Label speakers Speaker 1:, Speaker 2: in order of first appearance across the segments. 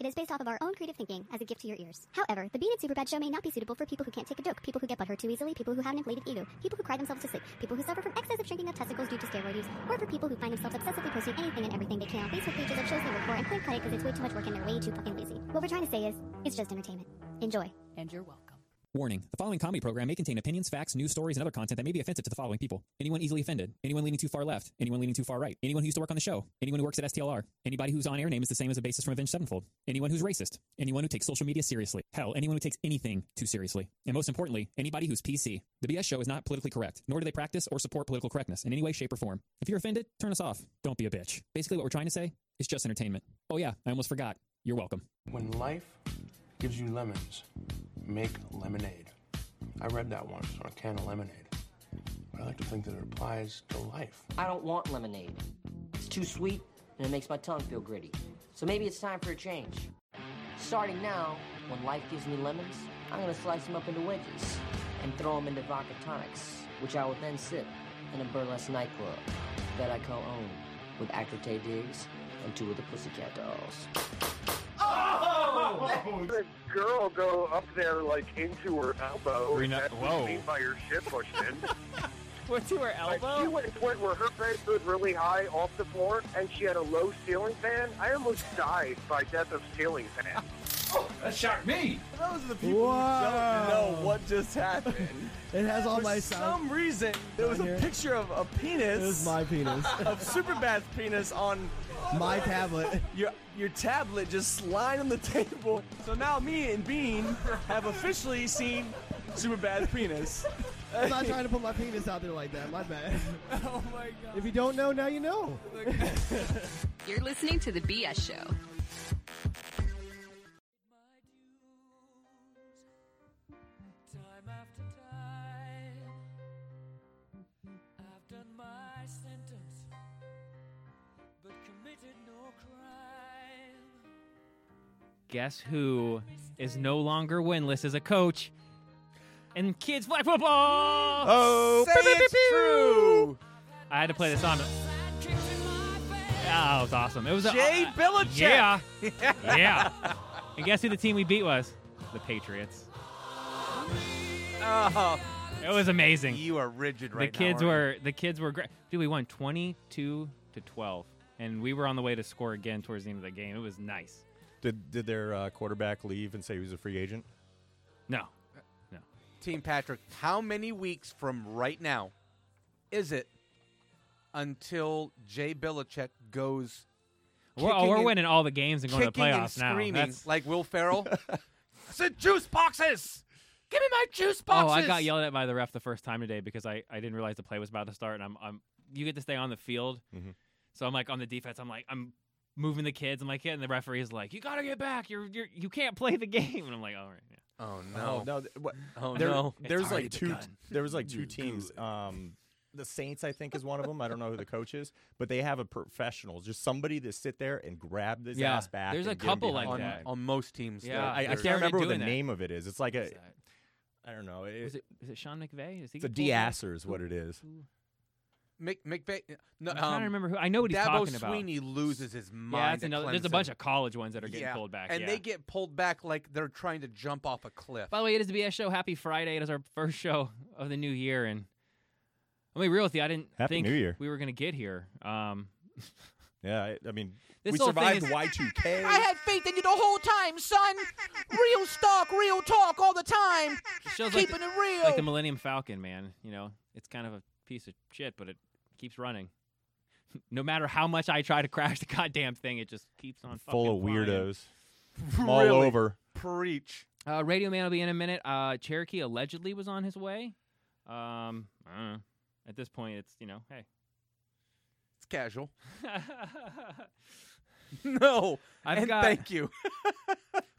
Speaker 1: It is based off of our own creative thinking as a gift to your ears. However, the Bean and Superbad show may not be suitable for people who can't take a joke, people who get butthurt too easily, people who have an inflated ego, people who cry themselves to sleep, people who suffer from excessive shrinking of testicles due to steroid use, or for people who find themselves obsessively posting anything and everything they can on Facebook pages of shows they work for and click play because it's way too much work and they're way too fucking lazy. What we're trying to say is, it's just entertainment. Enjoy.
Speaker 2: And you're welcome.
Speaker 3: Warning. The following comedy program may contain opinions, facts, news stories, and other content that may be offensive to the following people. Anyone easily offended. Anyone leaning too far left. Anyone leaning too far right. Anyone who used to work on the show. Anyone who works at STLR. Anybody whose on-air name is the same as a basis from Avenged Sevenfold. Anyone who's racist. Anyone who takes social media seriously. Hell, anyone who takes anything too seriously. And most importantly, anybody who's PC. The BS show is not politically correct, nor do they practice or support political correctness in any way, shape, or form. If you're offended, turn us off. Don't be a bitch. Basically what we're trying to say is just entertainment. Oh yeah, I almost forgot. You're welcome.
Speaker 4: When life gives you lemons, make lemonade. I read that once on a can of lemonade. But I like to think that it applies to life.
Speaker 5: I don't want lemonade. It's too sweet and it makes my tongue feel gritty. So maybe it's time for a change. Starting now, when life gives me lemons, I'm gonna slice them up into wedges and throw them into vodka tonics, which I will then sip in a burlesque nightclub that I co-own with actor Tay Diggs and two of the Pussycat Dolls.
Speaker 6: The girl go up there like into her elbow.
Speaker 7: Rena-
Speaker 6: That's what
Speaker 7: whoa.
Speaker 6: I mean by her shit pushing.
Speaker 8: Went to her
Speaker 6: she
Speaker 8: elbow?
Speaker 6: went to a point where her bed was really high off the floor, and she had a low ceiling fan. I almost died by death of ceiling fan.
Speaker 7: That shocked me.
Speaker 9: Those are the people who don't know what just happened.
Speaker 10: It has all
Speaker 9: For
Speaker 10: my sound.
Speaker 9: some reason, there was
Speaker 10: Down
Speaker 9: a
Speaker 10: here.
Speaker 9: picture of a
Speaker 10: It was
Speaker 9: penis
Speaker 10: my penis.
Speaker 9: of Superbad's penis on
Speaker 10: my tablet.
Speaker 9: your your tablet just lying on the table. So now me and Bean have officially seen Superbad's penis.
Speaker 10: I'm not trying to put my penis out there like that. My bad.
Speaker 9: Oh my god!
Speaker 10: If you don't know, now you know.
Speaker 2: You're listening to The BS Show.
Speaker 8: Time after time, I've done my sentence, but committed no crime.
Speaker 11: Guess who is no longer winless as a coach in kids flag football?
Speaker 9: Oh, say it's true.
Speaker 11: I had to play this song.
Speaker 8: Sidekicks in my face.
Speaker 11: Ah, it was awesome. It was a-
Speaker 9: Jay
Speaker 11: uh,
Speaker 9: Belichick.
Speaker 11: Yeah, yeah. And guess who the team we beat was? The Patriots.
Speaker 9: Oh,
Speaker 11: It was amazing.
Speaker 7: You are rigid
Speaker 11: the
Speaker 7: right now.
Speaker 11: kids
Speaker 7: aren't
Speaker 11: were the kids were great. Dude, we won twenty two to twelve, and we were on the way to score again towards the end of the game. It was nice.
Speaker 12: Did did their uh, quarterback leave and say he was a free agent?
Speaker 11: No,
Speaker 7: you? Team Patrick, how many weeks from right now is it until Jay Belichick goes?
Speaker 11: we're, oh,
Speaker 7: kicking
Speaker 11: we're
Speaker 7: and-
Speaker 11: winning all the games and going to the
Speaker 7: kicking and
Speaker 11: playoffs now.
Speaker 7: screaming
Speaker 11: That's-
Speaker 7: like Will Ferrell. I said juice boxes. Give me my juice boxes.
Speaker 11: Oh, I got yelled at by the ref the first time today because I, I didn't realize the play was about to start, and I'm I'm you get to stay on the field,
Speaker 12: Mhm.
Speaker 11: so I'm like on the defense. I'm like I'm moving the kids. I'm like yeah, and the referee is like, you gotta get back. You're you're you can't play the game. And I'm like, all right. Yeah.
Speaker 7: Oh
Speaker 12: Oh
Speaker 7: no.
Speaker 12: no! th- what-
Speaker 7: Oh
Speaker 12: there-
Speaker 7: no.
Speaker 12: There's
Speaker 11: already
Speaker 12: like two.
Speaker 11: begun.
Speaker 12: There was like two teams. Um, the Saints, I think, is one of them. I don't know who the coach is, but they have a professional, just somebody to sit there and grab this
Speaker 11: Yeah,
Speaker 12: ass back.
Speaker 11: there's a
Speaker 12: and get him
Speaker 11: couple like
Speaker 12: behind.
Speaker 7: on,
Speaker 11: that.
Speaker 7: on most teams.
Speaker 11: Yeah.
Speaker 7: there-
Speaker 12: I, I
Speaker 11: They're-
Speaker 12: can't
Speaker 11: they're
Speaker 12: remember what the
Speaker 11: doing that.
Speaker 12: name of it is. It's like a,
Speaker 11: Is that-
Speaker 12: I don't know.
Speaker 11: Is
Speaker 12: It,
Speaker 11: it is it Sean McVay? Is he
Speaker 12: it's a
Speaker 11: pulled back?
Speaker 12: de-asser is what it is.
Speaker 11: Who-
Speaker 7: Mc, McVay. No,
Speaker 11: I'm trying
Speaker 7: um,
Speaker 11: to remember who. I know what he's
Speaker 7: Dabo
Speaker 11: talking about.
Speaker 7: Sweeney loses his mind.
Speaker 11: yeah, that's
Speaker 7: at
Speaker 11: another. There's a
Speaker 7: Clemson.
Speaker 11: bunch of college ones that are getting
Speaker 7: Yeah,
Speaker 11: pulled back.
Speaker 7: and
Speaker 11: yeah.
Speaker 7: they get pulled back like they're trying to jump off a cliff.
Speaker 11: By the way, it is the BS show. Happy Friday! It is our first show of the new year, and I'll be real with you. I didn't
Speaker 12: Happy
Speaker 11: think
Speaker 12: New Year.
Speaker 11: we were gonna get here. Um,
Speaker 12: Yeah, I, I mean,
Speaker 11: This
Speaker 12: we
Speaker 11: whole thing
Speaker 12: survived
Speaker 11: is-
Speaker 12: Y2K.
Speaker 5: faith in you the whole time, son. Real stock, real talk all the time.
Speaker 11: shows like
Speaker 5: it real.
Speaker 11: like the Millennium Falcon, man. You know, it's kind of a piece of shit, but it keeps running. No matter how much I try to crash the goddamn thing, it just keeps on
Speaker 12: full of
Speaker 11: fucking flying.
Speaker 12: weirdos. From all
Speaker 7: Really?
Speaker 12: over.
Speaker 7: Preach.
Speaker 11: Uh, Radio Man will be in a minute. Uh, Cherokee allegedly was on his way. Um, I don't know. At this point, it's you know, hey.
Speaker 7: It's casual. No.
Speaker 11: I've
Speaker 7: and
Speaker 11: got-
Speaker 7: thank you.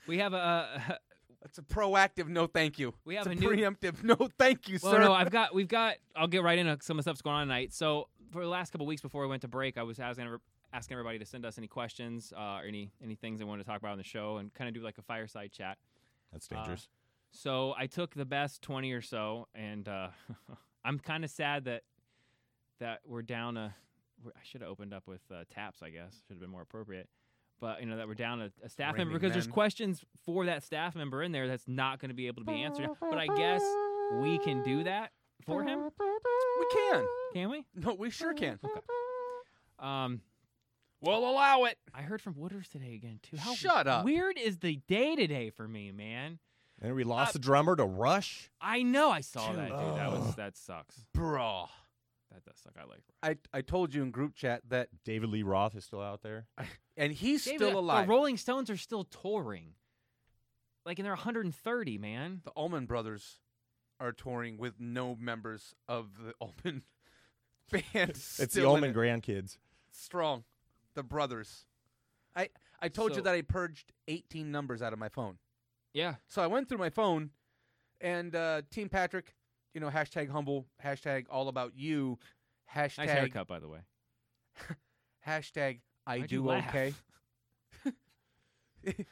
Speaker 11: we have a
Speaker 7: That's a proactive no thank you.
Speaker 11: We have
Speaker 7: it's
Speaker 11: a new-
Speaker 7: preemptive no thank you,
Speaker 11: well,
Speaker 7: sir.
Speaker 11: no, I've got we've got. I'll get right into some of the stuff's going on tonight. So for the last couple weeks before we went to break, I was asking every- asking everybody to send us any questions uh, or any any things they wanted to talk about on the show and kind of do like a fireside chat.
Speaker 12: That's dangerous.
Speaker 11: Uh, So I took the best twenty or so, and uh, I'm kind of sad that that we're down a. we're- I should have opened up with uh, taps. I guess should have been more appropriate. but you know that we're down a, a staff
Speaker 7: Raining
Speaker 11: member because there's
Speaker 7: men.
Speaker 11: questions for that staff member in there that's not going to be able to be answered. But I guess we can do that for him.
Speaker 7: We can.
Speaker 11: Can we?
Speaker 7: No, we sure can.
Speaker 11: Okay. Um,
Speaker 7: we'll allow it.
Speaker 11: I heard from Wooders today again too. How
Speaker 7: Shut up.
Speaker 11: Weird is the day today for me, man.
Speaker 6: And we lost the drummer to Rush.
Speaker 11: Uh, I know. I saw
Speaker 6: Dude.
Speaker 11: that, dude. That was
Speaker 6: Ugh.
Speaker 11: that sucks.
Speaker 7: Bruh.
Speaker 11: That does suck. I like.
Speaker 7: I, I told you in group chat that
Speaker 6: David Lee Roth is still out there.
Speaker 7: and he's
Speaker 11: David,
Speaker 7: still alive.
Speaker 11: The Rolling Stones are still touring. Like, and they're 130, man.
Speaker 7: the Allman Brothers are touring with no members of the Allman band.
Speaker 6: It's the
Speaker 7: still in
Speaker 6: Allman
Speaker 7: it.
Speaker 6: grandkids.
Speaker 7: Strong, the brothers. I I told you
Speaker 11: So-
Speaker 7: that I purged 18 numbers out of my phone.
Speaker 11: Yeah.
Speaker 7: So I went through my phone, and uh, Team Patrick, you know, hashtag humble, hashtag all about you, hashtag
Speaker 11: Nice haircut, by the way.
Speaker 7: hashtag I
Speaker 11: Why'd you
Speaker 7: do
Speaker 11: laugh?
Speaker 7: okay.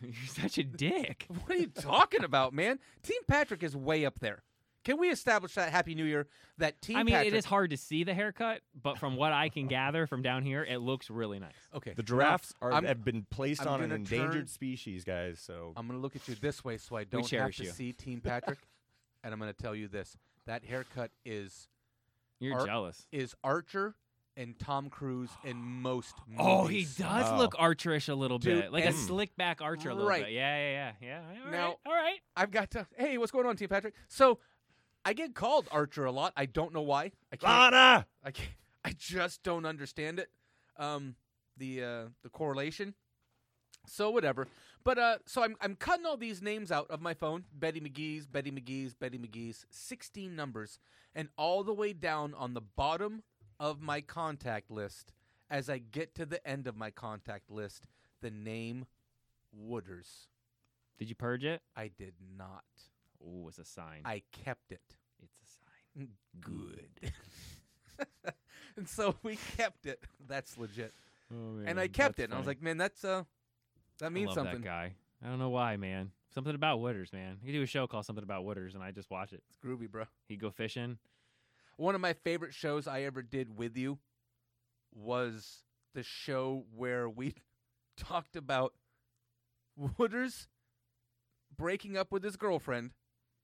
Speaker 11: You're such a dick.
Speaker 7: What are you talking about, man? Team Patrick is way up there. Can we establish that? Happy New Year. That Team
Speaker 11: I mean,
Speaker 7: Patrick.
Speaker 11: it is hard to see the haircut, but from what I can gather from down here, it looks really nice.
Speaker 7: Okay.
Speaker 6: The giraffes
Speaker 7: Now,
Speaker 6: are,
Speaker 7: I'm-
Speaker 6: have been placed
Speaker 7: I'm
Speaker 6: on an
Speaker 7: gonna
Speaker 6: endangered
Speaker 7: turn-
Speaker 6: species, guys. So
Speaker 7: I'm going to look at you this way so I don't have
Speaker 11: cherish
Speaker 7: to
Speaker 11: you.
Speaker 7: see Team Patrick. and I'm going to tell you this that haircut is.
Speaker 11: You're
Speaker 7: Ar-
Speaker 11: jealous.
Speaker 7: Is Archer and Tom Cruise in most movies.
Speaker 11: Oh, he does look Archerish a little
Speaker 7: Dude,
Speaker 11: bit, like a
Speaker 7: and-
Speaker 11: slick back Archer a little
Speaker 7: Right.
Speaker 11: bit. Yeah, yeah, yeah, yeah. all
Speaker 7: Now-
Speaker 11: right, all right.
Speaker 7: I've got to. Hey, what's going on, Team Patrick? So I get called Archer a lot. I don't know why.
Speaker 11: Ah,
Speaker 7: I can't,
Speaker 6: Lana!
Speaker 7: I can't, I just don't understand it. Um, the uh, the correlation. So whatever. But uh, so I'm I'm cutting all these names out of my phone. Betty McGee's, Betty McGee's, Betty McGee's. Sixteen numbers, and all the way down on the bottom of my contact list. As I get to the end of my contact list, the name Wooders.
Speaker 11: Did you purge it?
Speaker 7: I did not.
Speaker 11: Oh, it's a sign.
Speaker 7: I kept it. Mm,
Speaker 11: it's a sign.
Speaker 7: Good. and so we kept it. That's legit.
Speaker 11: Oh,
Speaker 7: and I kept it. And I was like, man, that's uh, that means
Speaker 11: I love
Speaker 7: something.
Speaker 11: That guy. I don't know why, man. Something about Wooders, man. He do a show called Something About Wooders, and I just watch it.
Speaker 7: It's groovy, bro.
Speaker 11: He'd go fishing.
Speaker 7: One of my favorite shows I ever did with you was the show where we talked about Wooders breaking up with his girlfriend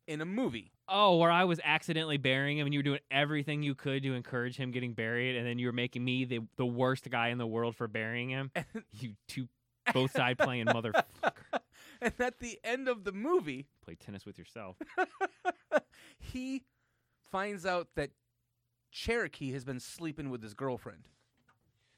Speaker 7: in a movie.
Speaker 11: Oh, where I was accidentally burying him, and you were doing everything you could to encourage him getting buried, and then you were making me the the worst guy in the world for burying him. you two, both side playing mother.
Speaker 7: and at the end of the movie,
Speaker 11: Play tennis with yourself.
Speaker 7: he finds out that Cherokee has been sleeping with his girlfriend.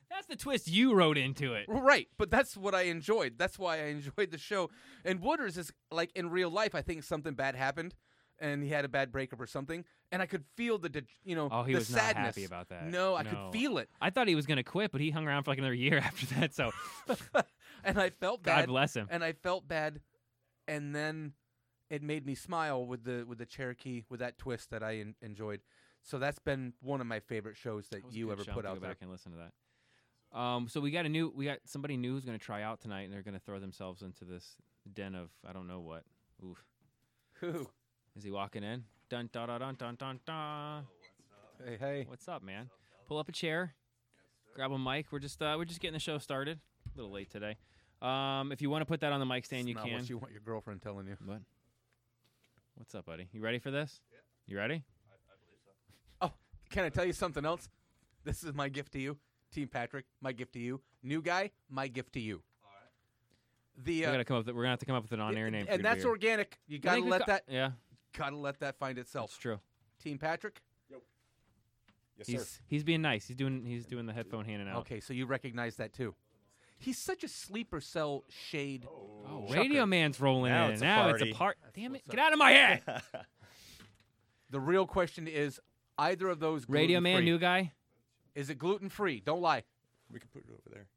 Speaker 11: That's the twist you wrote into it.
Speaker 7: Right, but that's what I enjoyed. That's why I enjoyed the show. And Wooders is like in real life. I think something bad happened, and he had a bad breakup or something. And I could feel the, de- you know,
Speaker 11: Oh, he
Speaker 7: the
Speaker 11: was
Speaker 7: sadness.
Speaker 11: not happy about that.
Speaker 7: No, I
Speaker 11: No.
Speaker 7: could feel it,
Speaker 11: I thought he was gonna quit, but he hung around for like another year after that. So
Speaker 7: and I felt
Speaker 11: God
Speaker 7: bad.
Speaker 11: bless him.
Speaker 7: And I felt bad, and then it made me smile with the with the Cherokee with that twist that I en- enjoyed. So that's been one of my favorite shows that,
Speaker 11: That was a
Speaker 7: you
Speaker 11: good
Speaker 7: ever
Speaker 11: show. I'm
Speaker 7: put
Speaker 11: gonna
Speaker 7: out
Speaker 11: go
Speaker 7: there.
Speaker 11: back and listen to that. Um, so we got a new, we got somebody new who's going to try out tonight, and they're going to throw themselves into this den of I don't know what. Oof.
Speaker 7: Who?
Speaker 11: Is he walking in? Dun dun dun dun dun dun dun.
Speaker 7: Hey, hey.
Speaker 11: What's up, man? Pull up a chair. Grab a mic. We're just uh, we're just getting the show started. A little late today. Um, if you want to put that on the mic stand, you
Speaker 7: Not
Speaker 11: can.
Speaker 7: what you want your girlfriend telling you.
Speaker 11: What? What's up, buddy? You ready for this? You ready?
Speaker 7: Oh, can I tell you something else? This is my gift to you, Team Patrick. My gift to you, new guy. My gift to you. All right. The
Speaker 11: We
Speaker 7: uh,
Speaker 11: gotta come up. With, we're gonna have to come up with an on-air name. for
Speaker 7: and
Speaker 11: your
Speaker 7: that's
Speaker 11: beer.
Speaker 7: organic. You
Speaker 11: I
Speaker 7: gotta
Speaker 11: think we
Speaker 7: let
Speaker 11: got-
Speaker 7: that.
Speaker 11: Yeah,
Speaker 7: Gotta let that find itself.
Speaker 11: it's true.
Speaker 7: Team Patrick.
Speaker 6: Yes,
Speaker 11: he's he's being nice. He's doing he's doing the headphone handing out.
Speaker 7: Okay, so you recognize that too. He's such a sleeper cell shade.
Speaker 11: Oh,
Speaker 7: chucker.
Speaker 11: Radio Man's rolling
Speaker 6: Now
Speaker 11: in.
Speaker 6: it's a
Speaker 11: now it's
Speaker 6: party.
Speaker 11: a part. Damn it!
Speaker 7: what's
Speaker 11: Get
Speaker 7: up.
Speaker 11: out of my head.
Speaker 7: The real question is, either of those
Speaker 11: Radio Man,
Speaker 7: gluten-free?
Speaker 11: new guy.
Speaker 7: Is it gluten free? Don't lie.
Speaker 9: We can put it over there.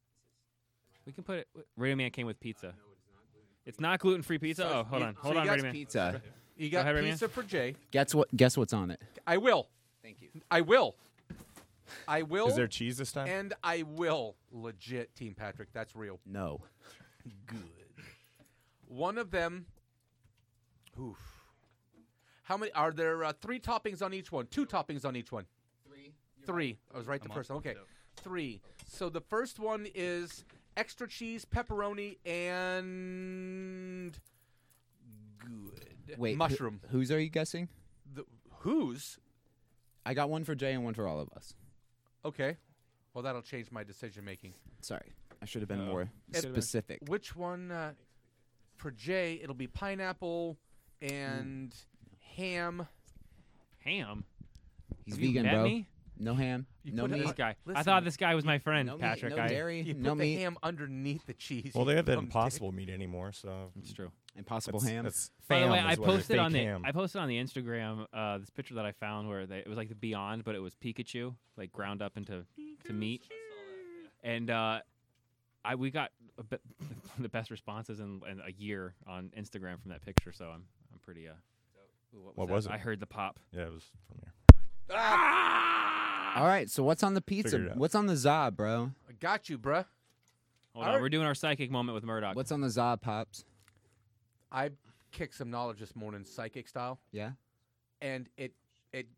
Speaker 11: We can put it. Radio Man came with pizza. It's not gluten free pizza. Oh, hold
Speaker 7: you-
Speaker 11: on,
Speaker 7: so
Speaker 11: hold
Speaker 7: you
Speaker 11: on,
Speaker 7: got
Speaker 11: Radio Man.
Speaker 13: Pizza.
Speaker 7: You got
Speaker 11: ahead, Raymond.
Speaker 7: pizza for Jay.
Speaker 13: Guess what? Guess what's on it?
Speaker 7: I will.
Speaker 13: Thank you.
Speaker 7: I will. I will.
Speaker 11: Oh.
Speaker 6: Is there cheese this time?
Speaker 7: And I will legit team Patrick. That's real.
Speaker 13: No.
Speaker 7: Good. One of them. Oof. How many are there? Uh, three toppings on each one. Two toppings on each one. Three. Three. I was right the first. time. Okay. Three. So the first one is extra cheese, pepperoni, and good
Speaker 13: Wait, wh-
Speaker 7: mushroom.
Speaker 13: whose are you guessing?
Speaker 7: The, whose?
Speaker 13: I got one for Jay and one for all of us.
Speaker 7: Okay, well that'll change my decision making.
Speaker 13: Sorry, I should have been
Speaker 7: Uh,
Speaker 13: more
Speaker 7: it-
Speaker 13: specific.
Speaker 7: Which one? Uh, for Jay, it'll be pineapple and ham.
Speaker 11: Ham.
Speaker 13: He's
Speaker 11: Have you
Speaker 13: vegan,
Speaker 11: met
Speaker 13: bro.
Speaker 11: me?
Speaker 13: No ham.
Speaker 11: You
Speaker 13: no
Speaker 11: put
Speaker 13: meat.
Speaker 11: this guy. I thought this guy was my friend,
Speaker 13: no meat,
Speaker 11: Patrick.
Speaker 13: no
Speaker 11: I,
Speaker 13: dairy,
Speaker 7: You
Speaker 13: no
Speaker 7: put the
Speaker 13: meat.
Speaker 7: ham underneath the cheese.
Speaker 6: Well,
Speaker 7: you
Speaker 6: they have that
Speaker 7: dumb dick.
Speaker 6: impossible meat anymore, so
Speaker 11: it's true.
Speaker 13: Impossible
Speaker 6: that's,
Speaker 13: ham.
Speaker 6: That's
Speaker 11: By the way,
Speaker 6: fam
Speaker 11: I
Speaker 6: is what it is,
Speaker 11: posted on the
Speaker 6: fake ham.
Speaker 11: I posted on the Instagram uh, this picture that I found where they, it was like the Beyond, but it was Pikachu like ground up into to meat, and uh, I we got a bit, the best responses in, in a year on Instagram from that picture. So I'm I'm pretty uh. What was,
Speaker 6: What
Speaker 11: that?
Speaker 6: was it?
Speaker 11: I heard the pop.
Speaker 6: Yeah, it was from here.
Speaker 7: Ah!
Speaker 13: All right, so what's on the
Speaker 6: Figure it
Speaker 13: pizza?
Speaker 6: out.
Speaker 13: What's on the za, bro?
Speaker 7: I got you, bruh.
Speaker 11: Hold
Speaker 7: All
Speaker 11: on,
Speaker 7: right.
Speaker 11: we're doing our psychic moment with Murdoch.
Speaker 13: What's on the za, pops?
Speaker 7: I kicked some knowledge this morning, psychic style,
Speaker 13: Yeah.
Speaker 7: and it it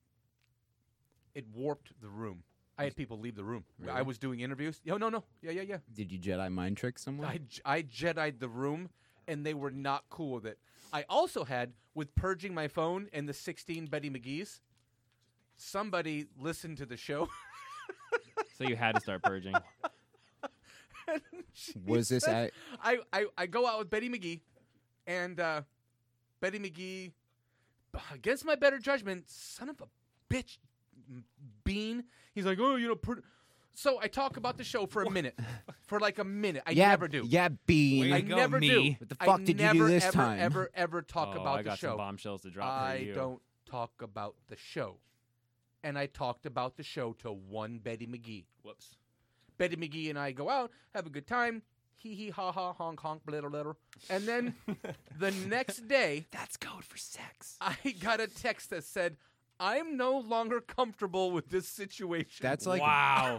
Speaker 7: it warped the room. I had people leave the room. I
Speaker 13: Really?
Speaker 7: was doing interviews. No, no, no. Yeah, yeah, yeah.
Speaker 13: Did you Jedi mind trick someone?
Speaker 7: I, j- I Jedi'd the room, and they were not cool with it. I also had, with purging my phone and the 16 Betty McGee's, somebody listened to the show.
Speaker 11: So you had to start purging.
Speaker 7: and she
Speaker 13: Was this
Speaker 7: says-
Speaker 13: at-
Speaker 7: I, I, I go out with Betty McGee, and uh, Betty McGee, b- against my better judgment, son of a bitch, m- bean. He's like, oh, you know, pur-" so I talk about the show for a minute, for like a minute. I
Speaker 13: yeah,
Speaker 7: never do.
Speaker 13: Yeah, bean.
Speaker 7: I never do.
Speaker 13: What the fuck
Speaker 7: I
Speaker 13: did
Speaker 7: never,
Speaker 13: you do this
Speaker 7: ever,
Speaker 13: time?
Speaker 7: Ever, ever talk
Speaker 11: Oh,
Speaker 7: about
Speaker 11: I
Speaker 7: the
Speaker 11: got some
Speaker 7: show?
Speaker 11: bombshells to drop for
Speaker 7: I
Speaker 11: you.
Speaker 7: don't talk about the show, and I talked about the show to one Betty McGee.
Speaker 11: Whoops.
Speaker 7: Betty McGee and I go out, have a good time, hee hee ha ha, honk honk, blitter blitter, and then the next day,
Speaker 11: that's code for sex.
Speaker 7: I got a text that said. I'm no longer comfortable with this situation.
Speaker 13: That's like-
Speaker 11: Wow.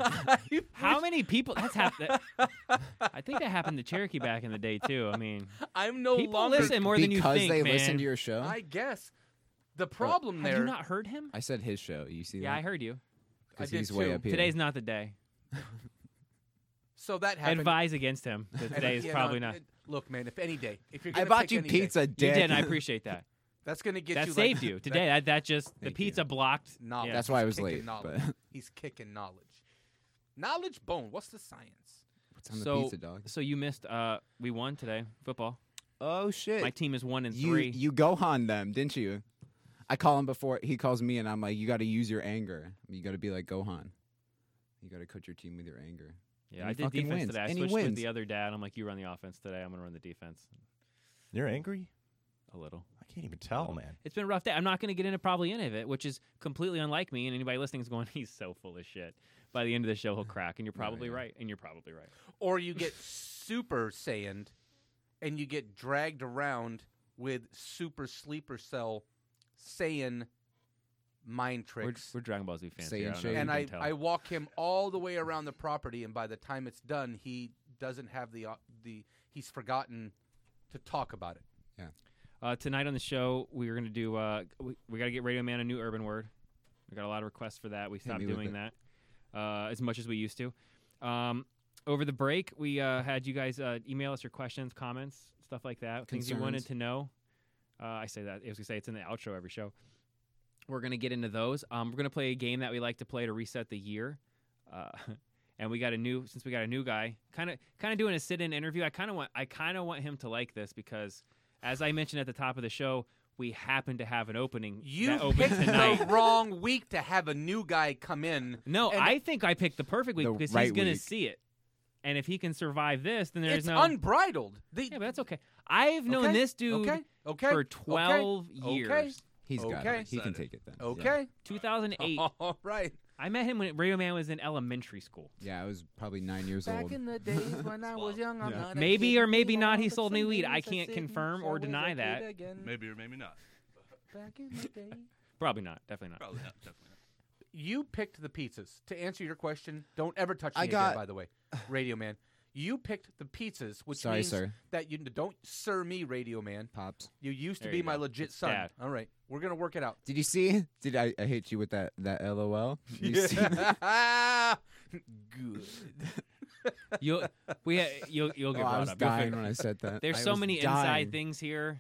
Speaker 11: How many people? That's happened. I think that happened to Cherokee back in the day too. I mean,
Speaker 7: I'm no
Speaker 11: people
Speaker 7: longer
Speaker 11: listen more than you
Speaker 13: Because
Speaker 11: think,
Speaker 13: they
Speaker 11: man.
Speaker 13: listen to your show?
Speaker 7: I guess the problem
Speaker 11: Have
Speaker 7: there.
Speaker 11: you not heard him?
Speaker 13: I said his show. You see
Speaker 11: Yeah,
Speaker 13: that?
Speaker 11: I heard you.
Speaker 7: I
Speaker 13: 'Cause
Speaker 7: did
Speaker 13: he's way
Speaker 7: too.
Speaker 13: up here.
Speaker 11: Today's not the day.
Speaker 7: so that happened.
Speaker 11: Advise against him. that
Speaker 7: And,
Speaker 11: Today is
Speaker 7: yeah, no,
Speaker 11: probably not.
Speaker 7: it- Look, man, if any day, if you're
Speaker 13: I
Speaker 7: gonna
Speaker 13: bought
Speaker 7: pick
Speaker 13: you
Speaker 7: any day,
Speaker 13: pizza,
Speaker 11: You
Speaker 13: dick.
Speaker 11: did, and I appreciate that.
Speaker 7: that's gonna get
Speaker 11: that
Speaker 7: you.
Speaker 11: saved
Speaker 7: like,
Speaker 11: you today. That, that just the
Speaker 13: Thank you.
Speaker 11: pizza blocked.
Speaker 7: knowledge.
Speaker 11: yeah.
Speaker 13: That's why I
Speaker 7: He's
Speaker 13: was
Speaker 7: kicking
Speaker 13: late,
Speaker 7: Knowledge.
Speaker 13: but-
Speaker 7: He's kicking knowledge. Knowledge bone. What's the science?
Speaker 13: What's on
Speaker 11: so
Speaker 13: the pizza, dog?
Speaker 11: so you missed. Uh, we won today football.
Speaker 13: Oh shit!
Speaker 11: My team is one and
Speaker 13: you
Speaker 11: three.
Speaker 13: you Gohan them, didn't you? I call him before he calls me, and I'm like, you got to use your anger. You got to be like Gohan. You got to coach your team with your anger.
Speaker 11: yeah,
Speaker 13: And
Speaker 11: I
Speaker 13: he
Speaker 11: did
Speaker 13: fucking
Speaker 11: defense
Speaker 13: wins.
Speaker 11: today. I
Speaker 13: and he
Speaker 11: switched
Speaker 13: wins.
Speaker 11: with the other dad. I'm like, you run the offense today. I'm gonna run the defense
Speaker 6: You're angry?
Speaker 11: a little.
Speaker 6: I can't even tell, man.
Speaker 11: It's been a rough day. I'm not going to get into probably any of it, which is completely unlike me. And anybody listening is going, he's so full of shit. By the end of the show, he'll crack. And you're probably right. And you're probably right.
Speaker 7: Or you get super saiyan, and you get dragged around with super sleeper cell saiyan mind
Speaker 11: We're,
Speaker 7: tricks.
Speaker 11: we're Dragon Ball Z fans.
Speaker 13: Say
Speaker 11: here.
Speaker 13: and
Speaker 11: I don't know
Speaker 13: shade.
Speaker 11: if
Speaker 7: and
Speaker 11: you
Speaker 7: I,
Speaker 11: can
Speaker 7: I
Speaker 11: tell.
Speaker 7: walk him all the way around the property, and by the time it's done, he doesn't have the op- the he's forgotten to talk about it.
Speaker 11: uh, tonight on the show, we're going to do, uh, we, we got to get Radio Man a new urban word. We got a lot of requests for that. We stopped
Speaker 13: me with
Speaker 11: doing that uh, as much as we used to. Um, over the break, we uh, had you guys uh, email us your questions, comments, stuff like that, things you wanted
Speaker 13: Concerns.
Speaker 11: to know. Uh, I say that. I was going to say it's in the outro every show. We're going to get into those. Um, we're going to play a game that we like to play to reset the year. Uh, and we got a new since we got a new guy, kind of kind of doing a sit-in interview. I kind of want I kind of want him to like this because as I mentioned at the top of the show, we happen to have an opening
Speaker 7: You
Speaker 11: that opened
Speaker 7: picked
Speaker 11: tonight.
Speaker 7: the wrong week to have a new guy come in.
Speaker 11: No,
Speaker 7: And
Speaker 11: I think I picked the perfect week
Speaker 13: The
Speaker 11: because he's
Speaker 13: right
Speaker 11: going to
Speaker 13: week.
Speaker 11: see it. And if he can survive this, then there's
Speaker 7: it's
Speaker 11: no.
Speaker 7: unbridled. The-
Speaker 11: yeah, but that's okay. I've known
Speaker 7: Okay,
Speaker 11: this dude
Speaker 7: okay, okay,
Speaker 11: for
Speaker 7: okay,
Speaker 11: 12
Speaker 7: okay.
Speaker 11: years.
Speaker 13: He's got
Speaker 7: Okay.
Speaker 13: it. He can take it then. Yeah. Oh.
Speaker 7: Okay.
Speaker 11: 2008.
Speaker 7: All right.
Speaker 11: I met him when Radio Man was in elementary school.
Speaker 13: Yeah, I was probably nine years old.
Speaker 7: the days when I was young, I'm not
Speaker 11: Maybe or maybe not, he sold new weed. I can't confirm or deny that.
Speaker 14: Maybe or maybe not.
Speaker 11: Probably not. Definitely not.
Speaker 14: Probably not. Definitely not.
Speaker 7: You picked the pizzas. To answer your question, don't ever touch me
Speaker 13: I got-
Speaker 7: again, by the way, Radio Man. You picked the pizzas, which
Speaker 13: Sorry,
Speaker 7: means
Speaker 13: sir.
Speaker 7: that you don't sir me, Radio Man.
Speaker 13: Pops.
Speaker 7: You used to
Speaker 11: There
Speaker 7: be
Speaker 11: you
Speaker 7: my
Speaker 11: go.
Speaker 7: legit
Speaker 11: That's
Speaker 7: son.
Speaker 11: dad.
Speaker 7: All right, we're gonna work it out.
Speaker 13: Did you see? Did I, I hit you with that that LOL? You see?
Speaker 7: Good.
Speaker 11: You'll we ha- you'll you'll get
Speaker 13: Oh, I
Speaker 11: brought
Speaker 13: was
Speaker 11: up. You'll
Speaker 13: dying
Speaker 11: figure-
Speaker 13: when I said that.
Speaker 11: There's
Speaker 13: I
Speaker 11: so
Speaker 13: was
Speaker 11: many
Speaker 13: dying.
Speaker 11: inside things here.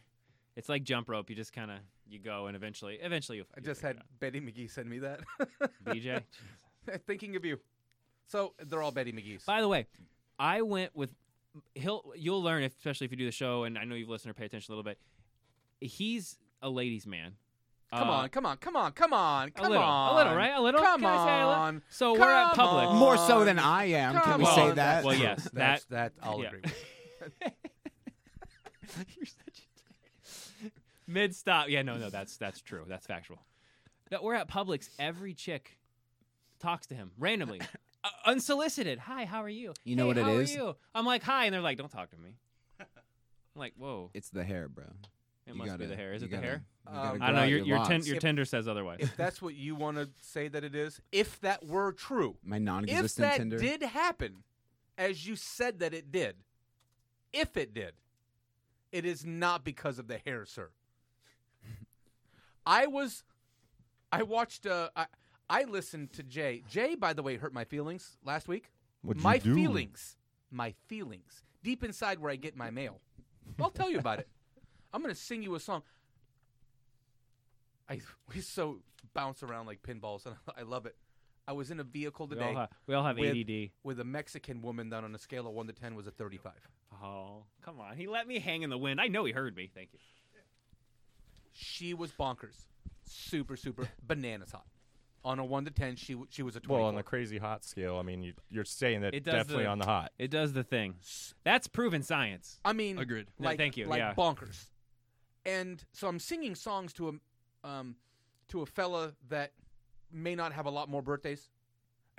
Speaker 11: It's like jump rope. You just kind of you go and eventually eventually you'll.
Speaker 7: I just had Betty McGee send me that.
Speaker 11: BJ.
Speaker 7: Thinking of you. So they're all Betty McGee's.
Speaker 11: By the way, I went with he'll. You'll learn, if, especially if you do the show, and I know you've listened or pay attention a little bit. He's a ladies' man.
Speaker 7: Come
Speaker 11: Uh,
Speaker 7: on, come on, come on, come on,
Speaker 11: a
Speaker 7: come
Speaker 11: little,
Speaker 7: on.
Speaker 11: a little, right? A little.
Speaker 7: Come
Speaker 11: Can I say a little?
Speaker 7: on.
Speaker 11: So we're at
Speaker 7: Come
Speaker 11: public,
Speaker 7: on.
Speaker 13: More so than I am. Can
Speaker 7: Come
Speaker 13: we say
Speaker 7: on.
Speaker 13: that?
Speaker 11: Well, yes,
Speaker 7: That's-
Speaker 11: that
Speaker 7: that I'll
Speaker 11: yeah.
Speaker 7: agree
Speaker 11: You're such a dick. Mid stop. Yeah, no, no, that's that's true. That's factual. No, we're at Publix. Every chick talks to him randomly, uh, unsolicited. Hi, how are you?
Speaker 13: You know
Speaker 11: "Hey,
Speaker 13: what it
Speaker 11: how
Speaker 13: is?
Speaker 11: Are you? I'm like hi, and they're like, don't talk to me. I'm like, whoa.
Speaker 13: It's the hair, bro.
Speaker 11: It
Speaker 13: You
Speaker 11: must be
Speaker 13: gotta-
Speaker 11: the hair. Is
Speaker 13: you
Speaker 11: it the
Speaker 13: gotta-
Speaker 11: hair?
Speaker 13: you gotta grow
Speaker 11: I know
Speaker 13: out
Speaker 11: your
Speaker 13: your
Speaker 11: your,
Speaker 13: locks.
Speaker 11: ten, your
Speaker 7: If-
Speaker 11: Tinder says otherwise.
Speaker 7: If that's what you want to say that it is, if that were true,
Speaker 13: My non-existent
Speaker 7: if that
Speaker 13: Tinder.
Speaker 7: did happen, as you said that it did, if it did, it is not because of the hair, sir. I was, I watched, uh, I, I listened to Jay. Jay, by the way, hurt my feelings last week.
Speaker 6: What'd you
Speaker 7: my
Speaker 6: do?
Speaker 7: feelings, my feelings, deep inside where I get my mail. I'll tell you about it. I'm gonna sing you a song. I we so bounce around like pinballs, and I love it. I was in a vehicle
Speaker 11: We
Speaker 7: today.
Speaker 11: all ha- we all have
Speaker 7: with-
Speaker 11: ADD.
Speaker 7: With a Mexican woman that on a scale of one to ten was a thirty-five.
Speaker 11: Oh, come on. He let me hang in the wind. I know he heard me. Thank you.
Speaker 7: She was bonkers, super super bananas hot. On a one to ten, she w- she was a
Speaker 6: Well,
Speaker 7: twenty.
Speaker 6: on the crazy hot scale, I mean, you, you're saying that
Speaker 11: It does
Speaker 6: definitely
Speaker 11: the-
Speaker 6: on the hot.
Speaker 11: It does the thing. That's proven science.
Speaker 7: I mean,
Speaker 6: Agreed.
Speaker 11: No,
Speaker 7: Like,
Speaker 11: thank you.
Speaker 7: Like
Speaker 11: yeah.
Speaker 7: bonkers. And so I'm singing songs to a, um, to a fella that may not have a lot more birthdays,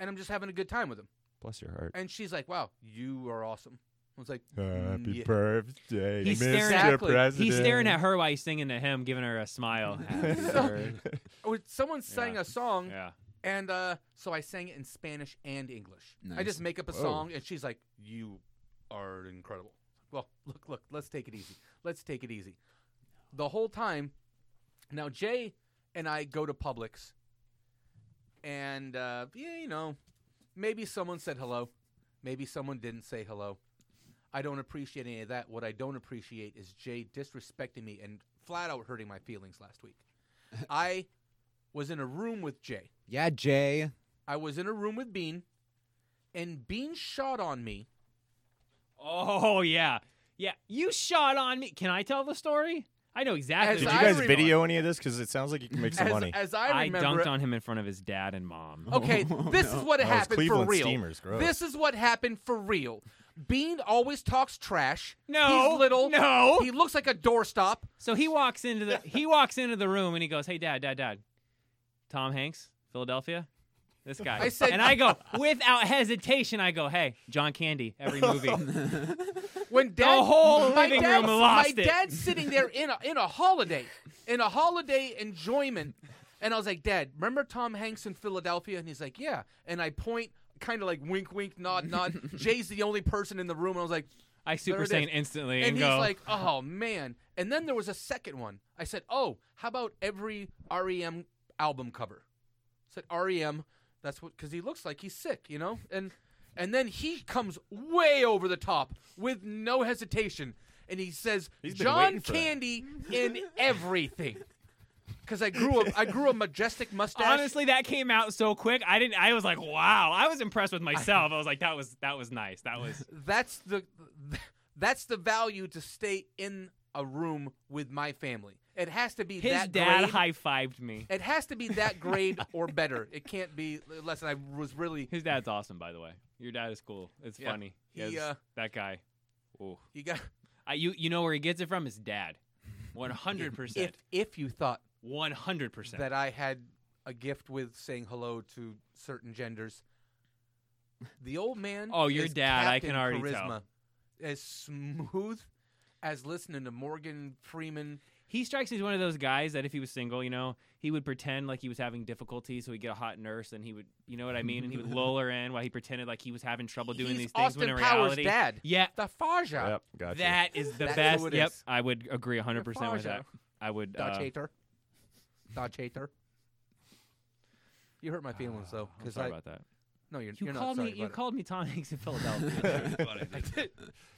Speaker 7: and I'm just having a good time with him.
Speaker 6: Bless your heart.
Speaker 7: And she's like, "Wow, you are awesome." I was like,
Speaker 6: Happy
Speaker 7: "Mm, yeah."
Speaker 6: birthday,
Speaker 11: He's
Speaker 6: Mr.
Speaker 11: staring,
Speaker 6: President.
Speaker 11: he's staring at her while he's singing to him, giving her a smile. Happy
Speaker 7: So,
Speaker 11: birthday.
Speaker 7: or Oh, someone sang
Speaker 11: Yeah.
Speaker 7: a song,
Speaker 11: Yeah.
Speaker 7: and uh, so I sang it in Spanish and English. I
Speaker 11: Nice.
Speaker 7: just make up a
Speaker 11: Whoa.
Speaker 7: song, and she's like, "You are incredible." Well, look, look, let's take it easy. Let's take it easy. The whole time, now Jay and I go to Publix, and uh, yeah, you know, maybe someone said hello, maybe someone didn't say hello. I don't appreciate any of that. What I don't appreciate is Jay disrespecting me and flat out hurting my feelings last week. I was in a room with Jay.
Speaker 13: Yeah, Jay.
Speaker 7: I was in a room with Bean, and Bean shot on me.
Speaker 11: Oh yeah, yeah. You shot on me. Can I tell the story? I know exactly.
Speaker 6: Did you guys video any of this? Because it sounds like you can make some
Speaker 11: As-
Speaker 6: money.
Speaker 7: as I remember
Speaker 11: dunked
Speaker 7: it-
Speaker 11: on him in front of his dad and mom.
Speaker 6: Oh,
Speaker 7: Okay, this is what
Speaker 6: That was
Speaker 7: happened for
Speaker 6: Cleveland
Speaker 7: real.
Speaker 6: Steamers, gross.
Speaker 7: This is what happened for real. Bean always talks trash.
Speaker 11: No,
Speaker 7: he's little.
Speaker 11: no.
Speaker 7: he looks like a doorstop.
Speaker 11: So he walks into the he walks into the room and he goes, "Hey, dad, dad, dad, Tom Hanks, Philadelphia." This guy.
Speaker 7: I said-
Speaker 11: and I go without hesitation. I go, "Hey, John Candy, every movie."
Speaker 7: When dad,
Speaker 11: whole
Speaker 7: my
Speaker 11: living
Speaker 7: dad's-
Speaker 11: room lost
Speaker 7: My
Speaker 11: it.
Speaker 7: dad's sitting there in a in a holiday, in a holiday enjoyment, and I was like, Dad, remember Tom Hanks in Philadelphia? And he's like, Yeah. And I point, kind of like wink, wink, nod, nod. Jay's the only person in the room, and I was like,
Speaker 11: I super
Speaker 7: "There
Speaker 11: saiyan
Speaker 7: it is."
Speaker 11: instantly
Speaker 7: and
Speaker 11: and,
Speaker 7: he's
Speaker 11: go.
Speaker 7: like, "Oh man!" And then there was a second one. I said, "Oh, how about every REM album cover?" I said REM. That's what because he looks like he's sick, you know. And and then he comes way over the top with no hesitation, and he says,
Speaker 6: He's been
Speaker 7: "John
Speaker 6: waiting for that."
Speaker 7: Candy in everything." Because I grew a I grew a majestic mustache.
Speaker 11: Honestly, that came out so quick. I didn't. I was like, "Wow!" I was impressed with myself. I was like, "That was that was nice. That was
Speaker 7: that's the that's the value to stay in a room with my family. It has to be
Speaker 11: His
Speaker 7: that
Speaker 11: dad
Speaker 7: grade.
Speaker 11: high fived me.
Speaker 7: It has to be that grade or better. It can't be less. I was really.
Speaker 11: His dad's awesome, by the way. Your dad is cool. It's
Speaker 7: Yeah.
Speaker 11: funny.
Speaker 7: He,
Speaker 11: Yes,
Speaker 7: uh,
Speaker 11: that guy. Ooh.
Speaker 7: You got.
Speaker 11: I, you you know where he gets it from? His dad. One hundred
Speaker 7: If
Speaker 11: percent.
Speaker 7: if you thought
Speaker 11: One hundred percent.
Speaker 7: that I had a gift with saying hello to certain genders, the old man.
Speaker 11: Oh, your
Speaker 7: is
Speaker 11: dad, I
Speaker 7: capped
Speaker 11: can
Speaker 7: in
Speaker 11: already
Speaker 7: charisma.
Speaker 11: tell.
Speaker 7: As smooth as listening to Morgan Freeman.
Speaker 11: He strikes me as one of those guys that if he was single, you know, he would pretend like he was having difficulty, so he'd get a hot nurse, and he would, you know what I mean, and he would lull her in while he pretended like he was having trouble doing
Speaker 7: He's
Speaker 11: these things.
Speaker 7: Austin
Speaker 11: when in
Speaker 7: Powers'
Speaker 11: reality,
Speaker 7: dad.
Speaker 11: Yeah,
Speaker 7: the Farja.
Speaker 6: Yep, gotcha.
Speaker 11: That is the
Speaker 7: That's
Speaker 11: best.
Speaker 7: who it
Speaker 11: yep,
Speaker 7: is.
Speaker 11: I would agree hundred percent with
Speaker 7: Farja.
Speaker 11: that. I would.
Speaker 7: Dodge
Speaker 11: uh,
Speaker 7: hater. Dodge hater. You hurt my feelings though,
Speaker 11: I'm
Speaker 7: because
Speaker 11: Uh, sorry
Speaker 7: I
Speaker 11: about that.
Speaker 7: No, you're,
Speaker 11: You
Speaker 7: you're
Speaker 11: called
Speaker 7: not sorry
Speaker 11: me. You
Speaker 7: about it.
Speaker 11: called me Tom Hanks in Philadelphia.
Speaker 7: I did.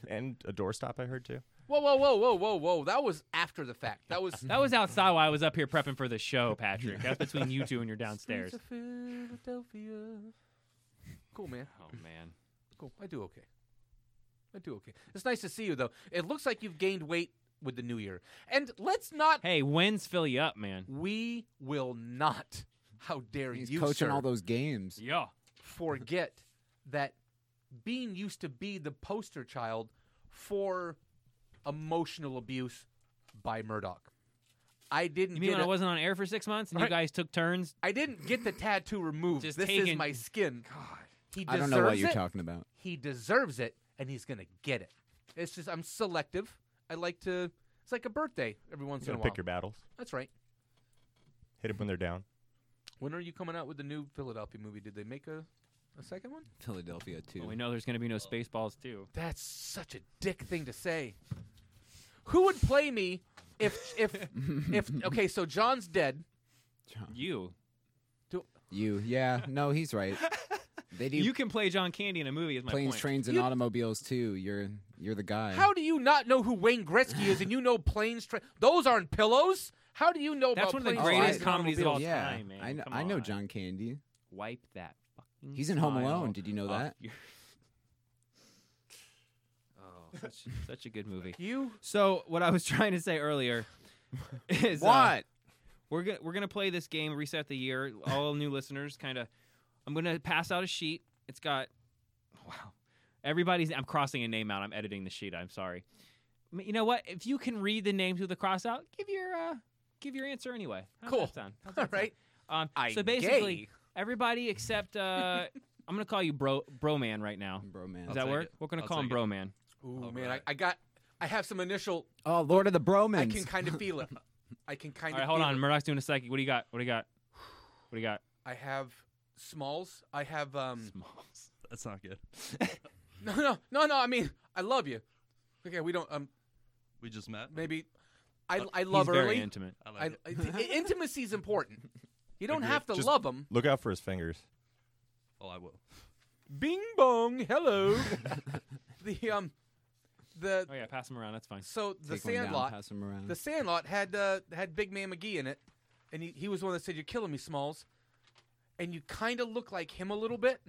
Speaker 6: and a doorstop, I heard too.
Speaker 7: Whoa, whoa, whoa, whoa, whoa, whoa! That was after the fact. That was
Speaker 11: that was outside while I was up here prepping for the show, Patrick. That's between you two and you're downstairs.
Speaker 7: Philadelphia. Cool, man.
Speaker 11: Oh man.
Speaker 7: Cool. I do okay. I do okay. It's nice to see you though. It looks like you've gained weight with the new year. And let's not
Speaker 11: Hey, when's Philly up, man?
Speaker 7: We will not. How dare
Speaker 13: He's
Speaker 7: you,
Speaker 13: coaching
Speaker 7: sir,
Speaker 13: all those games.
Speaker 11: Yeah.
Speaker 7: Forget that Bean used to be the poster child for emotional abuse by Murdoch. I didn't.
Speaker 11: You mean
Speaker 7: get
Speaker 11: when I
Speaker 7: a-
Speaker 11: wasn't on air for six months and you
Speaker 7: Right.
Speaker 11: guys took turns?
Speaker 7: I didn't get the tattoo removed.
Speaker 11: Just
Speaker 7: this is
Speaker 11: taking-
Speaker 7: my skin. God, he
Speaker 13: I don't know what
Speaker 7: deserves
Speaker 13: you're
Speaker 7: it.
Speaker 13: talking about.
Speaker 7: He deserves it, and he's gonna get it. It's just I'm selective. I like to. It's like a birthday every once
Speaker 6: You
Speaker 7: in a
Speaker 6: gotta
Speaker 7: while.
Speaker 6: pick your battles.
Speaker 7: That's right.
Speaker 6: Hit them when they're down.
Speaker 7: When are you coming out with the new Philadelphia movie? Did they make a, a second one?
Speaker 13: Philadelphia too.
Speaker 11: Well, we know there's going to be no Spaceballs too.
Speaker 7: That's such a dick thing to say. Who would play me if if if? Okay, so John's dead.
Speaker 11: uh, You.
Speaker 13: You, yeah, no, he's right. They do
Speaker 11: You can play John Candy in a movie. Is my
Speaker 13: planes,
Speaker 11: point.
Speaker 13: trains, and automobiles too. You're you're the guy.
Speaker 7: How do you not know who Wayne Gretzky is and you know planes? Tra- those aren't pillows. How do you know
Speaker 11: That's
Speaker 7: about
Speaker 11: one of the
Speaker 7: planes,
Speaker 11: greatest
Speaker 7: trains, and
Speaker 11: comedies of all
Speaker 7: automobiles?
Speaker 13: yeah,
Speaker 11: time, man.
Speaker 13: I know,
Speaker 11: Come
Speaker 13: I know
Speaker 11: on.
Speaker 13: John Candy.
Speaker 11: Wipe that fucking.
Speaker 13: He's in Home
Speaker 11: smile
Speaker 13: Alone. Did you know
Speaker 11: off
Speaker 13: that?
Speaker 11: your- oh, such, such a good movie.
Speaker 7: You.
Speaker 11: So what I was trying to say earlier is uh,
Speaker 13: What?
Speaker 11: we're go- we're gonna play this game. Reset the year. All new listeners, kind of. I'm gonna pass out a sheet. It's got wow. Everybody's. I'm crossing a name out. I'm editing the sheet. I'm sorry. M- You know what? If you can read the names with the cross out, give your uh, give your answer anyway. How's
Speaker 7: Cool.
Speaker 11: That sound? How's that
Speaker 7: All right.
Speaker 11: sound? Um,
Speaker 7: I
Speaker 11: so basically,
Speaker 7: gay.
Speaker 11: everybody except uh, I'm gonna call you bro bro man right now.
Speaker 13: Bro man.
Speaker 11: Does that work? We're gonna call him bro man.
Speaker 7: Ooh man, I, I got. I have some initial.
Speaker 13: Oh, Lord of the Bromans.
Speaker 7: I can kind of feel it. I can kind
Speaker 11: All
Speaker 7: of.
Speaker 11: right, hold
Speaker 7: feel
Speaker 11: on.
Speaker 7: it.
Speaker 11: Murdoch's doing a psychic. What do you got? What do you got? What do you got?
Speaker 7: I have Smalls. I have um.
Speaker 11: Smalls.
Speaker 14: That's not good.
Speaker 7: No, no, no, no. I mean, I love you. Okay, we don't. Um,
Speaker 14: We just met.
Speaker 7: maybe. I,
Speaker 14: Uh,
Speaker 7: I love
Speaker 11: He's very
Speaker 7: early.
Speaker 11: intimate.
Speaker 14: I like
Speaker 7: I- I- intimacy is important. You don't
Speaker 14: Agree.
Speaker 7: have to
Speaker 14: Just-
Speaker 7: love them.
Speaker 6: Look out for his fingers.
Speaker 14: Oh, I will.
Speaker 7: Bing bong. Hello. the um, the
Speaker 11: Oh yeah, pass him around. That's fine.
Speaker 7: so the
Speaker 13: Take one down,
Speaker 7: Sandlot.
Speaker 13: pass 'em around.
Speaker 7: The Sandlot had uh, had Big Man McGee in it, and he, he was the one that said, "You're killing me, Smalls," and you kind of look like him a little bit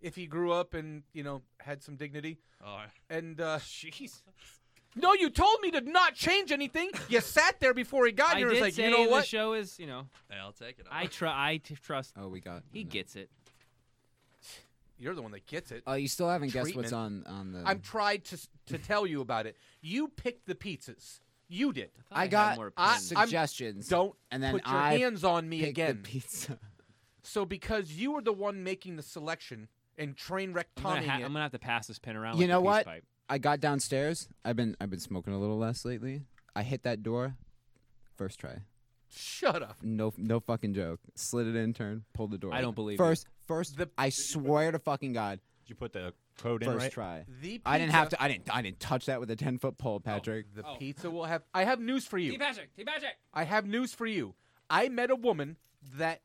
Speaker 7: if he grew up and you know had some dignity.
Speaker 14: All right.
Speaker 7: And uh,
Speaker 11: Oh. Jeez.
Speaker 7: no, you told me to not change anything. You sat there before he got
Speaker 11: I
Speaker 7: here. and
Speaker 11: did
Speaker 7: was like,
Speaker 11: say
Speaker 7: you know what?
Speaker 11: the show is, you know,
Speaker 14: Hey, I'll take it.
Speaker 11: I tr- I t- trust.
Speaker 13: Oh, we got.
Speaker 11: He
Speaker 13: no.
Speaker 11: gets it.
Speaker 7: You're the one that gets it.
Speaker 11: Uh,
Speaker 13: Oh, you still haven't guessed what's on on the.
Speaker 7: I'm tried to s- to tell you about it. You picked the pizzas. You did.
Speaker 13: I
Speaker 11: had
Speaker 13: got
Speaker 11: more
Speaker 7: I-
Speaker 11: opinions.
Speaker 7: I'm-
Speaker 13: suggestions.
Speaker 7: Don't
Speaker 13: and then
Speaker 7: put your
Speaker 13: I
Speaker 7: hands on me
Speaker 13: picked the
Speaker 7: again.
Speaker 13: pizza.
Speaker 7: So because you were the one making the selection and train wreck
Speaker 11: I'm gonna,
Speaker 7: Tommy,
Speaker 11: ha- I'm gonna have to pass this pin around.
Speaker 13: You
Speaker 11: like a
Speaker 13: know
Speaker 11: peace
Speaker 13: what?
Speaker 11: Pipe.
Speaker 13: I got downstairs. I've been I've been smoking a little less lately. I hit that door, first try.
Speaker 7: shut up.
Speaker 13: No, no fucking joke. Slid it in, turn, pulled the door.
Speaker 11: I
Speaker 13: open.
Speaker 11: don't believe you.
Speaker 13: First, first, I swear to fucking God,
Speaker 6: Did you put the code in
Speaker 13: first
Speaker 6: right?
Speaker 13: try.
Speaker 7: The
Speaker 13: I didn't have
Speaker 7: pizza-
Speaker 13: to. I didn't. I didn't touch that with a ten foot pole, Patrick.
Speaker 7: The
Speaker 11: Oh.
Speaker 7: pizza will have. I have news for
Speaker 11: T
Speaker 7: you.
Speaker 11: Patrick. T Patrick.
Speaker 7: I have news for you. I met a woman that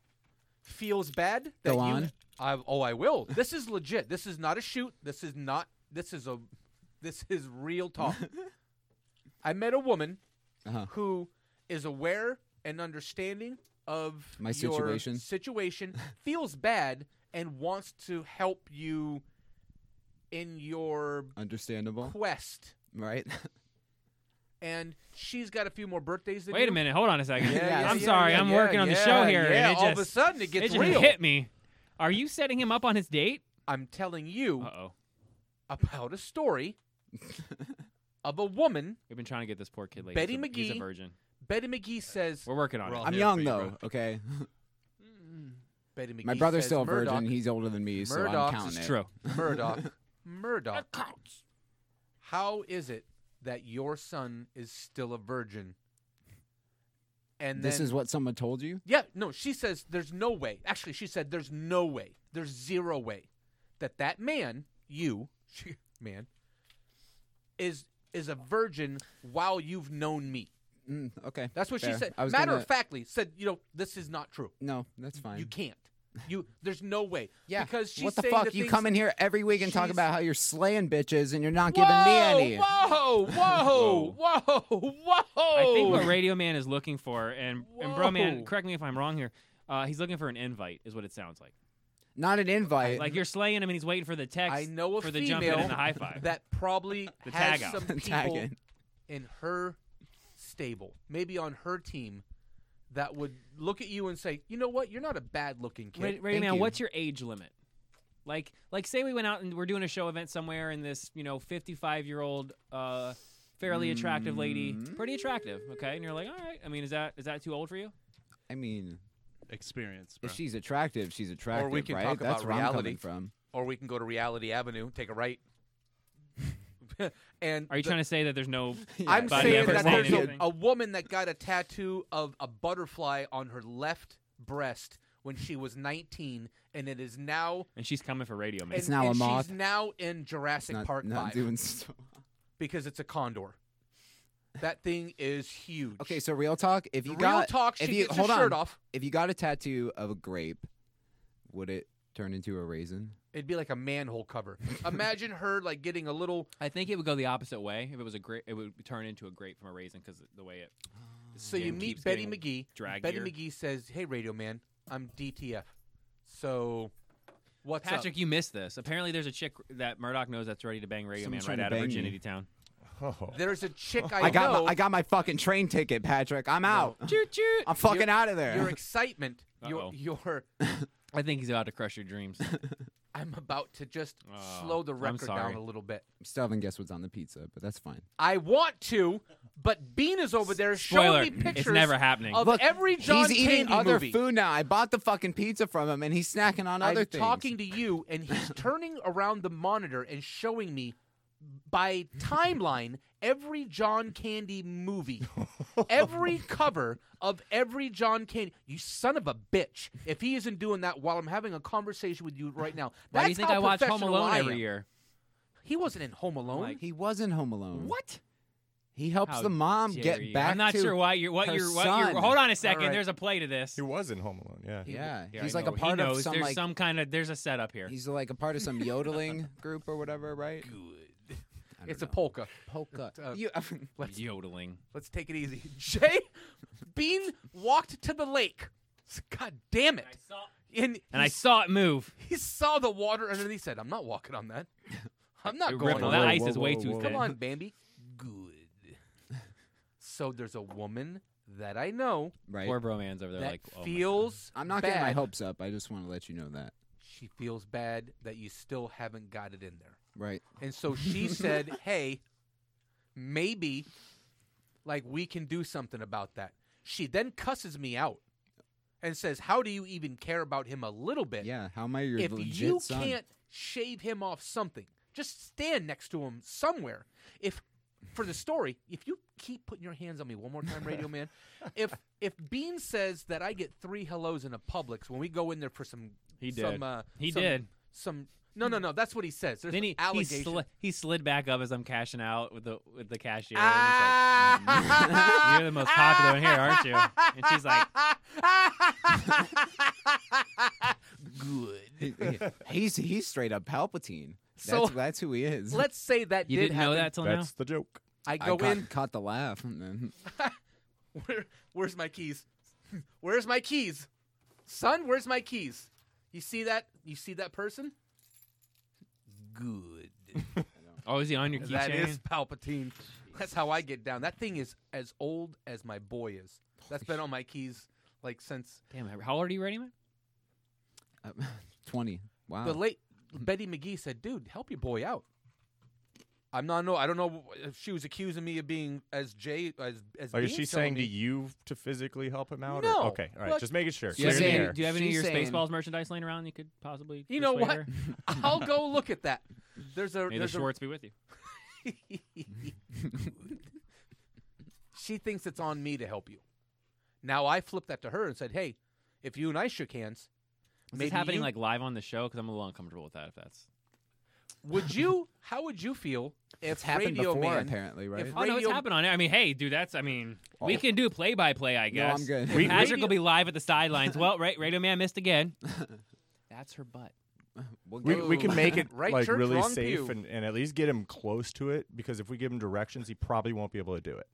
Speaker 7: feels bad. That
Speaker 13: Go
Speaker 7: you,
Speaker 13: on.
Speaker 7: I, oh, I will. This is legit. This is not a shoot. This is not. This is a. This is real talk. I met a woman
Speaker 13: Uh-huh.
Speaker 7: who is aware and understanding of
Speaker 13: My
Speaker 7: your
Speaker 13: situation?
Speaker 7: situation, feels bad, and wants to help you in your
Speaker 13: Understandable,
Speaker 7: quest.
Speaker 13: right?
Speaker 7: And she's got a few more birthdays than
Speaker 11: Wait
Speaker 7: you.
Speaker 11: a minute. Hold on a second.
Speaker 7: Yeah, yeah,
Speaker 11: I'm
Speaker 7: yeah,
Speaker 11: sorry.
Speaker 7: yeah,
Speaker 11: I'm
Speaker 7: yeah,
Speaker 11: working on the
Speaker 7: yeah,
Speaker 11: show here,
Speaker 7: yeah.
Speaker 11: and it just
Speaker 7: All of a sudden, it gets
Speaker 11: just
Speaker 7: real.
Speaker 11: hit me. Are you setting him up on his date?
Speaker 7: I'm telling you
Speaker 11: Uh oh.
Speaker 7: about a story of a woman.
Speaker 11: We've been trying to get this poor kid. Late.
Speaker 7: Betty
Speaker 11: he's a, He's a
Speaker 7: McGee.
Speaker 11: virgin.
Speaker 7: Betty McGee says.
Speaker 11: We're working on
Speaker 14: We're
Speaker 11: it.
Speaker 14: all
Speaker 13: I'm
Speaker 14: here
Speaker 13: young
Speaker 14: for you,
Speaker 13: though.
Speaker 14: bro.
Speaker 13: Okay,
Speaker 7: Betty McGee
Speaker 13: my brother's
Speaker 7: says
Speaker 13: still a
Speaker 7: Murdoch,
Speaker 13: virgin. He's older than me, so I'm
Speaker 7: Murdoch's
Speaker 13: counting
Speaker 11: It's
Speaker 13: it.
Speaker 11: true.
Speaker 7: Murdoch. Murdoch. How is it that your son is still a virgin? And
Speaker 13: This
Speaker 7: then-
Speaker 13: is what someone told you.
Speaker 7: Yeah, no, she says there's no way. Actually, she said there's no way. There's zero way that that man, you, she, man, is is a virgin while you've known me.
Speaker 13: Mm, okay,
Speaker 7: That's what she
Speaker 13: fair.
Speaker 7: said.
Speaker 13: I was
Speaker 7: Matter
Speaker 13: gonna-
Speaker 7: of factly said, you know, this is not true.
Speaker 13: No, that's fine.
Speaker 7: You can't. You there's no way.
Speaker 13: Yeah.
Speaker 7: Because she's
Speaker 13: what the
Speaker 7: saying
Speaker 13: fuck?
Speaker 7: The
Speaker 13: You
Speaker 7: things-
Speaker 13: come in here every week and talk
Speaker 7: she's-
Speaker 13: about how you're slaying bitches and you're not
Speaker 7: Whoa!
Speaker 13: giving me any.
Speaker 7: Whoa! Whoa! whoa! Whoa!
Speaker 11: I think what Radio Man is looking for, and and Bro Man,
Speaker 13: Whoa.
Speaker 11: correct me if I'm wrong here. Uh, he's looking for an invite, is what it sounds like.
Speaker 13: Not an invite.
Speaker 11: Like you're slaying him, and he's waiting for the text.
Speaker 7: I know a
Speaker 11: for the
Speaker 7: female
Speaker 11: jump in and the high five.
Speaker 7: that probably
Speaker 11: The
Speaker 7: has
Speaker 11: tag out.
Speaker 7: some
Speaker 11: The
Speaker 7: people
Speaker 11: tag in.
Speaker 7: in her stable, maybe on her team, that would look at you and say, "You know what? You're not a bad looking kid."
Speaker 11: Ra- Radio Man, what's your age limit? Like, like, say we went out and we're doing a show event somewhere, and this, you know, 55 year old, uh, fairly attractive lady,
Speaker 13: Mm-hmm.
Speaker 11: pretty attractive, okay, and you're like, all right. I mean, is that is that too old for you?
Speaker 13: I mean,
Speaker 7: experience?
Speaker 13: if she's attractive, she's attractive,
Speaker 7: or we can
Speaker 13: right?
Speaker 7: talk
Speaker 13: That's
Speaker 7: about
Speaker 13: where I'm
Speaker 7: reality
Speaker 13: coming from.
Speaker 7: Or we can go to Reality Avenue, take a right. and
Speaker 11: Are you
Speaker 7: the-
Speaker 11: trying to say that there's no?
Speaker 7: I'm
Speaker 11: body
Speaker 7: saying
Speaker 11: of
Speaker 7: that
Speaker 11: work
Speaker 7: there's a,
Speaker 11: anything?
Speaker 7: a woman that got a tattoo of a butterfly on her left breast when she was 19, and it is now.
Speaker 11: and she's coming for Radio Man.
Speaker 7: and, and She's now in Jurassic
Speaker 13: Not-
Speaker 7: Park
Speaker 13: not
Speaker 7: vibe
Speaker 13: doing so-
Speaker 7: because it's a condor. That thing is huge.
Speaker 13: Okay, so real talk. If you
Speaker 7: Real
Speaker 13: got
Speaker 7: talk,
Speaker 13: if
Speaker 7: she
Speaker 13: you
Speaker 7: gets her
Speaker 13: hold
Speaker 7: shirt
Speaker 13: on.
Speaker 7: off.
Speaker 13: if you got a tattoo of a grape, would it turn into a raisin?
Speaker 7: It'd be like a manhole cover. Imagine her like getting a little.
Speaker 11: I think it would go the opposite way. If it was a grape, it would turn into a grape from a raisin because the way it. the
Speaker 7: So you
Speaker 11: skin
Speaker 7: meet
Speaker 11: keeps
Speaker 7: Betty
Speaker 11: getting
Speaker 7: McGee.
Speaker 11: Draggier.
Speaker 7: Betty McGee says, "Hey, Radio Man, I'm DTF. So, what's up?"
Speaker 11: Patrick, you missed this. Apparently, there's a chick that Murdoch knows that's ready to bang Radio
Speaker 13: Someone's
Speaker 11: Man
Speaker 13: trying
Speaker 11: right
Speaker 13: to
Speaker 11: out of
Speaker 13: bang me.
Speaker 11: Virginity Town.
Speaker 7: There's a chick I,
Speaker 13: I got
Speaker 7: know.
Speaker 13: my, I got my fucking train ticket, Patrick. I'm out.
Speaker 11: Choo choo.
Speaker 13: I'm fucking
Speaker 7: Your-
Speaker 13: out of there.
Speaker 7: Your excitement.
Speaker 11: Uh-oh.
Speaker 7: Your your.
Speaker 11: I think he's about to crush your dreams.
Speaker 7: I'm about to just
Speaker 11: Oh,
Speaker 7: slow the
Speaker 11: I'm
Speaker 7: record down
Speaker 11: sorry.
Speaker 7: a little bit.
Speaker 13: Still haven't guessed what's on the pizza, but that's fine.
Speaker 7: I want to, but Bean is over there
Speaker 13: Spoiler,
Speaker 7: showing me
Speaker 13: it's
Speaker 7: pictures.
Speaker 11: never happening.
Speaker 7: Of
Speaker 13: Look,
Speaker 7: every John
Speaker 13: he's eating
Speaker 7: Candy
Speaker 13: other
Speaker 7: movie.
Speaker 13: food now. Oh, I bought the fucking pizza from him, and he's snacking on
Speaker 7: I'm
Speaker 13: other things.
Speaker 7: talking to you, and he's turning around the monitor and showing me by timeline every John Candy movie, every cover of every John Candy. You son of a bitch! If he isn't doing that while I'm having a conversation with you right now,
Speaker 11: Why
Speaker 7: that's
Speaker 11: do you think
Speaker 7: how
Speaker 11: I watch Home
Speaker 7: professional
Speaker 11: Alone
Speaker 7: I
Speaker 11: every
Speaker 7: am.
Speaker 11: year?
Speaker 7: He wasn't in Home Alone.
Speaker 13: he wasn't home alone.
Speaker 7: What?
Speaker 13: He helps
Speaker 11: How
Speaker 13: the mom
Speaker 11: dare
Speaker 13: get
Speaker 11: you.
Speaker 13: back.
Speaker 11: I'm not
Speaker 13: to
Speaker 11: sure why you're what
Speaker 13: her
Speaker 11: you're what you're.
Speaker 13: son.
Speaker 11: Hold on a second.
Speaker 13: Alright.
Speaker 11: There's a play to this.
Speaker 6: He was in Home Alone. Yeah.
Speaker 13: Yeah,
Speaker 11: Yeah,
Speaker 13: he's
Speaker 11: I
Speaker 13: like a
Speaker 11: know. He
Speaker 13: part of
Speaker 11: knows.
Speaker 13: some
Speaker 11: there's
Speaker 13: like
Speaker 11: some kind of there's a setup here.
Speaker 13: he's like a part of some yodeling group or whatever, right?
Speaker 7: Good.
Speaker 13: I don't
Speaker 7: It's a
Speaker 13: know.
Speaker 7: polka.
Speaker 13: polka.
Speaker 7: Uh,
Speaker 13: You-
Speaker 7: let's,
Speaker 11: yodeling.
Speaker 7: let's take it easy. Jay Bean walked to the lake. God damn it. And,
Speaker 11: And I
Speaker 7: he's-
Speaker 11: saw it move.
Speaker 7: He saw the water underneath. He said, "I'm not walking on that. I'm not
Speaker 11: It
Speaker 7: going
Speaker 11: rippled.
Speaker 7: on
Speaker 11: That ice is way too
Speaker 7: Come
Speaker 11: thin.
Speaker 7: on, Bambi. Good. So there's a woman that I know.
Speaker 13: Right.
Speaker 11: Poor bromance over there.
Speaker 7: That
Speaker 11: like oh my
Speaker 7: feels.
Speaker 13: I'm not getting my
Speaker 7: bad.
Speaker 13: hopes up. I just want to let you know that.
Speaker 7: She feels bad that you still haven't got it in there.
Speaker 13: Right.
Speaker 7: And so she said, "Hey, maybe, like we can do something about that." She then cusses me out and says, "How do you even care about him a little bit?"
Speaker 13: Yeah. How am I your
Speaker 7: if
Speaker 13: legit
Speaker 7: you
Speaker 13: son?
Speaker 7: can't shave him off something, just stand next to him somewhere. If for the story, if you keep putting your hands on me one more time, Radio Man, if if Bean says that I get three hellos in a Publix when we go in there for some,
Speaker 11: He did.
Speaker 7: Some, uh,
Speaker 11: He
Speaker 7: some-
Speaker 11: did.
Speaker 7: Some no, no, no. That's what he says. There's
Speaker 11: Then he he,
Speaker 7: allegations.
Speaker 11: sli- he slid back up as I'm cashing out with the with the cashier.
Speaker 7: and he's like,
Speaker 13: Ah!
Speaker 11: "Mm, You're the most popular one here, aren't you? And she's like,
Speaker 13: He- he- he's he's straight up Palpatine. That's,
Speaker 7: So-
Speaker 13: that's who he is.
Speaker 7: Let's say that did happen.
Speaker 6: That's the joke.
Speaker 7: I go
Speaker 13: caught,
Speaker 7: in.
Speaker 13: caught the laugh. and then-
Speaker 7: Where, where's my keys? Where's my keys? Son, where's my keys? You see that? You see that person? Good.
Speaker 11: "Oh, is he on your keychain?"
Speaker 7: That is Palpatine. That's how I get down. That thing is as old as my boy is. That's been on my keys like since
Speaker 11: Damn, how old are you, Ready Man?
Speaker 13: uh, Twenty. Wow.
Speaker 7: the late Betty McGee said, "Dude, help your boy out." I'm not no. I don't know if she was accusing me of being as Jay as as.
Speaker 6: Like, is
Speaker 7: Bean's
Speaker 6: she
Speaker 7: telling
Speaker 6: saying to
Speaker 7: me-
Speaker 6: you to physically help him out?
Speaker 7: No,
Speaker 6: Or? Okay. All right.
Speaker 7: but-
Speaker 6: just making sure.
Speaker 11: Do you, have
Speaker 6: Clear the
Speaker 11: any,
Speaker 6: air.
Speaker 11: do you have any of your
Speaker 13: She's saying-
Speaker 11: Spaceballs merchandise laying around you could possibly?
Speaker 7: You know
Speaker 11: persuade
Speaker 7: what?
Speaker 11: her?
Speaker 7: I'll go look at that. There's a
Speaker 11: May the
Speaker 7: there's a-
Speaker 11: Schwartz be with you.
Speaker 7: she thinks it's on me to help you. Now I flipped that to her and said, "Hey, if you and I shook hands,
Speaker 11: Is
Speaker 7: maybe
Speaker 11: this happening
Speaker 7: you-
Speaker 11: like live on the show? Because I'm a little uncomfortable with that. If that's
Speaker 7: Would you? How would you feel if
Speaker 13: happened
Speaker 7: Radio
Speaker 13: before,
Speaker 7: Man,
Speaker 13: apparently,
Speaker 7: if
Speaker 13: right?
Speaker 11: Oh no, it's
Speaker 7: Radio-
Speaker 11: happened on it. I mean, hey, dude, that's. I mean, we
Speaker 13: Oh.
Speaker 11: can do play by play. I
Speaker 13: No, I'm
Speaker 11: guess.
Speaker 13: good.
Speaker 11: We,
Speaker 13: We-
Speaker 11: Patrick
Speaker 13: radio-
Speaker 11: will be live at the sidelines. well, right, Radio Man missed again. That's her butt.
Speaker 6: We, we can make it
Speaker 11: Right
Speaker 6: like
Speaker 11: church,
Speaker 6: really
Speaker 11: wrong
Speaker 6: safe
Speaker 11: pew.
Speaker 6: and, and at least get him close to it because if we give him directions, he probably won't be able to do it.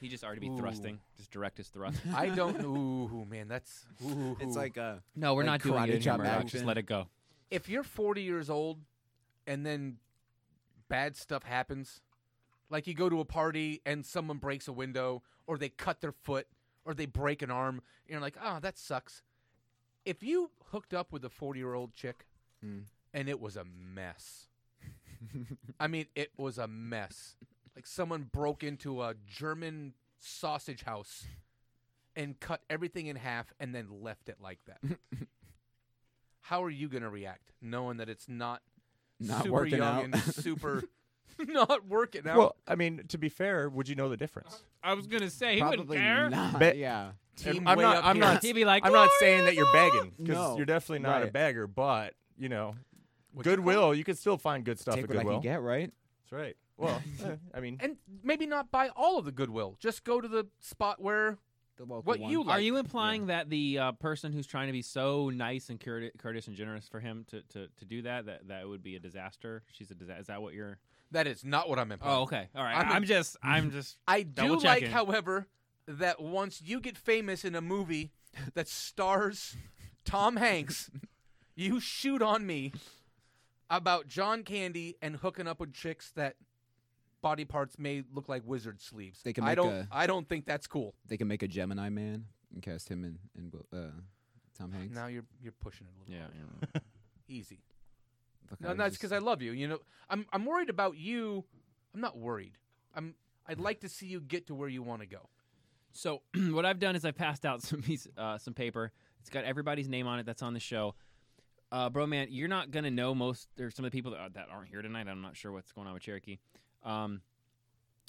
Speaker 11: He just already be
Speaker 7: Ooh.
Speaker 11: thrusting. Just direct his thrust.
Speaker 7: I don't. Ooh, man, that's. Ooh,
Speaker 13: It's like a
Speaker 11: No, we're
Speaker 13: like
Speaker 11: not doing
Speaker 13: karate
Speaker 11: it
Speaker 13: chop
Speaker 11: anymore. Alex. Just
Speaker 13: action.
Speaker 11: let it go.
Speaker 7: if you're 40 years old and then bad stuff happens, like you go to a party and someone breaks a window or they cut their foot or they break an arm, and you're like, oh, that sucks. If you hooked up with a 40 year old chick
Speaker 13: Mm.
Speaker 7: and it was a mess, I mean, it was a mess. Like someone broke into a German sausage house and cut everything in half and then left it like that. How are you going to react knowing that it's not,
Speaker 13: Not
Speaker 7: super
Speaker 13: working
Speaker 7: young
Speaker 13: out.
Speaker 7: and super not working out?
Speaker 6: Well, I mean, to be fair, would you know the difference?
Speaker 11: I was gonna say
Speaker 13: he wouldn't Probably care. not,
Speaker 6: Bet-
Speaker 13: yeah.
Speaker 6: And
Speaker 7: Team
Speaker 6: I'm
Speaker 7: way
Speaker 6: not.
Speaker 7: up
Speaker 6: I'm
Speaker 7: here.
Speaker 6: not.
Speaker 7: He'd be like,
Speaker 6: I'm not saying that you're begging because
Speaker 13: No.
Speaker 6: you're definitely not a
Speaker 13: Right.
Speaker 6: beggar, but you know,
Speaker 7: What you
Speaker 6: goodwill. You, can still find good stuff
Speaker 13: Take
Speaker 6: at
Speaker 13: what I
Speaker 6: Goodwill.
Speaker 13: can get, right?
Speaker 6: That's right. Well, eh, I mean,
Speaker 7: and maybe not buy all of the Goodwill. Just go to the spot where
Speaker 13: The local
Speaker 7: what you like.
Speaker 11: Are you implying that the uh, person who's trying to be so nice and courte- courteous and generous for him to, to, to do that that that would be a disaster? She's a disaster. Is that what you're?
Speaker 7: That is not what I'm implying.
Speaker 11: Oh, okay. All right.
Speaker 7: I'm
Speaker 11: I'm,
Speaker 7: im-
Speaker 11: just. I'm just.
Speaker 7: I do
Speaker 11: double
Speaker 7: like,
Speaker 11: checking.
Speaker 7: however, that once you get famous in a movie that stars Tom Hanks, you shoot on me about John Candy and hooking up with chicks that body parts may look like wizard sleeves.
Speaker 13: They can
Speaker 7: I
Speaker 13: make
Speaker 7: don't.
Speaker 13: a-
Speaker 7: I don't think that's cool.
Speaker 13: They can make a Gemini man and cast him in, in Will- uh, Tom Hanks.
Speaker 7: Now you're you're pushing it a little.
Speaker 11: Yeah.
Speaker 7: Easy.
Speaker 13: Look,
Speaker 7: No,
Speaker 13: was
Speaker 7: that's
Speaker 13: just-
Speaker 7: because I love you. You know, I'm I'm worried about you. I'm not worried. I'm. I'd like to see you get to where you want to go.
Speaker 11: So what I've done is I've passed out some piece, uh, some paper. It's got everybody's name on it that's on the show. Uh, bro, man, you're not gonna know most or some of the people that, that aren't here tonight. I'm not sure what's going on with Cherokee. Um,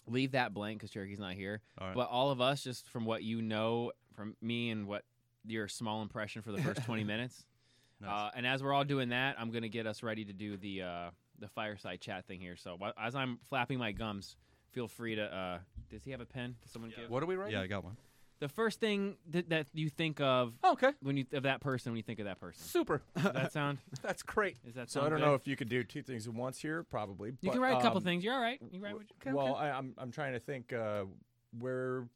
Speaker 11: leave that blank because Cherokee's not here.
Speaker 14: All right.
Speaker 11: But all of us, just from what you know from me and what your small impression for the first 20 minutes. Uh, and as we're all doing that, I'm gonna get us ready to do the uh, the fireside chat thing here. So wh- as I'm flapping my gums, feel free to. Uh, does he have a pen? Does someone give?
Speaker 7: What are we writing?
Speaker 14: Yeah, I got one.
Speaker 11: The first thing th- that you think of,
Speaker 7: Oh, okay,
Speaker 11: when you of that person, when you think of that person,
Speaker 7: Super.
Speaker 11: Does that sound?
Speaker 7: That's great.
Speaker 11: Is that
Speaker 6: so I
Speaker 11: sound
Speaker 6: don't
Speaker 11: good?
Speaker 6: know if you could do two things at once here, probably.
Speaker 11: you can
Speaker 6: but,
Speaker 11: write a couple
Speaker 6: um,
Speaker 11: things. You're all right. You write what you okay,
Speaker 6: Well,
Speaker 11: okay.
Speaker 6: I, I'm I'm trying to think uh, where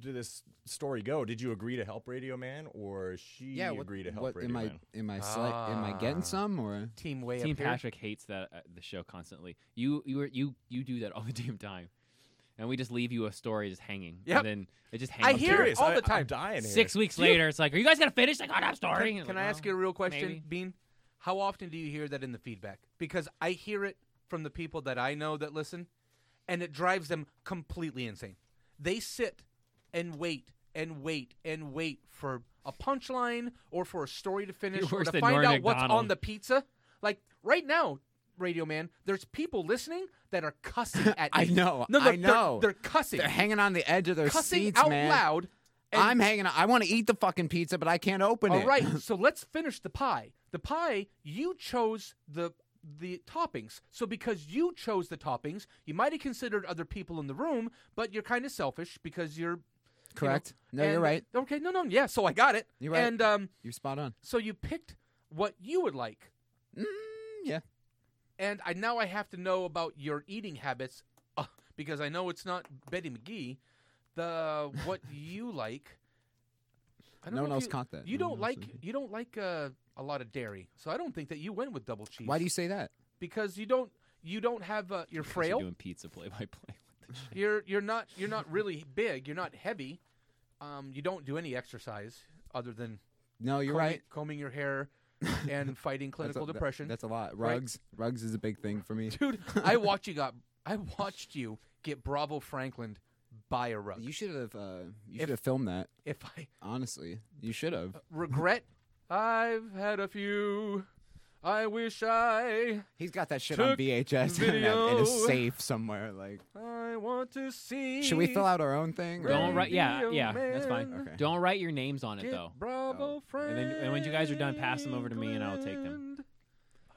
Speaker 6: did this story go? Did you agree to help Radio Man, or she
Speaker 13: yeah, what,
Speaker 6: agree to help
Speaker 13: what,
Speaker 6: Radio
Speaker 13: am I,
Speaker 6: Man?
Speaker 13: am I, sli- am I
Speaker 7: Ah.
Speaker 13: getting some or?
Speaker 7: Team way
Speaker 11: Team
Speaker 7: up here.
Speaker 11: Patrick hates that uh, the show constantly. You you are- you you do that all the damn time, and we just leave you a story just hanging.
Speaker 7: Yep.
Speaker 11: And then it just hangs.
Speaker 7: I
Speaker 11: there.
Speaker 7: hear it
Speaker 6: curious.
Speaker 7: all
Speaker 6: I- I'm
Speaker 7: the time.
Speaker 6: dying here.
Speaker 11: Six weeks
Speaker 7: Do you-
Speaker 11: later, it's like, are you guys gonna finish? I got that story.
Speaker 7: Can,
Speaker 11: And
Speaker 7: can
Speaker 11: like,
Speaker 7: I ask
Speaker 11: "Well,
Speaker 7: you a real question,
Speaker 11: maybe."
Speaker 7: Bean? How often do you hear that in the feedback? Because I hear it from the people that I know that listen, and it drives them completely insane. They sit and wait and wait and wait for a punchline or for a story to finish or
Speaker 11: worse
Speaker 7: to
Speaker 11: than
Speaker 7: find
Speaker 11: Norm
Speaker 7: out what's
Speaker 11: Macdonald.
Speaker 7: on the pizza. Like right now, Radio Man, there's people listening that are cussing at
Speaker 13: I
Speaker 7: me.
Speaker 13: know.
Speaker 7: No,
Speaker 13: I
Speaker 7: no, they're-
Speaker 13: know.
Speaker 7: They're, cussing.
Speaker 13: They're hanging on the edge of their
Speaker 7: cussing
Speaker 13: seats,
Speaker 7: out
Speaker 13: man.
Speaker 7: loud. and-
Speaker 13: I'm hanging on. I want to eat the fucking pizza, but I can't open
Speaker 7: All
Speaker 13: it.
Speaker 7: right, so let's finish the pie. The pie, you chose the the toppings. So because you chose the toppings, you might have considered other people in the room, but you're kind of selfish because you're you know,
Speaker 13: Correct. No, you're
Speaker 7: and-
Speaker 13: right.
Speaker 7: Okay, no, no, yeah. So I got it.
Speaker 13: You're right.
Speaker 7: And um,
Speaker 13: You're spot on.
Speaker 7: so you picked what you would like,
Speaker 13: Mm, yeah.
Speaker 7: and I now I have to know about your eating habits uh, because I know it's not Betty McGee. The what you like. I don't
Speaker 13: No
Speaker 7: know
Speaker 13: one
Speaker 7: if
Speaker 13: else
Speaker 7: you-
Speaker 13: caught that.
Speaker 7: You
Speaker 13: No
Speaker 7: don't
Speaker 13: one else
Speaker 7: like
Speaker 13: did.
Speaker 7: you don't like uh, a lot of dairy, so I don't think that you went with double cheese.
Speaker 13: Why do you say that?
Speaker 7: Because you don't you don't have uh, you're
Speaker 11: Guys are
Speaker 7: frail.
Speaker 11: doing pizza play by play. What the shit?
Speaker 7: You're you're not you're not really big. You're not heavy. Um, you don't do any exercise other than
Speaker 13: No, you're
Speaker 7: combing,
Speaker 13: right.
Speaker 7: combing your hair and fighting
Speaker 13: That's
Speaker 7: clinical
Speaker 13: a- that-
Speaker 7: depression.
Speaker 13: That's a lot.
Speaker 7: Right.
Speaker 13: Rugs. Rugs is a big thing for me.
Speaker 7: dude. I watched you got I watched you get Bravo Franklin by a rug.
Speaker 13: You should have. Uh, you
Speaker 7: If-
Speaker 13: should have filmed that.
Speaker 7: if I
Speaker 13: Honestly, you should have.
Speaker 7: regret, I've had a few. I wish I
Speaker 13: He's got that shit
Speaker 7: on
Speaker 13: on
Speaker 7: Took
Speaker 13: VHS and
Speaker 7: video.
Speaker 13: in a safe somewhere. Like,
Speaker 7: I want to see.
Speaker 13: should we fill out our own thing? or-
Speaker 11: Don't write. Yeah,
Speaker 7: Radio
Speaker 11: yeah, that's fine.
Speaker 7: Man.
Speaker 13: Okay.
Speaker 11: Don't write your names on it
Speaker 7: Get
Speaker 11: though. Oh.
Speaker 7: Bravo Franklin.
Speaker 11: And then and when you guys are done, pass them over to me and I'll take them.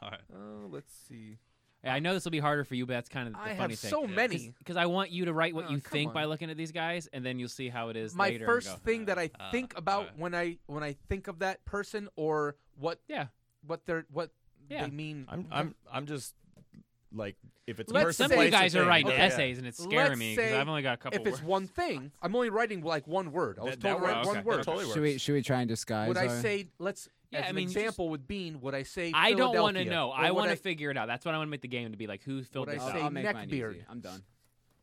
Speaker 14: All right.
Speaker 7: Oh, Uh, let's see.
Speaker 11: I know this will be harder for you, but that's kind of the
Speaker 7: I have
Speaker 11: funny thing.
Speaker 7: so many.
Speaker 11: because I want you to write what
Speaker 7: Oh,
Speaker 11: you
Speaker 7: come
Speaker 11: think by
Speaker 7: on.
Speaker 11: looking at these guys, and then you'll see how it is.
Speaker 7: My
Speaker 11: later and
Speaker 7: first
Speaker 11: go,
Speaker 7: thing that I
Speaker 11: uh,
Speaker 7: think about when I when I think of that person or what
Speaker 11: yeah
Speaker 7: what they're what
Speaker 11: Yeah.
Speaker 7: they mean.
Speaker 6: I'm I'm I'm just like if it's
Speaker 7: Let's
Speaker 6: person,
Speaker 7: say-
Speaker 6: place, "Oh, or
Speaker 11: guys are
Speaker 6: thing,
Speaker 11: writing
Speaker 6: okay.
Speaker 11: essays, and it's scaring
Speaker 7: Let's
Speaker 11: me 'cause
Speaker 7: say
Speaker 11: I've only got a couple
Speaker 7: If it's
Speaker 11: words.
Speaker 7: one thing, I'm only writing like one word. I was
Speaker 6: That- that
Speaker 7: told to write
Speaker 6: works.
Speaker 7: one
Speaker 6: Okay, that
Speaker 7: word.
Speaker 6: totally
Speaker 13: Should we should we try and disguise?
Speaker 7: Would I
Speaker 13: our-
Speaker 7: say let's
Speaker 11: Yeah,
Speaker 7: as
Speaker 11: I
Speaker 7: an
Speaker 11: mean, you
Speaker 7: example with Bean? Would I say
Speaker 11: I don't
Speaker 7: want to
Speaker 11: know. I want to figure it out. That's what I want to make the game to be like. Who filled
Speaker 7: Would I
Speaker 11: this out?
Speaker 7: say neckbeard?
Speaker 13: I'm done.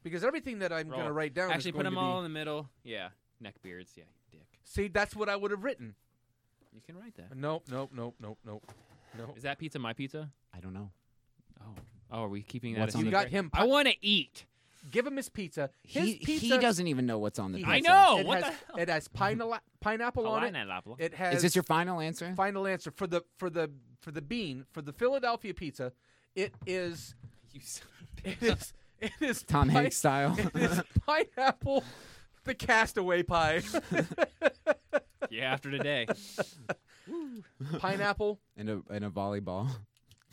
Speaker 7: Because everything that I'm going to
Speaker 11: Roll.
Speaker 7: write down
Speaker 11: Actually,
Speaker 7: is
Speaker 11: put
Speaker 7: going
Speaker 11: them
Speaker 7: to
Speaker 11: all
Speaker 7: be,
Speaker 11: in the middle. Yeah, neck beards. Yeah, dick.
Speaker 7: See, that's what I would have written.
Speaker 11: You can write that.
Speaker 7: Nope, nope, nope, nope, nope, nope.
Speaker 11: Is that pizza my pizza?
Speaker 13: I don't know.
Speaker 11: Oh, oh, are we keeping that?
Speaker 13: What's
Speaker 11: as
Speaker 13: on
Speaker 11: a
Speaker 13: the- You
Speaker 7: got
Speaker 11: secret?
Speaker 7: him
Speaker 11: I want to eat.
Speaker 7: Give him his pizza. His
Speaker 13: He,
Speaker 7: pizza.
Speaker 13: he doesn't even know what's on the.
Speaker 7: he
Speaker 13: pizza.
Speaker 7: has-
Speaker 11: know,
Speaker 7: It
Speaker 11: what
Speaker 7: has,
Speaker 11: the
Speaker 7: it has pineapple pineapple on it.
Speaker 11: Pineapple.
Speaker 7: It has.
Speaker 13: Is this your final answer?
Speaker 7: final answer for the for the for the bean for the Philadelphia pizza? It is.
Speaker 11: You son of a
Speaker 7: It
Speaker 11: bitch.
Speaker 7: is. It is
Speaker 13: Tom
Speaker 7: pine-
Speaker 13: Hanks style.
Speaker 7: It is pineapple, the castaway pie.
Speaker 11: yeah, after today.
Speaker 7: pineapple.
Speaker 13: in a in a volleyball.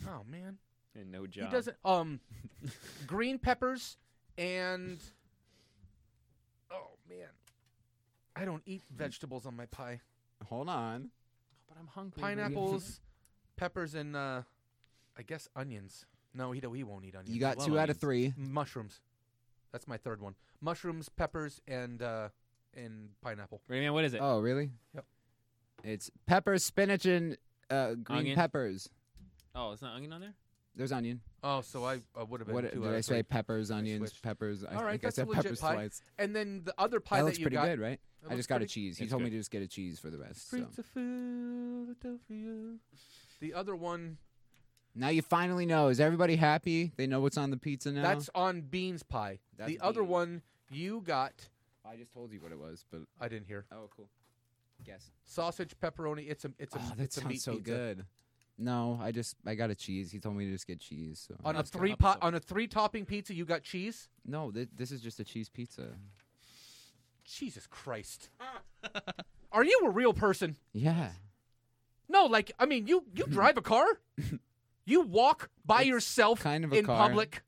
Speaker 7: Oh man,
Speaker 11: And no job.
Speaker 7: he doesn't. Um, green peppers and. Oh man, I don't eat vegetables on my pie.
Speaker 13: Hold on.
Speaker 11: But I'm hungry.
Speaker 7: Pineapples, peppers, and uh, I guess onions. No, he don't- he won't eat onions.
Speaker 13: You got
Speaker 14: love
Speaker 13: two out of three.
Speaker 14: onions.
Speaker 7: mushrooms. That's my third one. Mushrooms, peppers, and uh, and pineapple.
Speaker 11: Wait a minute, what is it?
Speaker 13: Oh really?
Speaker 7: Yep.
Speaker 13: It's peppers, spinach, and uh, green
Speaker 11: Onion.
Speaker 13: peppers.
Speaker 11: Oh, it's not onion on there.
Speaker 13: There's onion.
Speaker 7: Oh, so I, I would have been
Speaker 13: What
Speaker 7: two
Speaker 13: did
Speaker 7: out
Speaker 13: I
Speaker 7: of
Speaker 13: say?
Speaker 7: three.
Speaker 13: Peppers, onions,
Speaker 7: switched.
Speaker 13: peppers. I
Speaker 7: All right,
Speaker 13: think I
Speaker 7: that's
Speaker 13: said
Speaker 7: a legit
Speaker 13: peppers
Speaker 7: pie.
Speaker 13: twice.
Speaker 7: And then the other pie
Speaker 13: That
Speaker 7: that,
Speaker 13: looks
Speaker 7: you
Speaker 13: pretty
Speaker 7: got.
Speaker 13: good, right?
Speaker 7: That
Speaker 13: I
Speaker 7: looks
Speaker 13: just got a
Speaker 7: pretty-
Speaker 13: cheese. He
Speaker 11: It's
Speaker 13: told me
Speaker 11: good.
Speaker 13: to just get a cheese for the rest. So.
Speaker 7: Streets of Philadelphia. The other one
Speaker 13: Now you finally know. Is everybody happy? They know what's on the pizza now.
Speaker 7: that's on beans pie.
Speaker 13: That's
Speaker 7: the other
Speaker 13: beans.
Speaker 7: one you got.
Speaker 13: I just told you what it was, but
Speaker 7: I didn't hear
Speaker 13: oh, cool. Guess.
Speaker 7: sausage pepperoni. It's a it's a
Speaker 13: Oh, that
Speaker 7: it's a meat
Speaker 13: sounds so
Speaker 7: pizza.
Speaker 13: good. No, I just I got a cheese. He told me to just get cheese. So.
Speaker 7: On a
Speaker 11: That's good.
Speaker 7: three
Speaker 11: Up,
Speaker 7: pot
Speaker 11: up.
Speaker 7: on a three topping pizza, you got cheese.
Speaker 13: no, th- this is just a cheese pizza.
Speaker 7: Jesus Christ! Are you a real person?
Speaker 13: Yeah,
Speaker 7: No, like I mean, you you drive a car, you walk by
Speaker 13: It's
Speaker 7: yourself
Speaker 13: kind of a
Speaker 7: in
Speaker 13: car.
Speaker 7: public.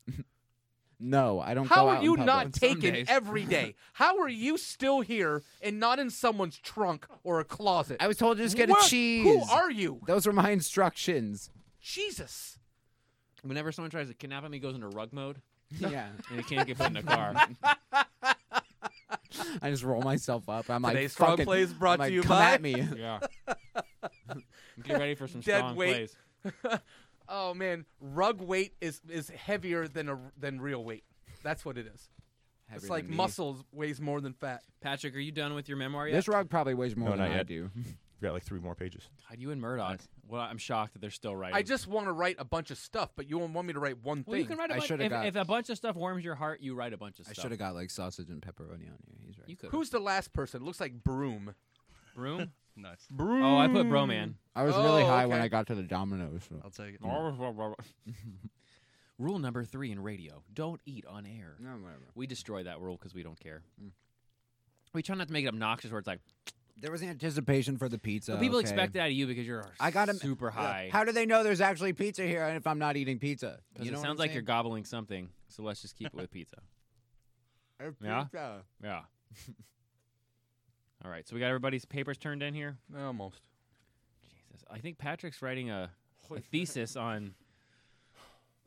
Speaker 13: no, I don't.
Speaker 7: How
Speaker 13: go
Speaker 7: are
Speaker 13: out
Speaker 7: you
Speaker 13: in
Speaker 7: not
Speaker 13: public.
Speaker 11: Some
Speaker 7: taken
Speaker 11: days.
Speaker 7: every day? How are you still here and not in someone's trunk or a closet?
Speaker 13: I was told to just get
Speaker 7: Wha-
Speaker 13: a cheese.
Speaker 7: Who are you?
Speaker 13: Those were my instructions.
Speaker 7: Jesus.
Speaker 11: Whenever someone tries to kidnap him, he goes into rug mode
Speaker 13: yeah,
Speaker 11: and he can't get put in the car.
Speaker 13: I just roll myself up. I'm like,
Speaker 7: Today's Strong
Speaker 13: fucking,
Speaker 7: Play is brought
Speaker 13: I'm
Speaker 7: to
Speaker 13: like,
Speaker 7: you
Speaker 13: come
Speaker 7: by-
Speaker 13: at me.
Speaker 11: yeah. Get ready for some
Speaker 7: Dead
Speaker 11: strong
Speaker 7: weight.
Speaker 11: plays.
Speaker 7: Oh man, rug weight is is heavier than a than real weight. That's what it is.
Speaker 13: Heavier
Speaker 7: it's like
Speaker 13: than me.
Speaker 7: muscles weighs more than fat.
Speaker 11: Patrick, are you done with your memoir yet?
Speaker 13: This rug probably weighs more
Speaker 6: No,
Speaker 13: than
Speaker 6: not
Speaker 13: I
Speaker 6: yet.
Speaker 13: do.
Speaker 6: We got like three more pages.
Speaker 11: God, you and Murdoch. Well, I'm shocked that they're still writing.
Speaker 7: I just want to write a bunch of stuff, but you won't want me to write one
Speaker 11: well,
Speaker 7: thing.
Speaker 11: you can write a
Speaker 13: I
Speaker 11: bunch.
Speaker 13: shoulda
Speaker 11: If,
Speaker 13: got-
Speaker 11: if a bunch of stuff warms your heart, you write a bunch of
Speaker 13: I
Speaker 11: stuff.
Speaker 13: should have got like sausage and pepperoni on here. He's right.
Speaker 11: You could.
Speaker 7: Who's the last person? It looks like Broom.
Speaker 11: broom?
Speaker 14: Nice.
Speaker 7: Broom.
Speaker 11: oh, I put broman.
Speaker 13: I was really
Speaker 7: Oh,
Speaker 13: high when
Speaker 7: okay.
Speaker 13: I got to the Domino's. So.
Speaker 14: I'll take it.
Speaker 11: Rule number three in radio: don't eat on air.
Speaker 13: No, whatever. Mm.
Speaker 11: We destroy that rule because we don't care. We try not to make it obnoxious, where it's like
Speaker 13: There was anticipation for the pizza.
Speaker 11: "Well, people
Speaker 13: okay.
Speaker 11: expect that out of you because you're
Speaker 13: I got 'em-
Speaker 11: super high.
Speaker 13: How do they know there's actually pizza here if I'm not eating pizza?
Speaker 11: Because
Speaker 13: You know
Speaker 11: it
Speaker 13: what
Speaker 11: sounds
Speaker 13: I'm
Speaker 11: like you're gobbling something, so let's just keep it with pizza.
Speaker 13: saying?
Speaker 11: Yeah?
Speaker 13: Pizza.
Speaker 11: Yeah. All right, so we got everybody's papers turned in here.
Speaker 7: Almost.
Speaker 11: Jesus, I think Patrick's writing a, a thesis on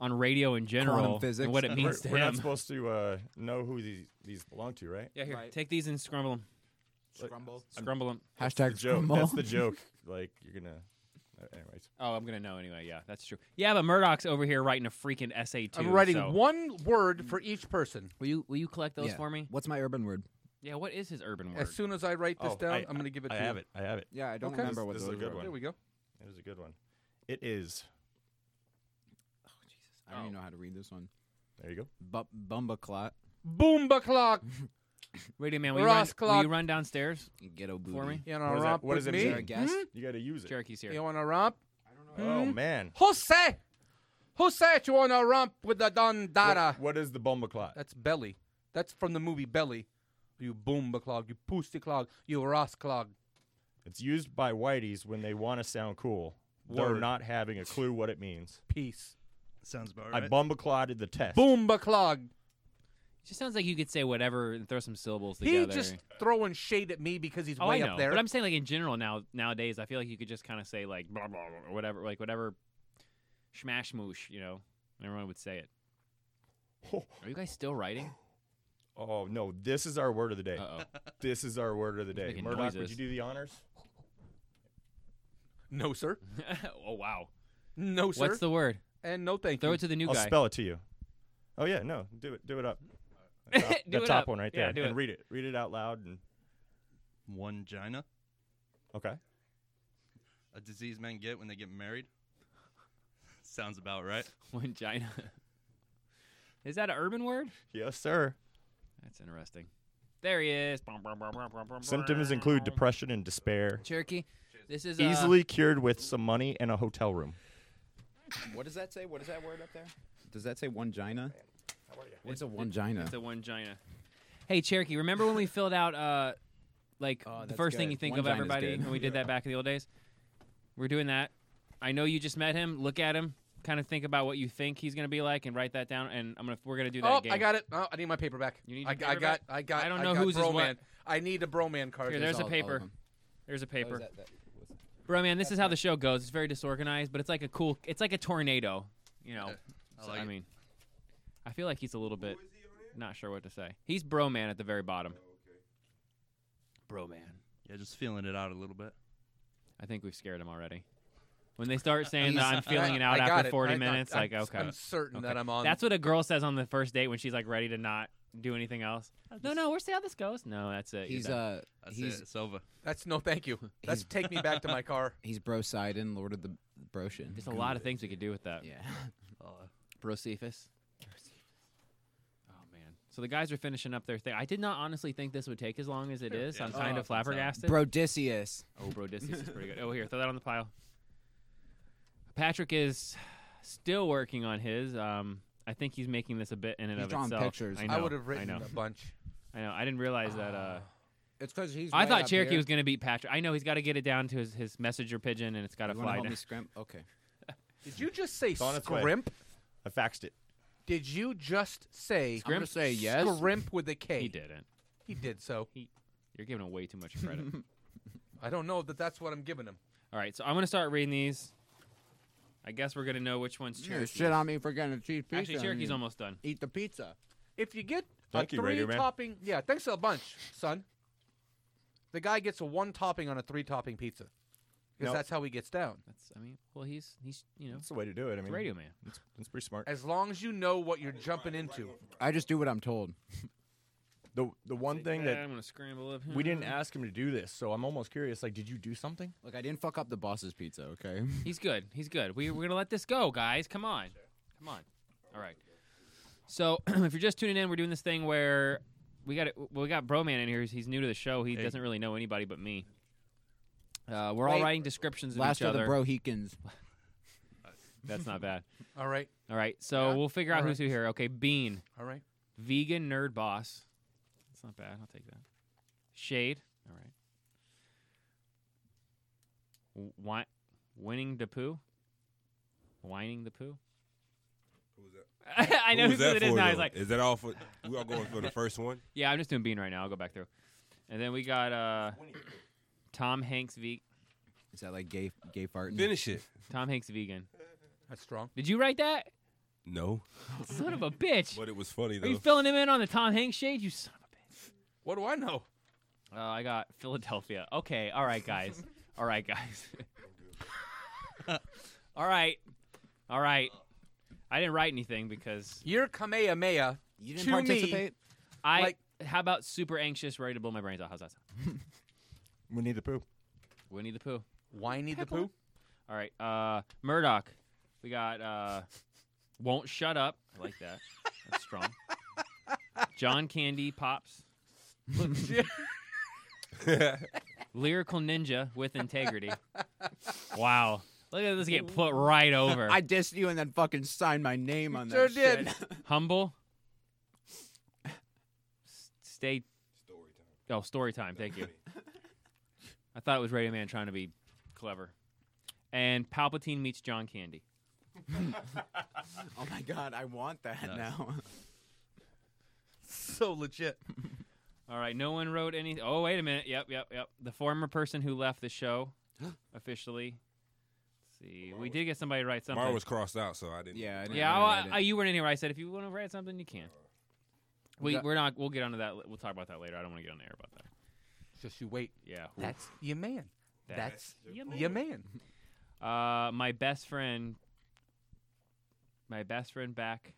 Speaker 11: on radio in general
Speaker 13: physics.
Speaker 11: and what it
Speaker 13: We're-
Speaker 11: means
Speaker 6: we're,
Speaker 11: to
Speaker 6: we're
Speaker 11: him.
Speaker 6: not supposed to uh, know who these, these belong to, right?
Speaker 11: yeah, here,
Speaker 13: Right.
Speaker 11: take these and scrumble them.
Speaker 13: Scrumble.
Speaker 11: Scrumble them.
Speaker 6: The
Speaker 13: Hashtag
Speaker 6: joke.
Speaker 13: scrumble.
Speaker 6: That's the joke. Like you're gonna. uh, anyways,
Speaker 11: Oh, I'm gonna know anyway. Yeah, that's true. Yeah, but Murdoch's over here writing a freaking essay too.
Speaker 7: I'm writing
Speaker 11: so-
Speaker 7: one word for each person.
Speaker 11: Will you will you collect those
Speaker 13: Yeah.
Speaker 11: for me?
Speaker 13: What's my urban word?
Speaker 11: Yeah. What is his urban word?
Speaker 7: As soon as I write this
Speaker 6: Oh,
Speaker 7: down,
Speaker 6: I,
Speaker 7: am going to give it
Speaker 6: I
Speaker 7: to you.
Speaker 6: have it. I have it.
Speaker 13: Yeah, I don't
Speaker 7: Okay.
Speaker 13: remember what
Speaker 6: This is a
Speaker 13: those
Speaker 6: good
Speaker 13: were.
Speaker 6: one.
Speaker 7: There we go.
Speaker 6: It was a good one. It is.
Speaker 13: I don't even know how to read this one.
Speaker 6: There you go.
Speaker 13: Bu- Bumba clot.
Speaker 7: Boomba clock.
Speaker 11: Radio man, will you, run,
Speaker 7: Ross
Speaker 11: will
Speaker 7: Clark.
Speaker 11: you run downstairs
Speaker 13: Ghetto booty.
Speaker 11: for me?
Speaker 7: You
Speaker 6: What
Speaker 7: want
Speaker 6: does
Speaker 7: to
Speaker 6: that-
Speaker 7: romp
Speaker 6: what
Speaker 7: with
Speaker 6: does it
Speaker 7: me?
Speaker 6: mean?
Speaker 13: Is there a guess?
Speaker 7: Hmm?
Speaker 6: You got to use it.
Speaker 11: Cherokee's here.
Speaker 7: You want to romp?
Speaker 6: Oh
Speaker 7: Hmm?
Speaker 6: man.
Speaker 7: Who say? Who said you want to romp with the Dondada?
Speaker 6: What, what is the bomba clot?
Speaker 7: That's Belly. That's from the movie Belly. You boomba clog, you pussy clog, you Ross clog.
Speaker 6: It's used by whiteys when they want to sound cool,
Speaker 7: Word.
Speaker 6: though not having a clue what it means.
Speaker 7: Peace.
Speaker 15: Sounds about
Speaker 6: I
Speaker 15: right.
Speaker 6: bumba clotted the test.
Speaker 7: Boomba clog.
Speaker 11: just sounds like you could say whatever and throw some syllables
Speaker 7: He
Speaker 11: together.
Speaker 7: just throwing shade at me because he's
Speaker 11: oh,
Speaker 7: way
Speaker 11: I know,
Speaker 7: up there.
Speaker 11: but I'm saying like in general now nowadays, I feel like you could just kind of say like blah, blah blah or whatever, like whatever, smash moosh, you know, and everyone would say it. Are you guys still writing?
Speaker 6: Oh no, this is our word of the day. This is our word of the day.
Speaker 11: making
Speaker 6: Murdoch, would
Speaker 11: noises.
Speaker 6: you do the honors?
Speaker 7: No, sir.
Speaker 11: oh wow.
Speaker 7: No, sir.
Speaker 11: What's the word?
Speaker 7: And no, thank
Speaker 11: Throw
Speaker 7: you.
Speaker 11: it to the new
Speaker 6: I'll
Speaker 11: guy.
Speaker 6: spell it to you. Oh yeah, no, do it, do it up. The top,
Speaker 11: Do
Speaker 6: the
Speaker 11: it
Speaker 6: top
Speaker 11: up.
Speaker 6: one right there,
Speaker 11: Yeah, do
Speaker 6: and
Speaker 11: it.
Speaker 6: read it. Read it out loud. And
Speaker 14: One gina,
Speaker 6: okay,
Speaker 14: a disease men get when they get married. Sounds about right.
Speaker 11: One gina. Is that an urban word?
Speaker 6: yes, sir.
Speaker 11: That's interesting. There he is. Bum, bum, bum, bum, bum, bum,
Speaker 6: Symptoms include depression and despair.
Speaker 11: Cherokee. This is uh,
Speaker 6: Easily cured with some money and a hotel room.
Speaker 13: What does that say? What is that word up there? Does that say one gina? What's a
Speaker 11: It-
Speaker 13: one gina?
Speaker 11: It's a one gina. Hey Cherokee, remember when we filled out uh like the
Speaker 13: Oh, that's
Speaker 11: first thing
Speaker 13: good.
Speaker 11: you think
Speaker 13: One
Speaker 11: of
Speaker 13: gina's
Speaker 11: everybody
Speaker 13: good.
Speaker 11: when we did that back in the old days? We're doing that. I know you just met him. Look at him. Kind of think about what you think he's gonna be like and write that down. And I'm gonna we're gonna do that
Speaker 7: oh,
Speaker 11: again.
Speaker 7: I got it. Oh, I need my paper back.
Speaker 11: You need
Speaker 7: I,
Speaker 11: your
Speaker 7: I
Speaker 11: paper
Speaker 7: got.
Speaker 11: back?
Speaker 7: I got.
Speaker 11: I don't
Speaker 7: I
Speaker 11: know
Speaker 7: got
Speaker 11: who's is
Speaker 7: broman.
Speaker 11: what.
Speaker 7: I need a broman card.
Speaker 11: Here, there's a paper. There's a
Speaker 13: Oh,
Speaker 11: paper.
Speaker 7: that-
Speaker 11: Bro, man, this is how the show goes. It's very disorganized, but it's like a cool. It's like a tornado. You know.
Speaker 14: I
Speaker 11: So,
Speaker 14: like it.
Speaker 11: mean, I feel like he's a little bit not sure what to say. He's bro man at the very bottom. Bro man.
Speaker 14: Yeah, just feeling it out a little bit.
Speaker 11: I think we've scared him already. When they start saying that
Speaker 14: He's-
Speaker 11: I'm feeling
Speaker 14: I-
Speaker 11: it out
Speaker 14: I got
Speaker 11: after
Speaker 14: it.
Speaker 11: 40
Speaker 14: I- I-
Speaker 11: minutes,
Speaker 14: I'm
Speaker 11: like
Speaker 14: s-
Speaker 11: okay,
Speaker 14: I'm certain that
Speaker 11: okay.
Speaker 14: I'm on-
Speaker 11: That's what a girl says on the first date when she's like ready to not do anything else. No, no, we'll see how this goes. No, that's it. You're
Speaker 13: He's
Speaker 11: done.
Speaker 13: uh, he's
Speaker 14: over.
Speaker 7: That's no, thank you. That's
Speaker 13: he's-
Speaker 7: take me back to my car.
Speaker 13: He's bro Sidon, Lord of the Broshin.
Speaker 11: There's a lot of things we could do with that.
Speaker 13: Yeah.
Speaker 14: Oh.
Speaker 11: Brocephus. Oh man. So the guys are finishing up their thing. I did not honestly think this would take as long as it is. I'm
Speaker 13: Yeah.
Speaker 11: kind
Speaker 13: Oh,
Speaker 11: of flabbergasted.
Speaker 13: Brodicius.
Speaker 11: Oh, Brodicius is pretty good. Oh, here, throw that on the pile. Patrick is still working on his. Um, I think he's making this a bit in and
Speaker 13: He's
Speaker 11: of
Speaker 13: drawing
Speaker 11: itself.
Speaker 13: pictures.
Speaker 11: I,
Speaker 13: I
Speaker 11: know,
Speaker 13: would've written
Speaker 11: I know.
Speaker 13: a
Speaker 7: bunch.
Speaker 11: I know. I didn't realize that. Uh,
Speaker 13: It's because he's.
Speaker 11: I
Speaker 13: right
Speaker 11: thought
Speaker 13: up
Speaker 11: Cherokee
Speaker 13: here.
Speaker 11: was going to beat Patrick. I know he's got to get it down to his, his messenger pigeon, and it's got to
Speaker 13: You wanna
Speaker 11: fly
Speaker 13: help
Speaker 11: down.
Speaker 13: me scrimp? Okay.
Speaker 7: Did you just say
Speaker 6: It's on its way.
Speaker 7: scrimp?
Speaker 6: I faxed it.
Speaker 7: Did you just say
Speaker 11: I'm gonna say yes.
Speaker 7: Scrimp with a K.
Speaker 11: He didn't.
Speaker 7: He did so.
Speaker 11: You're giving him way too much credit.
Speaker 7: I don't know that that's what I'm giving him.
Speaker 11: All right, so I'm going to start reading these. I guess we're going to know which one's
Speaker 13: Yeah,
Speaker 11: Cherokee.
Speaker 13: shit on me for getting a cheese pizza.
Speaker 11: Actually,
Speaker 13: on
Speaker 11: Cherokee's
Speaker 13: you.
Speaker 11: almost done.
Speaker 13: Eat the pizza.
Speaker 7: If you get
Speaker 13: Thank
Speaker 7: a
Speaker 13: you,
Speaker 7: three
Speaker 13: Radio Man.
Speaker 7: topping, yeah, thanks a bunch, son. The guy gets a one topping on a three topping pizza because
Speaker 6: Nope.
Speaker 7: that's how he gets down.
Speaker 11: That's I mean, well, he's he's you know
Speaker 6: That's the way to do it. I
Speaker 11: it's
Speaker 6: mean,
Speaker 11: Radio Man.
Speaker 6: That's, that's pretty smart.
Speaker 7: As long as you know what you're jumping into.
Speaker 13: I just do what I'm told.
Speaker 6: The the one thing
Speaker 11: I'm
Speaker 6: that
Speaker 11: gonna scramble up.
Speaker 6: we didn't ask him to do this, so I'm almost curious. Like, did you do something?
Speaker 13: Look, I didn't fuck up the boss's pizza. Okay.
Speaker 11: He's good. He's good. We, we're gonna let this go, guys. Come on, come on. All right. So if you're just tuning in, we're doing this thing where we got well, we got Broman in here. He's new to the show. He
Speaker 13: Hey.
Speaker 11: doesn't really know anybody but me. Uh, we're all
Speaker 13: Wait.
Speaker 11: writing descriptions of
Speaker 13: Last
Speaker 11: each
Speaker 13: of the
Speaker 11: other.
Speaker 13: Brohicans.
Speaker 11: That's not bad.
Speaker 7: All right.
Speaker 11: All right. So
Speaker 7: Yeah.
Speaker 11: we'll figure out
Speaker 7: All
Speaker 11: who's who
Speaker 7: right.
Speaker 11: here. Okay, Bean.
Speaker 7: All right.
Speaker 11: Vegan nerd boss. That's not bad. I'll take that. Shade. All right. W- Wi- winning the poo. Whining the poo.
Speaker 12: Who's
Speaker 11: that? I know
Speaker 12: Who's
Speaker 11: who
Speaker 12: that
Speaker 11: it is
Speaker 12: for,
Speaker 11: now.
Speaker 12: though?
Speaker 11: He's like,
Speaker 12: Is that all for- we all going for the first one?
Speaker 11: Yeah, I'm just doing Bean right now. I'll go back through. And then we got uh, Tom Hanks vegan.
Speaker 13: Is that like gay gay farting?
Speaker 12: Finish it.
Speaker 11: Tom Hanks vegan.
Speaker 7: That's strong.
Speaker 11: Did you write that?
Speaker 12: No.
Speaker 11: Son of a bitch.
Speaker 12: But it was funny
Speaker 11: Are you
Speaker 12: though.
Speaker 11: filling him in on the Tom Hanks shade? You son of a bitch.
Speaker 7: What do I know?
Speaker 11: Uh, I got Philadelphia. Okay. All right, guys. all right, guys. all right. All right. I didn't write anything because
Speaker 7: you're Kamehameha.
Speaker 11: You
Speaker 7: didn't to me, participate?
Speaker 11: I
Speaker 7: like-
Speaker 11: how about super anxious, ready to blow my brains out? How's that sound?
Speaker 6: We need the poop.
Speaker 11: Winnie the Pooh.
Speaker 7: Whiny the Pooh.
Speaker 11: All right. Uh, Murdoch. We got uh, won't shut up. I like that. That's strong. John Candy pops. Lyrical ninja with integrity. Wow. Look at this get put right over.
Speaker 13: I dissed you and then fucking signed my name on that.
Speaker 11: Sure
Speaker 13: shit.
Speaker 11: did. Humble. S- Stay. Story time. Oh, story time. Thank you. I thought it was Radio Man trying to be clever. And Palpatine meets John Candy.
Speaker 13: oh my god, I want that
Speaker 11: Nice.
Speaker 13: now.
Speaker 7: so legit.
Speaker 11: All right, no one wrote any. Oh, wait a minute. Yep, yep, yep. The former person who left the show officially. Let's see, we did get somebody to write something.
Speaker 12: Mine was crossed out, so I didn't.
Speaker 13: Yeah,
Speaker 11: yeah, oh, I, I, you weren't in here. I said if you want to write something, you can. We,
Speaker 7: got-
Speaker 11: we're not. We'll get onto that. la- We'll talk about that later. I don't want to get on the air about that.
Speaker 7: Just you wait.
Speaker 11: Yeah. oof.
Speaker 7: That's your man. That's,
Speaker 11: That's
Speaker 7: your
Speaker 11: your
Speaker 7: man.
Speaker 11: Uh, my best friend. My best friend back.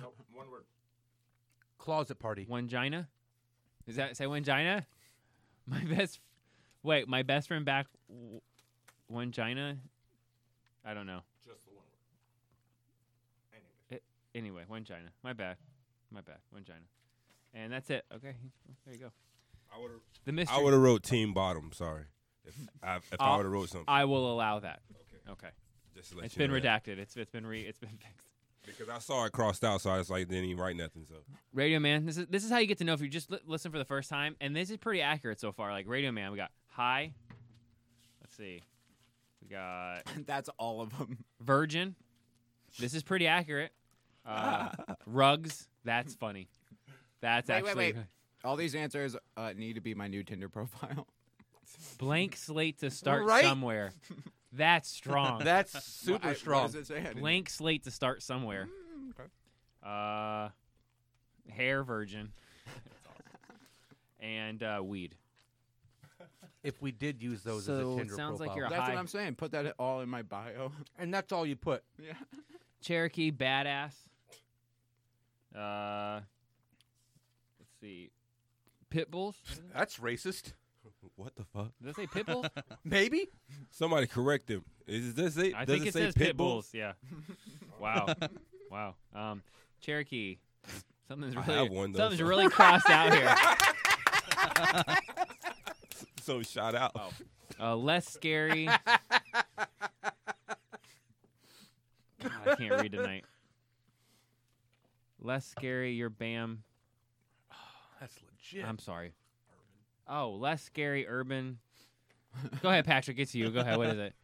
Speaker 6: Nope, one word.
Speaker 7: Closet party.
Speaker 11: Wangina. Is that say Wangina? My best. Wait, my best friend back. w- Wangina. I don't know.
Speaker 6: Just the one word.
Speaker 11: It, anyway, Wangina. My bad. My bad. Wangina. And that's it. Okay. There you go.
Speaker 12: I would
Speaker 11: The mystery.
Speaker 12: I would have wrote team bottom. Sorry, if I, if I
Speaker 11: I'll-
Speaker 12: would have wrote something,
Speaker 11: I will allow that. Okay. Okay.
Speaker 12: Just to let
Speaker 11: it's
Speaker 12: you know
Speaker 11: been
Speaker 12: that.
Speaker 11: redacted. It's it's been re it's been fixed.
Speaker 12: because I saw it crossed out, so I just like didn't even write nothing. So
Speaker 11: Radio Man. This is this is how you get to know if you just li- listen for the first time, and this is pretty accurate so far. Like Radio Man, we got high. Let's see, we got
Speaker 13: That's all of them.
Speaker 11: Virgin. This is pretty accurate. Uh, rugs. That's funny. That's
Speaker 13: wait,
Speaker 11: actually
Speaker 13: wait, wait. All these answers uh, need to be my new Tinder profile.
Speaker 11: blank slate to start
Speaker 13: Right?
Speaker 11: somewhere. That's strong.
Speaker 13: That's Why- super why strong. does it say I didn't- Mm,
Speaker 11: Blank slate to start somewhere.
Speaker 13: okay.
Speaker 11: Uh, hair virgin. and uh, weed.
Speaker 7: If we did use those as a
Speaker 11: So it
Speaker 7: Tinder
Speaker 11: sounds like
Speaker 7: profile.
Speaker 11: you're a
Speaker 13: That's
Speaker 11: high-
Speaker 13: what I'm saying. Put that all in my bio.
Speaker 7: And that's all you put.
Speaker 13: Yeah.
Speaker 11: Cherokee badass. Uh, let's see, pit bulls.
Speaker 7: That's racist.
Speaker 12: What the fuck?
Speaker 11: Did I say pit bulls?
Speaker 7: Maybe
Speaker 12: somebody correct them. Is this it?
Speaker 11: I
Speaker 12: does
Speaker 11: think it,
Speaker 12: say
Speaker 11: says pit bulls. Yeah. wow. Wow. Um, Cherokee. Something's
Speaker 12: I
Speaker 11: really
Speaker 12: have one, though,
Speaker 11: something's
Speaker 12: so-
Speaker 11: really crossed out here.
Speaker 12: so shout out.
Speaker 11: Uh, less scary. God, I can't read tonight. Less scary. Your bam.
Speaker 7: That's legit.
Speaker 11: I'm sorry. Oh, less scary. Urban. Go ahead, Patrick. It's you. Go ahead. What is it?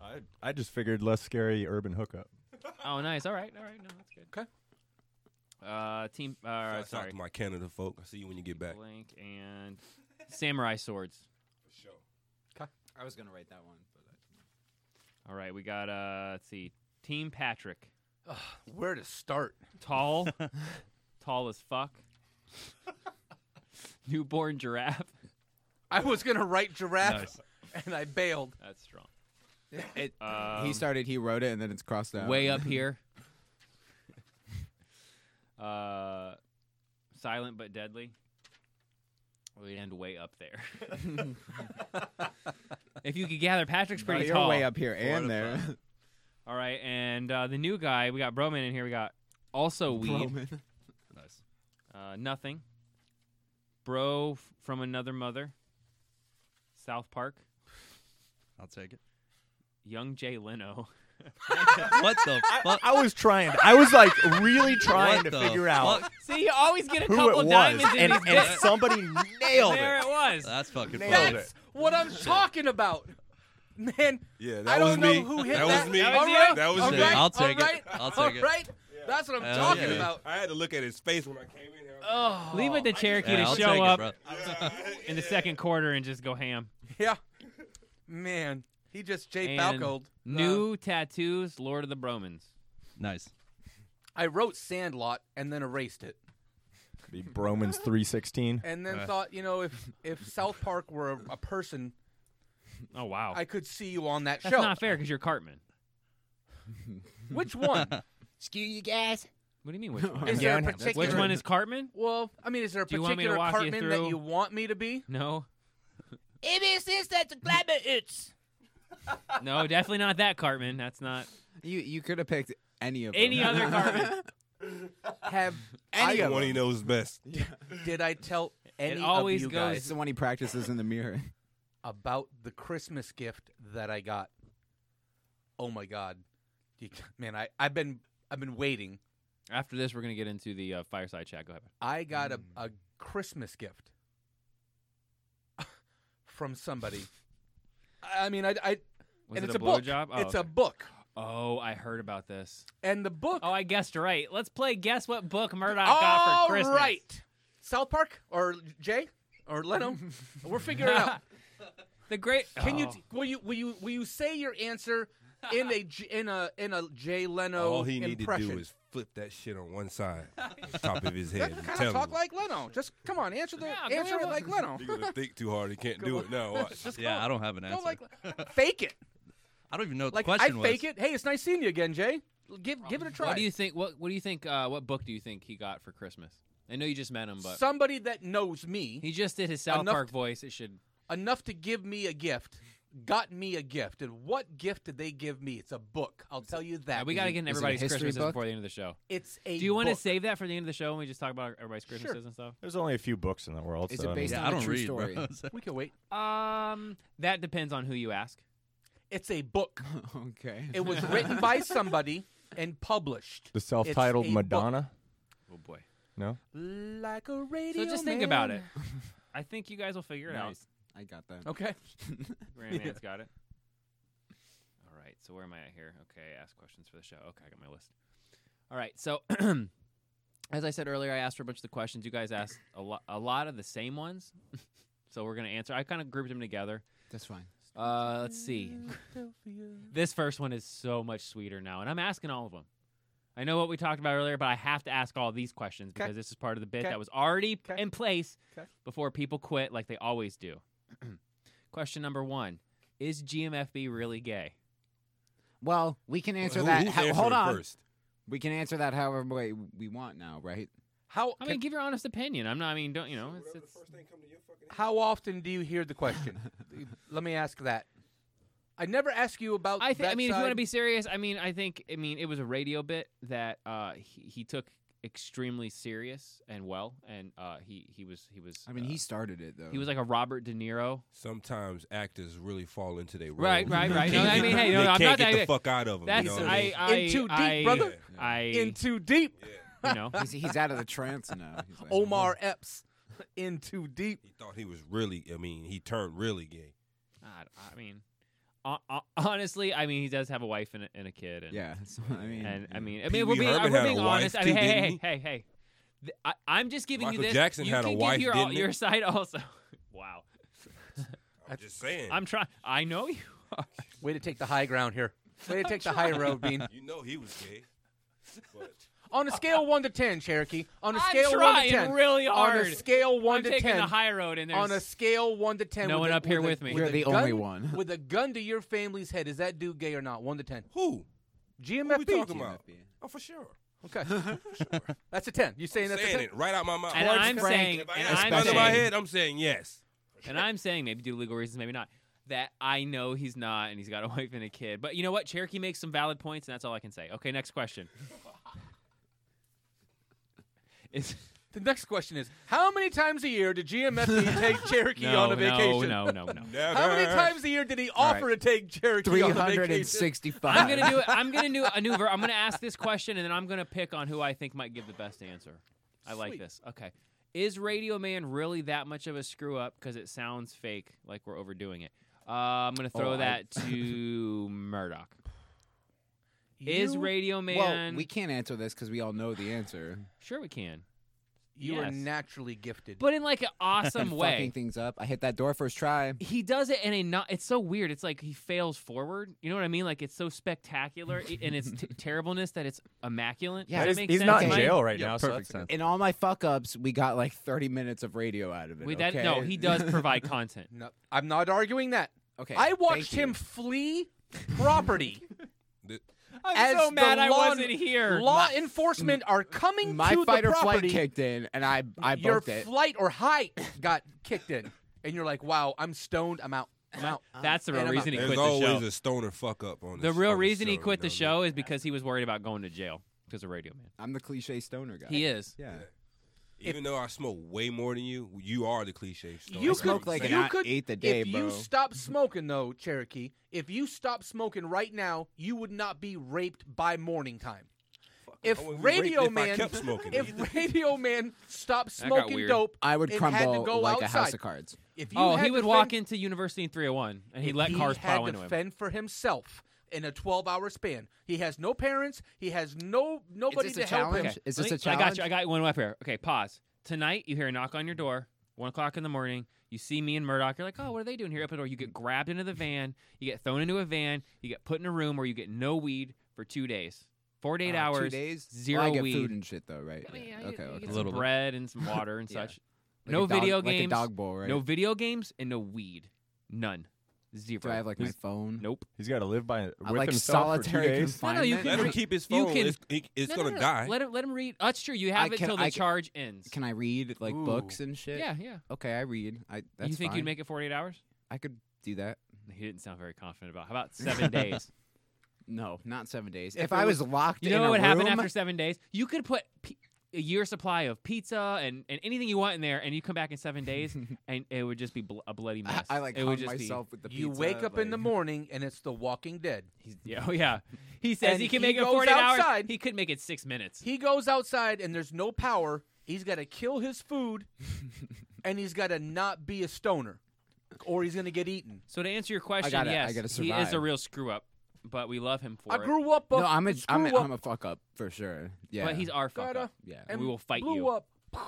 Speaker 6: I I just figured less scary urban hookup.
Speaker 11: Oh, nice. All right. All right. No, that's good. Okay. Uh, team. Uh,
Speaker 12: Shout out
Speaker 11: sorry.
Speaker 12: to my Canada folk. I see you when you get back.
Speaker 11: Blank and samurai swords.
Speaker 13: I was gonna write that one, but
Speaker 11: All right, we got uh let's see. Team Patrick.
Speaker 7: where to start?
Speaker 11: Tall. tall as fuck. Newborn giraffe.
Speaker 7: I was gonna write giraffe, and I bailed.
Speaker 11: That's strong.
Speaker 13: It,
Speaker 11: Um,
Speaker 13: he started. He wrote it, and then it's crossed out.
Speaker 11: way up here. uh silent but deadly. We'd end way up there. if you could gather, Patrick's
Speaker 13: No,
Speaker 11: pretty
Speaker 13: you're
Speaker 11: tall.
Speaker 13: way up here and there.
Speaker 11: All right, and uh, the new guy, we got Broman in here. We got also weed.
Speaker 13: Broman.
Speaker 14: Nice.
Speaker 11: Uh, nothing. Bro f- from another mother. South Park.
Speaker 14: I'll take it.
Speaker 11: Young Jay Leno.
Speaker 14: what the fuck?
Speaker 6: I was trying. I was like really trying
Speaker 14: What
Speaker 6: to
Speaker 14: the
Speaker 6: figure out
Speaker 14: fuck?
Speaker 11: See, you always get a
Speaker 6: who
Speaker 11: couple
Speaker 6: it was,
Speaker 11: diamonds in
Speaker 6: and,
Speaker 11: these
Speaker 6: and
Speaker 11: bits.
Speaker 6: somebody nailed
Speaker 11: There
Speaker 6: it.
Speaker 11: it was.
Speaker 14: That's fucking
Speaker 6: Nailed
Speaker 14: funny.
Speaker 6: it.
Speaker 7: What I'm talking about, man.
Speaker 12: Yeah,
Speaker 7: I
Speaker 12: that
Speaker 7: don't
Speaker 12: was
Speaker 7: know
Speaker 12: me.
Speaker 7: who hit
Speaker 12: That
Speaker 7: that.
Speaker 12: was me.
Speaker 7: All right,
Speaker 12: That was
Speaker 7: all
Speaker 12: me.
Speaker 7: right,
Speaker 14: I'll take it.
Speaker 7: all right,
Speaker 14: I'll take
Speaker 7: all
Speaker 14: it.
Speaker 7: right. That's what I'm
Speaker 14: Hell
Speaker 7: talking
Speaker 14: yeah.
Speaker 7: about.
Speaker 12: I had to look at his face when I came in here.
Speaker 7: Oh,
Speaker 11: Leave it to Cherokee
Speaker 14: Yeah,
Speaker 11: to
Speaker 14: I'll
Speaker 11: show
Speaker 14: take it,
Speaker 11: up
Speaker 14: bro.
Speaker 11: in the second quarter and just go ham.
Speaker 7: yeah, man. He just Jay
Speaker 11: And
Speaker 7: Falcoed.
Speaker 11: New tattoos, Lord of the Bromans.
Speaker 14: Nice.
Speaker 7: I wrote Sandlot and then erased it,
Speaker 6: Be Broman's three sixteen.
Speaker 7: and
Speaker 12: Uh.
Speaker 7: then thought, you know, if if South Park were a, a person,
Speaker 11: Oh wow.
Speaker 7: I could see you on that
Speaker 11: That's
Speaker 7: show.
Speaker 11: not fair because you're Cartman.
Speaker 7: Which one?
Speaker 5: Skew you guys.
Speaker 11: What do you mean which one?
Speaker 7: Is there a
Speaker 11: Which
Speaker 7: particular-
Speaker 11: one is Cartman?
Speaker 7: Well, I mean, is there a
Speaker 11: Do you want me to
Speaker 7: particular
Speaker 11: walk you
Speaker 7: Cartman that
Speaker 11: through?
Speaker 7: you want me to be?
Speaker 11: No.
Speaker 5: It is this that's a glamour it's.
Speaker 11: No, definitely not that Cartman. That's not
Speaker 13: You you could have picked any of them.
Speaker 11: any other Cartman.
Speaker 7: Have
Speaker 13: Any
Speaker 12: The
Speaker 13: of
Speaker 12: one
Speaker 13: them.
Speaker 12: he knows best.
Speaker 7: did I tell any
Speaker 11: always
Speaker 7: of you
Speaker 11: goes
Speaker 13: It's
Speaker 7: guys
Speaker 13: the one he practices in the mirror.
Speaker 7: about the Christmas gift that I got? Oh my God, You- man! I I've been I've been waiting.
Speaker 11: After this, we're gonna get into the uh, fireside chat. Go ahead.
Speaker 7: I got
Speaker 11: Hmm.
Speaker 7: a, a Christmas gift from somebody. I I mean, I. I
Speaker 11: Was
Speaker 7: and
Speaker 11: it
Speaker 7: it's
Speaker 11: a
Speaker 7: book.
Speaker 11: blowjob? Oh,
Speaker 7: it's a
Speaker 11: okay.
Speaker 7: book.
Speaker 11: Oh, I heard about this.
Speaker 7: And the book.
Speaker 11: Oh, I guessed right. Let's play Guess What Book Murdoch got
Speaker 7: All
Speaker 11: for Christmas.
Speaker 7: right. South Park or Jay or Leno. We're figuring it out.
Speaker 11: The great.
Speaker 7: Can you
Speaker 11: Oh.
Speaker 7: t- will you will you will you say your answer in a J- in a in a Jay Leno
Speaker 12: All he need
Speaker 7: impression?
Speaker 12: to do is flip that shit on one side, top of his head.
Speaker 7: That
Speaker 12: and
Speaker 7: kind
Speaker 12: tell
Speaker 7: of talk
Speaker 12: him.
Speaker 7: like Leno. Just come on, answer the
Speaker 11: Yeah, go
Speaker 7: answer it
Speaker 11: ahead.
Speaker 7: like Leno.
Speaker 12: You're gonna think too hard. He can't do it now. Watch.
Speaker 7: Just
Speaker 14: Yeah, I don't have an
Speaker 7: Go
Speaker 14: answer.
Speaker 7: like fake it.
Speaker 14: I don't even know what
Speaker 7: Like
Speaker 14: the question
Speaker 7: I
Speaker 14: was.
Speaker 7: fake it. Hey, it's nice seeing you again, Jay. Give give it a try.
Speaker 11: What do you think? What What do you think? Uh, what book do you think he got for Christmas? I know you just met him, but
Speaker 7: Somebody that knows me.
Speaker 11: he just did his South
Speaker 7: enough-
Speaker 11: Park voice. It should.
Speaker 7: enough to give me a gift. Got me a gift, and what gift did they give me? It's a book. I'll tell you that.
Speaker 11: Yeah, we got to get in everybody's Christmases before the end of the show.
Speaker 7: It's a
Speaker 11: Do you want to
Speaker 7: book.
Speaker 11: save that for the end of the show when we just talk about everybody's Christmases and stuff?
Speaker 6: There's only a few books in the world.
Speaker 11: Is
Speaker 6: so
Speaker 11: it
Speaker 6: I
Speaker 11: based
Speaker 6: mean,
Speaker 11: on a true story?
Speaker 7: We can wait.
Speaker 11: Um, that depends on who you ask.
Speaker 7: It's a book.
Speaker 13: okay.
Speaker 7: It was written by somebody and published.
Speaker 6: The
Speaker 7: It's
Speaker 6: self-titled
Speaker 7: a book.
Speaker 6: Madonna.
Speaker 11: Oh boy.
Speaker 6: No.
Speaker 7: Like a radio.
Speaker 11: So just think about it.
Speaker 7: man.
Speaker 11: I think you guys will figure it
Speaker 13: Nice. I got that.
Speaker 7: Okay.
Speaker 11: out. Grandman's
Speaker 7: Yeah.
Speaker 11: got it. All right. So where am I at here? Okay. Ask questions for the show. Okay, I got my list. All right. So as I said earlier, I asked for a bunch of the questions. You guys asked a lot, a lot of the same ones. so we're gonna answer. I kind of grouped them together.
Speaker 13: That's fine.
Speaker 11: Uh, let's see. this first one is so much sweeter now, and I'm asking all of them. I know what we talked about earlier, but I have to ask all these questions because this is part of the bit
Speaker 7: 'Kay.
Speaker 11: that was already p-
Speaker 7: 'Kay.
Speaker 11: in place
Speaker 7: 'Kay.
Speaker 11: before people quit, like they always do. Question number one: Is GMFB really gay?
Speaker 13: Well, we can answer
Speaker 11: Who-
Speaker 13: that.
Speaker 11: who's
Speaker 13: ho-
Speaker 11: answering
Speaker 13: hold on.
Speaker 11: first?
Speaker 13: We can answer that however way we want now, right?
Speaker 7: How
Speaker 11: I mean, give your honest opinion. I'm not. I mean, don't you know? It's, it's
Speaker 7: How often do you hear the question? Let me ask that. I never ask you about.
Speaker 11: I think.
Speaker 7: That
Speaker 11: I mean, if you want
Speaker 7: side.
Speaker 11: to be serious, I mean, I think. I mean, it was a radio bit that uh, he, he took extremely serious and well, and uh, he he was he was. uh,
Speaker 13: I mean, he started it though.
Speaker 11: He was like a Robert De Niro.
Speaker 12: Sometimes actors really fall into their role.
Speaker 11: Right, right, right. No, I mean, hey, no,
Speaker 12: they
Speaker 11: no, I'm not
Speaker 12: can't get
Speaker 11: that-
Speaker 12: the fuck out of them.
Speaker 11: That's
Speaker 12: you know what I, mean?
Speaker 11: I, I,
Speaker 7: In too deep,
Speaker 11: I-
Speaker 7: brother.
Speaker 11: I
Speaker 7: In too deep.
Speaker 11: You know,
Speaker 13: he's, he's out of the trance now. He's like,
Speaker 7: Omar Epps. In too deep.
Speaker 12: He thought he was really. I mean, he turned really gay.
Speaker 11: God, I mean, ho- ho- honestly, I mean, he does have a wife and a, and a kid. And,
Speaker 13: Yeah, so, I mean,
Speaker 11: and I
Speaker 13: yeah.
Speaker 11: mean, I mean, we're
Speaker 12: Pee Wee
Speaker 11: being,
Speaker 12: Herman
Speaker 11: we're
Speaker 12: had
Speaker 11: being
Speaker 12: a wife
Speaker 11: honest. I
Speaker 12: too,
Speaker 11: mean, hey,
Speaker 12: didn't
Speaker 11: hey,
Speaker 12: he?
Speaker 11: hey, hey, Th- I, I'm just giving
Speaker 12: Michael
Speaker 11: you this.
Speaker 12: Jackson
Speaker 11: you
Speaker 12: had a
Speaker 11: can
Speaker 12: wife,
Speaker 11: give your,
Speaker 12: didn't he?
Speaker 11: your side also. wow,
Speaker 12: I'm just saying.
Speaker 11: I'm trying. I know you. Are.
Speaker 7: Way to take the high ground here. Way to take the high road, Bean.
Speaker 12: You know he was gay. But
Speaker 7: On a scale of one to ten, Cherokee. On a
Speaker 11: I'm
Speaker 7: scale of one
Speaker 11: trying
Speaker 7: to ten,
Speaker 11: really
Speaker 7: On a
Speaker 11: hard.
Speaker 7: scale one
Speaker 11: I'm
Speaker 7: to
Speaker 11: taking
Speaker 7: ten,
Speaker 11: the high road, and
Speaker 7: on a
Speaker 11: there's-
Speaker 7: scale one to ten,
Speaker 11: No
Speaker 7: with
Speaker 11: one
Speaker 7: a-
Speaker 11: up here with
Speaker 7: a-
Speaker 11: me.
Speaker 13: You're
Speaker 7: a
Speaker 13: the
Speaker 7: gun-
Speaker 13: only one.
Speaker 7: with a gun to your family's head. Is that dude gay or not? One to ten.
Speaker 12: Who?
Speaker 7: GMFB.
Speaker 12: What we talking about?
Speaker 13: GMFB.
Speaker 12: Oh, for sure.
Speaker 7: Okay, that's a ten. You saying that's a
Speaker 12: saying
Speaker 7: ten?
Speaker 12: it right out my mouth.
Speaker 11: And
Speaker 12: Words
Speaker 11: I'm
Speaker 12: Frank.
Speaker 11: saying-
Speaker 12: if I
Speaker 11: and
Speaker 12: had a
Speaker 11: I'm
Speaker 12: gun in my
Speaker 11: saying-
Speaker 12: head, I'm saying yes.
Speaker 11: and I'm saying maybe due to legal reasons, maybe not. That I know he's not, and he's got a wife and a kid. But you know what? Cherokee makes some valid points, and that's all I can say. Okay, next question. Is
Speaker 7: The next question is: How many times a year did GMFB take Cherokee
Speaker 11: no,
Speaker 7: on a vacation?
Speaker 11: no, no, no, no.
Speaker 7: How many times a year did he offer to take Cherokee on a vacation?
Speaker 13: 365.
Speaker 11: I'm gonna do it. I'm gonna do a new. Ver- I'm gonna ask this question, and then I'm gonna pick on who I think might give the best answer. I like
Speaker 7: Sweet.
Speaker 11: this. Okay, is Radio Man really that much of a screw up? Because it sounds fake, like we're overdoing it. Uh, I'm gonna throw
Speaker 13: Oh, I-
Speaker 11: that to Murdoch. Is
Speaker 7: You-
Speaker 11: Radio Man?
Speaker 13: Well, we can't answer this because we all know the answer.
Speaker 11: Sure, we can.
Speaker 7: You are
Speaker 11: yes.
Speaker 7: naturally gifted.
Speaker 11: But in like an awesome
Speaker 13: I'm
Speaker 11: way.
Speaker 13: fucking things up. I hit that door first try.
Speaker 11: He does it in a not. It's so weird. It's like he fails forward. You know what I mean? Like it's so spectacular i- in its t- terribleness that it's immaculate.
Speaker 13: Yeah, that
Speaker 11: Does that
Speaker 13: is-
Speaker 11: make
Speaker 13: he's
Speaker 11: sense,
Speaker 13: not in
Speaker 11: Mike?
Speaker 13: jail
Speaker 9: right Yeah, now, so perfect that's- sense.
Speaker 13: In all my fuck ups, we got like 30 minutes of radio out of it.
Speaker 11: We, that,
Speaker 13: okay?
Speaker 11: No, he does provide content.
Speaker 7: No, I'm not arguing that.
Speaker 13: Okay,
Speaker 7: I
Speaker 13: thank
Speaker 7: watched
Speaker 13: you.
Speaker 7: him flee property.
Speaker 12: The-
Speaker 11: I'm
Speaker 7: as
Speaker 11: so
Speaker 7: the
Speaker 11: mad I
Speaker 7: law-
Speaker 11: wasn't here.
Speaker 7: Law enforcement are coming
Speaker 13: My
Speaker 7: to
Speaker 13: fight
Speaker 7: the
Speaker 13: or flight
Speaker 7: property.
Speaker 13: kicked in, and I I
Speaker 7: Your
Speaker 13: booked it.
Speaker 7: flight or height got kicked in, and you're like, "Wow, I'm stoned. I'm out. I'm out."
Speaker 11: That's the real
Speaker 7: And I'm out.
Speaker 11: reason he
Speaker 12: There's
Speaker 11: quit the
Speaker 12: always
Speaker 11: show.
Speaker 12: a stoner fuck up on
Speaker 11: The
Speaker 12: this-
Speaker 11: real
Speaker 12: on this
Speaker 11: reason he
Speaker 12: show,
Speaker 11: quit
Speaker 12: you
Speaker 11: the
Speaker 12: know what I
Speaker 11: show
Speaker 12: mean?
Speaker 11: is because he was worried about going to jail because of Radio Man.
Speaker 13: I'm the cliche stoner guy.
Speaker 11: He is.
Speaker 13: Yeah.
Speaker 12: Even though I smoke way more than you, you are the cliche stoner.
Speaker 7: You
Speaker 12: That's what
Speaker 7: could,
Speaker 12: I'm
Speaker 13: like
Speaker 12: saying.
Speaker 13: an
Speaker 7: you
Speaker 13: I
Speaker 7: could,
Speaker 13: ate the day,
Speaker 7: if
Speaker 13: bro.
Speaker 7: you stop smoking though, Cherokee. If you stop smoking right now, you would not be raped by morning time. If
Speaker 12: I wouldn't be raped
Speaker 7: Radio
Speaker 12: if I
Speaker 7: Man,
Speaker 12: kept smoking either.
Speaker 7: if Radio Man stopped
Speaker 11: That got
Speaker 7: smoking
Speaker 11: weird.
Speaker 7: dope,
Speaker 13: I would
Speaker 7: and had to
Speaker 13: crumble
Speaker 7: go
Speaker 13: like
Speaker 7: outside.
Speaker 13: a house of cards.
Speaker 7: If you
Speaker 11: Oh,
Speaker 7: had
Speaker 11: he
Speaker 7: to
Speaker 11: would walk
Speaker 7: fend-
Speaker 11: into University in 301 and he'd
Speaker 7: if
Speaker 11: let
Speaker 7: he
Speaker 11: cars
Speaker 7: had
Speaker 11: plow
Speaker 7: to
Speaker 11: into him.
Speaker 7: fend for himself. in a 12 hour span. He has no parents. He has no nobody to help him.
Speaker 11: Okay, let me- I got you. I got one up here. Okay, pause. Tonight, you hear a knock on your door, one o'clock in the morning. You see me and Murdoch. You're like, oh, what are they doing here? Up the door. You get grabbed into the van. You get thrown into a van. You get put in a room where you get no weed for two days, four to eight
Speaker 13: Uh, two
Speaker 11: hours.
Speaker 13: days? Well,
Speaker 11: Zero
Speaker 13: I get
Speaker 11: weed.
Speaker 13: food and shit, though, right?
Speaker 11: I mean,
Speaker 13: Yeah. Okay,
Speaker 11: yeah, you,
Speaker 13: okay.
Speaker 11: You get
Speaker 13: A
Speaker 11: some
Speaker 13: little bit.
Speaker 11: bread and some water and
Speaker 13: Yeah.
Speaker 11: such.
Speaker 13: Like
Speaker 11: no
Speaker 13: a dog-
Speaker 11: video
Speaker 13: like a
Speaker 11: games.
Speaker 13: dog bowl, right?
Speaker 11: No video games and no weed. None. Zero.
Speaker 13: Do I have like my
Speaker 11: Who's-
Speaker 13: phone?
Speaker 11: Nope.
Speaker 6: He's got to live
Speaker 13: I
Speaker 6: by with
Speaker 13: like
Speaker 6: himself
Speaker 13: solitary
Speaker 6: for two days.
Speaker 11: No, no, you can
Speaker 12: Let him
Speaker 11: re-
Speaker 12: keep his
Speaker 11: you
Speaker 12: phone.
Speaker 11: can-
Speaker 12: It's- it- it's
Speaker 11: No, no,
Speaker 12: gonna
Speaker 11: no.
Speaker 12: die.
Speaker 11: Let him, let him read. That's true. You have
Speaker 13: I
Speaker 11: it
Speaker 13: can-
Speaker 11: till the
Speaker 13: I can-
Speaker 11: charge ends.
Speaker 13: Can I read like
Speaker 11: Ooh.
Speaker 13: books and shit?
Speaker 11: Yeah, yeah.
Speaker 13: Okay, I read. I that's
Speaker 11: you think
Speaker 13: fine.
Speaker 11: you'd make it 48 hours?
Speaker 13: I could do that.
Speaker 11: He didn't sound very confident about. How about seven days?
Speaker 13: No, not seven days.
Speaker 11: If
Speaker 13: If,
Speaker 11: it
Speaker 13: I was
Speaker 11: was-
Speaker 13: locked
Speaker 11: You
Speaker 13: in
Speaker 11: know
Speaker 13: a
Speaker 11: what would happen
Speaker 13: room-
Speaker 11: after seven days? You could put p- a year's supply of pizza and, and anything you want in there, and you come back in seven days, and it would just be bl- a bloody mess.
Speaker 13: I, like,
Speaker 11: it
Speaker 13: hung
Speaker 11: would just be-
Speaker 13: myself with the
Speaker 7: You
Speaker 13: pizza,
Speaker 7: wake up in the
Speaker 13: like-
Speaker 7: morning and it's The Walking Dead.
Speaker 11: yeah, oh yeah. He says
Speaker 7: And
Speaker 11: he can
Speaker 7: he
Speaker 11: make it
Speaker 7: goes
Speaker 11: 48 hours.
Speaker 7: outside.
Speaker 11: He could make it six minutes.
Speaker 7: He goes outside and there's no power. He's got to kill his food, and he's got to not be a stoner, or he's gonna get eaten.
Speaker 11: So to answer your question,
Speaker 13: gotta- I
Speaker 11: yes,
Speaker 13: gotta
Speaker 11: he is a
Speaker 13: survive.
Speaker 11: real screw up, but we love him for
Speaker 7: I
Speaker 11: it.
Speaker 7: grew up.
Speaker 13: no, I'm a, I'm, a,
Speaker 11: screw up.
Speaker 13: I'm a fuck up for sure. Yeah,
Speaker 11: But he's our fuck
Speaker 7: Gotta-
Speaker 11: up.
Speaker 13: Yeah.
Speaker 11: and we
Speaker 7: and
Speaker 11: will fight
Speaker 7: blew
Speaker 11: you.
Speaker 7: up.
Speaker 11: All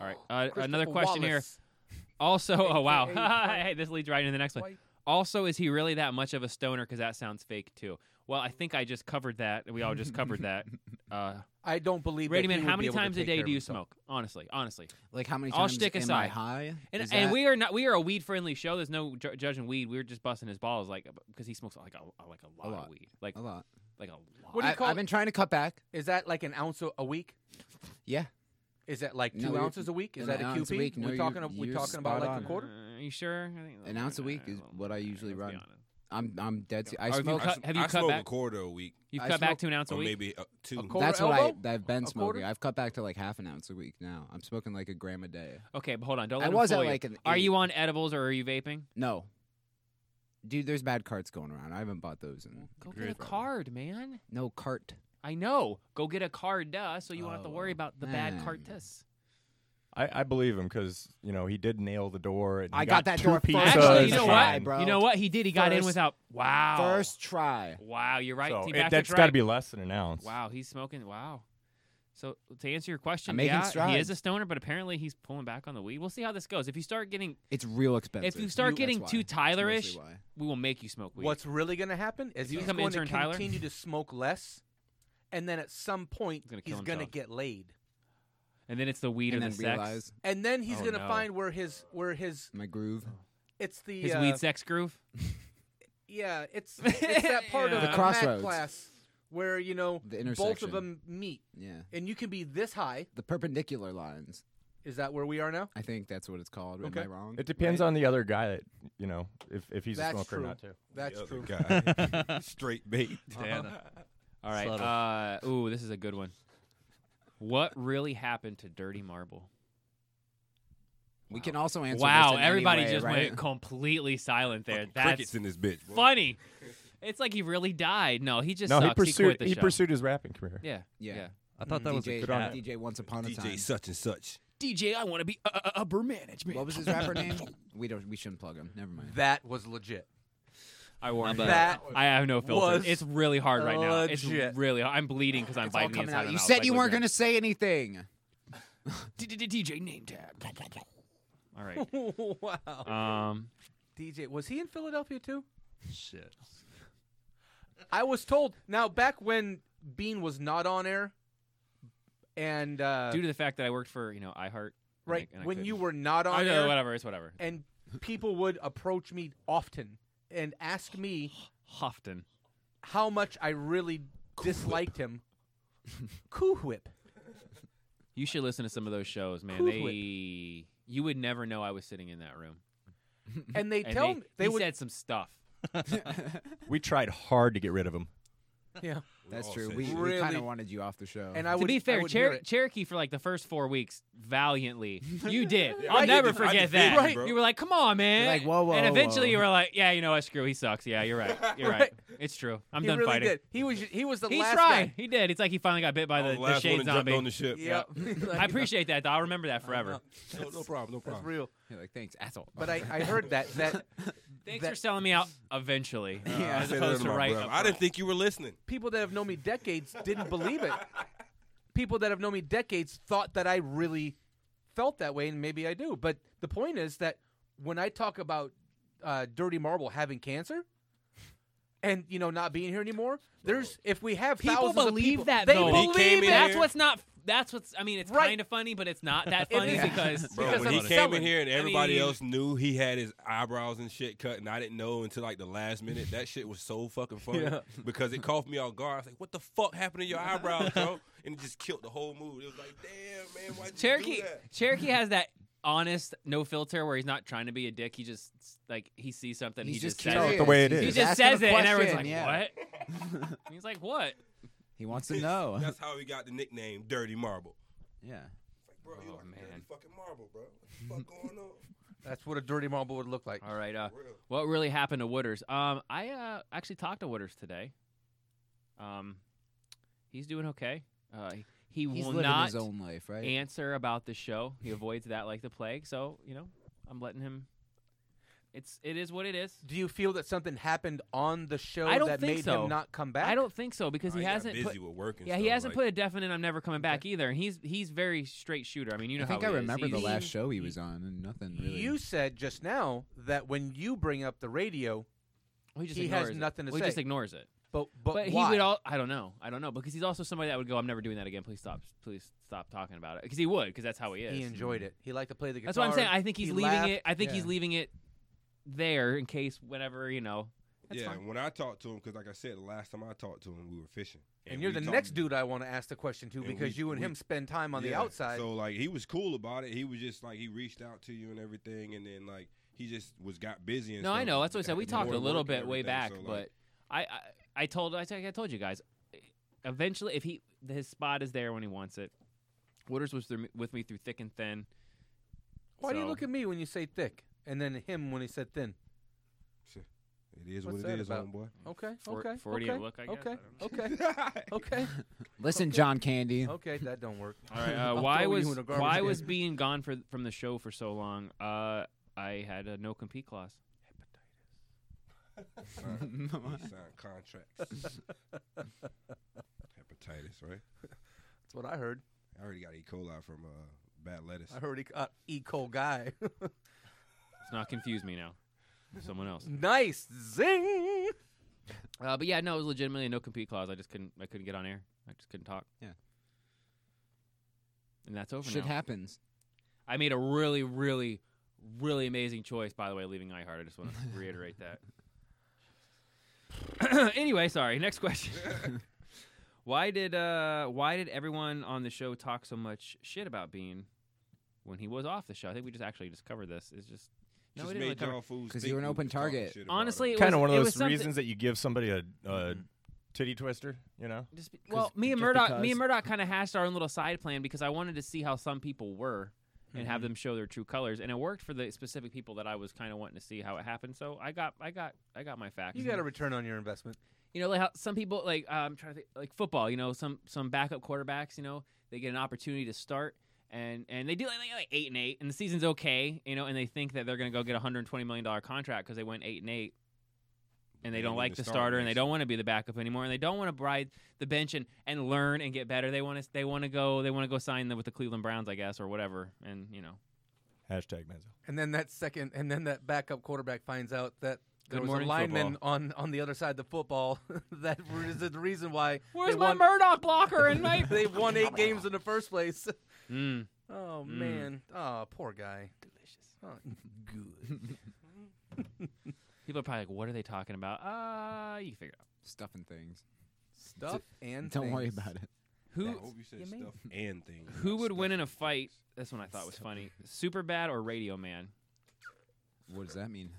Speaker 11: right. Uh,
Speaker 7: Christopher
Speaker 11: another question
Speaker 7: Wallace.
Speaker 11: here. Also, oh wow,
Speaker 7: AKA Frank
Speaker 11: hey, this leads right into the next one.
Speaker 7: White.
Speaker 11: Also, is he really that much of a stoner? Because that sounds fake too. Well, I think I just covered that. We all just covered that. Uh,
Speaker 7: I don't believe. that
Speaker 11: Brady
Speaker 7: he
Speaker 11: Man,
Speaker 7: would
Speaker 11: how many
Speaker 7: be able to
Speaker 11: times a
Speaker 7: take
Speaker 11: day
Speaker 7: care
Speaker 11: do
Speaker 7: of
Speaker 11: you
Speaker 7: himself.
Speaker 11: smoke? Honestly, honestly.
Speaker 13: Like how many
Speaker 11: All
Speaker 13: times
Speaker 11: shtick
Speaker 13: am I
Speaker 11: aside.
Speaker 13: high?
Speaker 11: And,
Speaker 13: Is
Speaker 11: and
Speaker 13: that-
Speaker 11: we are not. We are a weed friendly show. There's no ju- judging weed. We're just busting his balls, like because he smokes like a like a lot, of
Speaker 13: lot.
Speaker 11: weed, like
Speaker 13: a lot,
Speaker 11: like a lot.
Speaker 7: What do you
Speaker 13: I-
Speaker 7: call
Speaker 13: I've been trying to cut back.
Speaker 7: Is that like an ounce a, a week?
Speaker 13: Yeah,
Speaker 7: Is that like two
Speaker 13: No, you-
Speaker 7: ounces a week? Is
Speaker 13: an
Speaker 7: that a
Speaker 13: ounce
Speaker 7: QP?
Speaker 13: a week. No,
Speaker 7: we're
Speaker 13: you-
Speaker 7: talking. ab- we're
Speaker 13: you're
Speaker 7: talking about
Speaker 13: spot
Speaker 7: like
Speaker 13: on.
Speaker 7: a quarter.
Speaker 11: Are Uh, you sure? I think
Speaker 13: an ounce a week is what I usually run. I'm I'm dead. se- I
Speaker 11: Are you
Speaker 13: smoke.
Speaker 11: cut- have you
Speaker 12: I
Speaker 11: cut
Speaker 12: smoke
Speaker 11: back?
Speaker 12: a quarter a week.
Speaker 11: You've
Speaker 13: I
Speaker 11: cut back
Speaker 13: smoke-
Speaker 11: to an ounce a
Speaker 12: or
Speaker 11: week.
Speaker 12: maybe uh, two.
Speaker 7: quarter
Speaker 13: That's what I,
Speaker 7: elbow?
Speaker 13: I've
Speaker 7: A
Speaker 13: been
Speaker 7: quarter?
Speaker 13: smoking. I've cut back to like half an ounce a week now. I'm smoking like a gram a day.
Speaker 11: Okay, but hold on. Don't
Speaker 13: I
Speaker 11: let him
Speaker 13: was at,
Speaker 11: fool you.
Speaker 13: like, an
Speaker 11: Are
Speaker 13: eight.
Speaker 11: you on edibles or are you vaping?
Speaker 13: No, dude, there's bad carts going around. I haven't bought those in.
Speaker 11: Go get a card, man.
Speaker 13: No cart. Oh,
Speaker 11: I know. Go get a card, duh, so you won't have to worry about the bad
Speaker 13: man.
Speaker 11: cart tests.
Speaker 6: I, I believe him because you know he did nail the door. And he
Speaker 13: I got that
Speaker 6: two
Speaker 13: door first
Speaker 6: pizzas
Speaker 11: Actually, you know
Speaker 6: and-
Speaker 11: what?
Speaker 13: try, bro.
Speaker 11: You know what? He did. He got in
Speaker 13: First-
Speaker 11: without. Wow.
Speaker 13: First try.
Speaker 11: Wow, you're right.
Speaker 6: So
Speaker 11: T.
Speaker 6: it-
Speaker 11: Baxter's
Speaker 6: that's
Speaker 11: right.
Speaker 6: got to be less than an ounce.
Speaker 11: Wow, he's smoking. Wow. So to answer your question,
Speaker 13: I'm making
Speaker 11: yeah, he is
Speaker 13: strides.
Speaker 11: a stoner, but apparently he's pulling back on the weed. We'll see how this goes. If you start getting,
Speaker 13: It's real expensive.
Speaker 11: if you start
Speaker 13: That's
Speaker 11: getting
Speaker 13: why.
Speaker 11: too
Speaker 13: That's mostly
Speaker 11: Tylerish,
Speaker 13: why.
Speaker 11: we will make you smoke weed.
Speaker 7: What's really going to happen is
Speaker 11: If you
Speaker 7: he's
Speaker 11: become
Speaker 7: going to
Speaker 11: intern Tyler-
Speaker 7: continue to smoke less, and then at some point
Speaker 11: He's gonna kill
Speaker 7: he's going to
Speaker 11: himself.
Speaker 7: get laid,
Speaker 11: and then it's the weed
Speaker 13: and
Speaker 11: or
Speaker 13: then
Speaker 11: the sex.
Speaker 13: realize
Speaker 7: and then he's
Speaker 11: Oh,
Speaker 7: going to
Speaker 11: no.
Speaker 7: find where his where his
Speaker 13: my groove.
Speaker 7: it's the
Speaker 11: His
Speaker 7: uh,
Speaker 11: weed sex groove.
Speaker 7: Yeah, it's it's that part of
Speaker 11: The
Speaker 7: a math
Speaker 13: crossroads.
Speaker 7: class where you know
Speaker 13: The
Speaker 7: both
Speaker 13: intersection.
Speaker 7: of them meet,
Speaker 13: Yeah,
Speaker 7: and you can be this high.
Speaker 13: the perpendicular lines.
Speaker 7: Is that where we are now?
Speaker 13: I think that's what it's called.
Speaker 7: Okay.
Speaker 13: Am I wrong?
Speaker 6: It depends on the other guy that you know if, if he's
Speaker 7: That's
Speaker 6: a smoker
Speaker 7: true.
Speaker 6: or not too.
Speaker 7: That's
Speaker 12: The
Speaker 7: true.
Speaker 12: other guy. Straight bait.
Speaker 11: Uh-huh. All right. Uh, ooh, this is a good one. What really happened to Dirty Marble?
Speaker 13: We can also answer.
Speaker 11: wow,
Speaker 13: this in
Speaker 11: everybody
Speaker 13: any way,
Speaker 11: just
Speaker 13: right?
Speaker 11: went completely silent there. That's
Speaker 12: Crickets in this bitch. boy.
Speaker 11: funny. It's like he really died. No, he just
Speaker 6: no, he
Speaker 11: sucks.
Speaker 6: pursued
Speaker 11: quit the
Speaker 6: he
Speaker 11: show.
Speaker 6: pursued his rapping career.
Speaker 11: Yeah, yeah.
Speaker 13: Yeah.
Speaker 14: I thought that was
Speaker 13: DJ,
Speaker 14: a good one.
Speaker 13: DJ once upon a time.
Speaker 12: DJ such and such.
Speaker 11: DJ, I want to be uh, uh, upper management.
Speaker 13: What was his rapper name? We don't. We shouldn't plug him. Never mind.
Speaker 7: That was legit.
Speaker 11: I warned you.
Speaker 7: My bad.
Speaker 11: I have no filter.
Speaker 7: was
Speaker 11: It's really hard right now. It's
Speaker 7: legit.
Speaker 11: really. hard. I'm bleeding because I'm
Speaker 13: It's all
Speaker 11: biting the
Speaker 13: coming
Speaker 11: inside.
Speaker 13: out.
Speaker 11: of my
Speaker 13: You
Speaker 11: mouth,
Speaker 13: said
Speaker 11: like
Speaker 13: you weren't
Speaker 11: Luke
Speaker 13: going to say anything.
Speaker 11: Graham. D- d- DJ name tag. All right.
Speaker 7: wow.
Speaker 11: Um.
Speaker 7: DJ, was he in Philadelphia too?
Speaker 14: Shit.
Speaker 7: I was told. Now, back when Bean was not on air, and uh,
Speaker 11: Due to the fact that I worked for you know iHeart. and I-
Speaker 7: right
Speaker 11: and I
Speaker 7: when
Speaker 11: couldn't-
Speaker 7: you were not on
Speaker 11: I know,
Speaker 7: air,
Speaker 11: whatever. It's whatever.
Speaker 7: and people would approach me often and ask me
Speaker 11: Houghton.
Speaker 7: how much I really disliked him. Cool whip.
Speaker 11: You should listen to some of those shows, man.
Speaker 7: Cool
Speaker 11: they
Speaker 7: Whip.
Speaker 11: you would never know I was sitting in that room.
Speaker 7: And they
Speaker 11: And
Speaker 7: tell me they
Speaker 11: he
Speaker 7: would
Speaker 11: said some stuff.
Speaker 6: We tried hard to get rid of him.
Speaker 7: yeah.
Speaker 13: That's
Speaker 12: all
Speaker 13: true.
Speaker 12: said
Speaker 13: We,
Speaker 12: shit.
Speaker 13: we kind
Speaker 7: Really?
Speaker 13: of wanted you off the show.
Speaker 7: And I
Speaker 11: to
Speaker 7: would
Speaker 11: be
Speaker 7: I
Speaker 11: fair,
Speaker 7: would
Speaker 11: Cher-
Speaker 7: hear it.
Speaker 11: Cherokee for like the first four weeks valiantly. You did.
Speaker 12: I
Speaker 11: I'll
Speaker 12: did
Speaker 11: never
Speaker 12: the- I
Speaker 11: forget
Speaker 12: defeated
Speaker 11: that.
Speaker 12: you, Right. bro.
Speaker 11: You were like, "Come on, man!"
Speaker 13: You're like, "Whoa, whoa,
Speaker 11: And eventually,
Speaker 13: whoa."
Speaker 11: you were like, "Yeah, you know what? Screw. He sucks. Yeah, you're right. You're right.
Speaker 7: Right.
Speaker 11: It's true. I'm
Speaker 7: he
Speaker 11: done
Speaker 7: really
Speaker 11: fighting."
Speaker 7: did. He was he was the
Speaker 11: He
Speaker 7: last
Speaker 11: tried.
Speaker 7: guy.
Speaker 11: He did. It's like he finally got bit by
Speaker 12: I'm
Speaker 11: the,
Speaker 12: the
Speaker 11: the
Speaker 12: last
Speaker 11: shade
Speaker 12: one that jumped
Speaker 11: zombie.
Speaker 12: on the ship.
Speaker 7: Yep.
Speaker 11: I appreciate that. though. I'll remember that forever.
Speaker 12: No, no problem. No
Speaker 13: Oh.
Speaker 7: That's
Speaker 12: problem.
Speaker 7: real.
Speaker 13: You're like, thanks, asshole.
Speaker 7: But I, I heard that that
Speaker 11: Thanks for selling me out eventually.
Speaker 12: Yeah,
Speaker 11: uh,
Speaker 12: I
Speaker 11: as
Speaker 12: said that
Speaker 11: opposed
Speaker 12: to
Speaker 11: to
Speaker 12: my
Speaker 11: right.
Speaker 12: brother.
Speaker 11: up
Speaker 12: I didn't
Speaker 11: front.
Speaker 12: think you were listening.
Speaker 7: People that have known me decades didn't believe it. People that have known me decades thought that I really felt that way, and maybe I do. But the point is that when I talk about uh, Dirty Marble having cancer and you know not being here anymore, there's if we have
Speaker 11: People
Speaker 7: thousands of
Speaker 11: believe
Speaker 7: people-
Speaker 11: that
Speaker 7: they
Speaker 11: though.
Speaker 7: believe it.
Speaker 11: That's what's not. That's what's. I mean, it's
Speaker 7: Right.
Speaker 11: kind of funny, but it's not that
Speaker 7: It
Speaker 11: funny
Speaker 7: is.
Speaker 11: because
Speaker 12: Bro,
Speaker 11: because
Speaker 12: when
Speaker 11: I'm
Speaker 12: he came
Speaker 11: selling.
Speaker 12: in here and
Speaker 11: I
Speaker 12: everybody
Speaker 11: mean,
Speaker 12: else knew he had his eyebrows and shit cut, and I didn't know until like the last minute. That shit was so fucking funny
Speaker 14: Yeah.
Speaker 12: because it caught me off guard. I was like, "What the fuck happened to your eyebrows, bro?" And it just killed the whole mood. It was like, "Damn, man, why'd you
Speaker 11: Cherokee
Speaker 12: do that?"
Speaker 11: Cherokee has that honest, no filter, where he's not trying to be a dick. He just like he sees something,
Speaker 13: He's
Speaker 11: he
Speaker 13: just
Speaker 11: just, says
Speaker 13: curious.
Speaker 11: it.
Speaker 13: Tell it the way it
Speaker 11: he
Speaker 13: is.
Speaker 11: just
Speaker 13: Asking
Speaker 11: says
Speaker 13: a
Speaker 11: it, and everyone's like,
Speaker 13: question, yeah.
Speaker 11: "What?" And he's like, "What?"
Speaker 13: He wants to know.
Speaker 12: That's how he got the nickname "Dirty Marble."
Speaker 13: yeah. Oh,
Speaker 12: Bro, you like dirty fucking marble, bro. What the fuck going on?
Speaker 7: That's what a dirty marble would look like.
Speaker 11: All right. Uh, what really happened to Wooders? Um, I uh, actually talked to Wooders today. Um, he's doing okay. Uh, he- he
Speaker 13: He's
Speaker 11: will
Speaker 13: living
Speaker 11: not
Speaker 13: his own life, right?
Speaker 11: answer about the show. He avoids that like the plague. So you know, I'm letting him. It's it is what it is.
Speaker 7: Do you feel that something happened on the show
Speaker 11: I don't
Speaker 7: that
Speaker 11: think
Speaker 7: made
Speaker 11: so.
Speaker 7: him not come back?
Speaker 11: I don't think so because
Speaker 7: Oh,
Speaker 11: he
Speaker 7: he got
Speaker 11: hasn't put-
Speaker 12: busy with work and
Speaker 11: Yeah, he
Speaker 12: stuff,
Speaker 11: hasn't
Speaker 12: like-
Speaker 11: put a definite "I'm never coming back" either, and he's he's very straight shooter. I mean, you know
Speaker 13: I think
Speaker 11: how
Speaker 13: I
Speaker 11: he is.
Speaker 13: remember the
Speaker 11: He's-
Speaker 13: last show he was on, and nothing really.
Speaker 7: You said just now that when you bring up the radio,
Speaker 11: Well, he just
Speaker 7: has
Speaker 11: ignores it.
Speaker 7: nothing to
Speaker 11: Well,
Speaker 7: say.
Speaker 11: He just ignores it.
Speaker 7: But but,
Speaker 11: he
Speaker 7: why?
Speaker 11: would all. I don't know. I don't know because he's also somebody that would go, "I'm never doing that again. Please stop. Please stop talking about it." Because he would. Because that's how he is.
Speaker 7: He enjoyed it. He liked to play the guitar.
Speaker 11: That's what I'm saying. I think he's
Speaker 7: He
Speaker 11: leaving
Speaker 7: laughed.
Speaker 11: it. I think he's
Speaker 7: Yeah.
Speaker 11: leaving it there in case whenever you know. That's
Speaker 12: yeah,
Speaker 11: fine.
Speaker 12: and when I talked to him, because like I said, the last time I talked to him, we were fishing.
Speaker 7: And, you're
Speaker 12: we
Speaker 7: the
Speaker 12: talked-
Speaker 7: next dude I want to ask the question to
Speaker 12: and
Speaker 7: because
Speaker 12: we-
Speaker 7: you and
Speaker 12: we-
Speaker 7: him spend time on the
Speaker 12: Yeah,
Speaker 7: outside.
Speaker 12: So like he was cool about it. He was just like he reached out to you and everything, and then like he just was got busy. And
Speaker 11: No, I
Speaker 12: stuff,
Speaker 11: know. That's what I said. We
Speaker 12: got
Speaker 11: talked
Speaker 12: more
Speaker 11: a little
Speaker 12: work and
Speaker 11: bit way
Speaker 12: everything,
Speaker 11: back,
Speaker 12: so, like,
Speaker 11: but I, I I told I, think I told you guys, eventually if he his spot is there when he wants it. Wooders was through, with me through thick and thin.
Speaker 7: Why do you
Speaker 11: So-
Speaker 7: look at me when you say thick, and then him when he said thin?
Speaker 12: it is
Speaker 7: What's
Speaker 12: what
Speaker 7: that
Speaker 12: it is,
Speaker 7: about? Oh.
Speaker 12: homeboy.
Speaker 7: Okay,
Speaker 11: For-
Speaker 7: okay,
Speaker 11: Freudian
Speaker 7: okay,
Speaker 11: look, I guess.
Speaker 7: okay,
Speaker 11: I
Speaker 7: okay, okay.
Speaker 13: Listen,
Speaker 7: Okay.
Speaker 13: John Candy.
Speaker 7: Okay, that don't work.
Speaker 11: All right. Uh,
Speaker 7: I'll
Speaker 11: why
Speaker 7: throw
Speaker 11: was
Speaker 7: you in a garbage
Speaker 11: why
Speaker 7: can.
Speaker 11: was being gone for from the show for so long? Uh, I had a no compete clause.
Speaker 12: Sign- he signed contracts. Hepatitis, right?
Speaker 7: That's what I heard.
Speaker 12: I already got E. coli from uh, bad lettuce.
Speaker 7: I heard he got E. Cole guy.
Speaker 11: Let's not confuse me now. with Someone else.
Speaker 7: nice zing.
Speaker 11: Uh, but yeah, no, it was legitimately a no compete clause. I just couldn't. I couldn't get on air. I just couldn't talk.
Speaker 13: Yeah.
Speaker 11: And that's over.
Speaker 13: Shit
Speaker 11: now.
Speaker 13: happens.
Speaker 11: I made a really, really, really amazing choice, by the way, leaving iHeart. I just want to reiterate that. anyway, sorry. Next question. why did uh why did everyone on the show talk so much shit about Bean when he was off the show? I think we just actually just covered this. It's just no, we
Speaker 12: Just
Speaker 11: didn't
Speaker 12: made
Speaker 11: really cover-
Speaker 12: y'all fools
Speaker 13: 'Cause you were an
Speaker 12: think we
Speaker 13: open
Speaker 12: was talking
Speaker 13: target.
Speaker 12: shit about
Speaker 11: Honestly, it
Speaker 6: kind of
Speaker 11: was-
Speaker 6: one of
Speaker 11: it
Speaker 6: those
Speaker 11: was something-
Speaker 6: reasons that you give somebody a, a
Speaker 11: Mm-hmm.
Speaker 6: titty twister, you know?
Speaker 11: Just be- well, me and
Speaker 6: just
Speaker 11: Murdoch,
Speaker 6: because.
Speaker 11: me and Murdoch kind of hashed our own little side plan because I wanted to see how some people were and have
Speaker 7: Mm-hmm.
Speaker 6: Mhm.
Speaker 11: them show their true colors, and it worked for the specific people that I was kind of wanting to see how it happened. So I got, I got, I got my facts.
Speaker 7: You got a return on your investment.
Speaker 11: You know, like how some people like uh, I'm trying to think, like football. You know, some some backup quarterbacks. You know, they get an opportunity to start, and and they do like, they get, like eight and eight, and the season's okay. You know, and they think that they're going to go get a hundred twenty million dollar contract because they went eight and eight, and they
Speaker 6: They
Speaker 11: don't
Speaker 6: need
Speaker 11: like
Speaker 6: to
Speaker 11: the
Speaker 6: start
Speaker 11: starter, and they
Speaker 6: next
Speaker 11: don't want to be the backup anymore, and they don't want to ride the bench and and learn and get better. They want to they want to go they want to go sign the, with the Cleveland Browns, I guess, or whatever. And you know,
Speaker 6: Hashtag Menzo.
Speaker 7: And then that second, and then that backup quarterback finds out that there
Speaker 11: Good
Speaker 7: was
Speaker 11: morning,
Speaker 7: a lineman
Speaker 11: football.
Speaker 7: on on the other side of the football. that is the reason why.
Speaker 11: Where's
Speaker 7: they
Speaker 11: my
Speaker 7: won,
Speaker 11: Murdoch blocker and my-
Speaker 7: they won eight games in the first place.
Speaker 11: Mm.
Speaker 7: Oh
Speaker 11: Mm.
Speaker 7: man. Oh, poor guy. Delicious. good.
Speaker 11: people are probably like, what are they talking about? Uh, you can figure it out.
Speaker 13: Stuff and things.
Speaker 7: Stuff and
Speaker 13: Don't worry
Speaker 7: things.
Speaker 13: about it.
Speaker 11: Who?
Speaker 12: I hope you said
Speaker 7: You
Speaker 12: stuff and things.
Speaker 11: Who would win in a fight? This one I thought was funny. Superbad or Radio Man?
Speaker 13: What does that mean?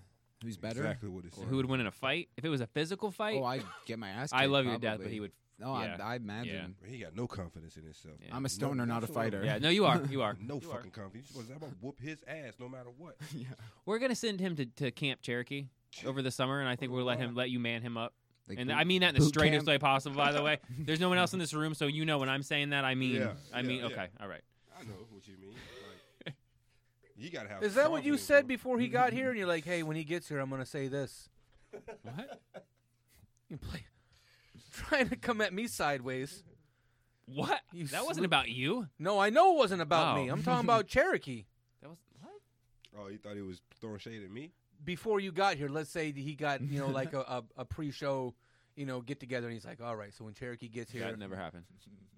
Speaker 13: Who's better?
Speaker 12: Exactly what it
Speaker 13: Or-
Speaker 11: Who would win in a fight? If it was a physical fight,
Speaker 13: Oh, I'd get my ass
Speaker 11: I
Speaker 13: kicked,
Speaker 11: love you to death, but
Speaker 13: probably.
Speaker 11: he would.
Speaker 13: No, I-
Speaker 11: yeah.
Speaker 13: I imagine.
Speaker 12: He got no confidence in himself.
Speaker 11: Yeah.
Speaker 13: I'm a stoner, not a
Speaker 12: whatsoever.
Speaker 13: fighter.
Speaker 11: Yeah, no, you are. You are.
Speaker 12: No
Speaker 11: You are.
Speaker 12: fucking confidence. You're supposed to I'm gonna whoop his ass no matter what.
Speaker 13: yeah.
Speaker 11: We're gonna send him to, to Camp Cherokee over the summer, and I think we'll let him let you man him up.
Speaker 13: Like
Speaker 11: and
Speaker 13: boot-
Speaker 11: I mean that in the
Speaker 13: boot
Speaker 11: straightest
Speaker 13: camp?
Speaker 11: way possible. By the way, there's no one else in this room, so you know when I'm saying that, I mean,
Speaker 12: Yeah,
Speaker 11: I
Speaker 12: yeah,
Speaker 11: mean,
Speaker 12: yeah.
Speaker 11: okay, all right.
Speaker 12: I know what you mean. Like, You gotta have.
Speaker 7: Is that what you
Speaker 12: confidence.
Speaker 7: said before he got here? And you're like, hey, when he gets here, I'm gonna say this.
Speaker 11: What?
Speaker 7: You play trying to come at me sideways.
Speaker 11: What? That wasn't about you.
Speaker 7: No, I know it wasn't about
Speaker 11: Oh.
Speaker 7: me. I'm talking about Cherokee.
Speaker 11: That was what?
Speaker 12: Oh, you thought he was throwing shade at me?
Speaker 7: Before you got here, let's say that he got you know like a, a, a pre-show, you know, get together, and he's like, all right, so when Cherokee gets here,
Speaker 11: That never happened.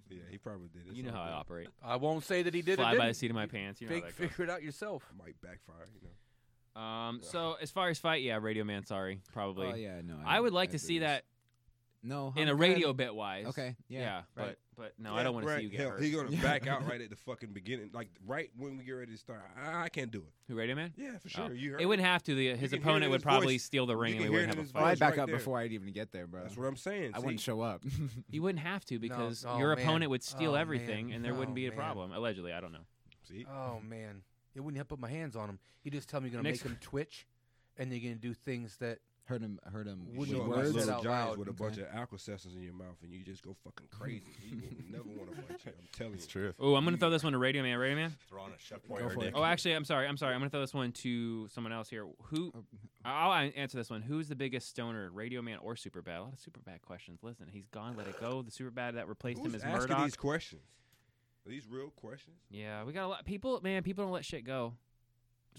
Speaker 12: Yeah, he probably did. It's
Speaker 11: You know
Speaker 12: all
Speaker 11: how I
Speaker 12: good.
Speaker 11: operate.
Speaker 7: I won't say that he did. or
Speaker 11: Fly by the
Speaker 7: didn't.
Speaker 11: seat of my pants. You know how
Speaker 7: Fig-
Speaker 11: that goes.
Speaker 7: figure it out yourself.
Speaker 12: Might backfire. You know.
Speaker 11: Um, so as far as fight, yeah, Radio Man, sorry, probably.
Speaker 13: Oh, yeah, no,
Speaker 11: I,
Speaker 13: I-
Speaker 11: would like
Speaker 13: I
Speaker 11: to
Speaker 13: do
Speaker 11: see
Speaker 13: this.
Speaker 11: that.
Speaker 13: No,
Speaker 11: in a
Speaker 13: I'm
Speaker 11: radio
Speaker 13: good.
Speaker 11: bit wise.
Speaker 13: Okay, yeah,
Speaker 11: but
Speaker 13: right.
Speaker 11: but no, I
Speaker 12: Yeah,
Speaker 11: don't want to
Speaker 12: right,
Speaker 11: see you get
Speaker 12: hell,
Speaker 11: hurt.
Speaker 12: He gonna back out right at the fucking beginning, like right when we get ready to start. I, I can't do it.
Speaker 11: Who Radio Man?
Speaker 12: Yeah, for
Speaker 11: Oh.
Speaker 12: sure. You heard
Speaker 11: it wouldn't have to. The,
Speaker 12: You
Speaker 11: his
Speaker 12: can hear it
Speaker 11: opponent
Speaker 12: in
Speaker 11: would
Speaker 12: his
Speaker 11: probably
Speaker 12: voice.
Speaker 11: steal the
Speaker 12: You
Speaker 11: ring,
Speaker 12: can
Speaker 11: and we
Speaker 12: hear
Speaker 11: wouldn't
Speaker 12: it in
Speaker 11: have a
Speaker 12: his
Speaker 11: fight.
Speaker 12: voice
Speaker 13: I'd Oh, back
Speaker 12: right
Speaker 13: up
Speaker 12: there.
Speaker 13: before I'd even get there, bro.
Speaker 12: That's what I'm saying.
Speaker 13: I wouldn't
Speaker 12: See,
Speaker 13: show up.
Speaker 11: You wouldn't have to because
Speaker 7: oh,
Speaker 11: your
Speaker 7: man.
Speaker 11: opponent would steal
Speaker 7: Oh,
Speaker 11: everything,
Speaker 7: man.
Speaker 11: and there wouldn't
Speaker 7: Oh,
Speaker 11: be a
Speaker 7: man.
Speaker 11: problem. Allegedly, I don't know.
Speaker 12: See,
Speaker 7: Oh man, it wouldn't have put my hands on him. You just tell me you're gonna
Speaker 11: Next-
Speaker 7: make him twitch, and you're gonna do things that
Speaker 13: Heard him. Heard him.
Speaker 12: you
Speaker 7: Wouldn't be
Speaker 12: show up
Speaker 7: worth
Speaker 12: like
Speaker 7: it
Speaker 12: little
Speaker 7: out
Speaker 12: giants
Speaker 7: loud.
Speaker 12: with a bunch
Speaker 13: Okay.
Speaker 12: of alcohol in your mouth, and you just go fucking crazy. you will never want to fight you. I'm telling you.
Speaker 6: true.
Speaker 11: Oh, I'm gonna throw this one to Radio Man. Radio Man.
Speaker 12: Throwing a shut
Speaker 6: Go for it.
Speaker 11: Oh, actually, I'm sorry. I'm sorry. I'm gonna throw this one to someone else here. Who? I'll a- answer this one. Who's the biggest stoner, Radio Man or Superbad? A lot of Superbad questions. Listen, he's gone. Let it go. The Superbad that replaced him
Speaker 12: Who's
Speaker 11: is
Speaker 12: asking
Speaker 11: Murdoch.
Speaker 12: these questions? Are these real questions?
Speaker 11: Yeah, we got a lot. People, man, people don't let shit go.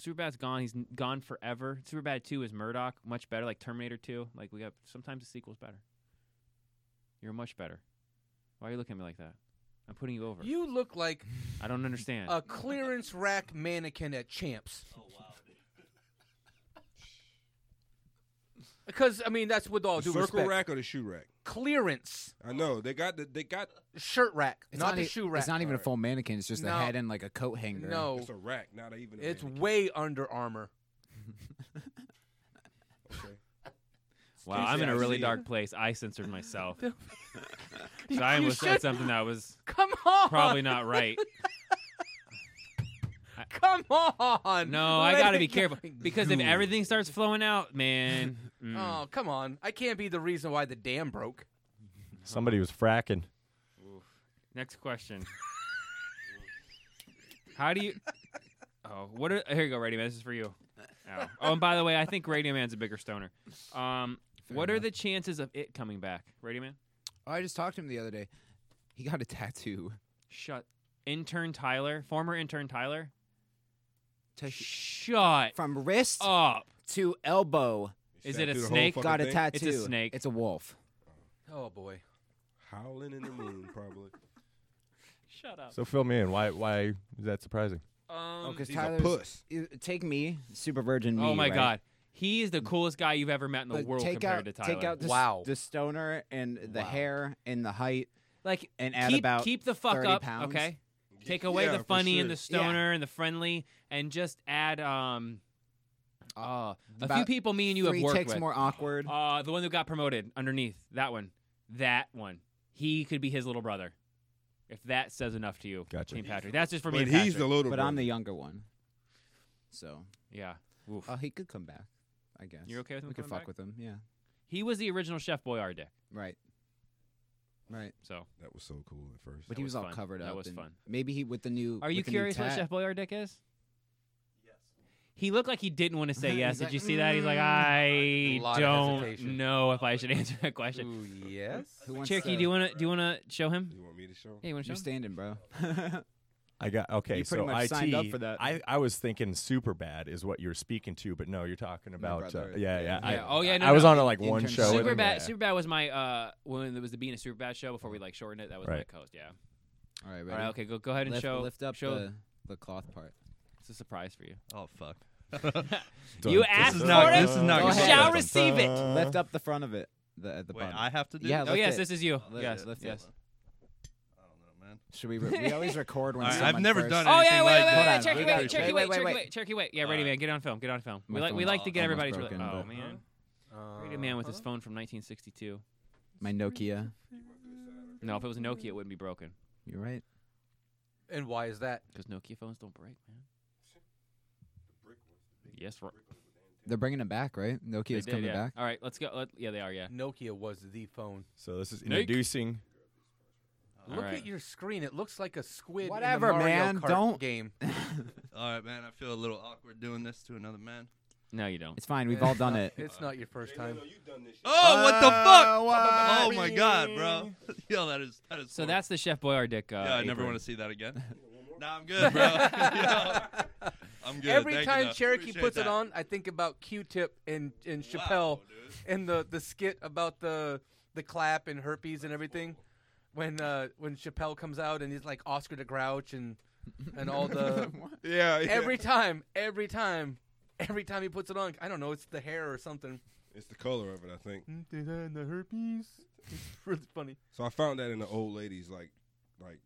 Speaker 11: Superbad's gone. He's n- gone forever. Superbad Two is Murdoch, much better. Like Terminator Two. Like we got sometimes the sequel's better. You're much better. Why are you looking at me like that? I'm putting you over.
Speaker 7: you look like
Speaker 11: I don't understand.
Speaker 7: a clearance rack mannequin at Champs. Oh wow. Because I mean, that's with all
Speaker 12: the
Speaker 7: due
Speaker 12: circle
Speaker 7: respect.
Speaker 12: rack or the shoe rack?
Speaker 7: Clearance
Speaker 12: I know they got the they got
Speaker 7: shirt rack,
Speaker 13: It's
Speaker 7: not, the
Speaker 13: e-
Speaker 7: shoe rack.
Speaker 13: It's not even a full mannequin. It's just
Speaker 7: No.
Speaker 13: a head and like a coat hanger.
Speaker 7: No,
Speaker 12: it's a rack, not even. A
Speaker 7: it's
Speaker 12: mannequin.
Speaker 7: way Under Armour.
Speaker 12: Okay.
Speaker 11: wow, I'm in a
Speaker 12: I
Speaker 11: really
Speaker 12: see it.
Speaker 11: dark place. I censored myself. so I
Speaker 7: You
Speaker 11: almost said
Speaker 7: should-
Speaker 11: something that was
Speaker 7: Come on.
Speaker 11: probably not right.
Speaker 7: Come on.
Speaker 11: No, I
Speaker 7: Let
Speaker 11: gotta
Speaker 7: it
Speaker 11: be
Speaker 7: go.
Speaker 11: careful because if everything starts flowing out, man. mm.
Speaker 7: Oh come on! I can't be the reason why the dam broke.
Speaker 6: Somebody was fracking.
Speaker 11: Next question. How do you? Oh, what are? Here you go, Radio Man. This is for you. Ow. Oh, and by the way, I think Radio Man's a bigger stoner. Um, what are the chances of it coming back, Radio Man?
Speaker 13: Oh, I just talked to him the other day. He got a tattoo.
Speaker 11: Shut. Intern Tyler, former intern Tyler.
Speaker 13: Tattoo-
Speaker 11: Shut
Speaker 13: From wrist
Speaker 11: up.
Speaker 13: to elbow.
Speaker 11: Is it a
Speaker 12: Tattoo the whole
Speaker 11: snake?
Speaker 12: fucking
Speaker 13: Got a
Speaker 12: thing?
Speaker 13: tattoo.
Speaker 11: It's a snake.
Speaker 13: It's a wolf.
Speaker 7: Oh boy.
Speaker 12: Howling in the moon, probably.
Speaker 11: Shut up.
Speaker 6: So fill me in. Why? Why is that surprising?
Speaker 13: Oh,
Speaker 11: um,
Speaker 13: because
Speaker 12: He's a
Speaker 13: Tyler's
Speaker 12: puss.
Speaker 13: you- Take me, super virgin. Me,
Speaker 11: oh my
Speaker 13: right?
Speaker 11: God, he is the coolest guy you've ever met in the
Speaker 13: But
Speaker 11: world
Speaker 13: take
Speaker 11: compared
Speaker 13: out,
Speaker 11: to Tyler.
Speaker 13: Take out the, s-
Speaker 7: Wow.
Speaker 13: the stoner and the
Speaker 7: Wow.
Speaker 13: hair and the height
Speaker 11: like
Speaker 13: and add
Speaker 11: keep,
Speaker 13: about
Speaker 11: keep the fuck
Speaker 13: 30
Speaker 11: up,
Speaker 13: pounds.
Speaker 11: okay? Take away
Speaker 12: Yeah,
Speaker 11: the
Speaker 12: for
Speaker 11: funny
Speaker 12: sure.
Speaker 11: and the stoner and the friendly, and just add um, uh, a few
Speaker 13: about
Speaker 11: people me and you have
Speaker 13: Three
Speaker 11: worked
Speaker 13: ticks
Speaker 11: with.
Speaker 13: more awkward.
Speaker 11: Uh, the one who got promoted underneath that one, that one. He could be his little brother, if that says enough to you,
Speaker 6: Gotcha.
Speaker 11: Team Patrick. That's just for me.
Speaker 12: But
Speaker 11: and
Speaker 12: he's
Speaker 11: Patrick.
Speaker 12: the little.
Speaker 13: but I'm the
Speaker 12: brother.
Speaker 13: younger one, so
Speaker 11: yeah. Oof.
Speaker 13: oh, he could come back. I guess
Speaker 11: You're okay with him
Speaker 13: We could
Speaker 11: coming
Speaker 13: fuck
Speaker 11: back?
Speaker 13: with him. Yeah.
Speaker 11: he was the original Chef Boyardee.
Speaker 13: Right. Right.
Speaker 11: So,
Speaker 12: That was so cool at first.
Speaker 13: But
Speaker 11: That
Speaker 13: he
Speaker 11: was
Speaker 13: was, all
Speaker 11: fun.
Speaker 13: covered
Speaker 11: That
Speaker 13: up.
Speaker 11: was
Speaker 13: and
Speaker 11: fun.
Speaker 13: Maybe he with the new.
Speaker 11: are you
Speaker 13: with the new
Speaker 11: curious what
Speaker 13: tat.
Speaker 11: Chef Boyardee is? Yes. He looked like he didn't want to say yes.
Speaker 13: He's
Speaker 11: Did
Speaker 13: like,
Speaker 11: you see that? He's like,
Speaker 7: A
Speaker 11: I
Speaker 7: lot of hesitation.
Speaker 11: don't know if I should answer that question.
Speaker 12: Oh,
Speaker 7: Ooh, yes.
Speaker 13: Who wants
Speaker 11: Cherokee,
Speaker 13: to-
Speaker 11: do you want to do you want to show him?
Speaker 12: You want me to show?
Speaker 11: Yeah, you want to
Speaker 13: You're
Speaker 11: show
Speaker 13: standing,
Speaker 11: him?
Speaker 13: bro.
Speaker 6: I got okay.
Speaker 13: You pretty
Speaker 6: so
Speaker 13: much
Speaker 6: IT,
Speaker 13: signed up for that.
Speaker 6: I, I was thinking super bad is what you're speaking to, but no, you're talking about uh,
Speaker 13: brother.
Speaker 6: yeah, yeah. I,
Speaker 11: Yeah, oh, yeah, no,
Speaker 6: I was
Speaker 11: no.
Speaker 6: on a, like one
Speaker 13: Intern
Speaker 6: show. with
Speaker 11: Superbad,
Speaker 6: him, yeah.
Speaker 11: Superbad was my uh when there was the being a Superbad show before we like shortened it. That was my
Speaker 6: Right.
Speaker 11: co-host. Yeah.
Speaker 13: All right.
Speaker 11: All right. Okay. Go go ahead and
Speaker 13: lift,
Speaker 11: show.
Speaker 13: Lift up
Speaker 11: Show.
Speaker 13: the, the cloth part.
Speaker 11: It's a surprise for you.
Speaker 14: Oh fuck.
Speaker 6: Dun,
Speaker 11: you
Speaker 6: dun,
Speaker 11: asked
Speaker 6: dun,
Speaker 11: for
Speaker 14: not-
Speaker 11: it.
Speaker 14: this is not
Speaker 11: you
Speaker 14: gonna
Speaker 11: shall
Speaker 14: happen.
Speaker 11: receive it.
Speaker 13: lift up the front of it. The at the
Speaker 14: Wait,
Speaker 13: bottom.
Speaker 14: I have to do.
Speaker 13: Yeah,
Speaker 14: this?
Speaker 11: Oh
Speaker 13: lift
Speaker 11: yes,
Speaker 13: it.
Speaker 11: this is you.
Speaker 14: Lift
Speaker 11: yes.
Speaker 13: it, lift
Speaker 11: yes.
Speaker 13: it.
Speaker 14: I don't know, man.
Speaker 13: Should we? Re- we always record when
Speaker 14: All right,
Speaker 13: someone
Speaker 14: I've never
Speaker 13: first-
Speaker 14: done it.
Speaker 11: Oh yeah.
Speaker 14: Anything
Speaker 11: Wait.
Speaker 14: like
Speaker 11: Wait.
Speaker 13: Hold
Speaker 14: that.
Speaker 11: Wait. Wait.
Speaker 13: on,
Speaker 11: Cherokee.
Speaker 13: we gotta-
Speaker 11: Wait. Cherokee.
Speaker 13: wait,
Speaker 11: Wait.
Speaker 13: wait,
Speaker 11: Cherokee.
Speaker 13: wait.
Speaker 11: Wait. Cherokee. Wait. Yeah.
Speaker 14: All
Speaker 11: Ready
Speaker 14: right.
Speaker 11: man. Get on film. Get on film.
Speaker 13: My
Speaker 11: We like we
Speaker 13: phone's
Speaker 11: like to
Speaker 13: broken,
Speaker 11: get everybody's.
Speaker 13: but-
Speaker 11: Re- oh man. Ready man with his
Speaker 7: Uh,
Speaker 11: phone from 1962.
Speaker 13: My Nokia.
Speaker 11: No, if it was a Nokia, it wouldn't be broken
Speaker 13: You're right.
Speaker 7: And why is that?
Speaker 11: because Nokia phones don't break, man. Yes, right.
Speaker 13: They're bringing it back, right?
Speaker 11: They
Speaker 13: Nokia's
Speaker 11: did,
Speaker 13: coming
Speaker 11: yeah.
Speaker 13: back.
Speaker 11: All right, let's go. Let, yeah, they are. Yeah.
Speaker 7: Nokia was the phone.
Speaker 6: So this is
Speaker 11: Nick.
Speaker 6: introducing
Speaker 7: Look
Speaker 11: All right.
Speaker 7: at your screen. It looks like a squid.
Speaker 11: Whatever,
Speaker 7: in the Mario
Speaker 11: man.
Speaker 7: Kart
Speaker 11: Don't-
Speaker 7: game.
Speaker 14: All right, man. I feel a little awkward doing this to another man.
Speaker 11: No, you don't.
Speaker 13: It's fine. We've all done it.
Speaker 7: It's not your first time.
Speaker 14: Oh, what the
Speaker 7: Uh,
Speaker 14: fuck! Oh my
Speaker 7: what?
Speaker 14: god, bro. Yo, that is that is.
Speaker 11: So
Speaker 14: horrible.
Speaker 11: that's the Chef Boyardee. Uh,
Speaker 14: yeah, I never
Speaker 11: apron.
Speaker 14: want to see that again. nah, I'm good, bro. Yo, I'm good.
Speaker 7: Every
Speaker 14: Thank you,
Speaker 7: time
Speaker 14: though.
Speaker 7: Cherokee
Speaker 14: Appreciate
Speaker 7: puts
Speaker 14: that.
Speaker 7: it on, I think about Q-Tip and and Chappelle and the the skit about the the clap and herpes and everything. When uh, when Chappelle comes out and he's like Oscar the Grouch and and all the
Speaker 12: Yeah, yeah.
Speaker 7: every time every time every time he puts it on I don't know it's the hair or something
Speaker 12: It's the color of it, I think.
Speaker 7: and the herpes it's really funny
Speaker 12: So I found that in the old lady's like, like,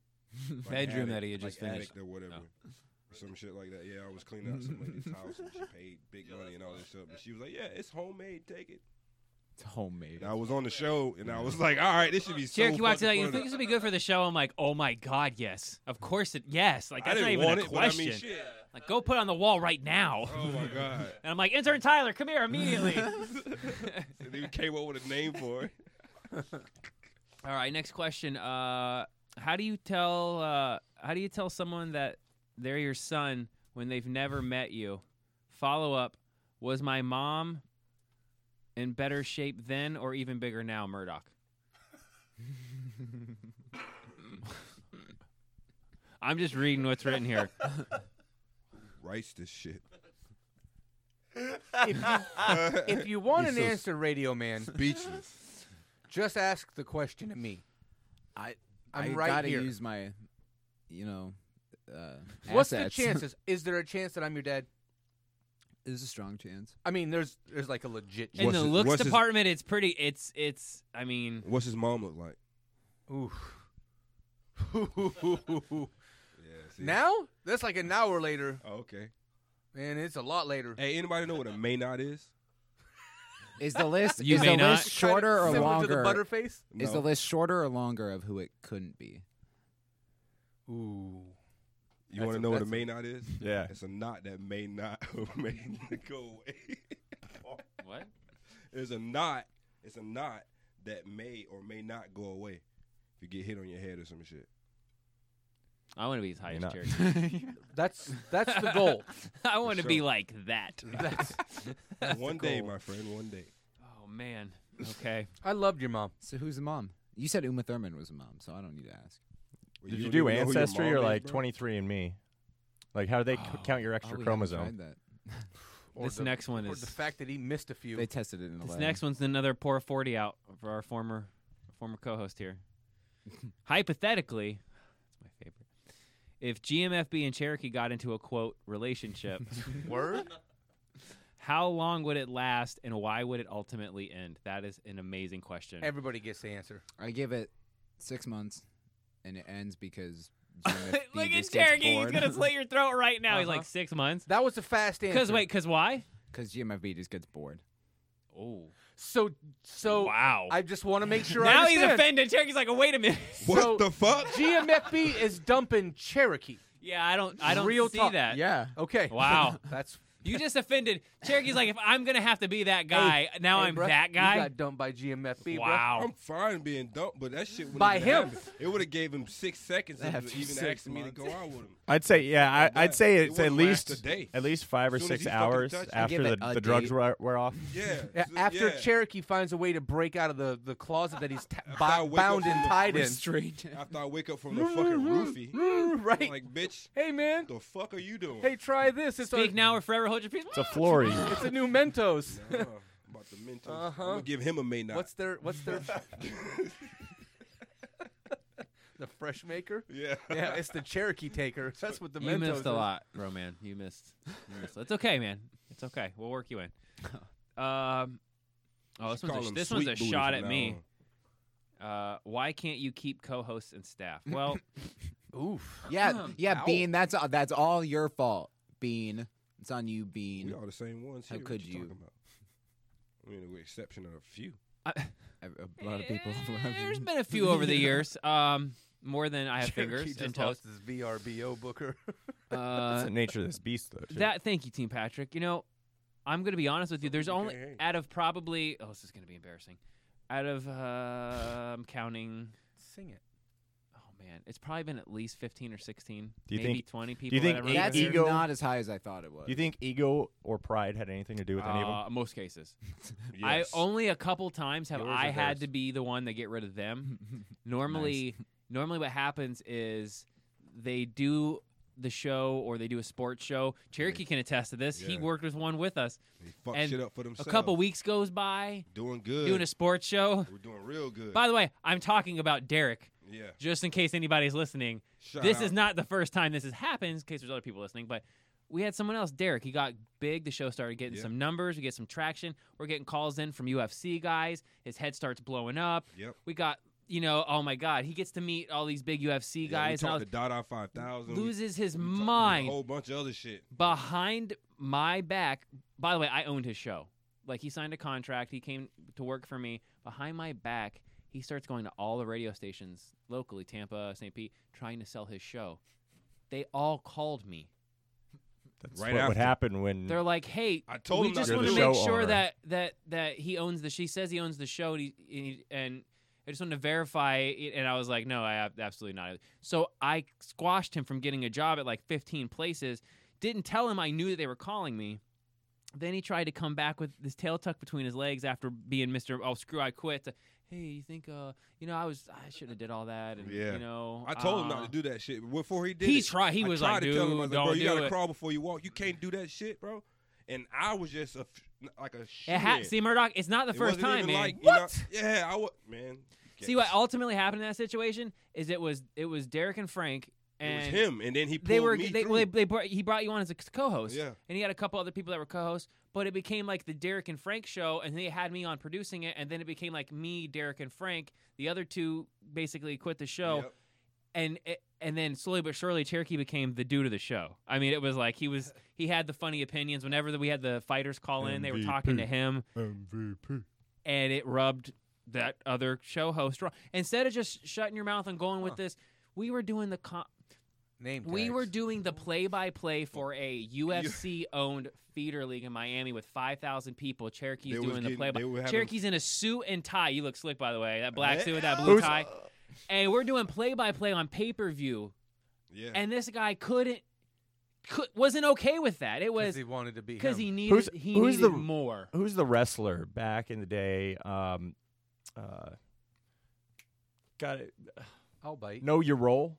Speaker 12: like
Speaker 11: Bedroom
Speaker 12: attic-
Speaker 11: that he had
Speaker 12: like
Speaker 11: just finished.
Speaker 12: attic or whatever, Or some shit like that. Yeah, I was cleaning out some lady's house and she paid big money and all this stuff. And she was like, "Yeah, it's homemade. Take it."
Speaker 13: It's homemade.
Speaker 12: And I was on the show and I was like, "All right, this should be so."
Speaker 11: Cherokee walks in like,
Speaker 12: fucking
Speaker 11: you
Speaker 12: funny."
Speaker 11: think this would be good for the show? I'm like, oh my god, yes, of course it, yes. Like
Speaker 12: I
Speaker 11: that's not
Speaker 12: didn't
Speaker 11: even
Speaker 12: want
Speaker 11: a
Speaker 12: it, but I mean,
Speaker 11: question.
Speaker 12: shit.
Speaker 11: Like, go put it on the wall right now.
Speaker 12: Oh my god!
Speaker 11: and I'm like, intern Tyler, come here immediately.
Speaker 12: and he came up with a name for it.
Speaker 11: All right, next question. Uh, how do you tell uh, how do you tell someone that they're your son when they've never met you? Follow up: Was my mom in better shape then, or even bigger now, Murdoch? I'm just reading what's written here.
Speaker 12: Writes this shit.
Speaker 7: if you, if you want
Speaker 12: You're
Speaker 7: an
Speaker 12: so
Speaker 7: answer, Radio Man,
Speaker 12: speechless.
Speaker 7: Just ask the question to me.
Speaker 13: I
Speaker 7: I'm
Speaker 13: I
Speaker 7: right
Speaker 13: gotta
Speaker 7: here.
Speaker 13: use my, you know, uh,
Speaker 7: What's
Speaker 13: assets.
Speaker 7: the chances? Is there a chance that I'm your dad?
Speaker 13: There's a strong chance.
Speaker 7: I mean, there's there's like a legit.
Speaker 11: In
Speaker 7: chance.
Speaker 11: the looks department, it's pretty. It's it's. I mean,
Speaker 12: What's his mom look like?
Speaker 7: Ooh. now that's like an hour later.
Speaker 12: okay.
Speaker 7: Man, it's a lot later.
Speaker 12: Hey, anybody know what a may not is?
Speaker 13: Is the list
Speaker 12: You
Speaker 13: is the
Speaker 12: may not.
Speaker 13: list shorter or
Speaker 7: Similar to the
Speaker 13: longer?
Speaker 7: Butterface?
Speaker 13: Is the
Speaker 12: No.
Speaker 13: list shorter or longer of who it couldn't be?
Speaker 7: Ooh.
Speaker 13: That's
Speaker 12: You want
Speaker 13: a-
Speaker 12: to know what a
Speaker 13: that's a-
Speaker 12: may not is?
Speaker 6: Yeah.
Speaker 12: It's a knot that may not or may not go away.
Speaker 11: what?
Speaker 12: It's a knot. It's a knot that may or may not go away if you get hit on your head or some shit.
Speaker 11: I want to be as high
Speaker 12: You're
Speaker 11: as
Speaker 12: not.
Speaker 11: Cherokee.
Speaker 7: that's that's the goal.
Speaker 11: I
Speaker 12: For
Speaker 11: want to be
Speaker 12: sure.
Speaker 11: like that.
Speaker 7: That's- that's
Speaker 12: one
Speaker 7: the
Speaker 12: day,
Speaker 7: goal.
Speaker 12: my friend. One day.
Speaker 11: Oh man. Okay.
Speaker 7: I loved your mom.
Speaker 13: So who's the mom? You said Uma Thurman was a mom, so I don't need to ask.
Speaker 12: Well,
Speaker 6: Did you
Speaker 12: don't
Speaker 6: do
Speaker 12: even know who your
Speaker 6: ancestry or
Speaker 12: mom is,
Speaker 6: like
Speaker 12: bro?
Speaker 6: 23andMe? Like, how do they c- count your e- extra
Speaker 11: Oh,
Speaker 13: we haven't
Speaker 6: chromosome?
Speaker 13: tried that.
Speaker 7: Or
Speaker 11: This
Speaker 7: the-
Speaker 11: next one
Speaker 7: or
Speaker 11: is-
Speaker 7: Oh, the fact that he missed a few.
Speaker 13: They tested it in
Speaker 11: This
Speaker 13: 11.
Speaker 11: next one's another pour forty out for our former former co-host here. Hypothetically, that's my favorite. If GMFB and Cherokee got into a quote relationship,
Speaker 7: Word?
Speaker 11: how long would it last, and why would it ultimately end? That is an amazing question.
Speaker 7: Everybody gets the answer.
Speaker 13: I give it six months, and it ends because. GMFB
Speaker 11: Look at
Speaker 13: just gets
Speaker 11: Cherokee; he's
Speaker 13: bored.
Speaker 11: gonna slit your throat right now. He's
Speaker 7: Uh-huh.
Speaker 11: like six months.
Speaker 7: That was the fast answer.
Speaker 11: Because wait, because why?
Speaker 13: Because GMFB just gets bored.
Speaker 11: Oh,
Speaker 7: So so
Speaker 11: Wow.
Speaker 7: I just want to make sure.
Speaker 11: now
Speaker 7: I
Speaker 11: he's
Speaker 7: understand.
Speaker 11: offended. Cherokee's like, oh, wait a minute.
Speaker 12: What
Speaker 7: So-
Speaker 12: the fuck?
Speaker 7: GMFB is dumping Cherokee.
Speaker 11: yeah, I don't, I don't
Speaker 7: Real
Speaker 11: see
Speaker 7: talk.
Speaker 11: that.
Speaker 13: Yeah.
Speaker 7: Okay.
Speaker 11: Wow.
Speaker 7: That's
Speaker 11: You just offended Cherokee's. Like, if I'm gonna have to be that guy, now
Speaker 7: Hey,
Speaker 11: I'm
Speaker 7: bruh,
Speaker 11: that guy.
Speaker 7: You got dumped by GMFB. bruh.
Speaker 11: wow.
Speaker 12: I'm fine being dumped, but that shit wouldn't
Speaker 7: By
Speaker 12: even
Speaker 7: him.
Speaker 12: happen. It would have gave him six seconds if
Speaker 13: After
Speaker 12: he even
Speaker 13: six
Speaker 12: asking me to go out with him.
Speaker 6: I'd say, yeah, I, I'd say
Speaker 12: It
Speaker 6: it's at
Speaker 12: wouldn't last
Speaker 6: least
Speaker 12: a day.
Speaker 6: at least five or
Speaker 12: Soon as
Speaker 6: six
Speaker 12: he fucking
Speaker 6: hours
Speaker 12: touched it. I
Speaker 6: after
Speaker 13: give
Speaker 6: the,
Speaker 13: it a
Speaker 6: the drugs
Speaker 13: date.
Speaker 6: were, were off.
Speaker 12: Yeah.
Speaker 7: A- After
Speaker 12: yeah.
Speaker 7: Cherokee finds a way to break out of the, the closet that he's t-
Speaker 12: I
Speaker 7: bo-
Speaker 12: wake up
Speaker 7: bound
Speaker 12: from
Speaker 7: and
Speaker 12: the-
Speaker 7: tied in.
Speaker 13: Restrained.
Speaker 12: After I wake up from the fucking roofie,
Speaker 7: right.
Speaker 12: I'm like, bitch,
Speaker 7: hey man.
Speaker 12: the fuck are you doing?
Speaker 7: Hey, try this. It's
Speaker 11: Speak
Speaker 7: a,
Speaker 11: now or forever hold your peace.
Speaker 6: It's a flurry.
Speaker 7: It's a new Mentos.
Speaker 12: Nah, about the mental.
Speaker 7: Uh-huh.
Speaker 12: I'm gonna give him a may not.
Speaker 7: What's their What's their the fresh maker?
Speaker 12: yeah.
Speaker 7: Yeah, it's the Cherokee taker. That's what the
Speaker 11: you
Speaker 7: Mentos.
Speaker 11: missed
Speaker 7: is.
Speaker 11: a lot, Roman. You missed. You missed. It's okay, man. It's okay. We'll work you in. Um, oh, this
Speaker 12: Should call
Speaker 11: one's a,
Speaker 12: him
Speaker 11: this one's
Speaker 12: Sweet
Speaker 11: a
Speaker 12: Booty
Speaker 11: shot
Speaker 12: from
Speaker 11: at
Speaker 12: now
Speaker 11: me.
Speaker 12: on.
Speaker 11: Uh, why can't you keep co-hosts and staff? Well,
Speaker 7: Oof.
Speaker 13: Yeah, yeah,
Speaker 7: Ow.
Speaker 13: Bean. That's all, that's all your fault, Bean. It's on you, Bean.
Speaker 12: We all the same ones.
Speaker 13: How
Speaker 12: Here. What
Speaker 13: could you?
Speaker 12: Talking about? I mean, with the exception of a few.
Speaker 13: A, a lot of people. love
Speaker 11: there's
Speaker 13: you.
Speaker 11: been a few over the years. Um, more than I have
Speaker 7: Cherokee
Speaker 11: fingers and toes.
Speaker 7: just lost his VRBO booker.
Speaker 11: Uh,
Speaker 6: That's the nature of this beast, though. too.
Speaker 11: That thank you, Team Patrick. You know, I'm gonna be honest with you. There's only
Speaker 12: hey.
Speaker 11: out of probably oh, this is gonna be embarrassing. Out of uh, I'm counting.
Speaker 7: Sing it.
Speaker 11: Oh man, it's probably been at least fifteen or sixteen,
Speaker 6: Do you
Speaker 11: maybe
Speaker 6: think
Speaker 11: twenty people.
Speaker 6: Do you think
Speaker 11: that
Speaker 6: e-
Speaker 11: have ever
Speaker 6: ego
Speaker 11: been there.
Speaker 13: as high as I thought it was.
Speaker 6: Do you think ego or pride had anything to do with any of
Speaker 11: Uh,
Speaker 6: them?
Speaker 11: most cases. I only a couple times have
Speaker 6: Yours or
Speaker 11: I had
Speaker 6: theirs?
Speaker 11: to be the one to get rid of them. normally, normally what happens is they do the show or they do a sports show. Cherokee can attest to this. He
Speaker 12: Yeah.
Speaker 11: worked with one with us. He
Speaker 12: fucked shit up for
Speaker 11: A couple
Speaker 12: himself.
Speaker 11: weeks goes by.
Speaker 12: Doing good.
Speaker 11: Doing a sports show.
Speaker 12: We're doing real good.
Speaker 11: By the way, I'm talking about Derek.
Speaker 12: Yeah.
Speaker 11: Just in case anybody's listening,
Speaker 12: Shout
Speaker 11: this
Speaker 12: out.
Speaker 11: is not the first time this has happened. In case there's other people listening, but we had someone else, Derek. He got big. The show started getting
Speaker 12: Yeah.
Speaker 11: some numbers. We get some traction. We're getting calls in from UFC guys. His head starts blowing up.
Speaker 12: Yep.
Speaker 11: We got. You know, oh my God, he gets to meet all these big UFC guys.
Speaker 12: we
Speaker 11: and all
Speaker 12: talked to Dada Five Thousand.
Speaker 11: loses his
Speaker 12: A
Speaker 11: mind
Speaker 12: whole bunch of other shit.
Speaker 11: behind my back. By the way, I owned his show. Like he signed a contract. He came to work for me. Behind my back, he starts going to all the radio stations locally, Tampa, St. Pete, trying to sell his show. They all called me.
Speaker 6: That's
Speaker 12: Right
Speaker 6: what would
Speaker 12: after.
Speaker 6: happen when
Speaker 11: They're like, "Hey,
Speaker 12: I told
Speaker 11: we
Speaker 12: him
Speaker 11: just
Speaker 12: not
Speaker 11: want
Speaker 12: to
Speaker 11: to
Speaker 12: do it."
Speaker 11: make
Speaker 12: Mm-hmm. Show
Speaker 11: sure
Speaker 12: owner.
Speaker 11: that that that he owns the. She says he owns the show, and, he, and, he- and I just wanted to verify. It, and I was like, "No, I ab- absolutely not." So I squashed him from getting a job at like 15 places. Didn't tell him I knew that they were calling me. Then he tried to come back with his tail tucked between his legs after being Mister. Oh, screw! I quit. to, hey, you think? Uh, you know, I was. I should have did all that. And,
Speaker 12: Yeah.
Speaker 11: You know,
Speaker 12: I told him
Speaker 11: uh,
Speaker 12: not to do that shit before he did.
Speaker 11: He
Speaker 12: it,
Speaker 11: tried- he
Speaker 12: I
Speaker 11: was
Speaker 12: tried
Speaker 11: like,
Speaker 12: to tell him, I was
Speaker 11: "Dude,
Speaker 12: like, bro,
Speaker 11: don't
Speaker 12: you
Speaker 11: do
Speaker 12: gotta
Speaker 11: it."
Speaker 12: crawl before you walk. You can't do that shit, bro. And I was just a f- like a shit.
Speaker 11: It ha- see, Murdoch, it's not the
Speaker 12: It
Speaker 11: first
Speaker 12: wasn't
Speaker 11: time,
Speaker 12: even
Speaker 11: man.
Speaker 12: Like, you know- yeah, I would, man.
Speaker 11: See what ultimately happened in that situation is it was it was Derek and Frank
Speaker 12: It was
Speaker 11: and
Speaker 12: him, and then he
Speaker 11: oh, they
Speaker 12: pulled
Speaker 11: were
Speaker 12: me
Speaker 11: they,
Speaker 12: through.
Speaker 11: well, they, they brought, he brought you on as a co-host
Speaker 12: Yeah.
Speaker 11: and he had a couple other people that were co-hosts but it became like the Derek and Frank show and they had me on producing it and then it became like me Derek and Frank the other two basically quit the show
Speaker 12: Yep.
Speaker 11: and it, and then slowly but surely Cherokee became the dude of the show I mean it was like he was he had the funny opinions whenever that we had the fighters call in they were talking to
Speaker 6: MVP.
Speaker 11: him and it rubbed that other show host wrong. Instead of just shutting your mouth and going with this, we were doing the com-
Speaker 7: name.
Speaker 11: we were doing the play by play for a UFC owned feeder league in Miami with five thousand people. Cherokee's
Speaker 12: They was
Speaker 11: doing the
Speaker 12: getting-
Speaker 11: play by.
Speaker 12: they were having-
Speaker 11: Cherokee's in a suit and tie. You look slick, by the way. That black
Speaker 12: Yeah.
Speaker 11: suit with that blue
Speaker 12: Who's-
Speaker 11: tie. And we're doing play by play on pay per view,
Speaker 12: Yeah.
Speaker 11: and this guy couldn't. Could, wasn't okay with that. It was
Speaker 7: he wanted to be
Speaker 11: because
Speaker 7: him.
Speaker 11: he needed
Speaker 6: who's
Speaker 11: he
Speaker 6: who's
Speaker 11: needed
Speaker 6: the
Speaker 11: more.
Speaker 6: Who's the wrestler back in the day? Um, uh, got it.
Speaker 7: I'll bite.
Speaker 6: Know your role.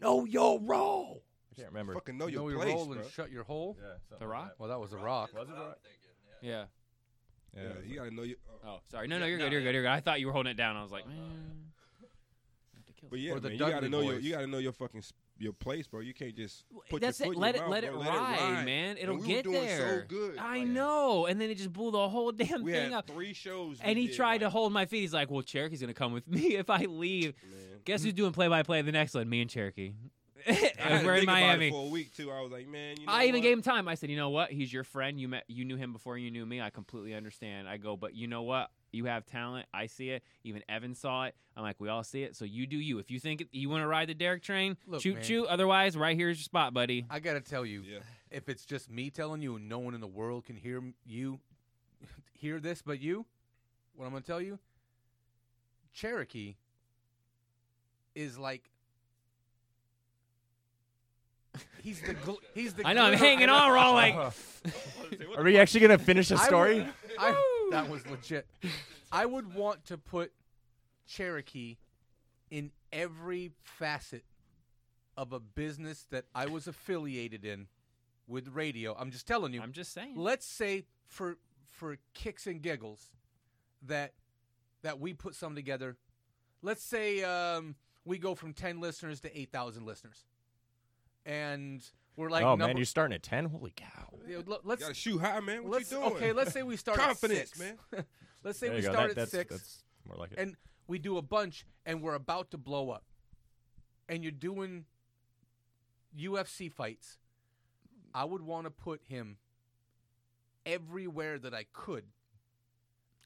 Speaker 6: Know your role. I can't remember.
Speaker 12: Fucking know
Speaker 7: know
Speaker 12: your
Speaker 7: your
Speaker 12: place,
Speaker 7: role and
Speaker 12: bro.
Speaker 7: shut your hole.
Speaker 6: Yeah,
Speaker 11: The Rock.
Speaker 7: Well, that was the Rock.
Speaker 6: Was it Rock?
Speaker 11: Yeah.
Speaker 12: Yeah, you gotta know your.
Speaker 11: Oh, sorry. No, no, you're good. You're good. You're good. I thought you were holding it down. I was like, man.
Speaker 12: But yeah,
Speaker 11: Or the
Speaker 12: man, you gotta
Speaker 11: Dudley
Speaker 12: know your
Speaker 11: boys.
Speaker 12: you gotta know your fucking s- your place, bro. You can't just put
Speaker 11: That's
Speaker 12: your foot
Speaker 11: it.
Speaker 12: in
Speaker 11: Let
Speaker 12: your
Speaker 11: it
Speaker 12: mouth,
Speaker 11: let it
Speaker 12: bro.
Speaker 11: ride, man. It'll
Speaker 12: and we
Speaker 11: get
Speaker 12: were doing
Speaker 11: there.
Speaker 12: So good.
Speaker 11: I know. And then it just blew the whole damn
Speaker 12: We
Speaker 11: thing
Speaker 12: had
Speaker 11: up.
Speaker 12: three shows. we
Speaker 11: and he
Speaker 12: did,
Speaker 11: tried
Speaker 12: like-
Speaker 11: to hold my feet. He's like, "Well, Cherokee's gonna come with me if I leave." Guess who's doing play-by-play the next one? Me and Cherokee.
Speaker 12: I had to
Speaker 11: We're in
Speaker 12: think about it
Speaker 11: Miami.
Speaker 12: for a week too. I was like, man, you know
Speaker 11: I even
Speaker 12: what?
Speaker 11: gave him time. I said, "You know what? He's your friend. You met, you knew him before you knew me. I completely understand." I go, "But you know what? You have talent. I see it. Even Evan saw it. I'm like, we all see it. So you do you. If you think it, you want to ride the Derek train,
Speaker 7: Look,
Speaker 11: shoot,
Speaker 7: man.
Speaker 11: shoot. Otherwise, right here's your spot, buddy.
Speaker 7: I gotta tell you, if it's just me telling you and no one in the world can hear m- you, hear this but you, what I'm gonna tell you, Cherokee is like. He's the gl- he's the.
Speaker 11: I know, I'm
Speaker 7: glitter
Speaker 11: hanging
Speaker 7: in-
Speaker 11: on, we're all like-
Speaker 6: Are we actually gonna finish the
Speaker 7: I would-
Speaker 6: story?
Speaker 7: I- that was legit. I would want to put Cherokee in every facet of a business that I was affiliated in with radio. I'm just telling you. I'm
Speaker 11: just saying.
Speaker 7: Let's say for for kicks and giggles that that we put some together. Let's say um, we go from 10 listeners to 8,000 listeners. And we're like
Speaker 6: oh
Speaker 7: number
Speaker 6: man, you're starting at ten. Holy cow!
Speaker 7: yeah, let- let's
Speaker 12: gotta shoot high, man. What
Speaker 7: let's-
Speaker 12: you doing?
Speaker 7: Okay, let's say we start
Speaker 12: Confidence,
Speaker 7: at six.
Speaker 12: man.
Speaker 7: let's say
Speaker 6: There
Speaker 7: we
Speaker 6: you go.
Speaker 7: start
Speaker 6: That- that's-
Speaker 7: at six.
Speaker 6: that's more like it.
Speaker 7: And we do a bunch, and we're about to blow up. And you're doing UFC fights. I would want to put him everywhere that I could.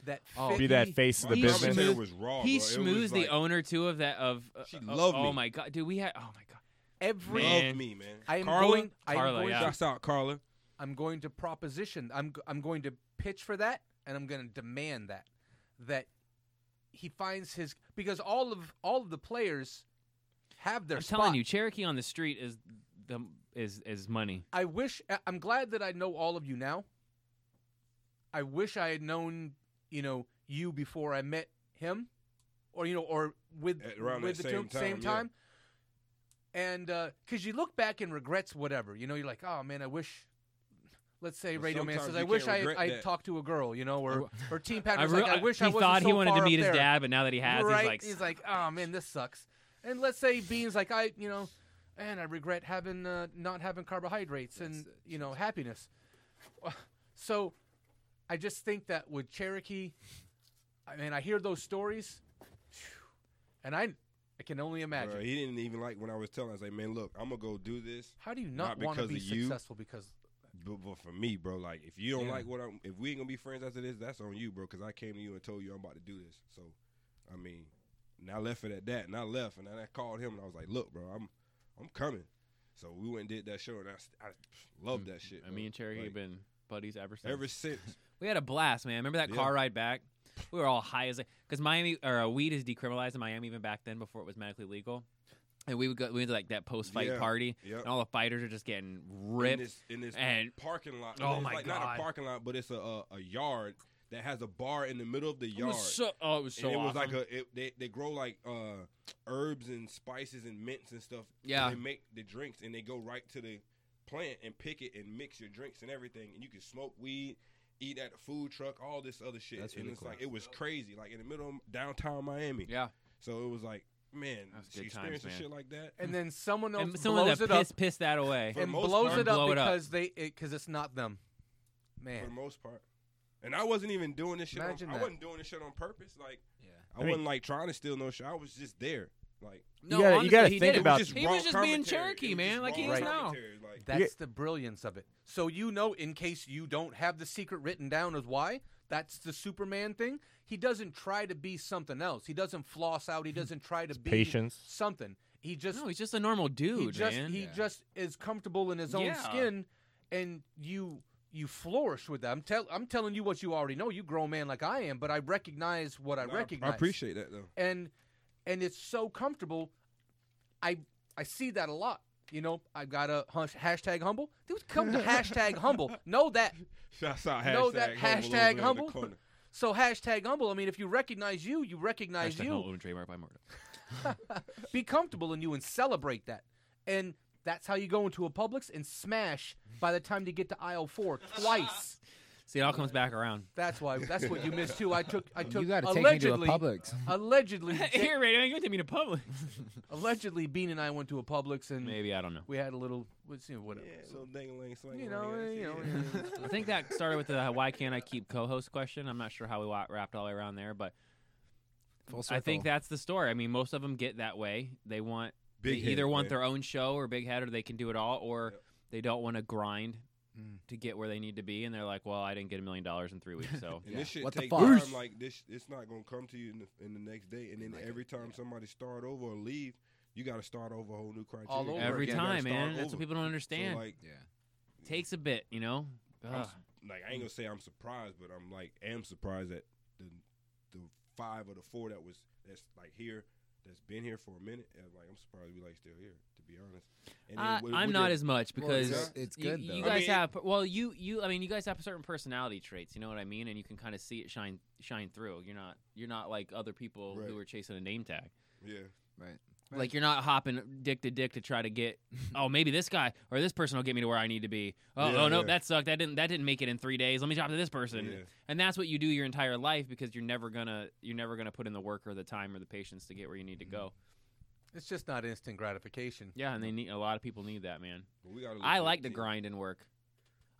Speaker 7: That fit
Speaker 6: Oh. Be that face of the
Speaker 11: he
Speaker 6: business.
Speaker 11: smoothed-
Speaker 12: was raw,
Speaker 11: He
Speaker 12: bro. It
Speaker 11: smooths
Speaker 12: was
Speaker 11: the
Speaker 12: like-
Speaker 11: owner too of that of.
Speaker 12: She
Speaker 11: uh,
Speaker 12: loved
Speaker 11: oh,
Speaker 12: me.
Speaker 11: my god, dude, we had. Oh my god,
Speaker 7: every
Speaker 11: Man.
Speaker 12: Love me, man.
Speaker 7: I am
Speaker 12: Carla?
Speaker 7: going. I am
Speaker 11: Carla,
Speaker 7: going
Speaker 11: yeah.
Speaker 7: to,
Speaker 11: Shouts
Speaker 12: out, Carla.
Speaker 7: I'm going to proposition. I'm g- I'm going to pitch for that, and I'm going to demand that that he finds his because all of all of the players have their
Speaker 11: I'm
Speaker 7: spot.
Speaker 11: telling you, Cherokee on the street is the is is money.
Speaker 7: I wish I- I'm glad that I know all of you now. I wish I had known, you know, you before I met him, or you know, or with
Speaker 12: At around
Speaker 7: with
Speaker 12: that
Speaker 7: the
Speaker 12: same
Speaker 7: two- same
Speaker 12: time, yeah.
Speaker 7: time. And because you look back and regrets whatever, you know, you're like, oh man, I wish. Let's say
Speaker 12: But
Speaker 7: Radio Man
Speaker 12: sometimes
Speaker 7: says,
Speaker 12: you
Speaker 7: I wish
Speaker 12: can't
Speaker 7: I
Speaker 12: regret
Speaker 7: I
Speaker 12: that.
Speaker 7: talked to a girl, you know, or or Team
Speaker 11: I
Speaker 7: Patrick's
Speaker 11: re-
Speaker 7: like, I wish
Speaker 11: he
Speaker 7: I wasn't
Speaker 11: thought
Speaker 7: so
Speaker 11: he wanted to
Speaker 7: far up
Speaker 11: meet his
Speaker 7: there."
Speaker 11: dad, but now that he has, he's
Speaker 7: right?
Speaker 11: like,
Speaker 7: he's like, oh man, this sucks. And let's say Beans like I, you know, and I regret having uh, not having carbohydrates and you know happiness. So, I just think that with Cherokee, I mean, I hear those stories, and I, I can only imagine.
Speaker 12: Bro, he didn't even like when I was telling. him, I was like, man, look, I'm gonna go do this.
Speaker 7: How do you not wanna
Speaker 12: because
Speaker 7: be
Speaker 12: of you,
Speaker 7: successful? Because
Speaker 12: but, but for me, bro, like if you don't
Speaker 7: Yeah.
Speaker 12: like what I'm, if we ain't gonna be friends after this, that's on you, bro. Because I came to you and told you I'm about to do this. So, I mean, and I left it at that, and I left, and then I called him and I was like, look, bro, I'm, I'm coming. So we went and did that show, and I, s- I love that shit.
Speaker 11: Mm, And me and Cherokee have been buddies ever since.
Speaker 12: Ever since.
Speaker 11: we had a blast, man. Remember that
Speaker 12: Yeah.
Speaker 11: car ride back? We were all high as because Miami or uh, weed is decriminalized in Miami even back then before it was medically legal. And we would go. We went to like that post fight
Speaker 12: Yeah.
Speaker 11: party,
Speaker 12: Yep.
Speaker 11: and all the fighters are just getting ripped.
Speaker 12: in this, in this
Speaker 11: and
Speaker 12: parking lot.
Speaker 11: Oh
Speaker 12: it's
Speaker 11: my
Speaker 12: like
Speaker 11: god!
Speaker 12: Not a parking lot, but it's a, a a yard that has a bar in the middle of the
Speaker 11: was
Speaker 12: yard.
Speaker 11: so- oh, it was so
Speaker 12: And it was like
Speaker 11: awesome.
Speaker 12: a it, they they grow like uh herbs and spices and mints and stuff. and
Speaker 11: Yeah.
Speaker 12: they make the drinks and they go right to the plant and pick it and mix your drinks and everything and you can smoke weed. Eat at the food truck, all this other shit,
Speaker 11: That's
Speaker 12: and
Speaker 11: really
Speaker 12: it's
Speaker 11: cool.
Speaker 12: like it was crazy, like in the middle of downtown Miami.
Speaker 11: Yeah,
Speaker 12: so it was like, man,
Speaker 11: That was
Speaker 12: she
Speaker 11: good times,
Speaker 12: experiencing
Speaker 11: man.
Speaker 12: shit like that,
Speaker 7: and then someone else
Speaker 11: And someone
Speaker 7: blows
Speaker 11: that
Speaker 7: it up,
Speaker 11: piss- pissed that away. For
Speaker 7: and
Speaker 11: most
Speaker 7: blows
Speaker 11: part.
Speaker 7: it up
Speaker 11: Blow it up.
Speaker 7: because they because it's not them. Man,
Speaker 12: for the most part. And I wasn't even doing this shit. On,
Speaker 7: Imagine
Speaker 12: I
Speaker 7: that.
Speaker 12: wasn't doing this shit on purpose. Like,
Speaker 6: I
Speaker 12: I,
Speaker 6: mean-
Speaker 12: wasn't like trying to steal no shit. I was just there. Like,
Speaker 6: No, gotta- you honestly, gotta he think did. about-
Speaker 12: It
Speaker 11: He
Speaker 12: raw
Speaker 11: was just being
Speaker 12: commentary.
Speaker 11: Cherokee,
Speaker 12: It was
Speaker 11: man,
Speaker 12: just
Speaker 11: like he
Speaker 12: raw
Speaker 11: is now.
Speaker 12: commentary, Like,
Speaker 7: That's the brilliance of it. So you know, in case you don't have the secret written down as why, that's the Superman thing. He doesn't try to be something else. He doesn't floss out. He doesn't try to be
Speaker 6: patience.
Speaker 7: something. He just
Speaker 11: Hmm. no, he's just a normal dude,
Speaker 7: he just
Speaker 11: man.
Speaker 7: he just is comfortable in his own
Speaker 11: Yeah.
Speaker 7: skin, and you you flourish with that. I'm tell I'm telling you what you already know. You grow man like I am, but I recognize what I
Speaker 12: No, I- I
Speaker 7: recognize.
Speaker 12: appreciate that, though.
Speaker 7: And and it's so comfortable. I I see that a lot. You know, I've got a hunch, hashtag humble. Dude, come to hashtag humble. Know that.
Speaker 12: Shouts out
Speaker 7: know that
Speaker 12: hashtag humble over there in
Speaker 7: hashtag
Speaker 12: the
Speaker 7: humble.
Speaker 12: corner.
Speaker 7: So hashtag humble. I mean, if you recognize you, you recognize
Speaker 11: Hashtag
Speaker 7: you
Speaker 11: not owned trademark by Marta.
Speaker 7: be comfortable in you and celebrate that. And that's how you go into a Publix and smash by the time you get to aisle four twice.
Speaker 11: See, it all comes back around.
Speaker 7: That's why. That's what you missed too. I took. I
Speaker 11: You
Speaker 7: took.
Speaker 11: gotta take me to a
Speaker 7: allegedly,
Speaker 11: Publix.
Speaker 7: Allegedly,
Speaker 11: Here, radio, you take me to Publix.
Speaker 7: allegedly, Bean and I went to a Publix and
Speaker 11: maybe I don't know.
Speaker 7: We had a little. what's you know, whatever.
Speaker 12: so dangling,
Speaker 7: you know, you know.
Speaker 11: I think that started with the why can't I keep co-host question. I'm not sure how we wa- wrapped all the way around there, but
Speaker 13: Full
Speaker 11: I think
Speaker 13: circle.
Speaker 11: that's the story. I mean, most of them get that way. They want
Speaker 13: Big
Speaker 11: they
Speaker 13: head,
Speaker 11: either want
Speaker 13: yeah.
Speaker 11: their own show or big head, or they can do it all, or they don't want to grind to get where they need to be, and they're like, well, I didn't get a million dollars in three weeks, so
Speaker 12: And this shit take time. Like this, it's not gonna come to you in the, in the next day. And then every time somebody start over or leave, you got to start over a whole new criteria.
Speaker 11: All over
Speaker 12: You gotta
Speaker 11: Every
Speaker 12: start
Speaker 11: time, man.
Speaker 12: over.
Speaker 11: That's what people don't
Speaker 12: So,
Speaker 11: understand.
Speaker 12: like,
Speaker 11: takes a bit, you know.
Speaker 12: I'm
Speaker 11: Ugh.
Speaker 12: s- like I ain't gonna say I'm surprised, but I'm like am surprised that the the five of the four that was that's like here that's been here for a minute. And like I'm surprised we like still here to be honest. And then
Speaker 11: Uh,
Speaker 12: with-
Speaker 11: I'm
Speaker 12: with
Speaker 11: not
Speaker 12: your-
Speaker 11: as much because you- You,
Speaker 12: I
Speaker 11: guys
Speaker 12: mean,
Speaker 11: have well, you you. I mean, you guys have certain personality traits. You know what I mean, and you can kind of see it shine shine through. You're not you're not like other people who are chasing a name tag.
Speaker 12: Yeah.
Speaker 13: Right.
Speaker 11: Like you're not hopping dick to dick to try to get. oh, maybe this guy or this person will get me to where I need to be. Oh,
Speaker 13: Yeah,
Speaker 11: oh no,
Speaker 13: yeah.
Speaker 11: that sucked. That didn't that didn't make it in three days. Let me drop to this person.
Speaker 13: Yeah.
Speaker 11: And that's what you do your entire life because you're never gonna you're never gonna put in the work or the time or the patience to get where you need to go.
Speaker 7: It's just not instant gratification.
Speaker 11: Yeah, and they need a lot of people need that, man.
Speaker 12: But we gotta look
Speaker 11: I
Speaker 12: at
Speaker 11: like
Speaker 12: the
Speaker 11: to
Speaker 12: team.
Speaker 11: grind and work.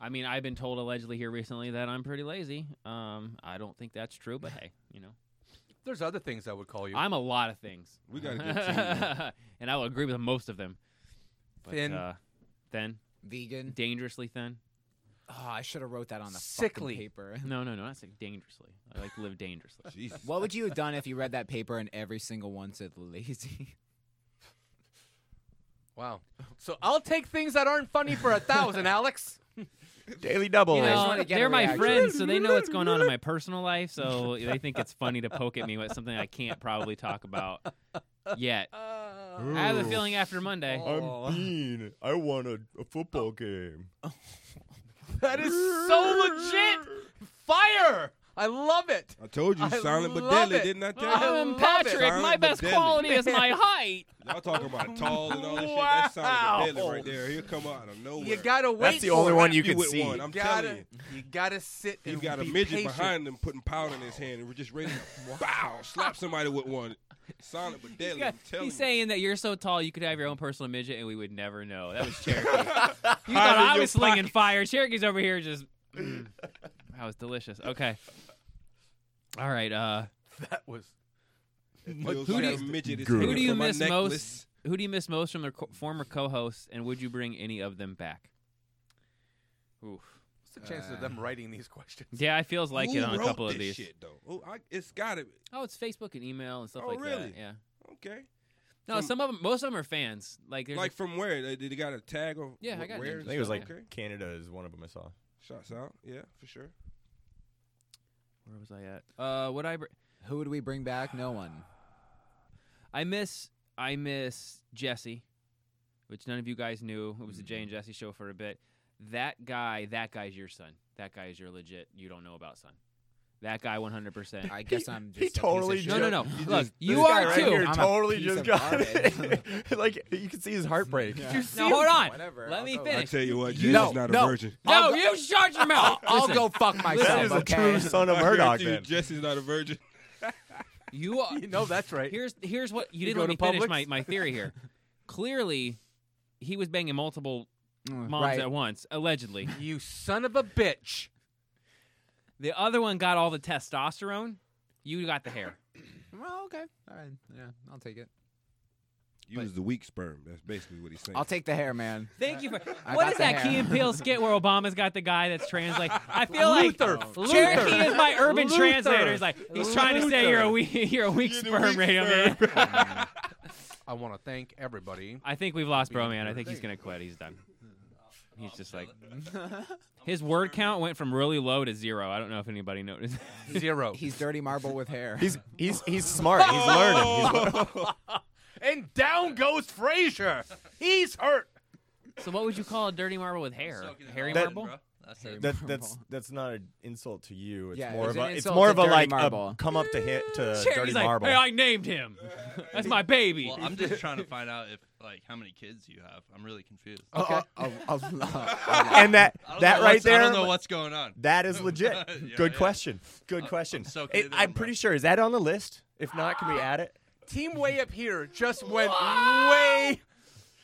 Speaker 11: I mean, I've been told allegedly here recently that I'm pretty lazy. Um, I don't think that's true, but hey, you know,
Speaker 7: There's other things I would call you.
Speaker 11: I'm a lot of things.
Speaker 7: We got a good team, man.
Speaker 11: and I will agree with most of them. But,
Speaker 7: Thin.
Speaker 11: uh, thin,
Speaker 13: vegan,
Speaker 11: dangerously thin.
Speaker 13: Oh, I should have wrote that on the
Speaker 11: Sickly.
Speaker 13: fucking paper.
Speaker 11: No, no, no, not sick. Dangerously. I like to live dangerously.
Speaker 13: What would you have done if you read that paper and every single one said lazy?
Speaker 7: Wow. So I'll take things that aren't funny for a thousand, Alex.
Speaker 6: Daily double.
Speaker 11: You
Speaker 6: I just
Speaker 11: know,
Speaker 6: wanna get a
Speaker 11: they're my
Speaker 6: reaction.
Speaker 11: friends, so they know what's going on in my personal life.
Speaker 6: Uh,
Speaker 11: So they think it's funny to poke at me with something I can't probably talk about yet. I have a feeling after Monday.
Speaker 6: I'm Bean. I want a, a
Speaker 12: Oh.
Speaker 6: football game.
Speaker 7: That is so legit. Fire. I love it.
Speaker 12: I told you,
Speaker 7: I
Speaker 12: silent but
Speaker 7: love
Speaker 12: deadly,
Speaker 7: it.
Speaker 12: didn't I tell you?
Speaker 11: I'm Um, Patrick.
Speaker 12: Silent
Speaker 11: My
Speaker 12: but
Speaker 11: best
Speaker 12: deadly.
Speaker 11: quality is my height.
Speaker 12: Y'all talking about tall and all that shit. That's silent but
Speaker 7: Wow.
Speaker 12: deadly right there. He'll come out of nowhere.
Speaker 7: You gotta wait.
Speaker 6: That's the only
Speaker 7: for
Speaker 6: one
Speaker 7: it.
Speaker 6: you can
Speaker 12: with
Speaker 6: see.
Speaker 12: One. I'm
Speaker 7: gotta,
Speaker 12: telling you.
Speaker 7: you gotta sit.
Speaker 12: You've
Speaker 7: and
Speaker 12: got a
Speaker 7: be
Speaker 12: midget
Speaker 7: patient.
Speaker 12: behind him putting powder in his hand, and we're just ready to wow, slap somebody with one. Silent but deadly. I'm telling
Speaker 11: He's
Speaker 12: you.
Speaker 11: saying that you're so tall you could have your own personal midget and we would never know. That was Cherokee. you
Speaker 12: in
Speaker 11: thought I
Speaker 12: your
Speaker 11: was slinging fire. Cherokee's over here just. Mm, that was delicious. Okay. All right. Uh,
Speaker 7: That was.
Speaker 12: feels
Speaker 11: who
Speaker 12: like
Speaker 11: do
Speaker 12: a
Speaker 11: you,
Speaker 12: midget is
Speaker 11: who
Speaker 12: hanging
Speaker 11: do you
Speaker 12: from my
Speaker 11: miss
Speaker 12: necklace.
Speaker 11: most? Who do you miss most from their co- former co-hosts, and would you bring any of them back? Oof.
Speaker 7: What's the chances of
Speaker 6: Ah.
Speaker 7: them writing these questions?
Speaker 11: Yeah, it feels like
Speaker 12: Who
Speaker 11: it on a
Speaker 12: wrote
Speaker 11: couple
Speaker 12: this
Speaker 11: of these.
Speaker 12: Shit, though. Oh, I, it's got to be.
Speaker 11: Oh, it's Facebook and email and stuff
Speaker 12: Oh,
Speaker 11: like
Speaker 12: really?
Speaker 11: that. Yeah.
Speaker 12: Okay.
Speaker 11: No,
Speaker 12: From-
Speaker 11: some of them. Most of them are fans. Like, there's a-
Speaker 12: Like from where? They- Did they got a tag of?
Speaker 11: Yeah, I
Speaker 12: wh-
Speaker 11: got
Speaker 12: where
Speaker 11: names.
Speaker 6: I
Speaker 12: and
Speaker 6: think it was
Speaker 12: stuff?
Speaker 6: like
Speaker 12: Okay.
Speaker 6: Canada is one of them I saw.
Speaker 12: Shots out. Yeah, for sure.
Speaker 11: where was I at? Uh, would I? Br-
Speaker 13: Who would we bring back? No one.
Speaker 11: I miss I miss Jesse, which none of you guys knew. It was the Jay
Speaker 13: Mm-hmm.
Speaker 11: and Jesse show for a bit. That guy, that guy's your son. That guy is your legit. You don't know about son. That guy, one hundred percent.
Speaker 13: I guess I'm. Just
Speaker 6: He
Speaker 13: a piece of
Speaker 6: totally
Speaker 13: shit.
Speaker 11: No, no, no.
Speaker 6: He
Speaker 11: Look,
Speaker 6: just-
Speaker 11: you
Speaker 6: this guy
Speaker 11: are
Speaker 6: right
Speaker 11: too.
Speaker 6: Here
Speaker 13: I'm a
Speaker 6: totally
Speaker 13: piece
Speaker 6: just
Speaker 13: of
Speaker 6: got
Speaker 13: garbage.
Speaker 6: it. like you can see his heartbreak.
Speaker 13: Yeah.
Speaker 11: Now hold on.
Speaker 13: Whatever,
Speaker 11: Let
Speaker 13: I'll
Speaker 11: me
Speaker 13: go.
Speaker 12: I
Speaker 11: finish.
Speaker 12: tell you what,
Speaker 13: You-
Speaker 12: Jesus
Speaker 13: No,
Speaker 12: not
Speaker 13: no.
Speaker 12: a virgin.
Speaker 11: no,
Speaker 13: I'll go-
Speaker 11: you shut your mouth.
Speaker 13: I'll
Speaker 11: Listen,
Speaker 13: go fuck myself.
Speaker 6: That is a
Speaker 13: okay?
Speaker 6: true son of
Speaker 12: I guarantee
Speaker 6: Murdoch.
Speaker 12: you
Speaker 6: Then
Speaker 12: Jesse's not a virgin.
Speaker 11: You are.
Speaker 7: You know that's right.
Speaker 11: Here's here's what you
Speaker 7: You
Speaker 11: didn't
Speaker 7: go
Speaker 11: let
Speaker 7: to
Speaker 11: me finish
Speaker 7: Publix?
Speaker 11: my, my theory here. Clearly, he was banging multiple
Speaker 13: Mm,
Speaker 11: moms
Speaker 13: right.
Speaker 11: at once, allegedly.
Speaker 7: You son of a bitch.
Speaker 11: The other one got all the testosterone. You got the hair.
Speaker 13: Well, okay. All right. Yeah, I'll take it.
Speaker 12: You was the weak sperm. That's basically what he's saying.
Speaker 13: I'll take the hair, man.
Speaker 11: Thank you for.
Speaker 13: I
Speaker 11: what
Speaker 13: got
Speaker 11: is
Speaker 13: the
Speaker 11: that
Speaker 13: hair.
Speaker 11: Key and Peele skit where Obama's got the guy that's trans? Like, I feel
Speaker 7: Luther,
Speaker 11: like
Speaker 7: Luther.
Speaker 11: Cherokee is my urban
Speaker 7: Luther.
Speaker 11: translator. He's like, he's trying to say you're a weak, you're a weak
Speaker 12: You're the
Speaker 11: sperm
Speaker 12: weak
Speaker 11: radio man.
Speaker 7: I want to thank everybody.
Speaker 11: I think we've lost Bro
Speaker 7: Being
Speaker 11: Man. I
Speaker 7: her
Speaker 11: think he's
Speaker 7: thing.
Speaker 11: gonna quit. He's done. He's just like his word count went from really low to zero. I don't know if anybody noticed.
Speaker 7: Zero.
Speaker 13: He's dirty marble with hair.
Speaker 6: He's he's he's smart. He's learning. He's learning.
Speaker 7: and down goes Frazier. He's hurt.
Speaker 11: so what would you call a dirty marble with hair?
Speaker 14: Soaking it
Speaker 11: Hairy
Speaker 14: all in,
Speaker 11: marble?
Speaker 14: bro. That's it.
Speaker 6: That, that's that's not an insult to you. It's
Speaker 13: Yeah, it
Speaker 6: more
Speaker 13: was an
Speaker 6: of a it's
Speaker 13: insult
Speaker 6: more
Speaker 13: to
Speaker 6: of a
Speaker 13: Dirty
Speaker 6: like
Speaker 13: Marble.
Speaker 6: a uh, come up to hit to
Speaker 11: Cherokee,
Speaker 6: dirty
Speaker 11: he's like,
Speaker 6: marble.
Speaker 11: hey, I named him. That's my baby.
Speaker 14: Well, I'm just trying to find out if like how many kids you have. I'm really confused.
Speaker 7: Oh,
Speaker 13: Okay. A, a, a lot.
Speaker 6: and that
Speaker 14: I don't
Speaker 6: that
Speaker 14: know
Speaker 6: right
Speaker 14: what's-
Speaker 6: there.
Speaker 14: I don't know what's going on.
Speaker 6: That is legit.
Speaker 14: Yeah,
Speaker 6: Good
Speaker 14: yeah.
Speaker 6: question. Good
Speaker 14: I'm
Speaker 6: question.
Speaker 14: soaking
Speaker 6: It-
Speaker 14: it in,
Speaker 6: I'm
Speaker 14: bro.
Speaker 6: pretty sure. Is that on the list? If not, can we add it?
Speaker 7: Team way up here just went way,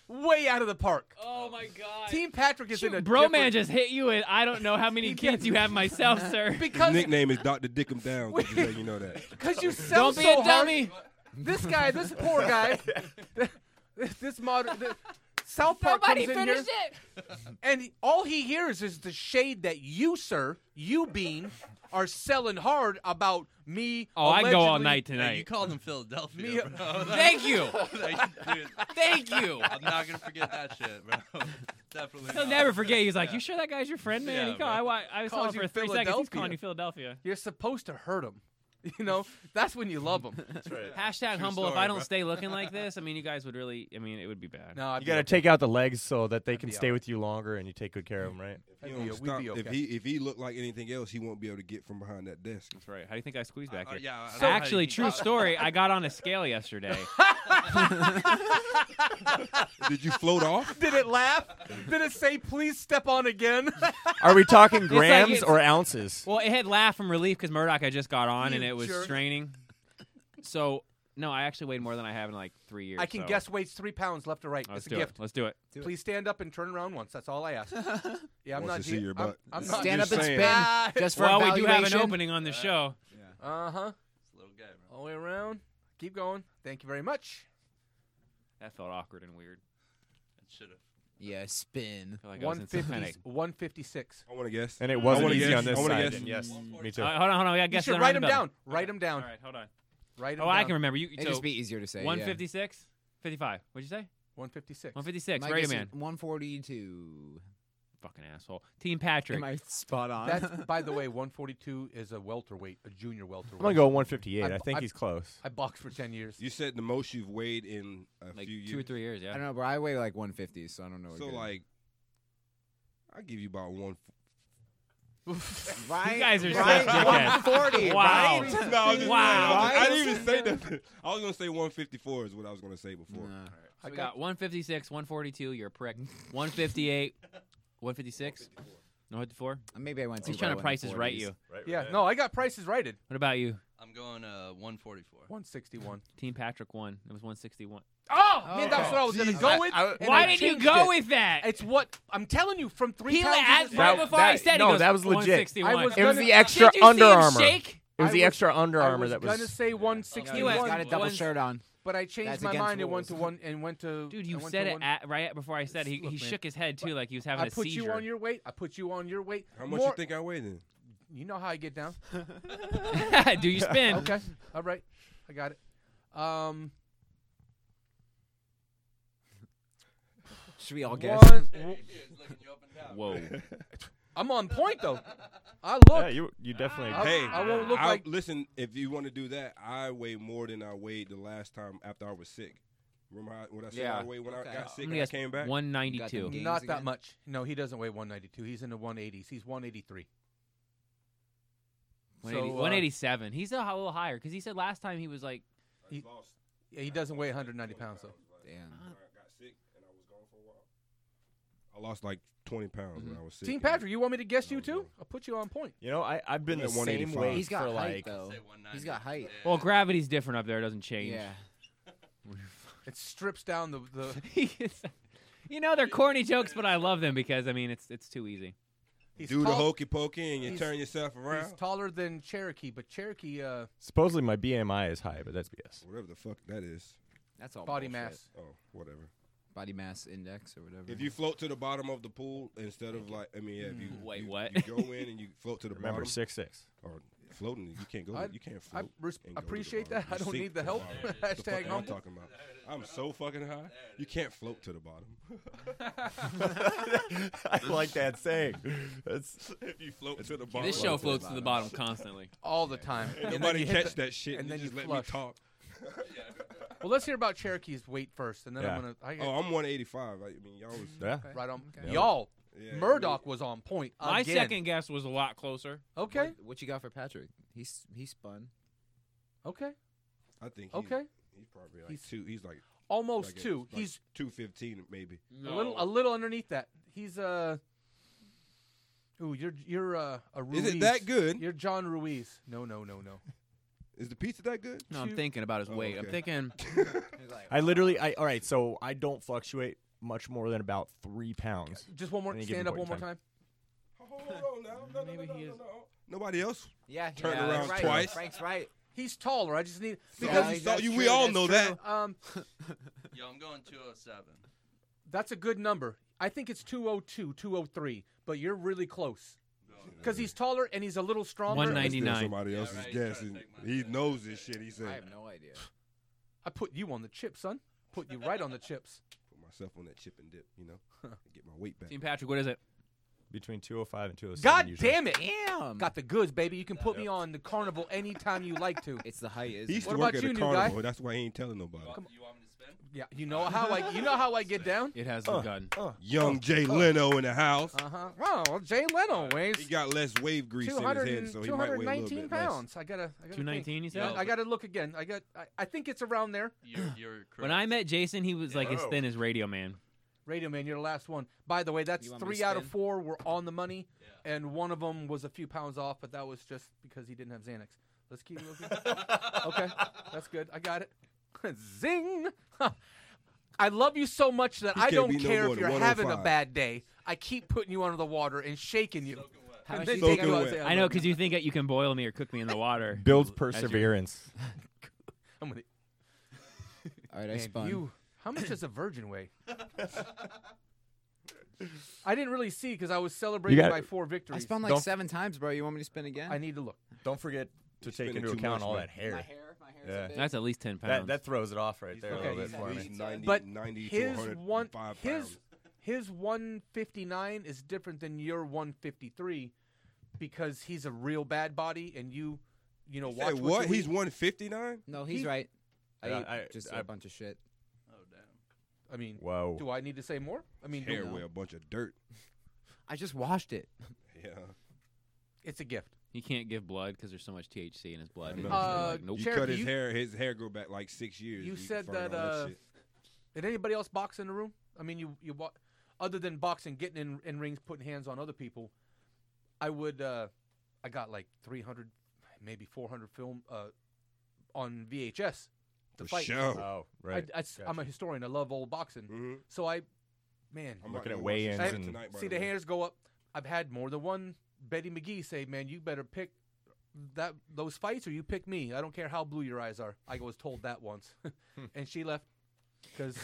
Speaker 7: way out of the park.
Speaker 11: oh my god.
Speaker 7: Team Patrick is in a
Speaker 11: Shoot, bro man
Speaker 7: different-
Speaker 11: just hit you with I don't know how many kids you have myself, sir.
Speaker 12: His
Speaker 7: because
Speaker 12: nickname is Doctor Dickum Down. Just letting you know that.
Speaker 7: because you sell
Speaker 11: Don't be
Speaker 7: so
Speaker 11: a dummy.
Speaker 7: hard. This guy, this poor guy, this, this modern. This, South Park comes in here, and he- all he hears is the shade that you, sir, you Bean, are selling hard about me.
Speaker 11: Oh, I'd go all
Speaker 7: allegedly-
Speaker 11: night
Speaker 14: Hey, you
Speaker 11: tonight.
Speaker 14: called him Philadelphia.
Speaker 7: Me-
Speaker 14: bro.
Speaker 11: Thank you.
Speaker 14: Like, dude,
Speaker 11: Thank you.
Speaker 14: I'm not gonna forget that shit, bro. Definitely.
Speaker 11: He'll
Speaker 14: not.
Speaker 11: never forget. He's like,
Speaker 14: Yeah.
Speaker 11: you sure that guy's your friend, man?
Speaker 14: Yeah,
Speaker 11: he called, I,
Speaker 14: bro.
Speaker 11: wa- I saw
Speaker 7: Calls
Speaker 11: him for
Speaker 7: you
Speaker 11: three seconds. He's
Speaker 7: Philadelphia.
Speaker 11: calling you Philadelphia.
Speaker 7: You're supposed to hurt him. You know, that's when you love him.
Speaker 14: That's right.
Speaker 11: Hashtag
Speaker 14: True
Speaker 11: humble. if
Speaker 14: story,
Speaker 11: I don't
Speaker 14: bro.
Speaker 11: stay looking like this, I mean, you guys would really. I mean, it would be bad.
Speaker 7: No, I'd
Speaker 6: You
Speaker 7: be
Speaker 6: gotta
Speaker 7: okay.
Speaker 6: take out the legs so that they can
Speaker 7: be
Speaker 6: stay
Speaker 7: all
Speaker 6: with you longer and you take good care of them, right?
Speaker 12: If,
Speaker 7: We'd
Speaker 12: you
Speaker 7: be-
Speaker 12: don't
Speaker 7: we'd be
Speaker 12: stop- if
Speaker 7: okay.
Speaker 12: he if he looked like anything else, he won't be able to get from behind that desk.
Speaker 11: That's right. How do you think I squeezed back
Speaker 14: Uh, uh,
Speaker 11: here?
Speaker 14: yeah, I don't know how
Speaker 11: Actually,
Speaker 14: you-
Speaker 11: true story. I got on a scale yesterday.
Speaker 12: Did you float off?
Speaker 7: Did it laugh? Did it say, please step on again?
Speaker 6: Are we talking
Speaker 11: like
Speaker 6: grams
Speaker 11: it's-
Speaker 6: or ounces?
Speaker 11: well, it had laugh from relief because Murdoch had just got on and
Speaker 7: You
Speaker 11: it was
Speaker 7: jerk.
Speaker 11: straining. So no, I actually weighed more than I have in like three years.
Speaker 7: I can
Speaker 11: so-
Speaker 7: guess weights three pounds left or right.
Speaker 11: Let's
Speaker 7: it's a
Speaker 11: do
Speaker 7: gift.
Speaker 11: it. Let's do it.
Speaker 7: Please stand up and turn around once. That's all I ask. Yeah, I'm
Speaker 12: Wants
Speaker 7: not.
Speaker 12: to see your butt.
Speaker 7: I'm, I'm not
Speaker 13: Stand up
Speaker 12: just
Speaker 13: and
Speaker 12: saying.
Speaker 13: spin. Just for
Speaker 11: well, we do
Speaker 13: evaluation.
Speaker 11: have an opening on the show.
Speaker 7: Uh huh.
Speaker 14: This little guy, bro.
Speaker 7: All the way around. Keep going. Thank you very much.
Speaker 11: That felt awkward and weird.
Speaker 14: That should have.
Speaker 13: Yeah, spin.
Speaker 11: I feel like I was in some
Speaker 7: 150,
Speaker 11: kind of-
Speaker 7: 156.
Speaker 12: I want to guess.
Speaker 6: And it
Speaker 12: I
Speaker 6: wasn't
Speaker 12: wanna
Speaker 6: easy
Speaker 12: guess.
Speaker 6: on this
Speaker 12: I wanna
Speaker 6: side.
Speaker 12: guess.
Speaker 6: and Yes, me too.
Speaker 11: All right, hold on, hold on. We gotta
Speaker 7: You
Speaker 11: guess. it
Speaker 7: should
Speaker 11: around
Speaker 7: write
Speaker 11: the
Speaker 7: them
Speaker 11: belly.
Speaker 7: down. Write them
Speaker 11: All
Speaker 7: down.
Speaker 11: right, hold on.
Speaker 7: Write them
Speaker 11: Oh,
Speaker 7: down.
Speaker 11: I can remember. You
Speaker 13: It'd
Speaker 11: so
Speaker 13: just be easier to say. yeah.
Speaker 11: 156, 55. What'd you say?
Speaker 7: 156.
Speaker 11: 156.
Speaker 13: My
Speaker 11: Radio
Speaker 13: guess is
Speaker 11: Man.
Speaker 13: 142.
Speaker 11: Fucking asshole. Team Patrick.
Speaker 7: That's, by the way, 142 is a welterweight, a junior welterweight.
Speaker 6: gonna go 158. I
Speaker 7: bo-
Speaker 6: think he's close.
Speaker 7: I boxed for 10 years.
Speaker 12: You said the most you've weighed in a few years.
Speaker 13: I don't know, but I weigh like 150, so I don't know.
Speaker 12: So like, I give you about one.
Speaker 13: Right,
Speaker 12: you
Speaker 13: guys are right, such dickheads. 140, Wow. right?
Speaker 12: No, I, was just saying,
Speaker 13: Wow.
Speaker 12: I was- I
Speaker 13: Right?
Speaker 12: didn't even say nothing. I was gonna say 154 is what I was gonna say before.
Speaker 11: So we got 156, 142. You're a prick. 158, 156. No, 54.
Speaker 7: Uh,
Speaker 13: Maybe I went
Speaker 11: He's
Speaker 13: too
Speaker 11: trying
Speaker 13: low
Speaker 11: to
Speaker 13: in
Speaker 11: price
Speaker 13: the
Speaker 11: is right
Speaker 13: 40s.
Speaker 11: you.
Speaker 13: Right,
Speaker 7: Yeah, no, I got prices righted.
Speaker 11: What about you?
Speaker 14: I'm going uh 144.
Speaker 7: 161.
Speaker 11: Team Patrick won. It was 161.
Speaker 7: Oh, man, that's what I was going to go with. and I changed it.
Speaker 11: that?
Speaker 7: It's what I'm telling you from three
Speaker 11: He
Speaker 7: pounds.
Speaker 11: asked
Speaker 7: to the
Speaker 11: right
Speaker 7: side.
Speaker 11: before I said he
Speaker 15: no,
Speaker 11: goes,
Speaker 15: that was legit.
Speaker 11: 161. I was
Speaker 15: it was
Speaker 11: gonna-
Speaker 15: the extra
Speaker 11: Did you see
Speaker 15: Under
Speaker 11: him
Speaker 15: Armour.
Speaker 11: shake?
Speaker 15: It was
Speaker 7: I
Speaker 15: the extra Under
Speaker 7: I
Speaker 15: Armour
Speaker 7: was
Speaker 15: that
Speaker 7: gonna
Speaker 15: was.
Speaker 7: say 161.
Speaker 11: He was- got a double
Speaker 7: One-
Speaker 11: shirt on.
Speaker 7: But I changed
Speaker 11: That's
Speaker 7: my
Speaker 11: against
Speaker 7: mind and went to
Speaker 11: rules.
Speaker 7: one and went to.
Speaker 11: Dude,
Speaker 7: I
Speaker 11: you
Speaker 7: went
Speaker 11: said
Speaker 7: to
Speaker 11: it
Speaker 7: one-
Speaker 11: at, right before I said. it. He,
Speaker 7: Look,
Speaker 11: he
Speaker 7: man.
Speaker 11: shook his head too, like he was having
Speaker 7: I
Speaker 11: a
Speaker 7: put
Speaker 11: seizure.
Speaker 7: you on your weight. I put you on your weight.
Speaker 12: How much
Speaker 7: More-
Speaker 12: you think I weigh then?
Speaker 7: You know how I get down.
Speaker 11: Do you spin?
Speaker 7: Okay. All right. I got it. Um.
Speaker 13: Should we all guess?
Speaker 7: one-
Speaker 11: Whoa.
Speaker 7: I'm on point though. I look.
Speaker 12: Yeah,
Speaker 6: you- you definitely-
Speaker 7: I,
Speaker 12: hey,
Speaker 7: I won't look
Speaker 12: I-
Speaker 7: like.
Speaker 12: Listen, if you want to do that, I weigh more than I weighed the last time after I was sick. Remember how, what I said? I
Speaker 7: Yeah.
Speaker 12: weighed when
Speaker 7: Okay.
Speaker 12: I got
Speaker 7: I'm
Speaker 12: sick
Speaker 7: gonna
Speaker 12: and I
Speaker 7: guess
Speaker 12: came back.
Speaker 11: 192.
Speaker 7: Not that much. No, he doesn't weigh 192. He's in the 180s. He's 183.
Speaker 11: 180
Speaker 7: So, uh,
Speaker 11: 187. He's a h- little higher because he said last time he was like.
Speaker 7: He, yeah, he doesn't weigh 190 pounds though.
Speaker 13: Damn.
Speaker 12: I lost like 20 pounds when I was sick.
Speaker 7: Team Patrick, you want me to guess you too? I'll put you on point.
Speaker 6: You know, I I've been
Speaker 12: I'm
Speaker 6: the
Speaker 12: at
Speaker 6: same
Speaker 12: 185.
Speaker 6: weight
Speaker 12: He's got
Speaker 6: for
Speaker 12: height,
Speaker 6: like.
Speaker 13: though. He's got height.
Speaker 11: Well, gravity's different up there. It doesn't change.
Speaker 13: Yeah.
Speaker 7: It strips down the the.
Speaker 11: You know they're corny jokes, but I love them because I mean it's it's too easy.
Speaker 12: do the hokey pokey and you
Speaker 7: he's-
Speaker 12: turn yourself
Speaker 7: He's
Speaker 12: around.
Speaker 7: taller than Cherokee, but Cherokee uh,
Speaker 6: Supposedly my BMI is high, but that's BS.
Speaker 12: Whatever the fuck that is.
Speaker 13: That's all
Speaker 7: Body
Speaker 13: bullshit.
Speaker 7: mass.
Speaker 12: Oh, whatever.
Speaker 13: Body mass index or whatever.
Speaker 12: If you float to the bottom of the pool instead of like, I mean, yeah, if you
Speaker 11: Wait,
Speaker 12: you,
Speaker 11: what?
Speaker 12: You go in and you float to the
Speaker 6: Remember
Speaker 12: bottom.
Speaker 6: six six.
Speaker 12: Or floating, you can't go.
Speaker 7: I-
Speaker 12: you can't
Speaker 7: I
Speaker 12: float.
Speaker 7: res-
Speaker 12: and go to the
Speaker 7: appreciate
Speaker 12: bottom.
Speaker 7: that. I
Speaker 12: You
Speaker 7: don't
Speaker 12: sink
Speaker 7: need the
Speaker 12: to
Speaker 7: help.
Speaker 12: bottom.
Speaker 7: Hashtag
Speaker 12: the fuck am I
Speaker 7: humble.
Speaker 12: talking about. I'm so fucking high. You can't float to the bottom.
Speaker 6: I like that saying. That's
Speaker 12: if you float to the bottom.
Speaker 11: This show floats to the bottom constantly.
Speaker 7: all the time.
Speaker 12: Ain't
Speaker 7: And then
Speaker 12: nobody
Speaker 7: you hit
Speaker 12: catch that shit.
Speaker 7: And
Speaker 12: You
Speaker 7: then
Speaker 12: just let me
Speaker 7: flush.
Speaker 12: talk.
Speaker 7: well, let's hear about Cherokee's weight first, and then
Speaker 12: Yeah.
Speaker 7: I'm gonna. I
Speaker 12: Oh, I'm 185. I mean, y'all was
Speaker 6: Yeah.
Speaker 7: right on.
Speaker 12: Okay.
Speaker 7: Y'all,
Speaker 12: Yeah,
Speaker 7: Murdoch was on point.
Speaker 11: My
Speaker 7: again.
Speaker 11: second guess was a lot closer.
Speaker 7: Okay.
Speaker 13: What, what you got for Patrick? He's he spun.
Speaker 7: Okay.
Speaker 12: I think. He's,
Speaker 7: Okay.
Speaker 12: He's probably like
Speaker 7: He's-
Speaker 12: two. He's like
Speaker 7: Almost
Speaker 12: like a-
Speaker 7: two.
Speaker 12: like
Speaker 7: He's-
Speaker 12: 215 maybe.
Speaker 7: A little, a little underneath that. He's Uh, Ooh, you're you're uh, a Ruiz.
Speaker 12: Is it that good?
Speaker 7: You're John Ruiz. No, no, no, no.
Speaker 12: Is the pizza that good?
Speaker 11: No, I'm thinking about his
Speaker 12: Oh,
Speaker 11: weight.
Speaker 12: okay.
Speaker 11: I'm thinking.
Speaker 6: I literally. I all right. So I don't fluctuate much more than about three pounds.
Speaker 7: Just one more.
Speaker 6: at any given
Speaker 7: Stand up one
Speaker 6: point
Speaker 7: more
Speaker 6: in
Speaker 7: time.
Speaker 12: Hold on now. No, no, no, no, no, no. Nobody else.
Speaker 13: Yeah,
Speaker 12: Turned around twice.
Speaker 13: right.
Speaker 7: He's taller. I just need
Speaker 12: Because
Speaker 7: because
Speaker 12: he's tall. You- we all know that.
Speaker 7: Um,
Speaker 14: Yo, I'm going 207.
Speaker 7: that's a good number. I think it's 202, 203, but you're really close. Because he's taller and he's a little stronger.
Speaker 12: That's Somebody else's guess. and He knows this shit. He said.
Speaker 13: I have no idea.
Speaker 7: I put you on the chip, son. Put you right on the chips.
Speaker 12: Put myself on that chip and dip. You know, get my weight back.
Speaker 11: Team Patrick, what is it?
Speaker 6: Between 205 and 207.
Speaker 7: God
Speaker 6: usually.
Speaker 7: damn it! Got the goods, baby. You can put me on the carnival anytime you like to.
Speaker 13: It's the height,
Speaker 12: He used
Speaker 7: What
Speaker 12: to
Speaker 7: about
Speaker 12: work at
Speaker 7: you,
Speaker 12: a
Speaker 7: new
Speaker 12: carnival.
Speaker 7: guy?
Speaker 12: That's why he ain't telling nobody.
Speaker 7: Yeah, you know how I you know how I get down.
Speaker 11: It has
Speaker 6: Uh, uh,
Speaker 12: Young
Speaker 6: uh,
Speaker 12: Jay
Speaker 6: uh.
Speaker 12: Leno in the house.
Speaker 7: Uh huh. Oh, well, Jay Leno weighs
Speaker 12: He got less wave grease in his
Speaker 7: 200
Speaker 12: head, so he might weigh a little
Speaker 7: 219
Speaker 12: bit
Speaker 7: pounds. I gotta. I gotta think.
Speaker 11: 219, you said?
Speaker 7: I gotta look again. I got. I, I think it's around there.
Speaker 14: You're, you're
Speaker 11: When I met Jason, he was like as
Speaker 7: Oh.
Speaker 11: thin as Radio Man.
Speaker 7: Radio Man, you're the last one. By the way, that's
Speaker 13: You want me to
Speaker 7: three out of
Speaker 13: spin?
Speaker 7: four were on the money, and one of them was a few pounds off, but that was just because he didn't have Xanax. Let's keep looking. okay, that's good. I got it. Zing! I love you so much that
Speaker 12: He
Speaker 7: I
Speaker 12: can't
Speaker 7: don't
Speaker 12: be no
Speaker 7: care
Speaker 12: more
Speaker 7: if
Speaker 12: than
Speaker 7: you're having a
Speaker 12: 105.
Speaker 7: bad day. I keep putting you under the water and shaking you.
Speaker 13: How
Speaker 7: And
Speaker 13: much
Speaker 7: then
Speaker 13: do you
Speaker 7: take
Speaker 13: think
Speaker 7: you
Speaker 13: I
Speaker 7: out
Speaker 13: weigh?
Speaker 7: there.
Speaker 11: I know because you think that you can boil me or cook me in the water.
Speaker 6: Builds
Speaker 11: As your-
Speaker 6: perseverance.
Speaker 7: I'm gonna
Speaker 13: All right, I
Speaker 7: Man,
Speaker 13: spun.
Speaker 7: You, how much does a virgin weigh? I didn't really see because I was celebrating
Speaker 6: gotta-
Speaker 7: my four victories.
Speaker 13: I spun like
Speaker 6: Don't-
Speaker 13: seven times, bro. You want me to spin again?
Speaker 7: I need to look.
Speaker 6: Don't forget to take
Speaker 12: spending
Speaker 6: into
Speaker 12: too
Speaker 6: account
Speaker 12: much
Speaker 6: all
Speaker 12: money.
Speaker 6: that hair.
Speaker 13: My hair, my hair's
Speaker 6: Yeah.
Speaker 13: a bit-
Speaker 11: That's at least ten
Speaker 6: That,
Speaker 11: pounds.
Speaker 7: Oh,
Speaker 6: that throws it off right there a
Speaker 7: okay,
Speaker 6: little bit
Speaker 7: he's
Speaker 6: for
Speaker 12: less.
Speaker 6: me.
Speaker 12: At least 90,
Speaker 7: But
Speaker 12: 90 to
Speaker 7: his
Speaker 12: 105
Speaker 7: one, his
Speaker 12: pounds.
Speaker 7: his 159 is different than your 153 because he's a real bad body and you, you know,
Speaker 12: You
Speaker 7: watch
Speaker 12: said what?
Speaker 7: you
Speaker 12: He's
Speaker 7: eat.
Speaker 12: 159?
Speaker 13: No, he's right. I
Speaker 7: Yeah,
Speaker 13: ate
Speaker 7: I-
Speaker 13: just
Speaker 7: I-
Speaker 13: a bunch of shit.
Speaker 7: I mean,
Speaker 6: Whoa.
Speaker 7: Do I need to say more? I mean, do-
Speaker 12: hair with a bunch of dirt.
Speaker 13: I just washed it.
Speaker 12: Yeah.
Speaker 7: It's a gift.
Speaker 11: He can't give blood because there's so much THC in his blood.
Speaker 12: I know.
Speaker 11: He's
Speaker 7: Uh,
Speaker 11: like, nope.
Speaker 12: you cut his hair. His hair grew back like six years.
Speaker 7: you said
Speaker 12: from all
Speaker 7: that. Uh,
Speaker 12: shit.
Speaker 7: did anybody else box in the room? I mean, you you wa- other than boxing, getting in, in rings, putting hands on other people. I would. Uh, I got like 300, maybe 400 film uh, on VHS. The
Speaker 12: For
Speaker 7: fight.
Speaker 12: sure. Oh, right. Mm-hmm.
Speaker 7: I, am a historian. I love old boxing. So I, man,
Speaker 12: I'm looking at weigh-ins
Speaker 7: I-
Speaker 12: and- Tonight, by
Speaker 7: see
Speaker 12: the
Speaker 7: the
Speaker 12: way.
Speaker 7: hands go up. I've had more than one Betty McGee say, "Man, you better pick that those fights, or you pick me. I don't care how blue your eyes are." I was told that once, and she left because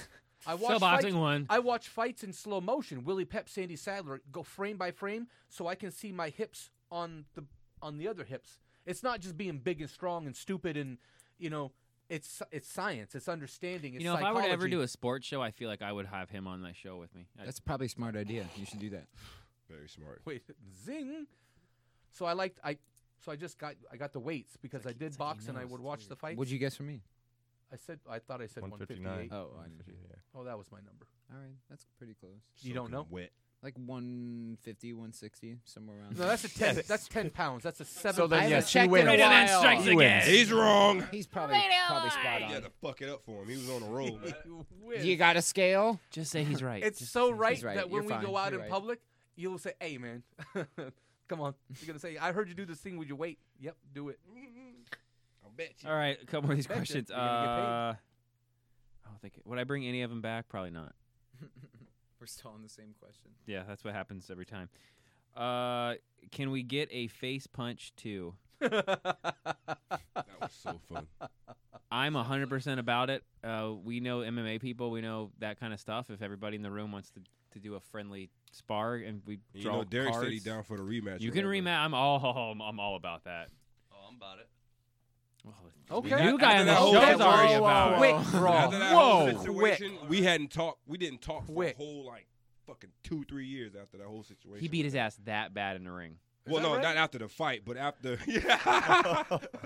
Speaker 7: I
Speaker 11: Still
Speaker 7: watched
Speaker 11: boxing
Speaker 7: fights,
Speaker 11: one.
Speaker 7: I watch fights in slow motion. Willie Pep, Sandy Sadler go frame by frame, so I can see my hips on the on the other hips. It's not just being big and strong and stupid and you know. It's it's science. It's understanding. It's
Speaker 11: You know, if I were to ever
Speaker 7: psychology.
Speaker 11: do a sports show, I feel like I would have him on my show with me. I-
Speaker 13: That's probably a smart idea. You should do that.
Speaker 12: Very smart.
Speaker 7: Wait, zing. So I liked I so I just got I got the weights because I did box and I
Speaker 13: knows.
Speaker 7: would
Speaker 13: It's
Speaker 7: watch the fights.
Speaker 13: What'd you guess for me?
Speaker 7: I said I thought I said
Speaker 13: 159.
Speaker 7: 158.
Speaker 13: Oh, I
Speaker 12: Mm,
Speaker 13: didn't hear that.
Speaker 7: Oh, that was my number.
Speaker 13: All right, that's pretty close.
Speaker 7: You don't know?
Speaker 12: Wet.
Speaker 13: Like 150, 160, somewhere around.
Speaker 7: No, that's a ten. That's ten pounds. That's a seven.
Speaker 13: So then,
Speaker 7: I
Speaker 13: yes,
Speaker 7: haven't
Speaker 13: he
Speaker 7: checked in a
Speaker 13: wins. And then
Speaker 7: while.
Speaker 13: strikes He again. wins.
Speaker 12: He's wrong.
Speaker 13: He's probably probably spot
Speaker 12: You
Speaker 13: on.
Speaker 12: had to fuck it up for him. He was on a roll. man.
Speaker 13: You got a scale?
Speaker 11: Just say he's right.
Speaker 7: It's so right,
Speaker 13: right.
Speaker 7: that
Speaker 13: You're
Speaker 7: when we
Speaker 13: fine.
Speaker 7: go out
Speaker 13: You're
Speaker 7: in
Speaker 13: right.
Speaker 7: public, you'll say, "Hey, man, come on." You're gonna say, "I heard you do this thing with your weight." Yep, do it.
Speaker 12: I bet you.
Speaker 11: All right, a couple more of these
Speaker 7: Bet you.
Speaker 11: questions. Uh,
Speaker 7: You're gonna get paid.
Speaker 11: I don't think would I bring any of them back? Probably not.
Speaker 13: We're still on the same question.
Speaker 11: Yeah, that's what happens every time. Uh, can we get a face punch too?
Speaker 12: That was so fun.
Speaker 11: I'm 100% about it. Uh, we know MMA people. We know that kind of stuff. If everybody in the room wants to, to do a friendly spar and we
Speaker 12: You
Speaker 11: draw
Speaker 12: know, Derek said he
Speaker 11: cards,
Speaker 12: down for the rematch.
Speaker 11: You
Speaker 12: or
Speaker 11: can
Speaker 12: whatever.
Speaker 11: rematch. I'm all, I'm, I'm all about that.
Speaker 14: Oh, I'm about it.
Speaker 7: Okay.
Speaker 11: New guy on
Speaker 12: After that
Speaker 11: the
Speaker 12: whole
Speaker 11: show's
Speaker 12: situation-
Speaker 11: already about it.
Speaker 7: Quick draw.
Speaker 12: After that whole
Speaker 7: Whoa.
Speaker 12: situation, We hadn't talked. We didn't talk for a
Speaker 7: Quick.
Speaker 12: whole like fucking two, three years after that whole situation.
Speaker 11: He beat his ass that bad in the ring.
Speaker 12: Well, no, not after the fight, but after.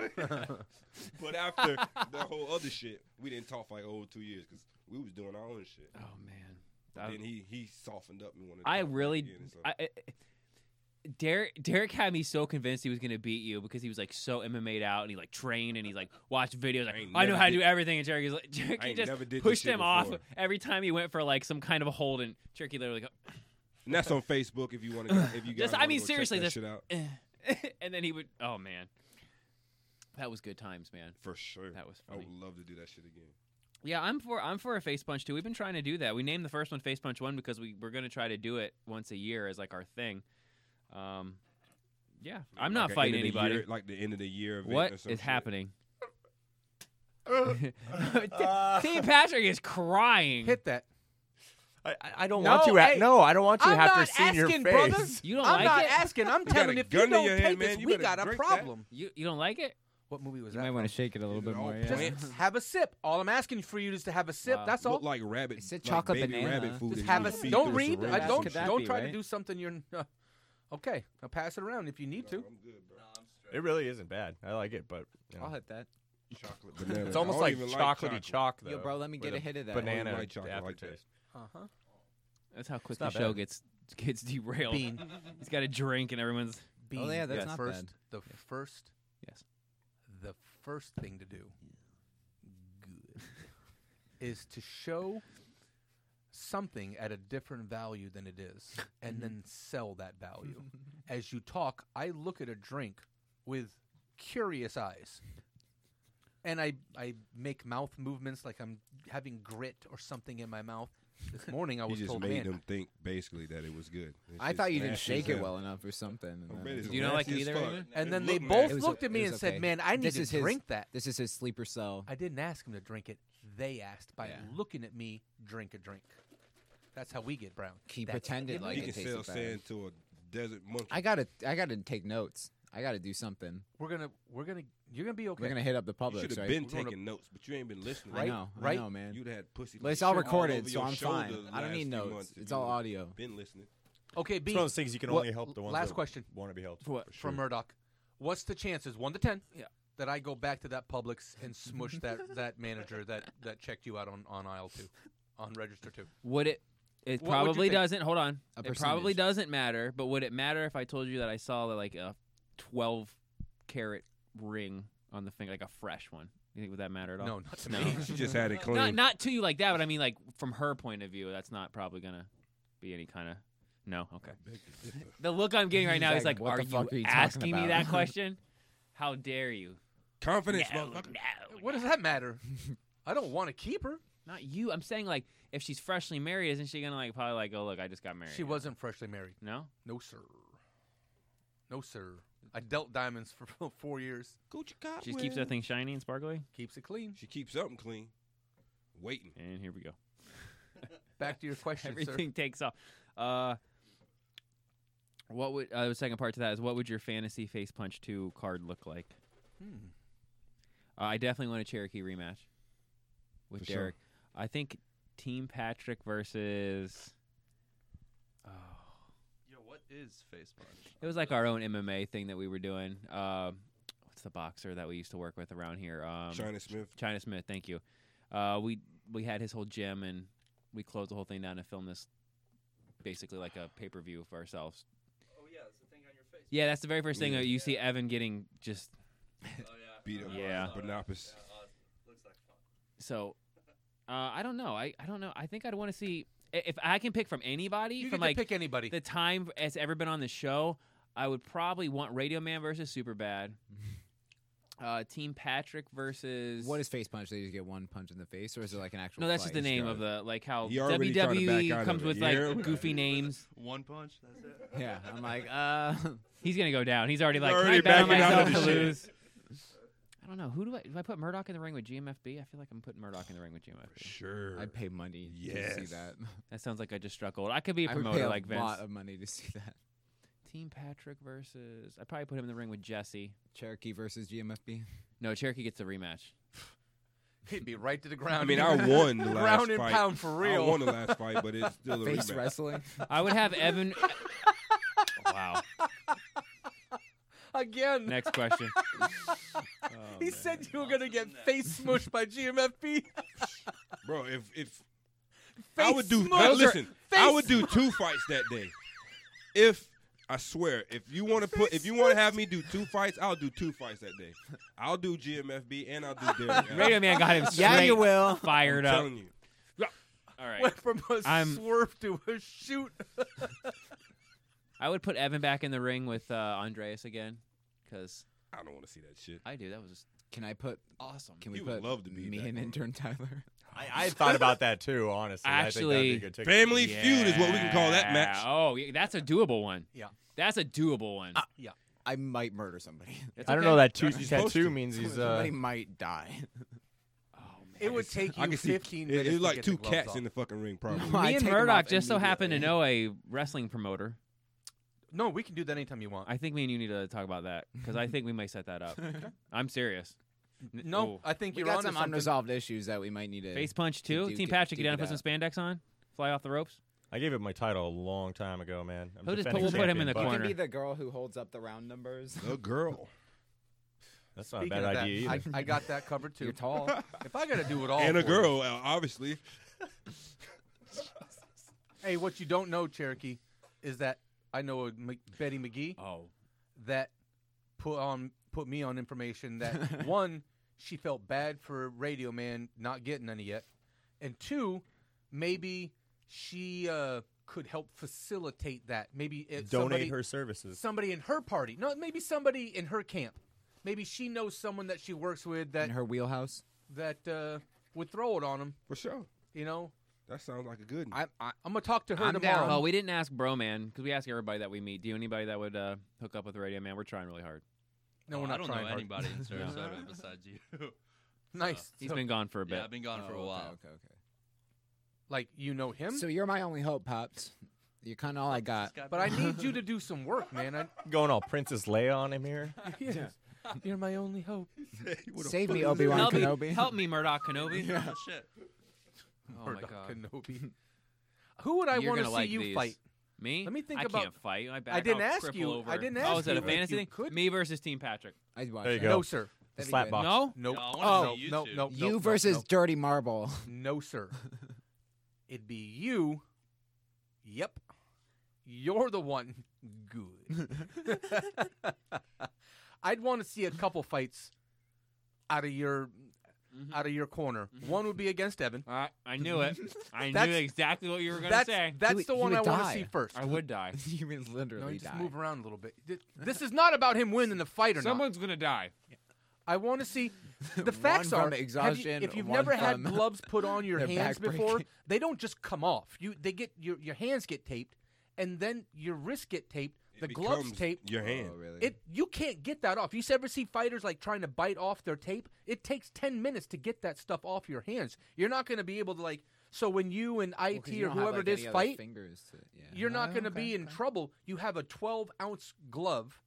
Speaker 12: but after the whole other shit, we didn't talk for like over two years because we was doing our own shit.
Speaker 11: Oh man.
Speaker 12: But
Speaker 11: That-
Speaker 12: then he he softened up and wanted. to
Speaker 11: I
Speaker 12: talk back
Speaker 11: really,
Speaker 12: again, and so-
Speaker 11: I, I, Derek Derek had me so convinced he was gonna beat you because he was like so MMA'd out and he like trained and he's like watched videos like
Speaker 12: ain't
Speaker 11: I, know
Speaker 12: never
Speaker 11: how to
Speaker 12: did-
Speaker 11: do everything and Derek is like Derek
Speaker 12: I
Speaker 11: he
Speaker 12: ain't never did
Speaker 11: just
Speaker 12: this
Speaker 11: pushed
Speaker 12: shit
Speaker 11: him off
Speaker 12: before.
Speaker 11: every time he went for like some kind of a hold and Turkey literally go,
Speaker 12: and that's on Facebook if you want to. If you guys
Speaker 11: just
Speaker 12: wanna
Speaker 11: I mean
Speaker 12: go check
Speaker 11: seriously
Speaker 12: that
Speaker 11: this
Speaker 12: shit out.
Speaker 11: and then he would oh man that was good times man
Speaker 12: for sure
Speaker 11: that was
Speaker 12: I
Speaker 11: funny
Speaker 12: would love to do that shit again.
Speaker 11: Yeah, I'm for I'm for a face punch too. We've been trying to do that. We named the first one face punch one because we we're gonna try to do it once a year as like our thing. Um, yeah, I'm not
Speaker 12: Like a
Speaker 11: fighting
Speaker 12: end of the
Speaker 11: anybody.
Speaker 12: year- like the end of the year event.
Speaker 11: what
Speaker 12: or
Speaker 11: is
Speaker 12: some shit.
Speaker 11: happening? T. Patrick is crying.
Speaker 7: Hit that.
Speaker 6: I, I don't want you. At, no, I don't want you
Speaker 7: I'm
Speaker 6: after
Speaker 7: not
Speaker 6: seeing your
Speaker 7: asking,
Speaker 6: face.
Speaker 7: brother.
Speaker 11: You don't
Speaker 7: I'm
Speaker 11: like
Speaker 7: not
Speaker 11: it?
Speaker 7: asking. I'm telling if you don't take this, we got a problem.
Speaker 11: You you don't like it?
Speaker 7: What movie was
Speaker 13: You might want to shake it a little bit more.
Speaker 7: Just
Speaker 13: Yeah.
Speaker 7: have a sip. All I'm asking for you is to have a sip.
Speaker 13: Wow.
Speaker 7: That's all.
Speaker 12: Look like rabbit.
Speaker 13: It said
Speaker 12: like
Speaker 13: chocolate
Speaker 12: baby
Speaker 13: banana.
Speaker 12: rabbit food.
Speaker 7: Just
Speaker 12: that
Speaker 7: have
Speaker 12: you
Speaker 7: a
Speaker 12: feed
Speaker 7: don't
Speaker 12: through
Speaker 7: read.
Speaker 12: syringe.
Speaker 7: I don't
Speaker 13: Could that
Speaker 7: don't
Speaker 13: be,
Speaker 7: try to
Speaker 13: right?
Speaker 7: do something you're. Uh, okay, I'll pass it around if you need to.
Speaker 6: It really isn't bad. I like it, but you know.
Speaker 13: I'll hit that.
Speaker 12: Chocolate banana.
Speaker 6: it's
Speaker 12: I
Speaker 6: almost
Speaker 12: don't
Speaker 6: like
Speaker 12: even
Speaker 6: chocolatey
Speaker 12: chocolate.
Speaker 6: chalk, though.
Speaker 13: Yo, bro, let me
Speaker 6: with
Speaker 13: get a
Speaker 6: a
Speaker 13: hit of that.
Speaker 6: Banana
Speaker 12: Only white chocolate like that.
Speaker 6: aftertaste.
Speaker 7: Uh huh.
Speaker 11: That's how quick
Speaker 6: It's not
Speaker 11: the show
Speaker 6: bad.
Speaker 11: gets gets derailed.
Speaker 7: Bean.
Speaker 11: He's got a drink and everyone's
Speaker 7: Bean.
Speaker 13: yeah, that's
Speaker 7: the
Speaker 13: not
Speaker 7: first,
Speaker 13: bad.
Speaker 7: The first,
Speaker 11: yes,
Speaker 7: the first thing to do, good, is to show something at a different value than it is, and then sell that value. As you talk, I look at a drink with curious eyes. and I, I make mouth movements like I'm having grit or something in my mouth. This morning I
Speaker 12: He
Speaker 7: was
Speaker 12: just
Speaker 7: told,
Speaker 12: made
Speaker 7: man,
Speaker 12: them think basically that it was good. That
Speaker 13: I
Speaker 12: shit's
Speaker 13: thought you didn't
Speaker 12: nasty
Speaker 13: shake
Speaker 12: as
Speaker 13: it
Speaker 12: hell.
Speaker 13: well enough or something.
Speaker 12: I bet it's
Speaker 11: Do you not like
Speaker 12: nasty
Speaker 11: it
Speaker 12: as
Speaker 11: either,
Speaker 12: fuck.
Speaker 11: Raymond?
Speaker 7: And
Speaker 12: It
Speaker 7: then they
Speaker 12: looked
Speaker 7: both
Speaker 12: nasty.
Speaker 13: It was-
Speaker 7: looked at me
Speaker 13: it
Speaker 7: and
Speaker 13: was
Speaker 7: said,
Speaker 13: okay.
Speaker 7: "Man, I need
Speaker 13: This
Speaker 7: to
Speaker 13: is his-
Speaker 7: drink that."
Speaker 13: This is his sleeper cell.
Speaker 7: I didn't ask him to drink it. They asked by
Speaker 13: Yeah.
Speaker 7: looking at me, drink a drink. That's how we get brown.
Speaker 13: He
Speaker 7: That's how we
Speaker 13: pretended
Speaker 7: get
Speaker 13: like
Speaker 12: You
Speaker 13: it
Speaker 12: can
Speaker 13: tasted
Speaker 12: sell
Speaker 13: better.
Speaker 12: sand to a desert monkey.
Speaker 13: I gotta, I gotta take notes. I got to do something.
Speaker 7: We're gonna we're gonna you're gonna be okay.
Speaker 13: We're gonna hit up the public.
Speaker 12: You should have been taking notes, but you ain't been listening.
Speaker 13: I know,
Speaker 12: right?
Speaker 13: I know, man.
Speaker 12: You'd had pussy.
Speaker 13: But it's
Speaker 12: shit
Speaker 13: all
Speaker 12: over
Speaker 13: recorded, so
Speaker 12: your
Speaker 13: I'm fine.
Speaker 12: shoulder the
Speaker 13: I don't
Speaker 12: last
Speaker 13: need
Speaker 12: few
Speaker 13: notes.
Speaker 12: months if
Speaker 13: it's
Speaker 12: you
Speaker 13: all
Speaker 12: would've
Speaker 13: audio.
Speaker 12: Been listening.
Speaker 7: Okay, B.
Speaker 6: It's one of those things you can
Speaker 7: what-
Speaker 6: only help the ones
Speaker 7: Last
Speaker 6: that
Speaker 7: question.
Speaker 6: wanna be helped,
Speaker 7: For what?
Speaker 6: for
Speaker 7: From
Speaker 6: sure.
Speaker 7: Murdoch. What's the chances? One to ten. Yeah. That I go back to that Publix and smush that, that manager that, that checked you out on, on aisle two, on register two.
Speaker 11: Would it? It
Speaker 7: What would you
Speaker 11: probably
Speaker 7: think?
Speaker 11: doesn't. Hold on.
Speaker 7: A
Speaker 11: It probably doesn't matter. But would it matter if I told you that I saw like a twelve carat ring on the finger, like a fresh one? You think would that matter at all?
Speaker 7: No, not to me. She just
Speaker 12: had it
Speaker 11: Not,
Speaker 12: clean.
Speaker 11: not to you like that, but I mean like from her point of view, that's not probably gonna be any kind of. No. Okay. The look I'm getting right now
Speaker 13: He's
Speaker 11: is
Speaker 13: like, "What
Speaker 11: like,
Speaker 13: the
Speaker 11: are,
Speaker 13: fuck are you
Speaker 11: you
Speaker 13: talking
Speaker 11: asking me
Speaker 13: about?"
Speaker 11: that question? How dare you?
Speaker 12: Confidence,
Speaker 11: no,
Speaker 12: motherfucker.
Speaker 11: no,
Speaker 7: What does that matter? I don't want to keep her.
Speaker 11: Not you. I'm saying like if she's freshly married, isn't she gonna like probably like, oh look, I just got married.
Speaker 7: She wasn't freshly married.
Speaker 11: No.
Speaker 7: No sir. No sir. I dealt diamonds for four years.
Speaker 12: Gucci cop.
Speaker 11: She just keeps that thing shiny and sparkly.
Speaker 7: Keeps it clean.
Speaker 12: She keeps something clean. Waiting.
Speaker 11: And here we go.
Speaker 7: Back to your question,
Speaker 11: Everything takes off. Uh, what would uh, the second part to that is? What would your fantasy face punch two card look like?
Speaker 7: sir. Hmm.
Speaker 11: Uh, I definitely want a Cherokee rematch with
Speaker 6: For sure.
Speaker 11: Derek. I think Team Patrick versus oh.
Speaker 14: Yo, what is face punch?
Speaker 11: it was like our own MMA thing that we were doing. Um, what's the boxer that we used to work with around here? Um,
Speaker 12: China Smith.
Speaker 11: China Smith. Thank you. Uh, we we had his whole gym and we closed the whole thing down to film this, basically like a pay per view for ourselves.
Speaker 14: Oh yeah, it's the thing on your face.
Speaker 11: Yeah, that's the very first thing
Speaker 12: Yeah.
Speaker 11: that you see Evan getting just.
Speaker 12: Beat up.
Speaker 11: Yeah.
Speaker 12: Bonapis.
Speaker 11: So, uh, I don't know. I, I don't know. I think I'd want to see i- if I can pick from anybody.
Speaker 7: You
Speaker 11: from
Speaker 7: get to
Speaker 11: like
Speaker 7: pick anybody.
Speaker 11: The time it's ever been on the show, I would probably want Radio Man versus Superbad. Uh, Team Patrick versus
Speaker 13: What is face punch? They just get one punch in the face, or is it like an actual?
Speaker 11: no, that's
Speaker 13: fight?
Speaker 11: just the name of the like how
Speaker 13: He already trying to back out
Speaker 11: WWE
Speaker 13: of
Speaker 11: comes
Speaker 13: it.
Speaker 11: with
Speaker 13: Yeah.
Speaker 11: like goofy names.
Speaker 14: One punch. That's it.
Speaker 13: Yeah, I'm like, uh,
Speaker 11: He's gonna go down. He's already
Speaker 13: He's
Speaker 11: like "Can
Speaker 13: already
Speaker 11: I bet on
Speaker 13: backing out of
Speaker 11: myself to
Speaker 13: the shit."
Speaker 11: lose. I don't know. Who do I? Do I put Murdoch in the ring with GMFB? I feel like I'm putting Murdoch in the ring with GMFB.
Speaker 12: Sure.
Speaker 13: I'd pay money to see
Speaker 11: Yes.
Speaker 13: that.
Speaker 11: That sounds like I just struck gold. I could be a
Speaker 13: I would
Speaker 11: promoter
Speaker 13: pay
Speaker 11: like
Speaker 13: a
Speaker 11: Vince.
Speaker 13: lot of money to see that.
Speaker 11: Team Patrick versus. I'd probably put him in the ring with Jesse.
Speaker 13: Cherokee versus GMFB.
Speaker 11: No, Cherokee gets the rematch.
Speaker 7: He'd be right to the ground.
Speaker 12: I mean, I won the last
Speaker 7: Ground and
Speaker 12: fight.
Speaker 7: pound for real.
Speaker 12: I won the last fight, but it's still a
Speaker 13: Face
Speaker 12: rematch.
Speaker 13: wrestling.
Speaker 11: I would have Evan. wow.
Speaker 7: Again.
Speaker 11: Next question.
Speaker 7: he said you were gonna get face smushed by GMFB.
Speaker 12: Bro, if if I
Speaker 7: Face
Speaker 12: would do
Speaker 7: smush.
Speaker 12: I-
Speaker 7: Those are-
Speaker 12: listen, I
Speaker 7: face
Speaker 12: would do two fights that day. If I swear, if you want to put, if you want to have me do two fights, I'll do two fights that day. I'll do GMFB and I'll do Derek. Allen.
Speaker 11: Radio Man got him
Speaker 12: Yeah,
Speaker 11: straight
Speaker 12: you will.
Speaker 11: fired
Speaker 12: I'm
Speaker 11: up.
Speaker 12: telling you.
Speaker 11: All right.
Speaker 7: Went from a
Speaker 11: I'm-
Speaker 7: swerve to a shoot.
Speaker 11: I would put Evan back in the ring with uh, Andreas again, because
Speaker 12: I don't want to see that shit.
Speaker 11: I do. That was just
Speaker 13: Can I put?
Speaker 11: awesome.
Speaker 13: Can we
Speaker 12: You would
Speaker 13: put
Speaker 12: love to be
Speaker 13: me
Speaker 12: that
Speaker 13: and intern Tyler?
Speaker 6: I, I thought about that too, honestly.
Speaker 11: Actually,
Speaker 6: I think that'd be a good ticket.
Speaker 12: Family Feud is what we can call that match.
Speaker 11: Yeah. Oh, yeah, that's a doable one.
Speaker 7: Yeah.
Speaker 11: That's a doable one.
Speaker 7: yeah.
Speaker 13: I might murder somebody.
Speaker 11: It's
Speaker 6: I don't
Speaker 11: okay.
Speaker 6: know that two,
Speaker 12: You're supposed
Speaker 6: tattoo
Speaker 12: to.
Speaker 6: means he's uh,
Speaker 13: Somebody might die.
Speaker 7: It would take you
Speaker 12: I can see
Speaker 7: 15
Speaker 12: it,
Speaker 7: minutes.
Speaker 12: it's
Speaker 7: to
Speaker 12: like
Speaker 7: get
Speaker 12: two
Speaker 7: the gloves
Speaker 12: cats
Speaker 7: off.
Speaker 12: in the fucking ring, probably.
Speaker 13: I
Speaker 11: Me and
Speaker 13: take 'em
Speaker 11: Murdoch
Speaker 13: off
Speaker 11: just so happen to
Speaker 13: immediately.
Speaker 11: know a wrestling promoter.
Speaker 7: No, we can do that anytime you want.
Speaker 11: I think me and you need to talk about that because I think we might set that up. I'm serious. N-
Speaker 7: no,
Speaker 11: ooh.
Speaker 7: I think
Speaker 13: We
Speaker 7: you're
Speaker 13: got
Speaker 7: on
Speaker 13: some
Speaker 7: something.
Speaker 13: unresolved issues that we might need to
Speaker 11: Face punch
Speaker 13: to
Speaker 11: too.
Speaker 13: duke
Speaker 11: Team
Speaker 13: it-
Speaker 11: Patrick, you
Speaker 13: duke
Speaker 11: down to
Speaker 13: it
Speaker 11: put some
Speaker 13: out.
Speaker 11: spandex on? Fly off the ropes?
Speaker 6: I gave it my title a long time ago, man. I'm
Speaker 11: He'll just put-
Speaker 6: defending
Speaker 11: we'll put him in
Speaker 6: champion,
Speaker 11: the
Speaker 6: but
Speaker 13: You
Speaker 11: corner.
Speaker 13: can be the girl who holds up the round numbers.
Speaker 12: The girl.
Speaker 6: That's not a
Speaker 7: Speaking
Speaker 6: bad
Speaker 7: of that,
Speaker 6: idea either.
Speaker 7: I, I got that covered too.
Speaker 13: You're tall.
Speaker 7: If I gotta do it all,
Speaker 12: and a
Speaker 7: for you.
Speaker 12: girl, uh, obviously.
Speaker 7: Hey, what you don't know, Cherokee, is that I know a M- Betty McGee
Speaker 11: Oh.
Speaker 7: that put on put me on information that one, she felt bad for Radio Man not getting any yet, and two, maybe she uh, could help facilitate that. Maybe it,
Speaker 6: Donate
Speaker 7: somebody,
Speaker 6: her services.
Speaker 7: Somebody in her party. No, maybe somebody in her camp. Maybe she knows someone that she works with that
Speaker 13: in her wheelhouse.
Speaker 7: that uh, would throw it on him.
Speaker 12: For sure.
Speaker 7: You know,
Speaker 12: That sounds like a good one.
Speaker 7: I, I I'm gonna talk to her
Speaker 11: I'm
Speaker 7: tomorrow.
Speaker 11: down. Well, we didn't ask Bro Man because we ask everybody that we meet. Do you know anybody that would uh, hook up with Radio Man? We're trying really hard.
Speaker 7: no,
Speaker 14: Oh,
Speaker 7: we're not
Speaker 14: I don't
Speaker 7: trying
Speaker 14: know
Speaker 7: hard.
Speaker 14: anybody in
Speaker 11: No.
Speaker 14: Sarasota besides you.
Speaker 7: Nice.
Speaker 11: He's
Speaker 7: So,
Speaker 11: been gone for a bit.
Speaker 14: yeah, I've been gone for
Speaker 13: Oh,
Speaker 14: a
Speaker 13: okay,
Speaker 14: while.
Speaker 13: Okay, okay.
Speaker 7: like you know him.
Speaker 13: So you're my only hope, pops. You're kind of all I got.
Speaker 7: But I need you to do some work, man. I,
Speaker 6: Going all Princess Leia on him here.
Speaker 7: Yes. You're my only hope.
Speaker 13: Save me, Obi-Wan
Speaker 11: help Me,
Speaker 13: Kenobi.
Speaker 11: help me, Murdoch Kenobi.
Speaker 7: Yeah. Shit.
Speaker 11: Oh
Speaker 7: Murdoch
Speaker 11: my god.
Speaker 7: Kenobi. Who would I
Speaker 11: You're
Speaker 7: want to
Speaker 11: gonna
Speaker 7: see
Speaker 11: like
Speaker 7: you
Speaker 11: these.
Speaker 7: fight?
Speaker 11: Me?
Speaker 7: Let me think
Speaker 11: I
Speaker 7: about.
Speaker 11: can't fight. My back,
Speaker 7: I didn't
Speaker 11: I'll
Speaker 7: ask
Speaker 11: cripple
Speaker 7: you.
Speaker 11: Over.
Speaker 7: I didn't
Speaker 11: Oh,
Speaker 7: ask
Speaker 11: is that a
Speaker 7: you if
Speaker 11: fantasy
Speaker 7: you
Speaker 11: thing?
Speaker 7: could.
Speaker 11: Me versus Team Patrick.
Speaker 13: I'd watch
Speaker 6: There you
Speaker 13: that.
Speaker 6: go.
Speaker 7: No, sir.
Speaker 6: The slap box.
Speaker 7: No,
Speaker 11: No, I
Speaker 7: Oh,
Speaker 11: wanna see you
Speaker 7: no,
Speaker 11: two.
Speaker 7: no, no.
Speaker 13: You
Speaker 7: no,
Speaker 13: versus
Speaker 7: no.
Speaker 13: Dirty Marble.
Speaker 7: No, sir. It'd be you. Yep. You're the one good. I'd want to see a couple fights out of your
Speaker 11: Mm-hmm.
Speaker 7: out of your corner. One would be against Evan.
Speaker 11: I knew it. I knew
Speaker 7: That's-
Speaker 11: exactly what you were going to
Speaker 7: that's-
Speaker 11: say.
Speaker 7: that's He the would- he one would I wanna die. see first.
Speaker 11: I would die.
Speaker 13: you would
Speaker 7: No,
Speaker 13: literally
Speaker 7: you just
Speaker 13: die.
Speaker 7: move around a little bit. Th- This is not about him winning the fight or
Speaker 11: Someone's going to die.
Speaker 7: not. I want to see. The facts
Speaker 13: from
Speaker 7: are, have you-
Speaker 13: exhaustion,
Speaker 7: if you've
Speaker 13: one
Speaker 7: never had
Speaker 13: from
Speaker 7: gloves put on your
Speaker 13: their
Speaker 7: hands
Speaker 13: back
Speaker 7: before,
Speaker 13: breaking.
Speaker 7: they don't just come off. You, they get your your hands get taped, and then your wrists get taped. The gloves
Speaker 12: becomes
Speaker 7: taped.
Speaker 12: your hand. Oh,
Speaker 13: really?
Speaker 7: It you can't get that off. You ever see fighters like trying to bite off their tape? It takes ten minutes to get that stuff off your hands. You're not going to be able to like. So when you and IT
Speaker 13: 'cause you
Speaker 7: or
Speaker 13: don't have,
Speaker 7: whoever
Speaker 13: like,
Speaker 7: it is
Speaker 13: any other
Speaker 7: fight,
Speaker 13: fingers to- yeah.
Speaker 7: you're not
Speaker 13: Oh,
Speaker 7: going to
Speaker 13: okay,
Speaker 7: be in trouble. You have a 12 ounce glove,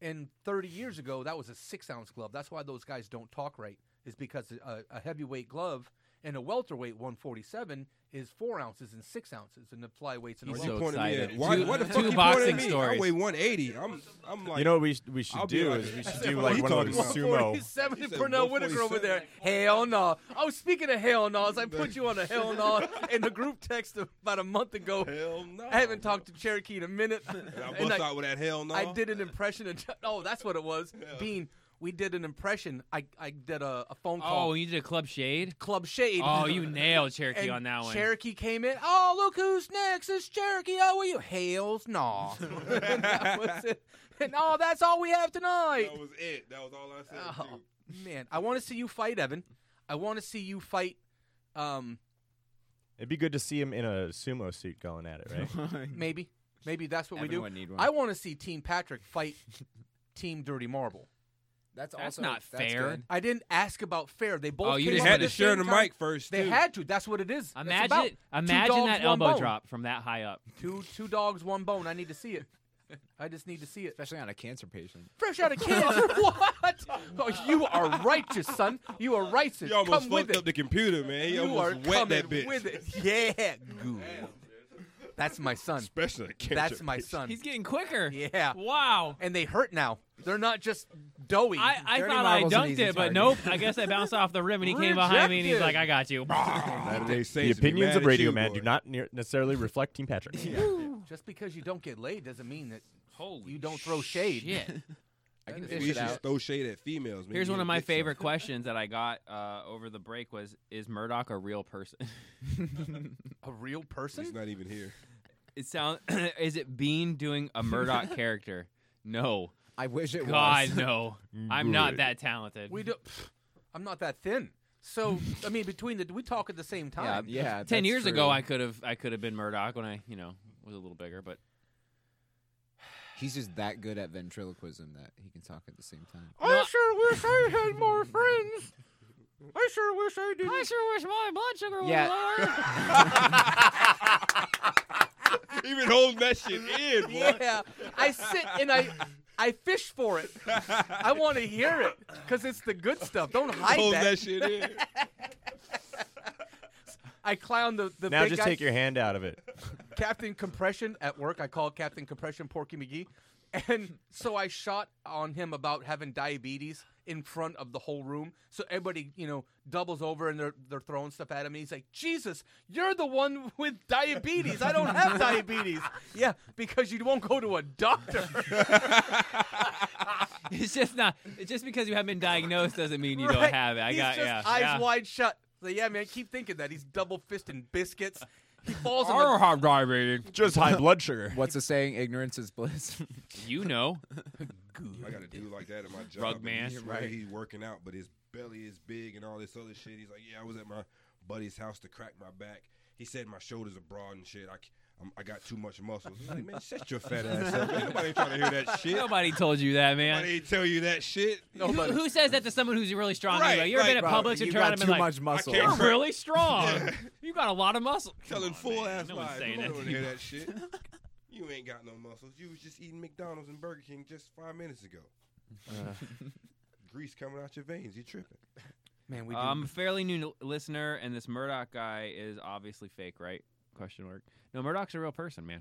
Speaker 7: and 30 years ago that was a six ounce glove. That's why those guys don't talk right. Is because a, a heavyweight glove and a welterweight 147 is four ounces and six ounces, and the flyweight's and a
Speaker 12: What's
Speaker 11: He's
Speaker 12: he
Speaker 11: so
Speaker 7: welterweight.
Speaker 12: pointing me at?
Speaker 11: excited.
Speaker 12: Why,
Speaker 11: Two-
Speaker 12: why the
Speaker 11: two
Speaker 12: fuck he pointing
Speaker 11: boxing
Speaker 12: at me?
Speaker 11: stories.
Speaker 12: I weigh 180. I'm, I'm like,
Speaker 6: You know what we sh- we should
Speaker 12: I'll be
Speaker 6: do
Speaker 12: like-
Speaker 6: is we
Speaker 12: I
Speaker 6: should
Speaker 12: said
Speaker 6: do like one of
Speaker 12: 140.
Speaker 6: those sumo.
Speaker 7: 147
Speaker 12: He said
Speaker 7: Pernell Whitaker over there. Hell no. I was speaking of hell no's. I put you on a hell no in the group text about a month ago.
Speaker 12: Hell no.
Speaker 7: I haven't talked to Cherokee in a minute.
Speaker 12: And I bust out with that hell no.
Speaker 7: I did an impression. Of, oh, that's what it was. Bean, we did an impression. I, I did a, a phone call.
Speaker 11: Oh, you did a Club Shade?
Speaker 7: Club Shade.
Speaker 11: Oh, you nailed Cherokee
Speaker 7: And
Speaker 11: on that one.
Speaker 7: Cherokee came in. Oh, look who's next. It's Cherokee. Oh, will you? Hells no. and that was it. And oh, that's all we have tonight.
Speaker 12: That was it. That was all I said.
Speaker 7: Oh,
Speaker 12: dude.
Speaker 7: man. I want to see you fight, Evan. I want to see you fight. Um,
Speaker 6: It'd be good to see him in a sumo suit going at it, right?
Speaker 7: maybe. Maybe that's what we
Speaker 13: Everyone
Speaker 7: do.
Speaker 13: need one.
Speaker 7: I want to see Team Patrick fight Team Dirty Marble.
Speaker 13: That's,
Speaker 11: That's
Speaker 13: also,
Speaker 11: not fair.
Speaker 13: good.
Speaker 7: I didn't ask about fair. They both
Speaker 11: Oh, you
Speaker 7: came
Speaker 11: just
Speaker 7: up
Speaker 11: had
Speaker 7: at
Speaker 11: to
Speaker 7: same
Speaker 12: share the
Speaker 7: time.
Speaker 12: mic first,
Speaker 7: They
Speaker 12: too.
Speaker 7: had to. That's what it is. That's
Speaker 11: Imagine,
Speaker 7: about. Two
Speaker 11: imagine
Speaker 7: dogs,
Speaker 11: that
Speaker 7: one
Speaker 11: elbow
Speaker 7: bone.
Speaker 11: drop from that high up.
Speaker 7: Two two dogs, one bone. I need to see it. I just need to see it.
Speaker 13: Especially on a cancer patient.
Speaker 7: Fresh out of cancer. what? Oh, you are righteous, son. You are righteous.
Speaker 12: He almost
Speaker 7: Come with it.
Speaker 12: fucked up the computer, man. He
Speaker 7: you are
Speaker 12: almost wet that
Speaker 7: coming
Speaker 12: bitch.
Speaker 7: with it. Yeah, good. That's my son.
Speaker 12: Especially the cancer
Speaker 7: That's my
Speaker 12: bitch.
Speaker 7: son.
Speaker 11: He's getting quicker.
Speaker 7: Yeah.
Speaker 11: Wow.
Speaker 7: And they hurt now. They're not just doughy.
Speaker 11: I, I
Speaker 13: Dirty
Speaker 11: thought I
Speaker 13: Marble's an
Speaker 11: dunked
Speaker 13: easy
Speaker 11: it, but
Speaker 13: target.
Speaker 11: nope. I guess I bounced off the rim and he came behind me and he's
Speaker 7: Rejected.
Speaker 11: like, I got you.
Speaker 12: Saturday
Speaker 6: The
Speaker 12: Saints be
Speaker 6: opinions
Speaker 12: mad
Speaker 6: of
Speaker 12: at
Speaker 6: Radio
Speaker 12: you,
Speaker 6: Man
Speaker 12: boy.
Speaker 6: do not ne- necessarily reflect Team Patrick.
Speaker 7: just because you don't get laid doesn't mean that
Speaker 11: Holy
Speaker 7: you don't throw shade.
Speaker 11: shit.
Speaker 13: I can
Speaker 7: is-
Speaker 13: fish
Speaker 12: We
Speaker 13: it
Speaker 12: should
Speaker 13: out.
Speaker 12: throw shade at females. man.
Speaker 11: Here's
Speaker 12: You
Speaker 11: one of
Speaker 12: need
Speaker 11: my
Speaker 12: to get
Speaker 11: favorite questions that I got uh, over the break was, is Murdoch a real person?
Speaker 7: A real
Speaker 12: some. He's
Speaker 7: person?
Speaker 12: not even here.
Speaker 11: it sound is it Bean doing a Murdoch character? No.
Speaker 13: I wish it
Speaker 11: God
Speaker 13: was.
Speaker 11: no. I'm not that talented.
Speaker 7: We do. pff, I'm not that thin. So I mean, between the we talk at the same
Speaker 13: Yeah,
Speaker 7: time.
Speaker 13: yeah.
Speaker 11: Ten
Speaker 13: that's
Speaker 11: years
Speaker 13: true.
Speaker 11: ago I could have I could have been Murdoch when I, you know, was a little bigger, but
Speaker 13: He's just that good at ventriloquism that he can talk at the same time.
Speaker 7: I sure wish I had more friends. I sure wish I didn't.
Speaker 11: sure wish my blood sugar was
Speaker 13: Yeah.
Speaker 11: lower.
Speaker 12: even holding that shit in, boy.
Speaker 7: Yeah, I sit and I I fish for it. I want to hear it because it's the good stuff. Don't hide
Speaker 12: Hold that.
Speaker 7: that.
Speaker 12: shit in.
Speaker 7: I clown the the
Speaker 6: Now
Speaker 7: big
Speaker 6: just
Speaker 7: guy.
Speaker 6: take your hand out of it.
Speaker 7: Captain Compression at work. I call Captain Compression Porky McGee. And so I shot on him about having diabetes in front of the whole room. So everybody, you know, doubles over and they're they're throwing stuff at him. And he's like, Jesus, you're the one with diabetes. I don't have diabetes. yeah, because you won't go to a doctor.
Speaker 11: it's just not it's just because you haven't been diagnosed doesn't mean you don't
Speaker 7: Right?
Speaker 11: have it. I
Speaker 7: he's
Speaker 11: got
Speaker 7: just
Speaker 11: yeah.
Speaker 7: eyes
Speaker 11: yeah.
Speaker 7: wide shut. So yeah, man, keep thinking that. He's double fisting biscuits. He falls
Speaker 11: I don't
Speaker 7: on
Speaker 11: have diabetes.
Speaker 6: Just high blood sugar.
Speaker 13: What's the saying? Ignorance is bliss.
Speaker 11: You know.
Speaker 12: I got a dude like that at my job.
Speaker 11: Rug
Speaker 12: and
Speaker 11: man.
Speaker 12: He
Speaker 11: You're
Speaker 12: swear
Speaker 11: right.
Speaker 12: He's working out, but his belly is big and all this other shit. He's like, yeah, I was at my buddy's house to crack my back. He said my shoulders are broad and shit. I, c- I'm- I got too much muscle. I'm like, man, shut your fat ass up. Man. Nobody trying to hear that shit. Nobody
Speaker 11: Nobody told you that, man.
Speaker 12: ain't tell you that shit.
Speaker 11: Who, who says that to someone who's really strong
Speaker 12: Right,
Speaker 11: anyway? You ever
Speaker 12: right,
Speaker 11: been at
Speaker 12: right.
Speaker 11: Publix and
Speaker 13: you
Speaker 11: tried
Speaker 13: got
Speaker 11: to
Speaker 13: too
Speaker 11: be like,
Speaker 13: much muscle.
Speaker 12: can't-
Speaker 11: you're really strong. You You got a lot of muscle. Come
Speaker 12: Telling
Speaker 11: on,
Speaker 12: full
Speaker 11: man.
Speaker 12: ass
Speaker 11: no
Speaker 12: lies.
Speaker 11: One's saying
Speaker 12: you
Speaker 11: that
Speaker 12: don't
Speaker 11: to
Speaker 12: hear
Speaker 11: you.
Speaker 12: that shit. You ain't got no muscles. You was just eating McDonald's and Burger King just five minutes ago.
Speaker 11: Uh.
Speaker 12: Grease coming out your veins. You tripping?
Speaker 7: Man,
Speaker 11: Uh, I'm a fairly new l- listener, and this Murdoch guy is obviously fake, right? Question mark. No, Murdoch's a real person, man.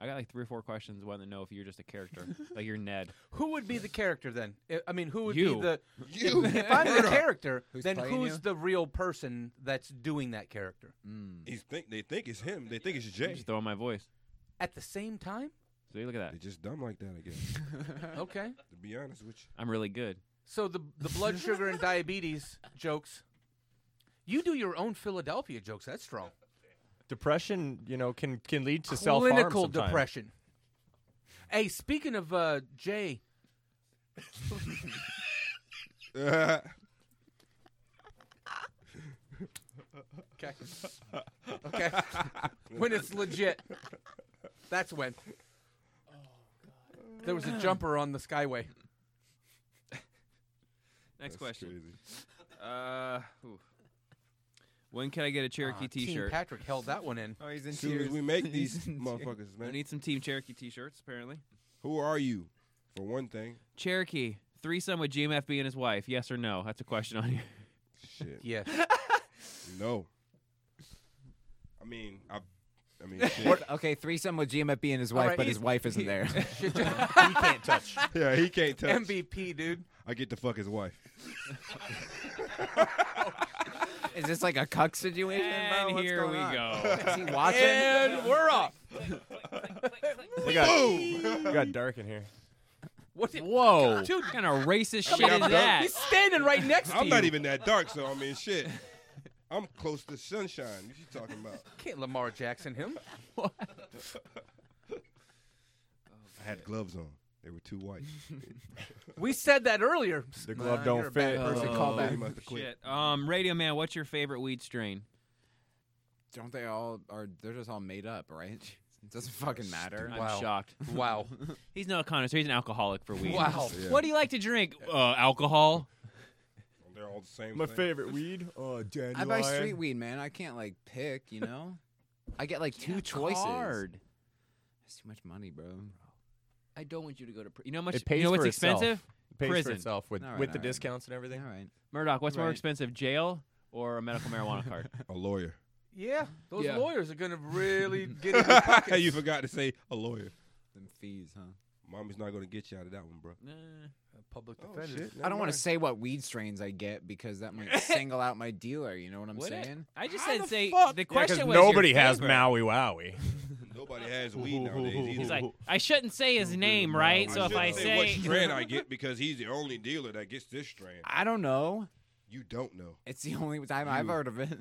Speaker 11: I got like three or four questions. Wanting to know if you're just a character, like you're Ned.
Speaker 7: Who would be the character then? I- I mean, who would
Speaker 11: You.
Speaker 7: be the
Speaker 11: You.
Speaker 7: If, if I'm the
Speaker 11: Murdoch.
Speaker 7: character,
Speaker 11: Who's
Speaker 7: then
Speaker 11: playing
Speaker 7: who's
Speaker 11: you?
Speaker 7: the real person that's doing that character?
Speaker 11: Mm.
Speaker 12: He's think they think it's him. They think it's Jay.
Speaker 11: Just throwing my voice.
Speaker 7: At the same time?
Speaker 11: See, look at that. They're
Speaker 12: just dumb like that, I guess.
Speaker 7: Okay.
Speaker 12: To be honest with
Speaker 11: I'm really good.
Speaker 7: So the the blood sugar and diabetes jokes. You do your own Philadelphia jokes. That's strong.
Speaker 6: Depression, you know, can can lead to self harm.
Speaker 7: Clinical depression. Hey, speaking of uh, Jay,
Speaker 12: you. Uh,
Speaker 7: Okay. Okay. when it's legit. That's when. There was a jumper on the Skyway.
Speaker 11: Next
Speaker 7: That's
Speaker 11: question. Uh, ooh. when can I get a Cherokee
Speaker 7: Ah, Team
Speaker 11: T-shirt?
Speaker 7: Patrick held that one in.
Speaker 11: Oh, he's
Speaker 12: in Soon as tears. we make these motherfuckers, man.
Speaker 11: I need some Team Cherokee T-shirts, apparently.
Speaker 12: who are you? For one thing,
Speaker 11: Cherokee threesome with GMFB and his wife. Yes or no? That's a question on here.
Speaker 12: Shit.
Speaker 7: Yes.
Speaker 12: no. I mean, I. I mean, shit.
Speaker 13: What- okay, threesome with GMFB and his
Speaker 12: All
Speaker 13: wife,
Speaker 12: right,
Speaker 13: but
Speaker 12: he's-
Speaker 13: his wife isn't
Speaker 12: he-
Speaker 13: there.
Speaker 12: He can't touch. Yeah, he can't touch.
Speaker 7: MVP, dude.
Speaker 12: I get to fuck his wife.
Speaker 13: Is this like a cuck situation,
Speaker 11: And
Speaker 13: bro? What's
Speaker 11: here
Speaker 13: going
Speaker 11: we
Speaker 13: on?
Speaker 11: go.
Speaker 13: Is he watching?
Speaker 7: And we're off.
Speaker 6: It got,
Speaker 7: Boom!
Speaker 6: it got dark in here.
Speaker 7: What? the-
Speaker 11: Whoa!
Speaker 7: Dude.
Speaker 11: kind of racist
Speaker 7: Come
Speaker 11: shit
Speaker 7: on,
Speaker 11: is
Speaker 7: bro.
Speaker 11: that?
Speaker 7: He's standing right next to
Speaker 12: I'm
Speaker 7: you.
Speaker 12: not e- even that dark, so I mean, shit. I'm close to sunshine. What you talking about?
Speaker 7: Can't Lamar Jackson him.
Speaker 12: I had gloves on. They were too white.
Speaker 7: we said that earlier.
Speaker 12: The glove don't fit. Oh, he must have quit.
Speaker 11: Shit. Um, Radio Man, what's your favorite weed strain?
Speaker 13: Don't they all are? They're just all made up, right? It doesn't fucking matter.
Speaker 11: I'm shocked.
Speaker 7: Wow.
Speaker 11: He's not a connoisseur. He's an alcoholic for weed.
Speaker 13: Wow. Yeah.
Speaker 11: What do you like to drink? Uh, alcohol.
Speaker 12: They're all the same.
Speaker 6: My
Speaker 12: thing.
Speaker 6: favorite weed, uh, dandelion.
Speaker 13: I buy street weed, man. I can't like pick, you know. I get like two choices.
Speaker 11: card.
Speaker 13: That's too much money, bro.
Speaker 11: I don't want you to go to prison. You know how much?
Speaker 6: It pays
Speaker 11: you know what's
Speaker 6: for itself.
Speaker 11: expensive?
Speaker 6: It pays for
Speaker 11: prison
Speaker 6: itself with-
Speaker 13: All right,
Speaker 6: with the
Speaker 13: all right.
Speaker 6: discounts and everything.
Speaker 13: All right.
Speaker 11: Murdoch, what's more
Speaker 13: Right.
Speaker 11: expensive, jail or a medical marijuana card?
Speaker 12: A lawyer.
Speaker 7: Yeah, those
Speaker 11: Yeah.
Speaker 7: lawyers are gonna really get in your pockets.
Speaker 12: you forgot to say a lawyer.
Speaker 13: Them fees, huh?
Speaker 12: Mommy's not gonna get you out of that one, bro.
Speaker 7: Public
Speaker 12: Oh,
Speaker 7: defender.
Speaker 12: shit.
Speaker 13: I don't want
Speaker 12: Never
Speaker 13: to say what weed strains I get because that might single out my dealer. You know what I'm
Speaker 11: Would it?
Speaker 13: saying?
Speaker 11: I just
Speaker 7: How
Speaker 11: said
Speaker 7: the
Speaker 11: say
Speaker 7: fuck?
Speaker 11: the
Speaker 6: Yeah, 'cause
Speaker 11: question was your
Speaker 6: nobody has
Speaker 11: favorite.
Speaker 6: Maui Wowie.
Speaker 12: Nobody has weed nowadays.
Speaker 11: He's
Speaker 12: either.
Speaker 11: like, I shouldn't say his name, right? So if
Speaker 12: shouldn't
Speaker 11: I
Speaker 12: what
Speaker 11: say,
Speaker 12: strand I get because he's the only dealer that gets this strand.
Speaker 13: I don't know.
Speaker 12: You don't know.
Speaker 13: It's the only time I've heard of it.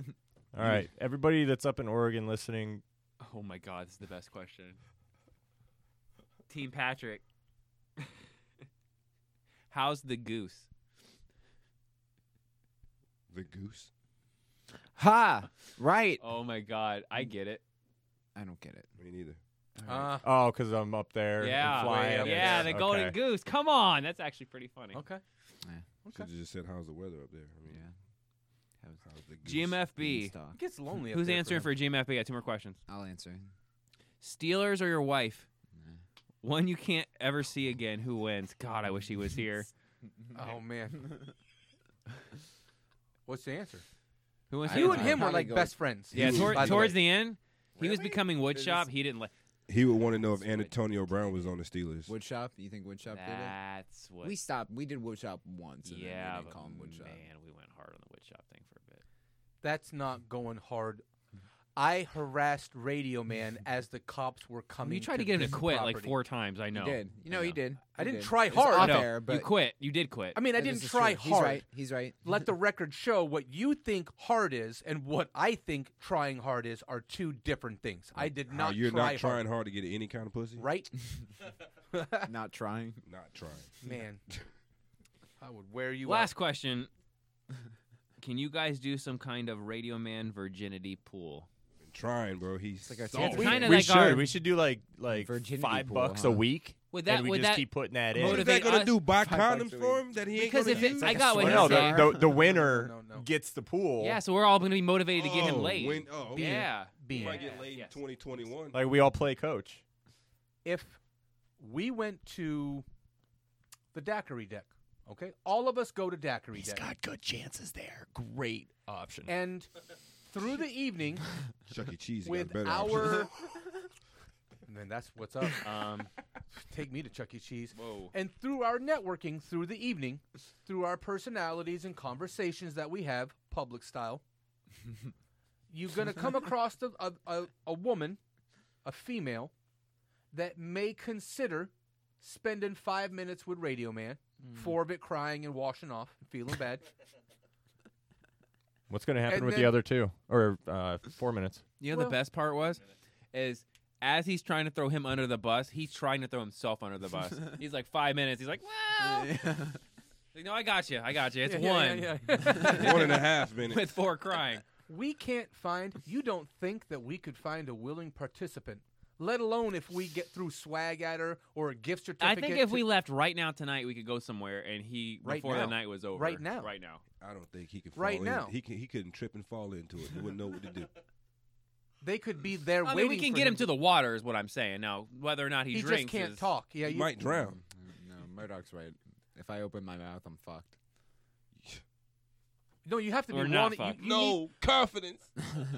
Speaker 6: All right, everybody that's up in Oregon listening,
Speaker 11: oh my god, this is the best question. Team Patrick, how's the goose?
Speaker 12: The goose.
Speaker 13: ha! Right.
Speaker 11: Oh my god, I
Speaker 13: Mm.
Speaker 11: get it.
Speaker 13: I don't get it.
Speaker 12: Me neither.
Speaker 7: Uh,
Speaker 6: oh, because I'm up there, and
Speaker 11: yeah,
Speaker 6: flying.
Speaker 11: yeah,
Speaker 6: and-
Speaker 11: the golden
Speaker 6: okay.
Speaker 11: goose. Come on, that's actually pretty funny.
Speaker 7: okay.
Speaker 12: Should have just said, "How's the weather up there?" I mean,
Speaker 13: How's-
Speaker 12: how's the goose?
Speaker 11: GMFB.
Speaker 13: Beanstalk.
Speaker 7: It gets lonely. up
Speaker 11: Who's
Speaker 7: there for
Speaker 11: answering
Speaker 7: him.
Speaker 11: for, GMFB? I got two more questions.
Speaker 13: I'll answer.
Speaker 11: Steelers or your wife? One you can't ever see again. Who wins? God, I wish he was here.
Speaker 7: Oh man. What's the answer?
Speaker 11: Who wants to
Speaker 7: You
Speaker 11: answer
Speaker 7: and
Speaker 11: that?
Speaker 7: him were
Speaker 13: probably
Speaker 7: like
Speaker 13: go
Speaker 7: best friends.
Speaker 11: Yeah, tor-
Speaker 7: by the
Speaker 11: towards
Speaker 7: way.
Speaker 11: the end, he was becoming woodshop. He didn't like.
Speaker 12: He would want to know if Antonio Brown was on the Steelers.
Speaker 13: Woodshop? You think Woodshop did
Speaker 11: That's
Speaker 13: it?
Speaker 11: what.
Speaker 13: We stopped. We did Woodshop once. And
Speaker 11: yeah,
Speaker 13: Then we didn't
Speaker 11: but
Speaker 13: call him Woodshop.
Speaker 11: man, we went hard on the woodshop thing for a bit.
Speaker 7: That's not going hard. I harassed Radio Man as the cops were coming.
Speaker 11: you tried to,
Speaker 7: to
Speaker 11: get him to
Speaker 7: this
Speaker 11: quit like
Speaker 7: property.
Speaker 11: four times. I know.
Speaker 13: He did. You know, he did.
Speaker 7: I
Speaker 13: He
Speaker 7: didn't
Speaker 13: did.
Speaker 7: try
Speaker 13: It's
Speaker 7: hard.
Speaker 13: off
Speaker 11: No,
Speaker 13: air,
Speaker 11: you
Speaker 13: but
Speaker 11: quit. You did quit.
Speaker 7: I mean, I
Speaker 13: This
Speaker 7: didn't
Speaker 13: is
Speaker 7: try
Speaker 13: true.
Speaker 7: hard.
Speaker 13: He's right. He's right.
Speaker 7: Let the record show what you think hard is and what I think trying hard is are two different things. I did
Speaker 12: How
Speaker 7: not
Speaker 12: you're
Speaker 7: try
Speaker 12: not
Speaker 7: hard.
Speaker 12: trying hard to get any kind of pussy.
Speaker 7: Right?
Speaker 13: Not trying.
Speaker 12: Not trying.
Speaker 7: Man. I would wear you
Speaker 11: Last
Speaker 7: out.
Speaker 11: question. Can you guys do some kind of Radio Man virginity pool?
Speaker 12: Trying, bro. He's
Speaker 13: It's like our
Speaker 12: soft.
Speaker 13: chance
Speaker 11: It's kind of
Speaker 6: we
Speaker 11: like
Speaker 6: should.
Speaker 11: our.
Speaker 6: We should do like like
Speaker 13: Virginity
Speaker 6: five
Speaker 13: pool,
Speaker 6: bucks
Speaker 13: huh?
Speaker 6: a week,
Speaker 11: Would that
Speaker 6: and we
Speaker 11: would
Speaker 6: just
Speaker 11: that
Speaker 6: keep putting that in.
Speaker 11: motivate
Speaker 12: What are they gonna
Speaker 11: us?
Speaker 12: do, buy Five bucks condoms a for week. him that he ain't
Speaker 11: because
Speaker 12: gonna
Speaker 11: if it,
Speaker 12: use?
Speaker 11: I
Speaker 12: Like a
Speaker 11: got what
Speaker 6: no,
Speaker 11: he's
Speaker 6: the,
Speaker 11: saying.
Speaker 6: the, the winner gets the pool.
Speaker 11: Yeah, so we're all going to be motivated to get
Speaker 12: Oh,
Speaker 11: him late.
Speaker 12: when- oh, okay.
Speaker 11: Yeah,
Speaker 12: We might get laid in 2021.
Speaker 6: Like we all play coach.
Speaker 7: if we went to the daiquiri deck, okay, all of us go to daiquiri deck. He's got
Speaker 6: good chances there. Great option.
Speaker 7: And through the evening,
Speaker 12: Chuck E. Cheese you
Speaker 7: with
Speaker 12: got better
Speaker 7: our,
Speaker 12: options.
Speaker 7: and then that's what's up. Um, take me to Chuck E. Cheese. Whoa. And through our networking, through the evening, through our personalities and conversations that we have, public style, you're gonna come across the, a, a a woman, a female, that may consider spending five minutes with Radio Man,
Speaker 12: Mm.
Speaker 7: four of it crying and washing off and feeling bad.
Speaker 6: What's going to happen
Speaker 7: And
Speaker 6: with
Speaker 7: then-
Speaker 6: the other two or uh, four minutes?
Speaker 11: You know
Speaker 7: Well-
Speaker 11: the best part was, is as he's trying to throw him under the bus, he's trying to throw himself under the bus. he's like five minutes. He's like, well, Like, no, I got you, I got you. It's
Speaker 7: Yeah, yeah,
Speaker 11: one,
Speaker 7: yeah, yeah. One and a half
Speaker 12: minutes.
Speaker 11: with four crying.
Speaker 7: we can't find. You don't think that we could find a willing participant, let alone if we get through swag at her or a gift
Speaker 11: I
Speaker 7: certificate.
Speaker 11: think if
Speaker 7: to-
Speaker 11: we left right now tonight, we could go somewhere, and he
Speaker 7: Right
Speaker 11: before
Speaker 7: now.
Speaker 11: the night was over.
Speaker 7: Right now.
Speaker 11: right now.
Speaker 12: I don't think he could. Fall
Speaker 7: Right
Speaker 12: in.
Speaker 7: now.
Speaker 12: he can, he couldn't trip and fall into it. He wouldn't know what to do.
Speaker 7: they could be there.
Speaker 11: I mean,
Speaker 7: waiting
Speaker 11: we can
Speaker 7: for
Speaker 11: get him to the water, is what I'm saying. Now, whether or not he,
Speaker 7: He just
Speaker 11: drinks,
Speaker 7: can't
Speaker 11: is-
Speaker 7: talk. Yeah, He you- might drown.
Speaker 13: No, Murdoch's right. If I open my mouth, I'm fucked.
Speaker 7: No, you have to
Speaker 13: We're
Speaker 7: be
Speaker 13: not
Speaker 7: wanting. You,
Speaker 13: fucked.
Speaker 7: you
Speaker 12: No
Speaker 7: need-
Speaker 12: confidence.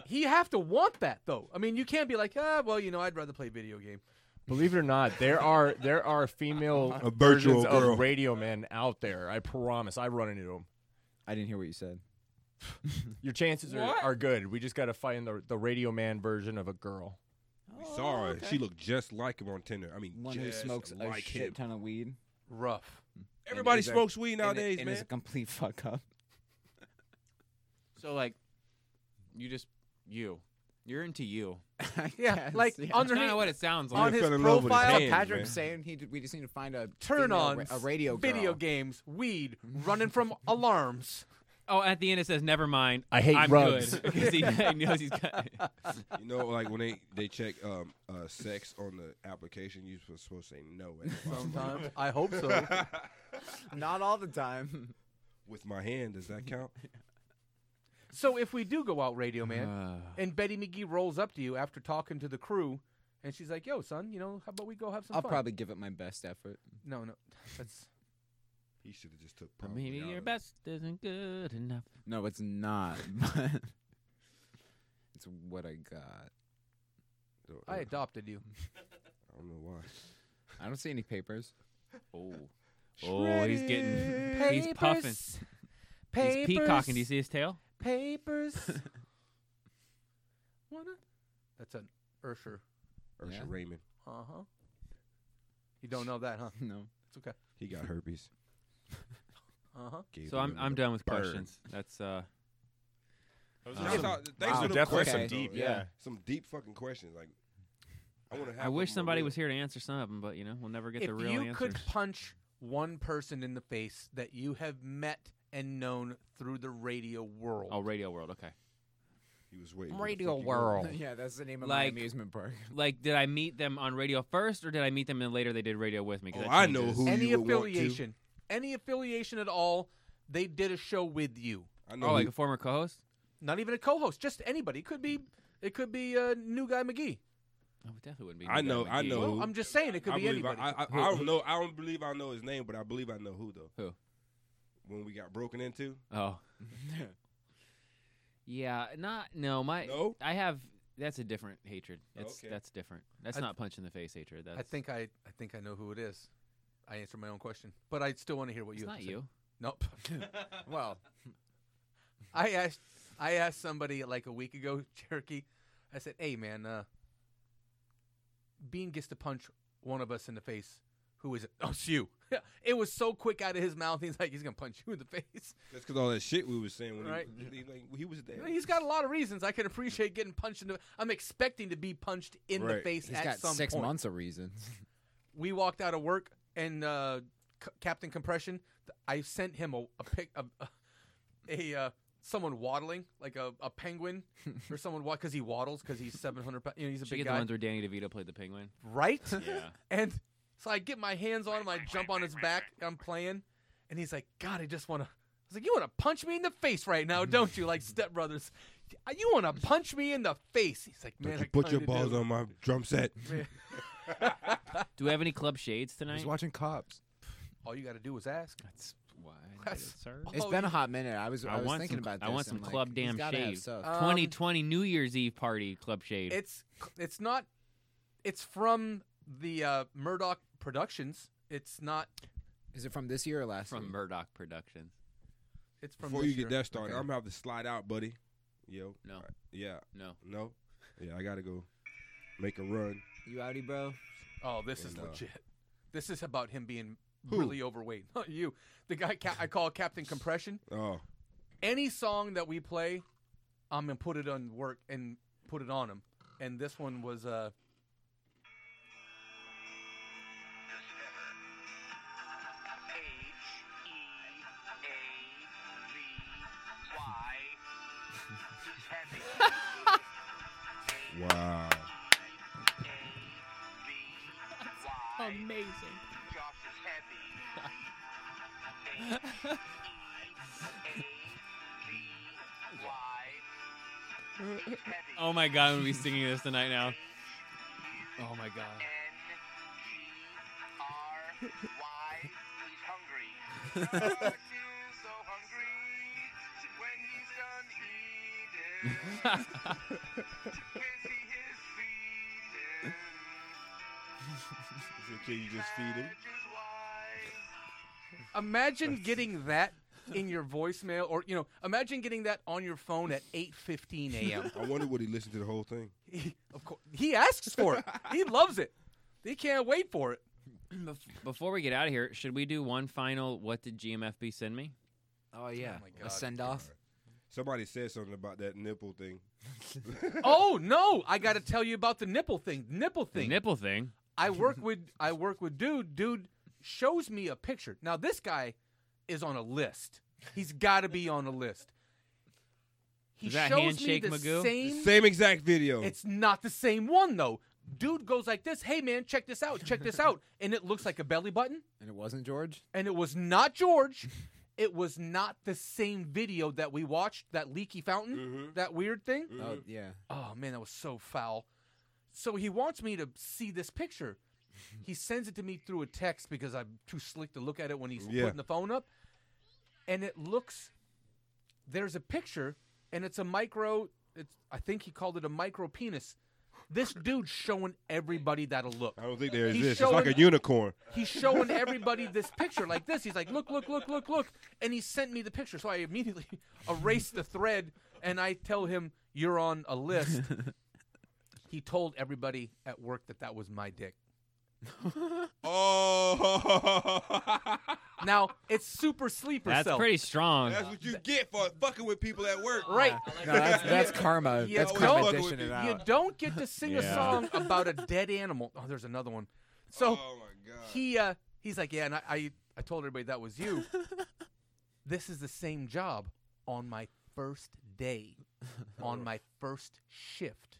Speaker 7: he have to want that though. I mean, you can't be like, ah, well, you know, I'd rather play video game.
Speaker 6: Believe it or not, there are there are female
Speaker 12: A virtual
Speaker 6: versions
Speaker 12: girl.
Speaker 6: of radio men out there. I promise. I run into them.
Speaker 13: I didn't hear what you said.
Speaker 6: Your chances are,
Speaker 13: What?
Speaker 6: are good. We just got to find the the radio man version of a girl.
Speaker 12: We saw her. She looked just like him on Tinder. I mean,
Speaker 13: One who
Speaker 12: just
Speaker 13: smokes a
Speaker 12: like
Speaker 13: shit
Speaker 12: him.
Speaker 13: ton of weed.
Speaker 7: Rough.
Speaker 12: Everybody
Speaker 13: is a-
Speaker 12: smokes weed
Speaker 13: and-
Speaker 12: nowadays,
Speaker 13: and is
Speaker 12: man.
Speaker 13: a complete fuck up.
Speaker 11: So like, you just you, you're into you.
Speaker 7: Yeah,
Speaker 13: guess,
Speaker 7: like
Speaker 13: yeah.
Speaker 11: That's kind of what it sounds like.
Speaker 13: Hey, Patrick's saying he, we just need to find a
Speaker 11: Turn
Speaker 13: female
Speaker 11: on
Speaker 13: ra- a radio girl. Oh,
Speaker 11: video
Speaker 7: games, weed, running from alarms.
Speaker 11: Oh, at the end it says, "Never mind."
Speaker 6: I hate
Speaker 11: I'm
Speaker 6: rugs.
Speaker 11: good," because he, he knows he's got.
Speaker 12: you know, like when they they check um uh sex on the application, you're supposed to say no. at the bottom.
Speaker 7: Sometimes. I hope so.
Speaker 13: Not all the time.
Speaker 12: With my hand, does that count?
Speaker 7: So if we do go out, Radio Man,
Speaker 12: Ah.
Speaker 7: and Betty McGee rolls up to you after talking to the crew, and she's like, "Yo, son, you know, how about we go have some
Speaker 13: I'll
Speaker 7: fun?"
Speaker 13: probably give it my best effort.
Speaker 7: No, no, that's
Speaker 12: He should have just took.
Speaker 13: I
Speaker 11: Maybe
Speaker 7: Oh,
Speaker 11: your best isn't good enough.
Speaker 13: No, it's not. But it's what I got.
Speaker 7: I adopted you.
Speaker 12: uh, I don't know why.
Speaker 13: I don't see any papers.
Speaker 11: Oh, oh, he's getting, he's puffing,
Speaker 7: Papers.
Speaker 11: he's peacocking. Do you see his tail?
Speaker 7: Papers. Wanna? That's an Ursher.
Speaker 12: Ursher
Speaker 13: Yeah.
Speaker 12: Raymond.
Speaker 7: Uh huh. You don't know that, huh?
Speaker 13: No.
Speaker 7: It's okay.
Speaker 12: He got herpes.
Speaker 7: Uh huh.
Speaker 12: Gave
Speaker 11: So
Speaker 12: the
Speaker 11: I'm
Speaker 12: women
Speaker 11: I'm
Speaker 12: a
Speaker 11: done with
Speaker 12: burn.
Speaker 11: questions. That's uh.
Speaker 12: Those
Speaker 11: um,
Speaker 12: are some- thanks for the questions. though. some deep fucking questions. Like, I want to have.
Speaker 11: I wish
Speaker 12: them
Speaker 11: somebody
Speaker 12: real.
Speaker 11: was here to answer some of them, but you know we'll never get
Speaker 7: if
Speaker 11: the real
Speaker 7: you
Speaker 11: answers.
Speaker 7: could punch one person in the face that you have met and known through the radio world,
Speaker 11: oh, Radio World. Okay.
Speaker 12: He was waiting.
Speaker 7: Radio
Speaker 11: World.
Speaker 13: yeah, that's the name of my
Speaker 11: Like-
Speaker 13: amusement park.
Speaker 11: Like, did I meet them on radio first, or did I meet them and later they did radio with me? 'Cause
Speaker 12: Oh,
Speaker 11: that
Speaker 12: I know
Speaker 11: changes.
Speaker 12: who
Speaker 7: any
Speaker 12: you would want to.
Speaker 7: affiliation, any affiliation at all, they did a show with you.
Speaker 12: I know.
Speaker 11: Oh, like
Speaker 12: who-
Speaker 11: a former co-host.
Speaker 7: Not even a co-host, just anybody. It could be, it could be uh, new guy McGee.
Speaker 11: Oh, it definitely wouldn't be.
Speaker 12: I
Speaker 11: New
Speaker 12: know.
Speaker 11: Guy
Speaker 12: I
Speaker 11: McGee.
Speaker 12: know.
Speaker 7: Well,
Speaker 12: who.
Speaker 7: I'm just saying it could
Speaker 12: I
Speaker 7: be
Speaker 12: believe
Speaker 7: anybody.
Speaker 12: I, I, I, I don't know. I don't believe I know his name, but I believe I know who though.
Speaker 11: Who?
Speaker 12: When we got broken into.
Speaker 11: Oh. yeah, not no. My
Speaker 12: No?
Speaker 11: I have. That's a different hatred. It's
Speaker 12: Okay.
Speaker 11: that's different. That's
Speaker 7: I th-
Speaker 11: not punch in the face hatred. That's
Speaker 7: I think I, I think I know who it is. I answered my own question, but I still want to hear what
Speaker 11: It's
Speaker 7: you. have
Speaker 11: not
Speaker 7: to say.
Speaker 11: you.
Speaker 7: Nope.
Speaker 13: well,
Speaker 7: I asked, I asked somebody like a week ago, Cherokee. I said, "Hey, man, uh, Bean gets to punch one of us in the face. Who is it? Oh, it's you." it was so quick out of his mouth. He's like, "He's gonna punch you in the face."
Speaker 12: That's because all that shit we was saying when
Speaker 7: Right.
Speaker 12: he, he, like, he was there.
Speaker 7: He's got a lot of reasons I can appreciate getting punched in the. I'm expecting to be punched in the
Speaker 13: Right.
Speaker 7: face
Speaker 13: he's
Speaker 7: at
Speaker 13: got
Speaker 7: some
Speaker 13: six
Speaker 7: point.
Speaker 13: months of reasons.
Speaker 7: we walked out of work and uh, C- Captain Compression, th- I sent him a, a pic of a, a uh, someone waddling like a, a penguin or someone because he waddles because he's seven hundred pounds. You know, he's a
Speaker 11: Did you
Speaker 7: big
Speaker 11: get
Speaker 7: guy,
Speaker 11: the ones where Danny DeVito played the penguin.
Speaker 7: right?
Speaker 11: Yeah.
Speaker 7: And So I get my hands on him, I jump on his back, I'm playing, and he's like, God, I just want to. I was like, you want to punch me in the face right now, don't you? Like stepbrothers. You want to punch me in the face. He's like, man,
Speaker 12: Don't
Speaker 7: I
Speaker 12: you put your
Speaker 7: kinda
Speaker 12: balls
Speaker 7: do."
Speaker 12: on my drum set.
Speaker 7: Man.
Speaker 11: Do we have any club shades tonight?
Speaker 13: He's watching cops.
Speaker 7: All you got to do is ask. Oh,
Speaker 11: That's why.
Speaker 13: It's been a hot minute. I was I, was
Speaker 11: want
Speaker 13: thinking
Speaker 11: some,
Speaker 13: about this.
Speaker 11: I want some
Speaker 13: I'm like,
Speaker 11: club
Speaker 13: he's
Speaker 11: damn
Speaker 13: gotta have
Speaker 11: shade.
Speaker 13: stuff.
Speaker 7: Um,
Speaker 11: 2020 New Year's Eve party club shade.
Speaker 7: It's it's not. It's from the uh, Murdoch Productions. It's not.
Speaker 13: Is it from this year or last?
Speaker 11: From Murdoch Productions.
Speaker 7: It's from.
Speaker 12: Before
Speaker 7: this
Speaker 12: you
Speaker 7: year.
Speaker 12: get that started, I'm gonna have to slide out, buddy. Yo.
Speaker 11: No.
Speaker 12: Yeah.
Speaker 11: No.
Speaker 12: No. Yeah, I gotta go make a run.
Speaker 13: You outie, bro?
Speaker 7: Oh, this is
Speaker 12: And, uh,
Speaker 7: legit. This is about him being
Speaker 12: Who?
Speaker 7: really overweight. Not you. The guy ca- I call Captain Compression.
Speaker 12: Oh.
Speaker 7: Any song that we play, I'm gonna put it on work and put it on him. And this one was uh,
Speaker 6: E
Speaker 12: Wow.
Speaker 8: Amazing.
Speaker 11: Oh my god, I'm gonna be singing this tonight now. Oh my god.
Speaker 12: Can you just feed him?
Speaker 7: Imagine getting that in your voicemail, or you know, imagine getting that on your phone at 8:15 a.m.
Speaker 12: I wonder would he listen to the whole thing.
Speaker 7: of course, he asks for it. He loves it. He can't wait for it.
Speaker 11: Before we get out of here, should we do one final what did GMFB send me?
Speaker 13: Oh yeah.
Speaker 7: my
Speaker 13: a
Speaker 7: God.
Speaker 13: send off.
Speaker 12: Somebody said something about that nipple thing.
Speaker 7: oh no! I got to tell you about the nipple thing. Nipple thing.
Speaker 11: Nipple thing.
Speaker 7: I work with I work with dude. Dude shows me a picture. Now this guy is on a list. He's got to be on a list. He
Speaker 11: Is that
Speaker 7: shows
Speaker 11: Handshake
Speaker 7: me the
Speaker 11: Magoo?
Speaker 7: same.
Speaker 12: Same exact video.
Speaker 7: It's not the same one though. Dude goes like this. Hey man, check this out. Check this out. And it looks like a belly button.
Speaker 13: And it wasn't George.
Speaker 7: And it was not George. It was not the same video that we watched. That leaky fountain.
Speaker 13: Mm-hmm.
Speaker 7: That weird thing.
Speaker 13: Oh yeah.
Speaker 7: Oh man, that was so foul. So he wants me to see this picture. He sends it to me through a text because I'm too slick to look at it when he's
Speaker 12: Yeah.
Speaker 7: putting the phone up. And it looks there's a picture and it's a micro it's I think he called it a micro penis. This dude's showing everybody that'll look.
Speaker 12: I don't think there
Speaker 7: He's
Speaker 12: exists. It's like
Speaker 7: showing-
Speaker 12: a unicorn.
Speaker 7: He's showing everybody this picture like this. He's like, look, look, look, look, look. And he sent me the picture. So I immediately erased the thread and I tell him, you're on a list. he told everybody at work that that was my dick.
Speaker 12: Oh.
Speaker 7: Now, it's super sleeper
Speaker 11: That's
Speaker 7: cell.
Speaker 11: pretty strong.
Speaker 12: That's what you get for fucking with people at work.
Speaker 7: Right.
Speaker 13: No, that's, that's
Speaker 11: Uh,
Speaker 13: karma.
Speaker 7: You
Speaker 13: that's
Speaker 7: don't-
Speaker 13: karma
Speaker 12: fucking with
Speaker 13: dishing it
Speaker 12: you.
Speaker 7: You
Speaker 13: out.
Speaker 7: don't get to sing a
Speaker 11: Yeah.
Speaker 7: song about a dead animal. Oh, there's another one. So
Speaker 12: Oh my god.
Speaker 7: he uh, he's like, yeah, and I, I I told everybody that was you. this is the same job on my first day, on my first shift,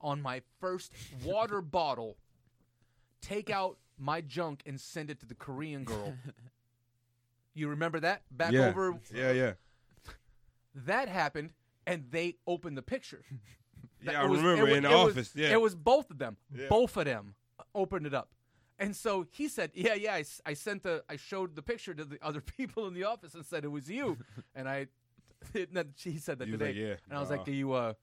Speaker 7: on my first water bottle. Take out my junk and send it to the Korean girl. You remember that? Back
Speaker 12: yeah.
Speaker 7: over
Speaker 12: Yeah, yeah.
Speaker 7: that happened, and they opened the picture. That-
Speaker 12: Yeah, I
Speaker 7: it was-
Speaker 12: remember
Speaker 7: it wa-
Speaker 12: in the
Speaker 7: it was-
Speaker 12: office. Yeah.
Speaker 7: It was both of them.
Speaker 12: Yeah.
Speaker 7: Both of them opened it up. And so he said, "Yeah, yeah, I, s- I sent the I showed the picture to the other people in the office and said it was you." and I and then he said that
Speaker 12: You was
Speaker 7: today.
Speaker 12: like, "Yeah,
Speaker 7: And I was
Speaker 12: nah."
Speaker 7: like, "Do you uh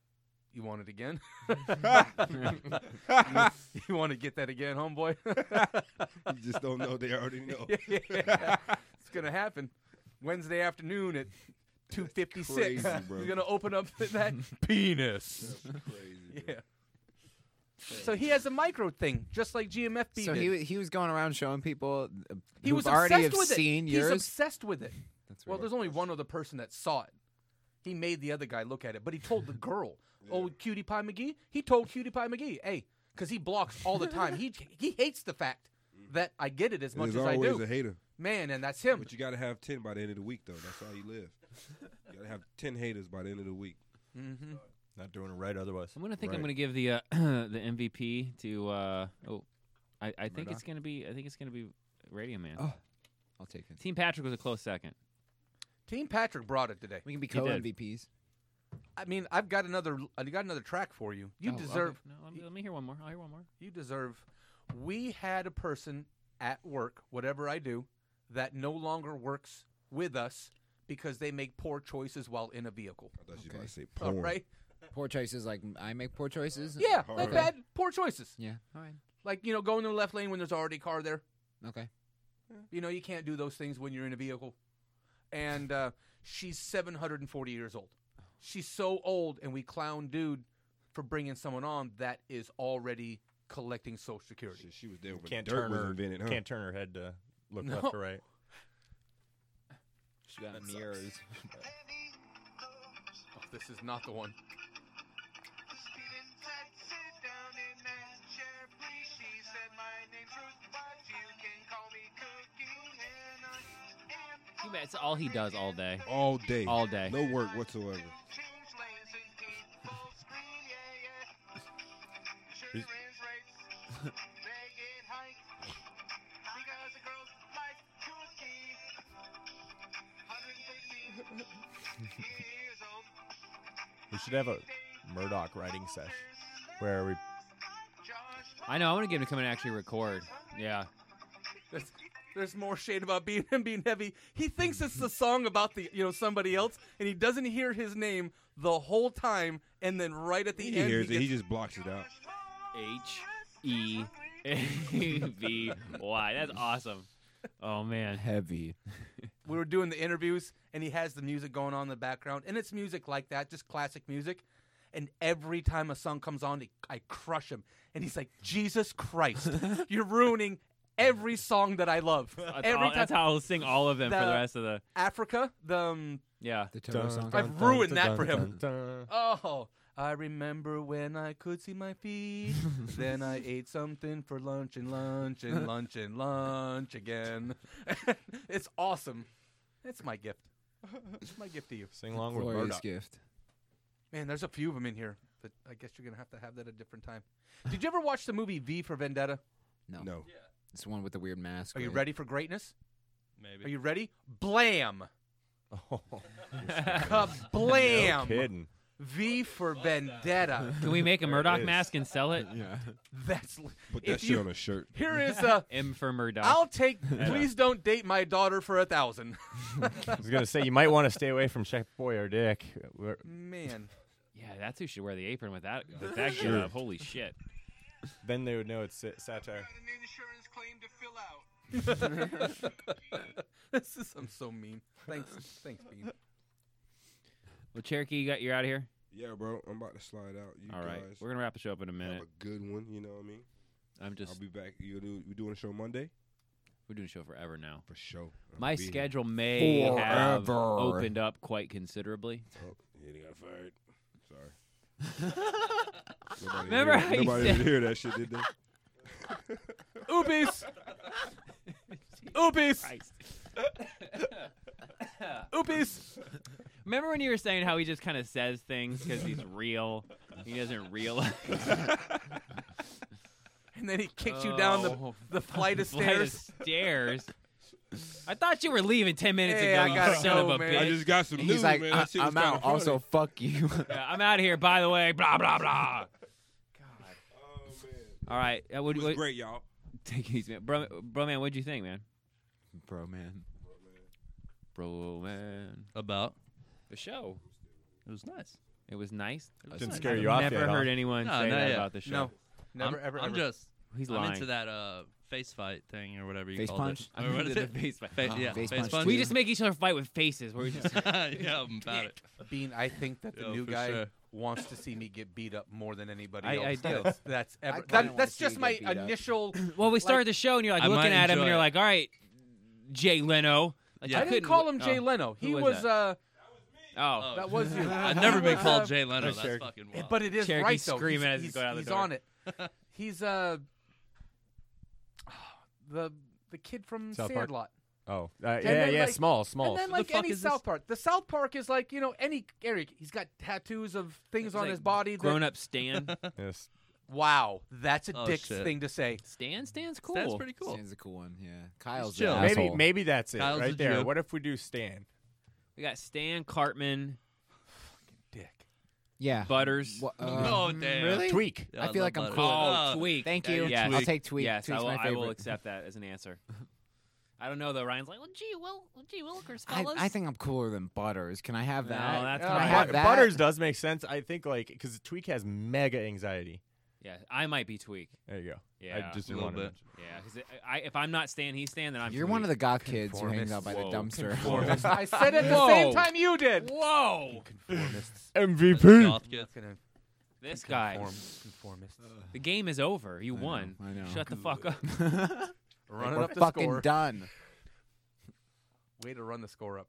Speaker 7: you want it again? you want to get that again, homeboy?
Speaker 12: you just don't know. They already know.
Speaker 7: Yeah. it's gonna happen Wednesday afternoon at 2:56.
Speaker 12: crazy, bro.
Speaker 7: He's gonna open up that penis.
Speaker 12: Crazy.
Speaker 7: Yeah. So he has a micro thing, just like GMFB
Speaker 13: So
Speaker 7: did.
Speaker 13: he wa- he was going around showing people uh,
Speaker 7: He
Speaker 13: who've
Speaker 7: was
Speaker 13: already
Speaker 7: obsessed
Speaker 13: have
Speaker 7: with
Speaker 13: seen
Speaker 7: it.
Speaker 13: yours.
Speaker 7: He's obsessed with it.
Speaker 13: That's
Speaker 7: well,
Speaker 13: weird.
Speaker 7: there's only one other person that saw it. He made the other guy look at it, but he told the girl, old Cutie Pie McGee. He told Cutie Pie McGee, hey, because he blocks all the time. he he hates the fact that I get it as much
Speaker 12: There's
Speaker 7: as I
Speaker 12: always
Speaker 7: do.
Speaker 12: a hater.
Speaker 7: Man, and that's him.
Speaker 12: But you gotta have ten by the end of the week, though. That's how you live. You gotta have ten haters by the end of the week.
Speaker 7: Mm-hmm.
Speaker 6: Not doing it right otherwise.
Speaker 11: I'm gonna think I'm
Speaker 12: Right.
Speaker 11: gonna give the uh, the MVP to uh, oh, I, I think it's
Speaker 7: Murdoch?
Speaker 11: gonna be. I think it's gonna be Radio Man.
Speaker 13: Oh, I'll take it.
Speaker 11: Team Patrick was a close second.
Speaker 7: Team Patrick brought it today.
Speaker 13: We can be
Speaker 11: He did.
Speaker 13: co-MVPs.
Speaker 7: I mean, I've got another. I got another track for you. You
Speaker 11: Oh, okay.
Speaker 7: deserve.
Speaker 11: No, let me, let me hear one more. I'll hear one more.
Speaker 7: You deserve. We had a person at work, whatever I do, that no longer works with us because they make poor choices while in a vehicle. I
Speaker 12: thought
Speaker 7: you
Speaker 12: were about to say
Speaker 7: All right.
Speaker 13: Poor choices, like I make poor choices.
Speaker 7: Yeah, like
Speaker 13: Okay.
Speaker 7: bad, poor choices.
Speaker 13: Yeah. All right.
Speaker 7: Like you know, going to the left lane when there's already a car there.
Speaker 13: Okay.
Speaker 7: You know, you can't do those things when you're in a vehicle. And uh, she's 740 years old. She's so old, and we clown dude for bringing someone on that is already collecting Social Security. She,
Speaker 12: was there when
Speaker 6: Can't
Speaker 12: dirt
Speaker 6: turn
Speaker 12: was
Speaker 6: her.
Speaker 12: invented, huh?
Speaker 6: Can't turn her head to look
Speaker 7: No.
Speaker 6: left or right.
Speaker 13: She got
Speaker 7: mirrors. oh, this is not the one.
Speaker 11: Too bad It's all he does all day.
Speaker 12: All day.
Speaker 11: All day.
Speaker 12: No work whatsoever.
Speaker 6: We should have a Murdoch writing session where we
Speaker 11: I know. I want to get him to come and actually record. Yeah.
Speaker 7: There's, there's more shade about being him being heavy. He thinks it's the song about the you know somebody else, and he doesn't hear his name the whole time. And then right at the
Speaker 12: He
Speaker 7: end,
Speaker 12: hears
Speaker 7: he
Speaker 12: it. He
Speaker 7: gets-
Speaker 12: just blocks it out.
Speaker 11: H E V Y. That's awesome. Oh man.
Speaker 13: Heavy.
Speaker 7: we were doing the interviews and he has the music going on in the background and it's music like that just classic music and every time a song comes on i crush him and he's like jesus christ you're ruining every song that i love
Speaker 11: That's,
Speaker 7: every
Speaker 11: all, that's how I'll sing all of them for the rest of the.
Speaker 7: africa the um,
Speaker 11: Yeah. The
Speaker 13: Toto Dun, song. dun,
Speaker 7: i've
Speaker 13: dun,
Speaker 7: ruined
Speaker 13: dun,
Speaker 7: that
Speaker 13: dun,
Speaker 7: for him
Speaker 13: dun, dun.
Speaker 7: oh I remember when I could see my feet. then I ate something for lunch and lunch and lunch and lunch again. it's awesome. It's my gift. It's my gift to you.
Speaker 6: sing along with
Speaker 13: Glorious
Speaker 6: Murdoch.
Speaker 13: gift.
Speaker 7: Man, there's a few of them in here, but I guess you're gonna have to have that at a different time. Did you ever watch the movie V for Vendetta?
Speaker 13: No.
Speaker 12: No.
Speaker 13: It's the one with the weird mask.
Speaker 7: Are you
Speaker 13: right?
Speaker 7: ready for greatness?
Speaker 14: Maybe.
Speaker 7: Are you ready? Blam!
Speaker 6: Oh,
Speaker 7: Kablam!
Speaker 6: No kidding.
Speaker 7: V for Vendetta.
Speaker 11: Can we make a Murdoch mask and sell it?
Speaker 6: Yeah.
Speaker 7: That's if
Speaker 12: Put that shit
Speaker 7: you-
Speaker 12: on a shirt.
Speaker 7: Here is uh, a
Speaker 11: M for Murdoch.
Speaker 7: I'll take.
Speaker 11: Yeah.
Speaker 7: Please don't date my daughter for a thousand.
Speaker 6: I was gonna say you might want to stay away from Chef Boyardee. We're-
Speaker 7: Man,
Speaker 11: Yeah, that's who should wear the apron with that. With that get
Speaker 6: Sure.
Speaker 11: up. Holy shit.
Speaker 6: Then they would know it's sa- satire.
Speaker 7: this is I'm so mean. Thanks, thanks, Bean.
Speaker 11: Well, Cherokee, you got you're out of here.
Speaker 12: Yeah, bro. I'm about to slide out. You
Speaker 11: All right,
Speaker 12: guys
Speaker 11: we're gonna wrap the show up in a
Speaker 12: have
Speaker 11: minute.
Speaker 12: a good one. You know what I mean?
Speaker 11: I'm just
Speaker 12: I'll be back. You do. We doing a show Monday
Speaker 11: we're doing a show forever now.
Speaker 12: for show.
Speaker 11: My schedule may have
Speaker 6: Forever.
Speaker 11: opened up quite considerably.
Speaker 12: Oh, yeah, they got fired. Sorry. Nobody
Speaker 11: Remember
Speaker 12: hear-
Speaker 11: how you
Speaker 12: nobody
Speaker 11: said-
Speaker 12: did hear that shit, did they?
Speaker 7: Oopies. Oopies. Oopies.
Speaker 11: Remember when you were saying how he just kind of says things because he's real, he doesn't realize.
Speaker 7: And then he kicks you down the
Speaker 11: Oh.
Speaker 7: the flight of
Speaker 11: Flight of
Speaker 7: stairs.
Speaker 11: stairs. I thought you were leaving ten minutes
Speaker 7: Hey,
Speaker 11: ago.
Speaker 7: I
Speaker 11: you
Speaker 7: gotta
Speaker 11: son
Speaker 7: go,
Speaker 11: of a
Speaker 7: man.
Speaker 11: bitch.
Speaker 12: I just got some
Speaker 13: He's
Speaker 12: news,
Speaker 13: like,
Speaker 12: man.
Speaker 13: I-
Speaker 12: That shit was
Speaker 13: am out.
Speaker 12: kinda
Speaker 13: Also,
Speaker 12: funny.
Speaker 13: fuck you.
Speaker 11: Yeah, I'm out of here. By the way, blah blah blah.
Speaker 12: Oh, man.
Speaker 11: All right, uh, what,
Speaker 12: It was
Speaker 11: what,
Speaker 12: great, y'all.
Speaker 11: Take it easy, man. Bro, bro, man, what'd you think, man?
Speaker 13: Bro, man.
Speaker 11: Bro, man,
Speaker 14: About.
Speaker 11: the show.
Speaker 14: It was nice.
Speaker 11: It was nice.
Speaker 14: was
Speaker 6: Didn't
Speaker 14: nice.
Speaker 6: scare
Speaker 11: I've
Speaker 6: you off
Speaker 11: Never
Speaker 6: yet, huh?
Speaker 11: heard anyone
Speaker 14: No,
Speaker 11: say
Speaker 14: not
Speaker 11: that
Speaker 14: yet.
Speaker 11: about the show.
Speaker 7: No, never
Speaker 14: I'm,
Speaker 7: ever.
Speaker 14: I'm
Speaker 7: ever.
Speaker 14: just.
Speaker 11: He's
Speaker 14: I'm
Speaker 11: lying.
Speaker 14: into that uh, face fight thing or whatever you
Speaker 13: Face
Speaker 14: called
Speaker 13: punch?
Speaker 14: it. Or what is
Speaker 11: into
Speaker 14: it?
Speaker 11: the face punch.
Speaker 14: Fa-
Speaker 13: Oh,
Speaker 14: yeah,
Speaker 13: face punch.
Speaker 14: punch.
Speaker 11: We just make each other fight with faces. Where we just
Speaker 14: yeah, I'm about it.
Speaker 7: Bean, I think that the
Speaker 14: Yo,
Speaker 7: new
Speaker 14: for
Speaker 7: guy
Speaker 14: sure.
Speaker 7: wants to see me get beat up more than anybody
Speaker 11: I- I
Speaker 7: else.
Speaker 11: do.
Speaker 7: That's, that's ever.
Speaker 13: kinda
Speaker 7: That,
Speaker 13: wanna
Speaker 7: that's
Speaker 13: see you
Speaker 7: just
Speaker 13: get
Speaker 7: my
Speaker 13: beat up.
Speaker 7: initial.
Speaker 11: well, we
Speaker 7: Like-
Speaker 11: started the show and you're like
Speaker 14: I
Speaker 11: looking
Speaker 14: might
Speaker 11: at him and
Speaker 14: enjoy
Speaker 11: you're
Speaker 14: it.
Speaker 11: like, all right, Jay Leno. Like,
Speaker 14: Yeah.
Speaker 7: I
Speaker 14: I
Speaker 7: didn't
Speaker 11: couldn't-
Speaker 7: call him
Speaker 11: oh.
Speaker 7: Jay Leno.
Speaker 11: Who
Speaker 7: He
Speaker 11: was
Speaker 7: was.
Speaker 11: that?
Speaker 7: uh
Speaker 11: Oh,
Speaker 7: That was you.
Speaker 14: I've never been called Jay Leno.
Speaker 6: That's
Speaker 14: That's
Speaker 6: Cherokee.
Speaker 14: fucking wild.
Speaker 7: Eh, But it is
Speaker 11: Cherokee
Speaker 7: right though.
Speaker 11: screaming
Speaker 7: he's,
Speaker 11: as he's
Speaker 7: he's,
Speaker 11: going out the
Speaker 7: he's
Speaker 11: door.
Speaker 7: on it. He's uh the the kid from
Speaker 6: South Park?
Speaker 7: Sandlot.
Speaker 6: Oh, uh,
Speaker 7: And
Speaker 6: yeah,
Speaker 7: then,
Speaker 6: yeah,
Speaker 7: like-
Speaker 6: small, small.
Speaker 7: And then
Speaker 11: What
Speaker 7: like
Speaker 11: the fuck
Speaker 7: any
Speaker 11: is this?
Speaker 7: South Park. The South Park is like, you know, any Eric, he's got tattoos of things
Speaker 11: It's
Speaker 7: on
Speaker 11: like
Speaker 7: his body that
Speaker 11: grown up Stan.
Speaker 6: yes.
Speaker 7: Wow, that's a
Speaker 11: Oh,
Speaker 7: dick's
Speaker 11: shit.
Speaker 7: thing to say.
Speaker 11: Stan, Stan's cool.
Speaker 13: Stan's a cool one. Yeah, Kyle's
Speaker 11: chill.
Speaker 13: an
Speaker 11: Maybe-
Speaker 13: asshole.
Speaker 11: maybe that's it
Speaker 6: Kyle's
Speaker 11: right
Speaker 6: a
Speaker 11: there.
Speaker 6: Jew.
Speaker 11: What
Speaker 6: if we do Stan?
Speaker 11: We got Stan Cartman.
Speaker 13: Yeah.
Speaker 11: Butters.
Speaker 13: Wha- uh,
Speaker 11: Oh
Speaker 13: Oh, damn. really?
Speaker 11: Tweak.
Speaker 13: Yeah, I I feel love like I'm Butters. cool.
Speaker 11: Oh,
Speaker 13: Uh,
Speaker 11: Tweak.
Speaker 13: thank
Speaker 11: Yeah,
Speaker 13: you.
Speaker 11: you're
Speaker 13: Yes, I'll take Tweak.
Speaker 11: Yes, I
Speaker 13: Tweak's
Speaker 11: will,
Speaker 13: my
Speaker 11: I will
Speaker 13: favorite.
Speaker 11: accept that as an answer. I don't know though. Ryan's like, well, gee, Will, gee, Wilkers,
Speaker 13: I,
Speaker 11: fellas.
Speaker 13: I think I'm cooler than Butters. Can I have
Speaker 11: No,
Speaker 13: that?
Speaker 11: that's
Speaker 13: Can
Speaker 11: not
Speaker 13: I
Speaker 11: right.
Speaker 13: have
Speaker 11: Bu-
Speaker 13: that?
Speaker 6: Butters does make sense. I think like because Tweak has mega anxiety.
Speaker 11: yeah, I might be Tweak.
Speaker 6: There you go.
Speaker 11: Yeah,
Speaker 6: I just
Speaker 13: Little
Speaker 6: wanted to
Speaker 13: bit.
Speaker 6: mention-
Speaker 11: Yeah, because I, if I'm not Stan, he's Stan, then I'm.
Speaker 13: You're one of the goth kids who hangs
Speaker 11: Conformist.
Speaker 13: out by the
Speaker 11: Whoa.
Speaker 13: dumpster.
Speaker 11: Conformist.
Speaker 7: I said it the same
Speaker 11: Whoa.
Speaker 7: time you did.
Speaker 11: Whoa.
Speaker 6: MVP.
Speaker 11: This guy.
Speaker 7: Conformist.
Speaker 11: The game is over. You
Speaker 13: I know,
Speaker 11: won.
Speaker 13: I know.
Speaker 11: Shut the fuck up.
Speaker 7: Running
Speaker 13: We're
Speaker 7: up the
Speaker 13: fucking
Speaker 7: score.
Speaker 13: done.
Speaker 7: Way to run the score up.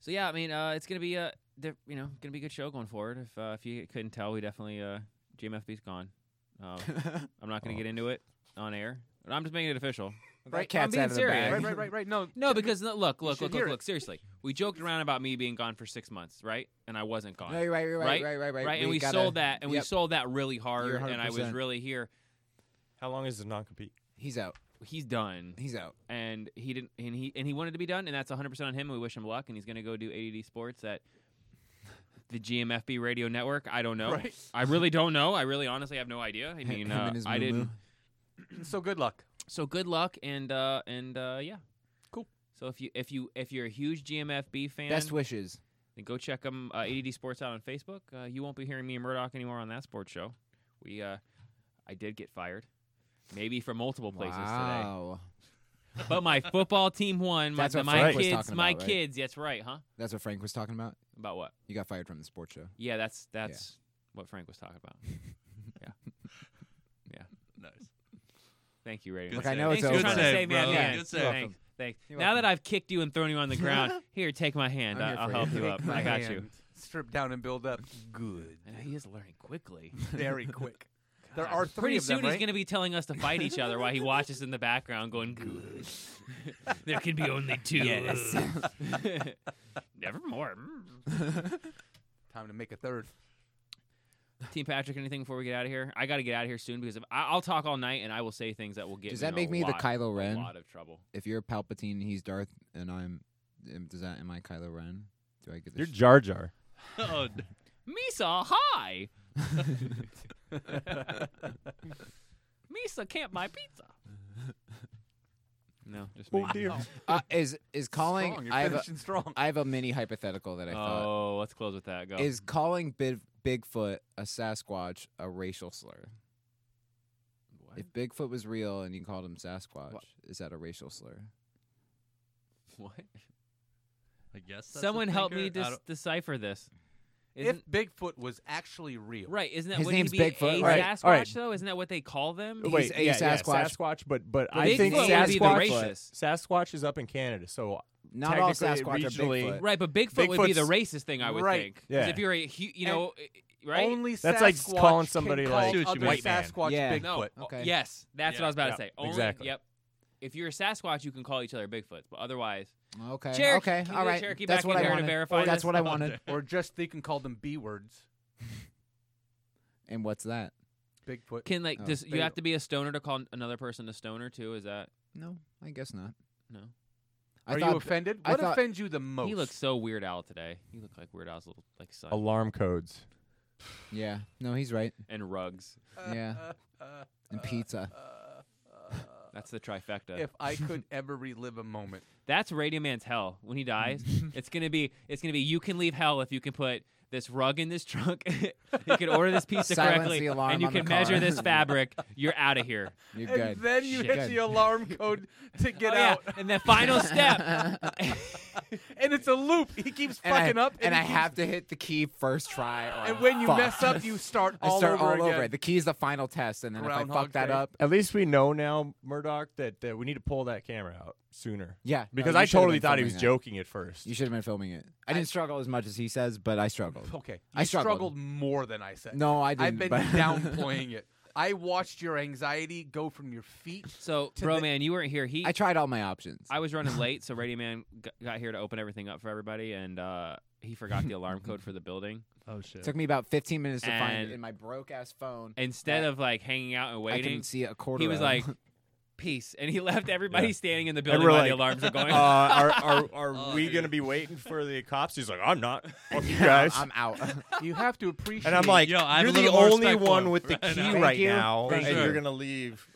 Speaker 11: So yeah, I mean, uh, it's gonna be uh, there- you know, gonna be a good show going forward. If uh, if you couldn't tell, we definitely uh, JMFB's gone. Um, I'm not
Speaker 13: Oh.
Speaker 11: gonna get into it on air. I'm just making it official.
Speaker 13: That
Speaker 11: Right, I'm
Speaker 13: cat's
Speaker 11: being
Speaker 13: out of the
Speaker 11: serious.
Speaker 13: bag.
Speaker 7: Right, right, right, right. No,
Speaker 11: No, because no, look,
Speaker 7: You
Speaker 11: look,
Speaker 7: should
Speaker 11: look,
Speaker 7: hear
Speaker 11: look,
Speaker 7: it.
Speaker 11: look. Seriously, we joked around about me being gone for six months, right? And I wasn't gone.
Speaker 13: No, you're right, you're right, right, right, right.
Speaker 11: right. And
Speaker 13: We
Speaker 11: we,
Speaker 13: gotta-
Speaker 11: sold that, and
Speaker 13: yep.
Speaker 11: we sold that really
Speaker 13: You're
Speaker 11: hard, and I was
Speaker 13: 100%.
Speaker 11: really here.
Speaker 6: How long is the non compete?
Speaker 13: He's out.
Speaker 11: He's done.
Speaker 13: He's out.
Speaker 11: and he didn't and he and he wanted to be done and that's 100% on him and we wish him luck and he's going to go do ADD sports at the GMFB radio network I don't know
Speaker 7: Right.
Speaker 11: I really don't know I really honestly have no idea I
Speaker 13: Him-
Speaker 11: mean
Speaker 13: him
Speaker 11: uh,
Speaker 13: and his
Speaker 11: I
Speaker 13: moo-moo.
Speaker 11: didn't
Speaker 7: so good luck.
Speaker 11: so good luck and uh and uh yeah cool so if you if you if you're a huge GMFB fan
Speaker 13: Best wishes.
Speaker 11: then go check them uh, ADD Sports out on Facebook. Uh, you won't be hearing me and Murdoch anymore on that sports show. We, uh, I did get fired, maybe from multiple places
Speaker 13: Wow.
Speaker 11: today. But my football team won. My,
Speaker 13: That's what
Speaker 11: my
Speaker 13: Frank was
Speaker 11: kids,
Speaker 13: talking
Speaker 11: my
Speaker 13: about, right?
Speaker 11: kids. That's right, huh?
Speaker 13: That's what Frank was talking about.
Speaker 11: About what?
Speaker 13: You got fired from the sports show.
Speaker 11: Yeah, that's that's what Frank was talking about. yeah, yeah.
Speaker 14: Nice.
Speaker 11: Thank you, Radio.
Speaker 13: Look,
Speaker 11: Man.
Speaker 13: I know
Speaker 11: Thanks
Speaker 13: it's
Speaker 11: for
Speaker 13: over.
Speaker 11: trying to
Speaker 13: Good
Speaker 11: save me
Speaker 13: save,
Speaker 11: at the
Speaker 13: bro.
Speaker 11: end.
Speaker 13: Good save.
Speaker 11: Thanks. Thanks.
Speaker 13: You're
Speaker 11: Now that I've kicked you and thrown you on the ground, here, take my hand.
Speaker 7: I'm
Speaker 11: I,
Speaker 7: here
Speaker 11: I'll
Speaker 7: for
Speaker 11: help
Speaker 7: you.
Speaker 11: you up.
Speaker 7: Take
Speaker 11: I
Speaker 7: my
Speaker 11: got
Speaker 7: hand.
Speaker 11: you.
Speaker 7: Strip down and build up. Good.
Speaker 11: Uh, He is learning quickly.
Speaker 7: Very quick. There
Speaker 11: God.
Speaker 7: are three
Speaker 11: Pretty
Speaker 7: of
Speaker 11: soon
Speaker 7: them,
Speaker 11: he's
Speaker 7: right?
Speaker 11: going to be telling us to fight each other while he watches in the background going, good. there can be only two.
Speaker 7: Yes.
Speaker 11: Nevermore.
Speaker 7: Time to make a third.
Speaker 11: Team Patrick, anything before we get out of here? I got to get out of here soon because if I, I'll talk all night and I will say things that will get
Speaker 13: Does
Speaker 11: me
Speaker 13: that
Speaker 11: in
Speaker 13: make
Speaker 11: a
Speaker 13: me
Speaker 11: lot,
Speaker 13: the Kylo Ren?
Speaker 11: A lot of trouble.
Speaker 13: If you're Palpatine, and he's Darth, and I'm, am- does that am I Kylo Ren? Do I get this?
Speaker 6: You're Jar Jar.
Speaker 14: oh,
Speaker 11: Misa, hi. Misa can't buy pizza. No, just me.
Speaker 13: Uh, is is calling?
Speaker 11: Strong, you're
Speaker 13: I have a,
Speaker 11: finishing strong.
Speaker 13: I have a mini hypothetical that I thought
Speaker 11: Oh, let's close with that. Go.
Speaker 13: is calling Big, Bigfoot a Sasquatch a racial slur. If Bigfoot was real and you called him Sasquatch, is that a racial slur?
Speaker 11: what?
Speaker 14: I guess. That's
Speaker 11: Someone
Speaker 14: a
Speaker 11: help me
Speaker 14: thinker. I
Speaker 11: dis-
Speaker 14: don't-
Speaker 11: decipher this.
Speaker 7: If Bigfoot was actually real,
Speaker 11: Right? Isn't that
Speaker 13: His
Speaker 11: would he
Speaker 13: name's
Speaker 11: be
Speaker 13: Bigfoot,
Speaker 11: a
Speaker 13: right?
Speaker 11: Sasquatch
Speaker 13: All right.
Speaker 11: though? Isn't that what they call them?
Speaker 13: He's
Speaker 6: Wait,
Speaker 13: a
Speaker 6: yeah, yeah,
Speaker 13: Sasquatch.
Speaker 6: Sasquatch, but but
Speaker 11: But
Speaker 6: I think
Speaker 11: Bigfoot would be the
Speaker 6: Sasquatch,
Speaker 11: racist.
Speaker 6: Sasquatch is up in Canada, so
Speaker 13: Not all
Speaker 6: technically,
Speaker 13: Sasquatch are
Speaker 6: regionally-
Speaker 13: Bigfoot.
Speaker 11: Right, but Bigfoot would be the
Speaker 6: Bigfoot's-
Speaker 11: racist thing I would
Speaker 7: Right.
Speaker 11: think. 'Cause
Speaker 6: Yeah.
Speaker 11: If you're a hu- you
Speaker 7: And
Speaker 11: know, i- right?
Speaker 7: Only
Speaker 6: That's like
Speaker 7: Sasquatch
Speaker 6: calling
Speaker 7: can
Speaker 6: somebody
Speaker 7: call
Speaker 6: like- See what you
Speaker 7: other
Speaker 6: mean. White man.
Speaker 7: Sasquatch
Speaker 6: Yeah.
Speaker 7: Bigfoot.
Speaker 11: No. Oh,
Speaker 13: Okay.
Speaker 11: Yes, that's
Speaker 6: Yeah.
Speaker 11: what I was about
Speaker 6: Yeah.
Speaker 11: to say. Only,
Speaker 6: Exactly.
Speaker 11: Yep. If you're a Sasquatch, you can call each other Bigfoots, but otherwise,
Speaker 13: Okay.
Speaker 11: Cherokee,
Speaker 13: okay.
Speaker 11: can you
Speaker 13: All
Speaker 11: go
Speaker 13: right.
Speaker 11: Cherokee
Speaker 13: That's
Speaker 11: back
Speaker 13: what
Speaker 11: in
Speaker 13: I
Speaker 11: here to
Speaker 13: wanted.
Speaker 11: verify
Speaker 13: That's
Speaker 11: this?
Speaker 13: what I wanted.
Speaker 7: or just they can call them B words.
Speaker 13: And what's that?
Speaker 7: Bigfoot.
Speaker 11: can like
Speaker 13: Oh.
Speaker 11: does
Speaker 7: They-
Speaker 11: you have to be a stoner to call another person a stoner too? Is that
Speaker 13: No, I guess not.
Speaker 11: no?
Speaker 13: I
Speaker 7: Are
Speaker 13: thought-
Speaker 7: you offended?
Speaker 13: I
Speaker 7: What
Speaker 13: thought-
Speaker 7: offends you the most?
Speaker 11: He looks so Weird Al today. He looked like Weird Al's little like son
Speaker 6: alarm codes.
Speaker 13: Yeah. No, he's right.
Speaker 11: and rugs.
Speaker 13: Yeah.
Speaker 7: Uh,
Speaker 13: And pizza.
Speaker 11: That's the trifecta.
Speaker 7: If I could ever relive a moment,
Speaker 11: That's Radio Man's hell. When he dies, it's gonna be it's gonna be you can leave hell if you can put this rug in this trunk. you can order this pizza
Speaker 13: Silence
Speaker 11: correctly,
Speaker 13: the alarm
Speaker 11: and you
Speaker 13: on
Speaker 11: can
Speaker 13: the
Speaker 11: measure
Speaker 13: car.
Speaker 11: this fabric. You're out of here.
Speaker 13: You're
Speaker 7: and
Speaker 13: good.
Speaker 7: then you
Speaker 11: Shit.
Speaker 7: hit the alarm code to get
Speaker 11: Oh, yeah.
Speaker 7: out,
Speaker 11: And the final step.
Speaker 7: and it's a loop. He keeps
Speaker 13: And
Speaker 7: fucking
Speaker 13: I,
Speaker 7: up,
Speaker 13: and
Speaker 7: he
Speaker 13: I
Speaker 7: keeps-
Speaker 13: have to hit the key first try. Or
Speaker 7: And when you
Speaker 13: fuck.
Speaker 7: mess up, you start
Speaker 13: I
Speaker 7: all
Speaker 13: start
Speaker 7: over
Speaker 13: all
Speaker 7: again.
Speaker 13: over it. The key is the final test, and then if I
Speaker 7: Groundhog
Speaker 13: fuck that
Speaker 7: Day.
Speaker 13: up,
Speaker 6: At least we know now, Murdoch, that, that we need to pull that camera out sooner.
Speaker 13: Yeah, no,
Speaker 6: because
Speaker 13: you
Speaker 6: I
Speaker 13: should've
Speaker 6: totally
Speaker 13: been
Speaker 6: thought he was
Speaker 13: filming that.
Speaker 6: joking at first.
Speaker 13: you should have been filming it. I, didn't struggle as much as he says, but I struggled.
Speaker 7: Okay,
Speaker 13: I
Speaker 7: You
Speaker 13: struggled.
Speaker 7: more than I said.
Speaker 13: No, I didn't,
Speaker 7: I've been
Speaker 13: but-
Speaker 7: downplaying it. I watched your anxiety go from your feet.
Speaker 11: So,
Speaker 7: to
Speaker 11: bro,
Speaker 7: the-
Speaker 11: man, you weren't here. He
Speaker 13: I tried all my options.
Speaker 11: I was running late, so Radio Man g- got here to open everything up for everybody, and uh, he forgot the alarm code for the building.
Speaker 13: Oh, shit. Took me about 15 minutes to find
Speaker 11: And-
Speaker 13: it in my broke ass phone.
Speaker 11: Instead
Speaker 13: that-
Speaker 11: of like hanging out and
Speaker 13: I
Speaker 11: waiting,
Speaker 13: couldn't see a quarter
Speaker 11: He was
Speaker 13: of.
Speaker 11: like, "Peace," and he left everybody
Speaker 6: Yeah.
Speaker 11: standing in the
Speaker 6: And
Speaker 11: building
Speaker 6: we're
Speaker 11: while
Speaker 6: like,
Speaker 11: the alarms are going.
Speaker 13: "Oh,
Speaker 6: Uh, are are, are we going to be waiting for the cops? He's like, I'm not. Fuck you guys.
Speaker 13: out.
Speaker 7: you have to appreciate.
Speaker 6: And I'm like,
Speaker 14: Yo, I have
Speaker 6: you're
Speaker 14: a
Speaker 6: the
Speaker 14: little more
Speaker 6: only
Speaker 14: respect for
Speaker 6: one
Speaker 14: him
Speaker 6: with the
Speaker 14: right now. Thank
Speaker 6: key right,
Speaker 14: you.
Speaker 6: now,
Speaker 14: For
Speaker 6: and
Speaker 14: sure.
Speaker 6: you're gonna leave.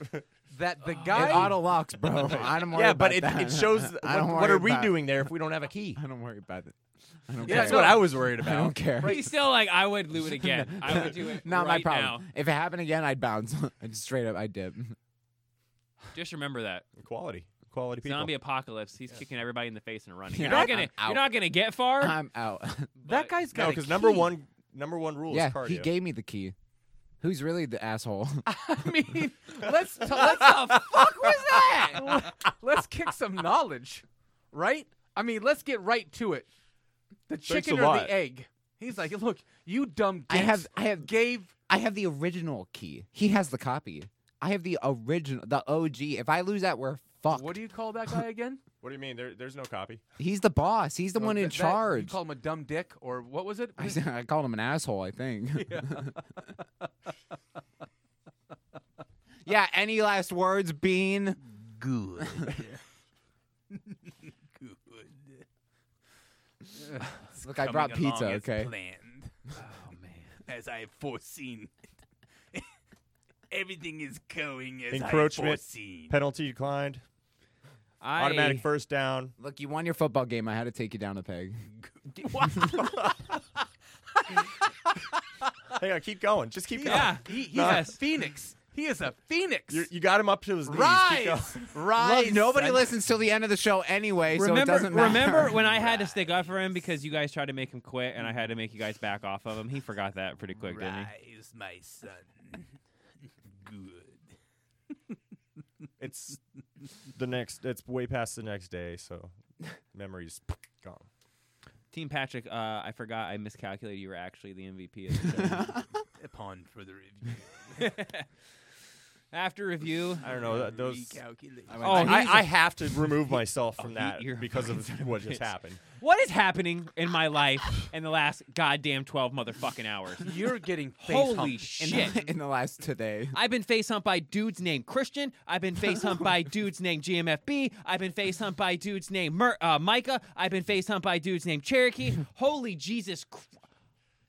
Speaker 7: that the
Speaker 13: It
Speaker 7: guy
Speaker 13: auto locks, bro. I don't worry
Speaker 6: yeah,
Speaker 13: about
Speaker 6: but it,
Speaker 13: that.
Speaker 6: it shows. th-
Speaker 13: I don't worry
Speaker 6: what, what are we
Speaker 13: about-
Speaker 6: doing there if we don't have a key?
Speaker 13: I don't worry about it. I don't
Speaker 6: Yeah,
Speaker 13: care.
Speaker 6: that's what I was worried
Speaker 13: I don't
Speaker 6: about.
Speaker 13: care.
Speaker 11: He's still like, "I would do it again. I would do it."
Speaker 13: Not
Speaker 11: right
Speaker 13: my problem. If it happened again, I'd bounce. I'd straight up, I'd dip.
Speaker 11: now. Just remember that
Speaker 6: quality, quality people.
Speaker 11: zombie apocalypse. He's kicking everybody in the face and running.
Speaker 13: Yeah,
Speaker 11: You're not
Speaker 13: I'm
Speaker 11: gonna.
Speaker 13: out.
Speaker 11: You're not gonna get far.
Speaker 13: I'm out.
Speaker 7: that guy's got
Speaker 6: No,
Speaker 7: a
Speaker 6: because number
Speaker 7: key.
Speaker 6: one, number one rule
Speaker 13: yeah,
Speaker 6: is cardio.
Speaker 13: he gave me the key. Who's really the asshole?
Speaker 7: I mean, let's t- let's the fuck was that? let's kick some knowledge, right? I mean, let's get right to it. The
Speaker 6: Thanks
Speaker 7: chicken
Speaker 6: a
Speaker 7: or
Speaker 6: lot.
Speaker 7: the egg? He's like, look, you dumb.
Speaker 13: I
Speaker 7: Dicks
Speaker 13: have- I have-
Speaker 7: gave.
Speaker 13: I have the original key. He has the copy. I have the original, the OG. If I lose that, we're fucked.
Speaker 7: What do you call that guy again?
Speaker 6: What do you mean? There, there's no copy.
Speaker 13: He's the boss. He's the
Speaker 7: Oh,
Speaker 13: one in
Speaker 7: that- that- You
Speaker 13: charge.
Speaker 7: call him a dumb dick, or what was it?
Speaker 13: I, said- I called him an asshole. I think.
Speaker 7: Yeah.
Speaker 13: yeah. Any last words, Bean? Good.
Speaker 7: Good.
Speaker 13: Look, I brought
Speaker 7: coming along
Speaker 13: pizza,
Speaker 7: as
Speaker 13: okay?
Speaker 7: Planned. Oh man, as I have foreseen, everything is going as I
Speaker 6: Encroachment
Speaker 7: foreseen.
Speaker 6: penalty declined.
Speaker 11: I-
Speaker 6: Automatic first down.
Speaker 13: Look, you won your football game. I had to take you down a peg.
Speaker 6: Hey, I keep going. Just keep going.
Speaker 7: Yeah, he, he's a
Speaker 6: Nice.
Speaker 7: phoenix. He is a phoenix.
Speaker 6: You're- you got him up to his knees. Keep going.
Speaker 7: rise, rise.
Speaker 13: Look, nobody
Speaker 7: son.
Speaker 13: listens till the end of the show anyway, so it
Speaker 11: remember,
Speaker 13: doesn't matter.
Speaker 11: remember when I had to stick up for him because you guys tried to make him quit, and I had to make you guys back off of him. He forgot that pretty quick, didn't he?
Speaker 7: Rise, my son. Good.
Speaker 6: It's the next. It's way past the next day, so memories gone.
Speaker 11: Team Patrick, uh, I forgot. I miscalculated. You were actually the MVP of the show.
Speaker 7: Upon further review,
Speaker 11: After review,
Speaker 6: I don't know. th- Those.
Speaker 7: recalculation.
Speaker 11: I
Speaker 6: Oh,
Speaker 11: went-
Speaker 6: I,
Speaker 11: he's a-
Speaker 6: I have to remove myself from
Speaker 11: he-
Speaker 6: that
Speaker 11: you're a
Speaker 6: because of
Speaker 11: fucking
Speaker 6: what just
Speaker 11: bitch.
Speaker 6: happened.
Speaker 11: what is happening in my life in the last goddamn twelve motherfucking hours?
Speaker 7: You're getting face
Speaker 11: Holy
Speaker 7: humped.
Speaker 13: in
Speaker 11: shit!
Speaker 13: The, in the last today.
Speaker 11: I've been face humped by dudes named Christian. I've been face humped by dudes named GMFB. I've been face humped by dudes named Mer- uh, Micah. I've been face humped by dudes named Cherokee. Holy Jesus! Cr-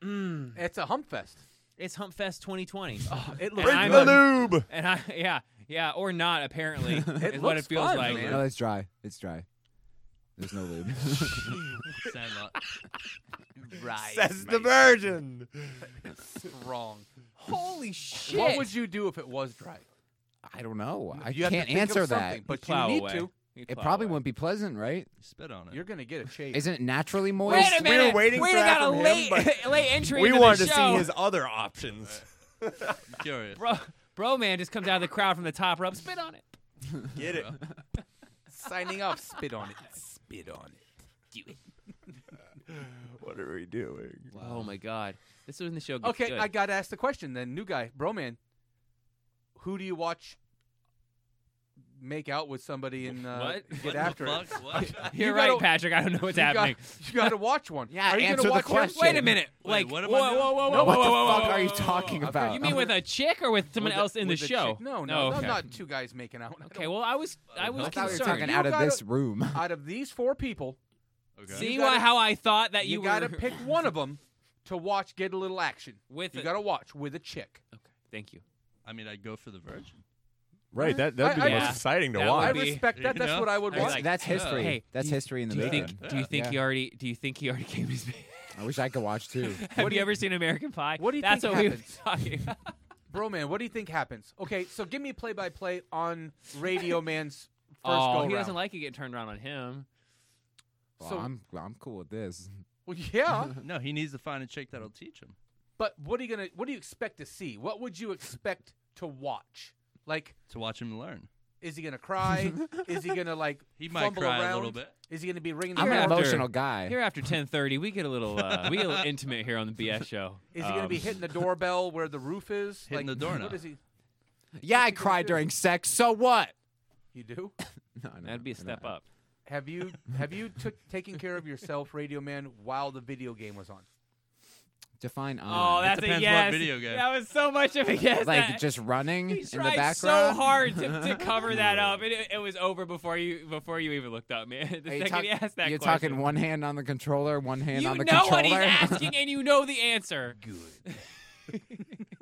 Speaker 11: Mm.
Speaker 7: It's a hump fest.
Speaker 11: It's Hump Fest 2020.
Speaker 7: It
Speaker 11: And
Speaker 7: looks.
Speaker 11: I'm
Speaker 6: the
Speaker 11: a-
Speaker 6: lube.
Speaker 11: And I, yeah, yeah, or not apparently is what
Speaker 7: looks
Speaker 11: it feels
Speaker 7: fun,
Speaker 11: like.
Speaker 7: man.
Speaker 13: No, it's dry. It's dry. There's no lube.
Speaker 14: Send up.
Speaker 7: Rise,
Speaker 6: Says
Speaker 7: my
Speaker 6: the virgin.
Speaker 7: Wrong.
Speaker 11: Holy shit!
Speaker 7: What would you do if it was dry?
Speaker 13: I don't know. I
Speaker 7: You have to
Speaker 13: can't
Speaker 7: think of
Speaker 13: answer that.
Speaker 7: something, But you
Speaker 11: Plow
Speaker 7: need
Speaker 11: away.
Speaker 7: to.
Speaker 11: You'd
Speaker 13: It
Speaker 11: plow
Speaker 13: probably
Speaker 11: away.
Speaker 13: wouldn't be pleasant, right?
Speaker 14: Spit on it.
Speaker 7: You're gonna get a shape.
Speaker 13: Isn't it naturally moist?
Speaker 11: Wait a
Speaker 6: We were
Speaker 11: minute.
Speaker 6: waiting
Speaker 11: we
Speaker 6: for
Speaker 11: done
Speaker 6: that
Speaker 11: got a
Speaker 6: from him,
Speaker 11: late,
Speaker 6: but
Speaker 11: late entry.
Speaker 6: We
Speaker 11: into
Speaker 6: wanted
Speaker 11: the
Speaker 6: to
Speaker 11: show.
Speaker 6: see his other options.
Speaker 14: Curious.
Speaker 11: bro. Bro, man, just comes out of the crowd from the top rope. Spit on it.
Speaker 6: Get it?
Speaker 7: Signing off. Spit on it. Spit on it. Do it.
Speaker 6: What are we doing?
Speaker 11: Oh my god, this is when the show gets
Speaker 7: Okay,
Speaker 11: good.
Speaker 7: I got to ask the question then. New guy, bro, man. Who do you watch make out with somebody and uh,
Speaker 11: What?
Speaker 7: get
Speaker 14: What the
Speaker 7: after
Speaker 14: fuck? What?
Speaker 7: it?
Speaker 11: You're
Speaker 7: You
Speaker 11: right,
Speaker 7: gotta-
Speaker 11: Patrick. I don't know what's
Speaker 7: you
Speaker 11: happening.
Speaker 7: Got, you got to watch one.
Speaker 13: Yeah,
Speaker 7: Are you
Speaker 13: answer
Speaker 7: gonna
Speaker 13: the
Speaker 7: watch
Speaker 13: question.
Speaker 11: Wait a minute.
Speaker 14: Wait,
Speaker 11: like,
Speaker 14: what am I
Speaker 11: whoa,
Speaker 14: doing?
Speaker 11: whoa, whoa,
Speaker 7: No,
Speaker 11: whoa,
Speaker 13: what
Speaker 11: whoa,
Speaker 13: the
Speaker 11: whoa,
Speaker 13: fuck
Speaker 11: whoa,
Speaker 13: are you
Speaker 11: whoa,
Speaker 13: talking
Speaker 11: whoa, whoa.
Speaker 13: about?
Speaker 11: You mean with a chick or Uh, with someone
Speaker 7: With the-
Speaker 11: else in the
Speaker 7: with chick-
Speaker 11: show?
Speaker 7: No, no,
Speaker 11: Oh,
Speaker 7: no,
Speaker 11: okay.
Speaker 7: not two guys making out. I
Speaker 11: Okay, well, I was, I was
Speaker 13: I thought we were
Speaker 11: concerned.
Speaker 13: talking
Speaker 7: You
Speaker 13: out of
Speaker 7: gotta-
Speaker 13: this room.
Speaker 7: don't- out of these four people,
Speaker 14: Okay.
Speaker 11: See
Speaker 7: You
Speaker 11: why
Speaker 7: gotta-
Speaker 11: how I thought that
Speaker 7: you,
Speaker 11: you,
Speaker 7: got to
Speaker 11: were-
Speaker 7: pick one of them to watch get a little action.
Speaker 11: with.
Speaker 7: you
Speaker 11: a-
Speaker 7: got to watch with a chick.
Speaker 11: Okay, thank you.
Speaker 14: I mean, I'd go for the virgin.
Speaker 6: Right, that
Speaker 7: that'd be I- the I-
Speaker 11: most
Speaker 6: exciting
Speaker 11: to That would
Speaker 7: I
Speaker 11: be-
Speaker 7: respect that.
Speaker 14: You
Speaker 7: That's
Speaker 14: know?
Speaker 7: what I would
Speaker 11: I'd be
Speaker 7: watch.
Speaker 11: like,
Speaker 13: That's
Speaker 14: yeah.
Speaker 13: history.
Speaker 11: Hey,
Speaker 13: That's
Speaker 11: do you-
Speaker 13: history in the
Speaker 11: do you
Speaker 13: making.
Speaker 11: think? Do you think
Speaker 13: Yeah.
Speaker 11: he already? Do you think he already came his?
Speaker 13: I wish I could watch too.
Speaker 11: Have you ever seen American Pie?
Speaker 7: what do you
Speaker 11: That's
Speaker 7: think
Speaker 11: what
Speaker 7: happens?
Speaker 11: we were talking. about.
Speaker 7: Bro, man, what do you think happens? Okay, so give me play by play on Radio Man's first
Speaker 11: oh,
Speaker 7: go
Speaker 11: he
Speaker 7: round.
Speaker 11: doesn't like it getting turned around on him.
Speaker 13: Well,
Speaker 7: So-
Speaker 13: I'm I'm cool with this.
Speaker 7: Well, yeah,
Speaker 14: No, he needs to find a chick that'll teach him.
Speaker 7: but what are you gonna? What do you expect to see? What would you expect to watch? Like,
Speaker 14: To watch him learn.
Speaker 7: is he gonna cry? is he gonna like?
Speaker 14: He might
Speaker 7: fumble
Speaker 14: cry a
Speaker 7: around?
Speaker 14: little bit.
Speaker 7: Is he gonna be ringing? The
Speaker 13: I'm an
Speaker 11: Yeah.
Speaker 7: bell?
Speaker 11: After-
Speaker 13: emotional guy.
Speaker 11: Here after ten thirty, we get a little uh, we get a little intimate here on the BS show.
Speaker 7: Is he gonna
Speaker 11: Um,
Speaker 7: be hitting the doorbell where the roof is?
Speaker 14: Hitting
Speaker 7: like,
Speaker 14: the doorknob.
Speaker 7: What is he?
Speaker 13: Yeah, I cried during sex. So what?
Speaker 7: You do?
Speaker 13: No, no,
Speaker 11: That'd be a step up.
Speaker 7: Have you have you took taken care of yourself, Radio Man, while the video game was on?
Speaker 13: Define
Speaker 11: Oh,
Speaker 13: on.
Speaker 11: that's a yes. That was so much of a yes.
Speaker 13: Like
Speaker 11: that-
Speaker 13: just running
Speaker 11: he
Speaker 13: in the
Speaker 11: tried
Speaker 13: background?
Speaker 11: so hard to, to cover that up. It, it was over before you before you even looked up, man. The
Speaker 13: Are you
Speaker 11: second
Speaker 13: talk-
Speaker 11: he asked that
Speaker 13: You're
Speaker 11: question,
Speaker 13: talking one hand on the controller, one hand
Speaker 11: you
Speaker 13: on the
Speaker 11: know what
Speaker 13: controller.
Speaker 11: he's asking, and you know the answer. Good.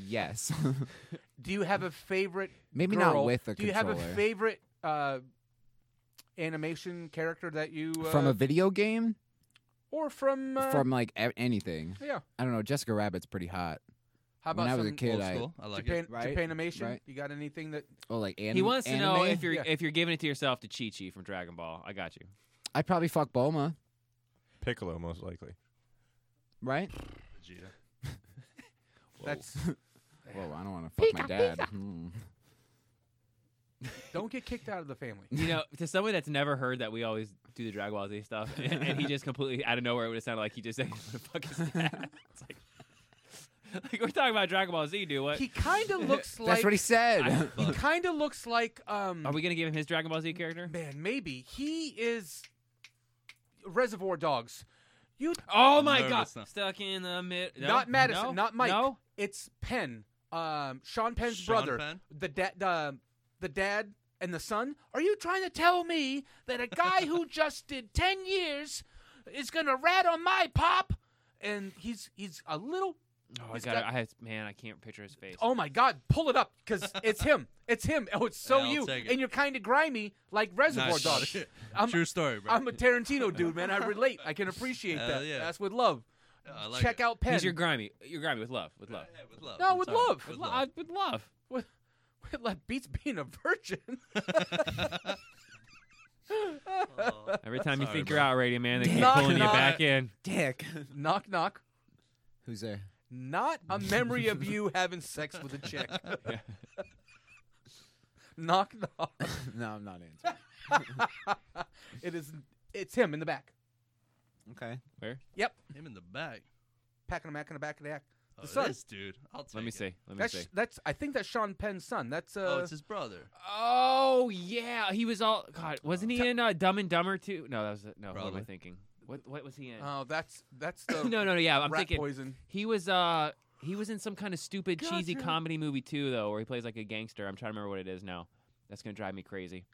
Speaker 13: yes.
Speaker 7: Do you have a favorite?
Speaker 13: Maybe not
Speaker 7: girl?
Speaker 13: with the
Speaker 7: Do you have a
Speaker 13: controller.
Speaker 7: favorite uh, animation character that you uh,
Speaker 13: From a video game?
Speaker 7: or from uh,
Speaker 13: From like a- anything.
Speaker 7: Yeah.
Speaker 13: I don't know. Jessica Rabbit's pretty hot.
Speaker 7: How about
Speaker 13: when I was a
Speaker 7: some
Speaker 13: kid,
Speaker 7: old
Speaker 13: I,
Speaker 7: school? Japan, Japanimation.
Speaker 13: Right?
Speaker 7: You got anything that?
Speaker 13: Oh, like anime.
Speaker 11: he wants to know
Speaker 13: anime?
Speaker 11: if you're if you're giving it to yourself to Chi Chi from Dragon Ball. I got you.
Speaker 13: I probably fuck Bulma,
Speaker 6: Piccolo, most likely.
Speaker 13: right?
Speaker 14: Vegeta.
Speaker 7: That's.
Speaker 13: Whoa, I don't want to fuck my
Speaker 11: Pika,
Speaker 13: dad.
Speaker 11: pika.
Speaker 13: Hmm.
Speaker 7: Don't get kicked out of the family.
Speaker 11: You know, to someone that's never heard that we always do the Dragon Ball Z stuff, and, and he just completely out of nowhere, it would have sounded like he just said, "Fuck his dad." It's like, like we're talking about Dragon Ball Z, dude. What?
Speaker 7: He kind of looks like.
Speaker 13: That's what he said.
Speaker 11: I-
Speaker 7: He kind of looks like. Um,
Speaker 11: Are we gonna give him his Dragon Ball Z character?
Speaker 7: man, maybe he is. Reservoir Dogs. You.
Speaker 11: Oh my
Speaker 14: No,
Speaker 11: god!
Speaker 14: that's not-
Speaker 11: Stuck in the mid. No,
Speaker 7: not Madison.
Speaker 11: no,
Speaker 7: Not Mike.
Speaker 11: No.
Speaker 7: It's Penn. Um, Sean Penn's
Speaker 14: Sean
Speaker 7: brother.
Speaker 14: Penn?
Speaker 7: The dad. The, the dad and the son. Are you trying to tell me that a guy who just did ten years is gonna rat on my pop? And he's he's a little.
Speaker 11: Oh, I
Speaker 7: he's
Speaker 11: got.
Speaker 7: got-
Speaker 11: I have, man, I can't picture his face.
Speaker 7: Oh my God! Pull it up, cause it's him. It's him. Oh, it's so
Speaker 14: Yeah, I'll
Speaker 7: you,
Speaker 14: take it.
Speaker 7: and you're kind of grimy, like Reservoir
Speaker 14: Nice.
Speaker 7: Dogs. I'm,
Speaker 14: True story, bro.
Speaker 7: I'm a Tarantino dude, man. I relate. I can appreciate
Speaker 14: Hell
Speaker 7: that.
Speaker 14: yeah.
Speaker 7: That's with love.
Speaker 14: I like
Speaker 7: Check
Speaker 14: it.
Speaker 7: out Penn.
Speaker 11: He's your grimy. You're grimy with love. With love.
Speaker 14: Yeah, with love.
Speaker 7: No,
Speaker 14: I'm
Speaker 7: with
Speaker 14: sorry.
Speaker 7: love.
Speaker 14: With
Speaker 11: Lo-
Speaker 14: love.
Speaker 11: I- with love.
Speaker 7: What? What like beats being a virgin?
Speaker 11: Every time you
Speaker 14: Sorry,
Speaker 11: think
Speaker 14: bro.
Speaker 11: you're out, radio man, they keep
Speaker 7: Knock,
Speaker 11: pulling you
Speaker 7: knock.
Speaker 11: back in.
Speaker 13: Dick.
Speaker 7: knock knock.
Speaker 13: Who's there?
Speaker 7: Not a memory of you having sex with a chick. knock knock.
Speaker 13: No, I'm not answering.
Speaker 7: it is. It's him in the back.
Speaker 13: okay.
Speaker 11: Where?
Speaker 7: Yep,
Speaker 14: Him in the back.
Speaker 7: packing a mac in the back of the act. The
Speaker 14: Oh,
Speaker 7: son.
Speaker 14: this dude. I'll take
Speaker 11: Let me
Speaker 14: it.
Speaker 11: see. Let me
Speaker 7: That's
Speaker 11: see.
Speaker 7: that's. I think that's Sean Penn's son. That's uh.
Speaker 14: Oh, it's his brother.
Speaker 11: Oh yeah, he was all God. Wasn't he in uh, Dumb and Dumber too? No, that was no. What am I
Speaker 14: Probably.
Speaker 11: thinking? What what was he in?
Speaker 7: oh, that's that's the.
Speaker 11: no, no, no. Yeah, I'm
Speaker 7: rat
Speaker 11: thinking
Speaker 7: poison.
Speaker 11: he was. uh He was in some kind of stupid, cheesy
Speaker 7: Gotcha.
Speaker 11: comedy movie too, though, where he plays like a gangster. I'm trying to remember what it is now. That's gonna drive me crazy.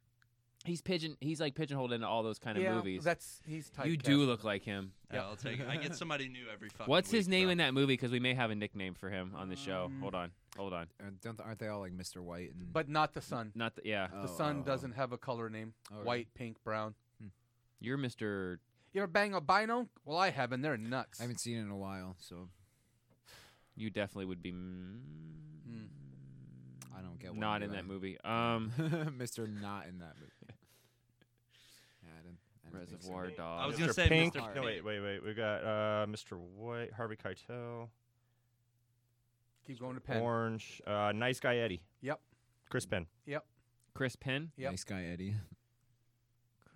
Speaker 11: He's pigeon. He's like pigeonholed into all those kind of
Speaker 7: yeah,
Speaker 11: movies.
Speaker 7: that's he's. Typecast.
Speaker 11: you do look like him.
Speaker 14: Yeah, I'll take it. I get somebody new every fucking
Speaker 11: What's
Speaker 14: week,
Speaker 11: his name
Speaker 14: bro.
Speaker 11: in that movie? Because we may have a nickname for him on the show.
Speaker 7: Um,
Speaker 11: Hold on, hold on.
Speaker 13: Uh, don't, aren't they all like Mr. White and?
Speaker 7: but not the son.
Speaker 11: Not the, yeah.
Speaker 14: uh,
Speaker 7: The
Speaker 13: Oh,
Speaker 7: son
Speaker 13: oh, oh.
Speaker 7: doesn't have a color name.
Speaker 13: Oh, really?
Speaker 7: White, pink, brown.
Speaker 11: You're Mr.
Speaker 7: You ever bang albino? Well, I have, and they're nuts.
Speaker 13: I haven't seen it in a while, so
Speaker 11: You definitely would be. mm,
Speaker 7: Mm.
Speaker 13: Hmm. I don't get. why
Speaker 11: not
Speaker 13: do
Speaker 11: in
Speaker 13: I?
Speaker 11: that movie. Um,
Speaker 13: Mr. Not in that movie. Yeah, I didn't, I didn't think so.
Speaker 11: Reservoir
Speaker 14: I was
Speaker 11: Dogs.
Speaker 14: gonna
Speaker 6: Mr.
Speaker 14: say
Speaker 6: Pink.
Speaker 14: Mr.
Speaker 6: No, wait,
Speaker 14: Pink.
Speaker 6: wait, wait. We got uh, Mr. White, Harvey Keitel,
Speaker 7: Keep going to Penn.
Speaker 6: Orange, uh, Nice Guy Eddie,
Speaker 7: Yep.
Speaker 6: Chris Penn.
Speaker 11: Chris Penn.
Speaker 7: Yep.
Speaker 13: Nice guy Eddie.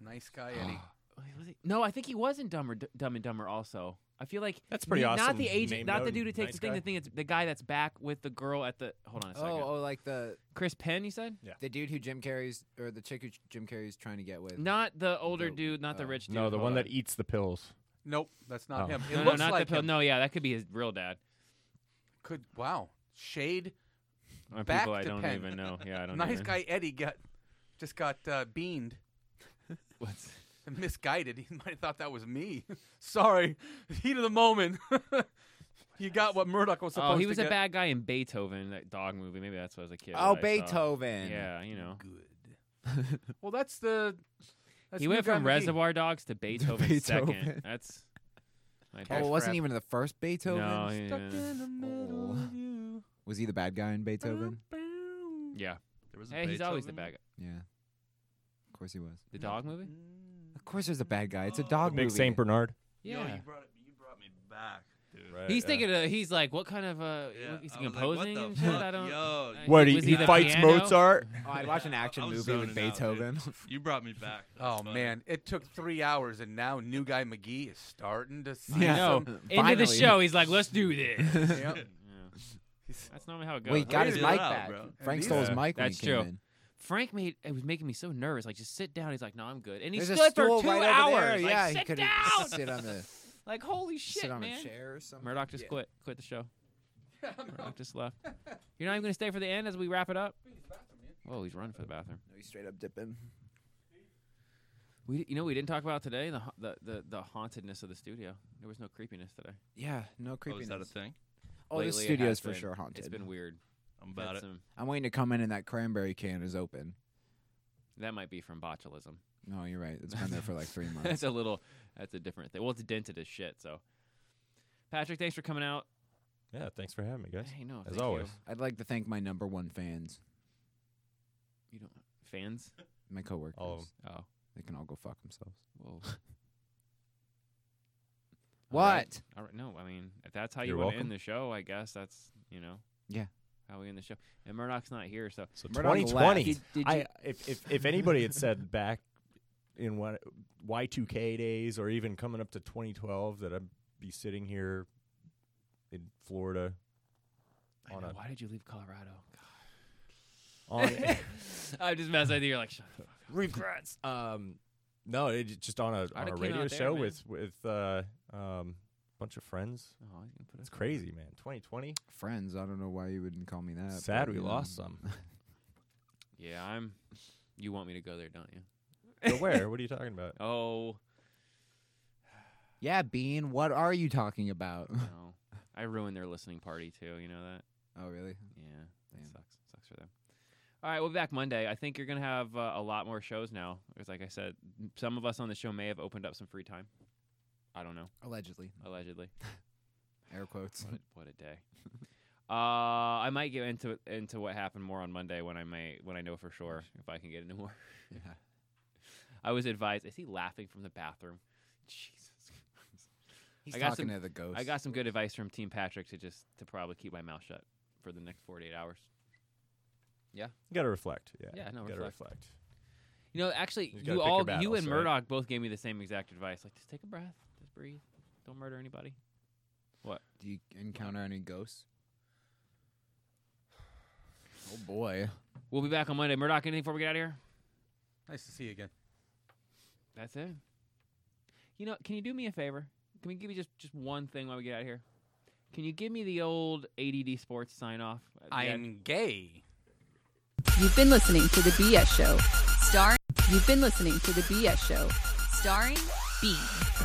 Speaker 7: Nice guy, Eddie.
Speaker 11: Wait, Oh, was he- No, I think he was in Dumber, Dumb and Dumber. Also, I feel like
Speaker 6: That's pretty
Speaker 11: the- Not
Speaker 6: awesome
Speaker 11: the agent,
Speaker 6: name,
Speaker 11: not the
Speaker 6: though.
Speaker 11: dude who takes the
Speaker 6: Nice
Speaker 11: thing.
Speaker 6: guy.
Speaker 11: The thing, it's the guy that's back with the girl at the. Hold on a second.
Speaker 13: Oh, oh, like the
Speaker 11: Chris Penn, you said?
Speaker 13: the dude who Jim Carrey's or the chick who Jim Carrey's trying to get with.
Speaker 11: Not the older
Speaker 13: The-
Speaker 11: dude, not the
Speaker 13: oh.
Speaker 11: rich dude.
Speaker 6: No, the
Speaker 11: Hold
Speaker 6: one
Speaker 11: on.
Speaker 6: that eats the pills.
Speaker 7: Nope, that's not
Speaker 6: Oh.
Speaker 7: him. It
Speaker 11: No, no,
Speaker 7: looks
Speaker 11: not
Speaker 7: like
Speaker 11: the pill.
Speaker 7: him.
Speaker 11: No, yeah, that could be his real dad.
Speaker 7: Could wow. Shade.
Speaker 11: Or
Speaker 7: Back
Speaker 11: people I
Speaker 7: to
Speaker 11: don't
Speaker 7: Penn.
Speaker 11: even know. Yeah, I don't.
Speaker 7: Nice
Speaker 11: even.
Speaker 7: guy Eddie got just got uh, beaned.
Speaker 11: What's-
Speaker 7: and misguided. He might have thought that was me. Sorry, heat of the moment. you got what Murdoch was supposed
Speaker 11: Oh,
Speaker 7: to
Speaker 11: he was a
Speaker 7: get.
Speaker 11: bad guy in Beethoven, that dog movie. Maybe that's what I was a kid.
Speaker 13: oh,
Speaker 11: what I saw.
Speaker 13: Beethoven.
Speaker 11: Yeah, you know.
Speaker 7: Well, that's the. That's
Speaker 11: he
Speaker 7: me,
Speaker 11: went
Speaker 7: John
Speaker 11: from
Speaker 7: McGee.
Speaker 11: Reservoir Dogs to Beethoven, second.
Speaker 13: Beethoven.
Speaker 11: That's.
Speaker 13: Oh,
Speaker 11: my
Speaker 13: it
Speaker 11: best.
Speaker 13: wasn't
Speaker 7: crap.
Speaker 13: even the first Beethoven.
Speaker 11: No, he-
Speaker 7: Stuck in the middle
Speaker 13: Oh.
Speaker 7: of you.
Speaker 13: Was he the bad guy in Beethoven?
Speaker 11: yeah.
Speaker 14: There was a
Speaker 11: Hey, he's always the bad
Speaker 14: Beethoven? Mm-hmm.
Speaker 11: guy.
Speaker 13: Yeah. Of course he was.
Speaker 11: The dog movie?
Speaker 13: Of course there's a bad guy. It's a
Speaker 14: Oh,
Speaker 6: The
Speaker 13: dog
Speaker 6: big
Speaker 13: movie.
Speaker 6: Saint Bernard.
Speaker 14: Yo, you brought it, you brought me back, dude.
Speaker 11: He's thinking. Of, he's like, what kind of? Uh,
Speaker 14: Yeah,
Speaker 11: what- is
Speaker 14: I
Speaker 11: he
Speaker 14: was like, what
Speaker 11: composing?
Speaker 14: the
Speaker 11: and shit?
Speaker 14: fuck?
Speaker 11: I don't.
Speaker 14: Yo,
Speaker 11: I-
Speaker 6: What? He,
Speaker 11: was
Speaker 6: he
Speaker 11: the
Speaker 6: fights
Speaker 11: piano?
Speaker 6: Mozart.
Speaker 13: Oh, I'd watch an action
Speaker 14: I was
Speaker 13: movie with
Speaker 14: zoning out, dude.
Speaker 13: Beethoven.
Speaker 14: You brought me back.
Speaker 7: Oh
Speaker 14: That's funny.
Speaker 7: man, it took three hours, and now new guy McGee is starting to see
Speaker 11: I
Speaker 13: Yeah.
Speaker 11: know.
Speaker 7: some.
Speaker 11: Into the
Speaker 13: Finally.
Speaker 11: show, he's like, let's do this.
Speaker 7: Yep.
Speaker 11: Yeah. That's normally how it goes.
Speaker 5: Well, he got his mic back. Frank stole his mic when
Speaker 11: That's
Speaker 5: he came
Speaker 11: true.
Speaker 5: in.
Speaker 11: Frank made it was making me so nervous. Like, just sit down. He's like, no, I'm good. And he
Speaker 5: There's a
Speaker 11: stood for
Speaker 5: stool
Speaker 11: two
Speaker 5: right
Speaker 11: hours.
Speaker 5: over there.
Speaker 11: Like,
Speaker 5: yeah, he
Speaker 11: sit
Speaker 5: could
Speaker 11: down.
Speaker 5: sit on the
Speaker 11: like, holy shit,
Speaker 5: sit on
Speaker 11: man.
Speaker 5: a chair or something.
Speaker 11: Murdoch just quit. Quit the show. Murdoch just left. You're not even gonna stay for the end as we wrap it up. Oh, he's running for the bathroom.
Speaker 16: No, he's straight up dipping.
Speaker 11: We, you know, we didn't talk about today the ha- the the, the hauntedness of the studio. There was no creepiness today.
Speaker 5: Yeah, no
Speaker 17: Oh, is
Speaker 5: creepiness.
Speaker 17: that a thing?
Speaker 5: Oh, this
Speaker 11: Lately, it
Speaker 5: studio's
Speaker 11: has
Speaker 5: for
Speaker 11: been.
Speaker 5: sure haunted.
Speaker 11: It's been weird.
Speaker 17: I'm
Speaker 11: We've had
Speaker 17: about it.
Speaker 11: some-
Speaker 5: I'm waiting to come in and that cranberry can is open.
Speaker 11: that might be from botulism.
Speaker 5: No, you're right. It's been there for like three months.
Speaker 11: that's a little. That's a different thing. Well, it's dented as shit. So, Patrick, thanks for coming out.
Speaker 6: Yeah, thanks for having me, guys.
Speaker 11: Hey, no,
Speaker 6: as
Speaker 11: thank
Speaker 6: always.
Speaker 11: you.
Speaker 5: I'd like to thank my number one fans,
Speaker 11: You don't fans?
Speaker 5: my coworkers.
Speaker 6: All of 'em.
Speaker 11: Oh,
Speaker 5: They can all go fuck themselves.
Speaker 11: Whoa.
Speaker 5: what?
Speaker 11: All right. No, I mean, if that's how you
Speaker 5: You're
Speaker 11: want to end
Speaker 5: welcome.
Speaker 11: the show, I guess that's you know.
Speaker 5: Yeah.
Speaker 11: How we end the show, and Murdoch's not here, so so
Speaker 6: 2020. I, if, if, if anybody had said back in what Y2K days or even coming up to 2012 that I'd be sitting here in Florida on a
Speaker 11: why did you leave Colorado?
Speaker 6: on
Speaker 11: I'm just messing with you. You're like, shut the fuck up. Uh,
Speaker 6: regrets. Um, no, it, j- just on a on
Speaker 11: I'da
Speaker 6: a
Speaker 11: came
Speaker 6: radio
Speaker 11: out there,
Speaker 6: show
Speaker 11: man.
Speaker 6: with with uh, um, bunch of friends.
Speaker 11: Oh, I can put
Speaker 6: it's crazy, man. 2020.
Speaker 5: Friends, I don't know why you wouldn't call me that. but,
Speaker 6: Sad we
Speaker 5: you know.
Speaker 6: lost some.
Speaker 11: Yeah, I'm. You want me to go there, don't you?
Speaker 6: But where? What are you talking about?
Speaker 11: Oh
Speaker 5: yeah, Bean, what are you talking about?
Speaker 11: no, I ruined their listening party too. You know that?
Speaker 5: Oh, really?
Speaker 11: Yeah, that sucks. Sucks for them. All right, we'll be back Monday. I think you're gonna have uh, a lot more shows now. Because, like I said, m- some of us on the show may have opened up some free time. I don't know.
Speaker 5: Allegedly.
Speaker 11: Allegedly.
Speaker 5: Air quotes.
Speaker 11: What a, what a day. Uh, I might get into it- into what happened more on Monday when I may when I know for sure if I can get into more.
Speaker 5: Yeah.
Speaker 11: I was advised. Is he laughing from the bathroom? Jesus. Christ.
Speaker 5: He's
Speaker 11: I got
Speaker 5: talking
Speaker 11: some-
Speaker 5: to the ghost.
Speaker 11: I got some good advice from Team Patrick to just to probably keep my mouth shut for the next 48 hours. Yeah.
Speaker 6: You got to reflect. Yeah.
Speaker 11: Yeah, no,
Speaker 6: you gotta
Speaker 11: reflect.
Speaker 6: reflect.
Speaker 11: You know, actually,
Speaker 6: You
Speaker 11: you,
Speaker 6: gotta pick your
Speaker 11: all, you
Speaker 6: battles,
Speaker 11: and
Speaker 6: right?
Speaker 11: Murdoch both gave me the same exact advice. Like, just take a breath, just breathe, don't murder anybody. What?
Speaker 5: Do you encounter any ghosts? Oh boy.
Speaker 11: We'll be back on Monday. Murdoch, anything before we get out of here?
Speaker 7: Nice to see you again.
Speaker 11: That's it. You know, can you do me a favor? Can we give you just just one thing while we get out of here? Can you give me the old ADD sports sign off?
Speaker 7: I'm gay.
Speaker 2: You've been listening to The BS Show. Starring. You've been listening to The BS Show. Starring B.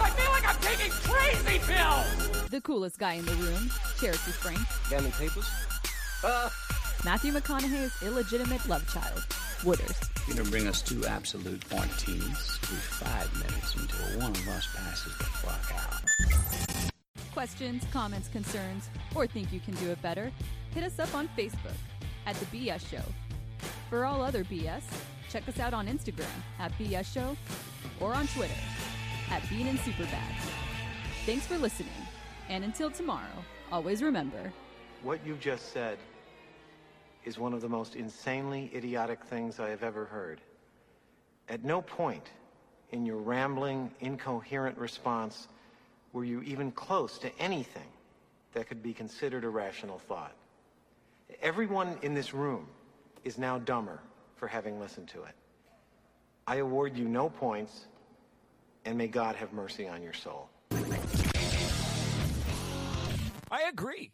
Speaker 18: I feel like I'm taking crazy pills.
Speaker 2: The coolest guy in the room, Cherokee Frank.
Speaker 18: Got any papers? Uh,
Speaker 2: Matthew McConaughey's illegitimate love child, Wooders.
Speaker 4: You're going to bring us two absolute martinis every five minutes until one of us passes the fuck out.
Speaker 2: Questions, comments, concerns, or think you can do it better? Hit us up on Facebook at The BS Show. For all other BS, check us out on Instagram at BS Show or on Twitter at Bean and Superbad. Thanks for listening, and until tomorrow, always remember.
Speaker 12: What you just said is one of the most insanely idiotic things I have ever heard. At no point in your rambling, incoherent response were you even close to anything that could be considered a rational thought. Everyone in this room is now dumber for having listened to it. I award you no points, and may God have mercy on your soul.
Speaker 19: I agree.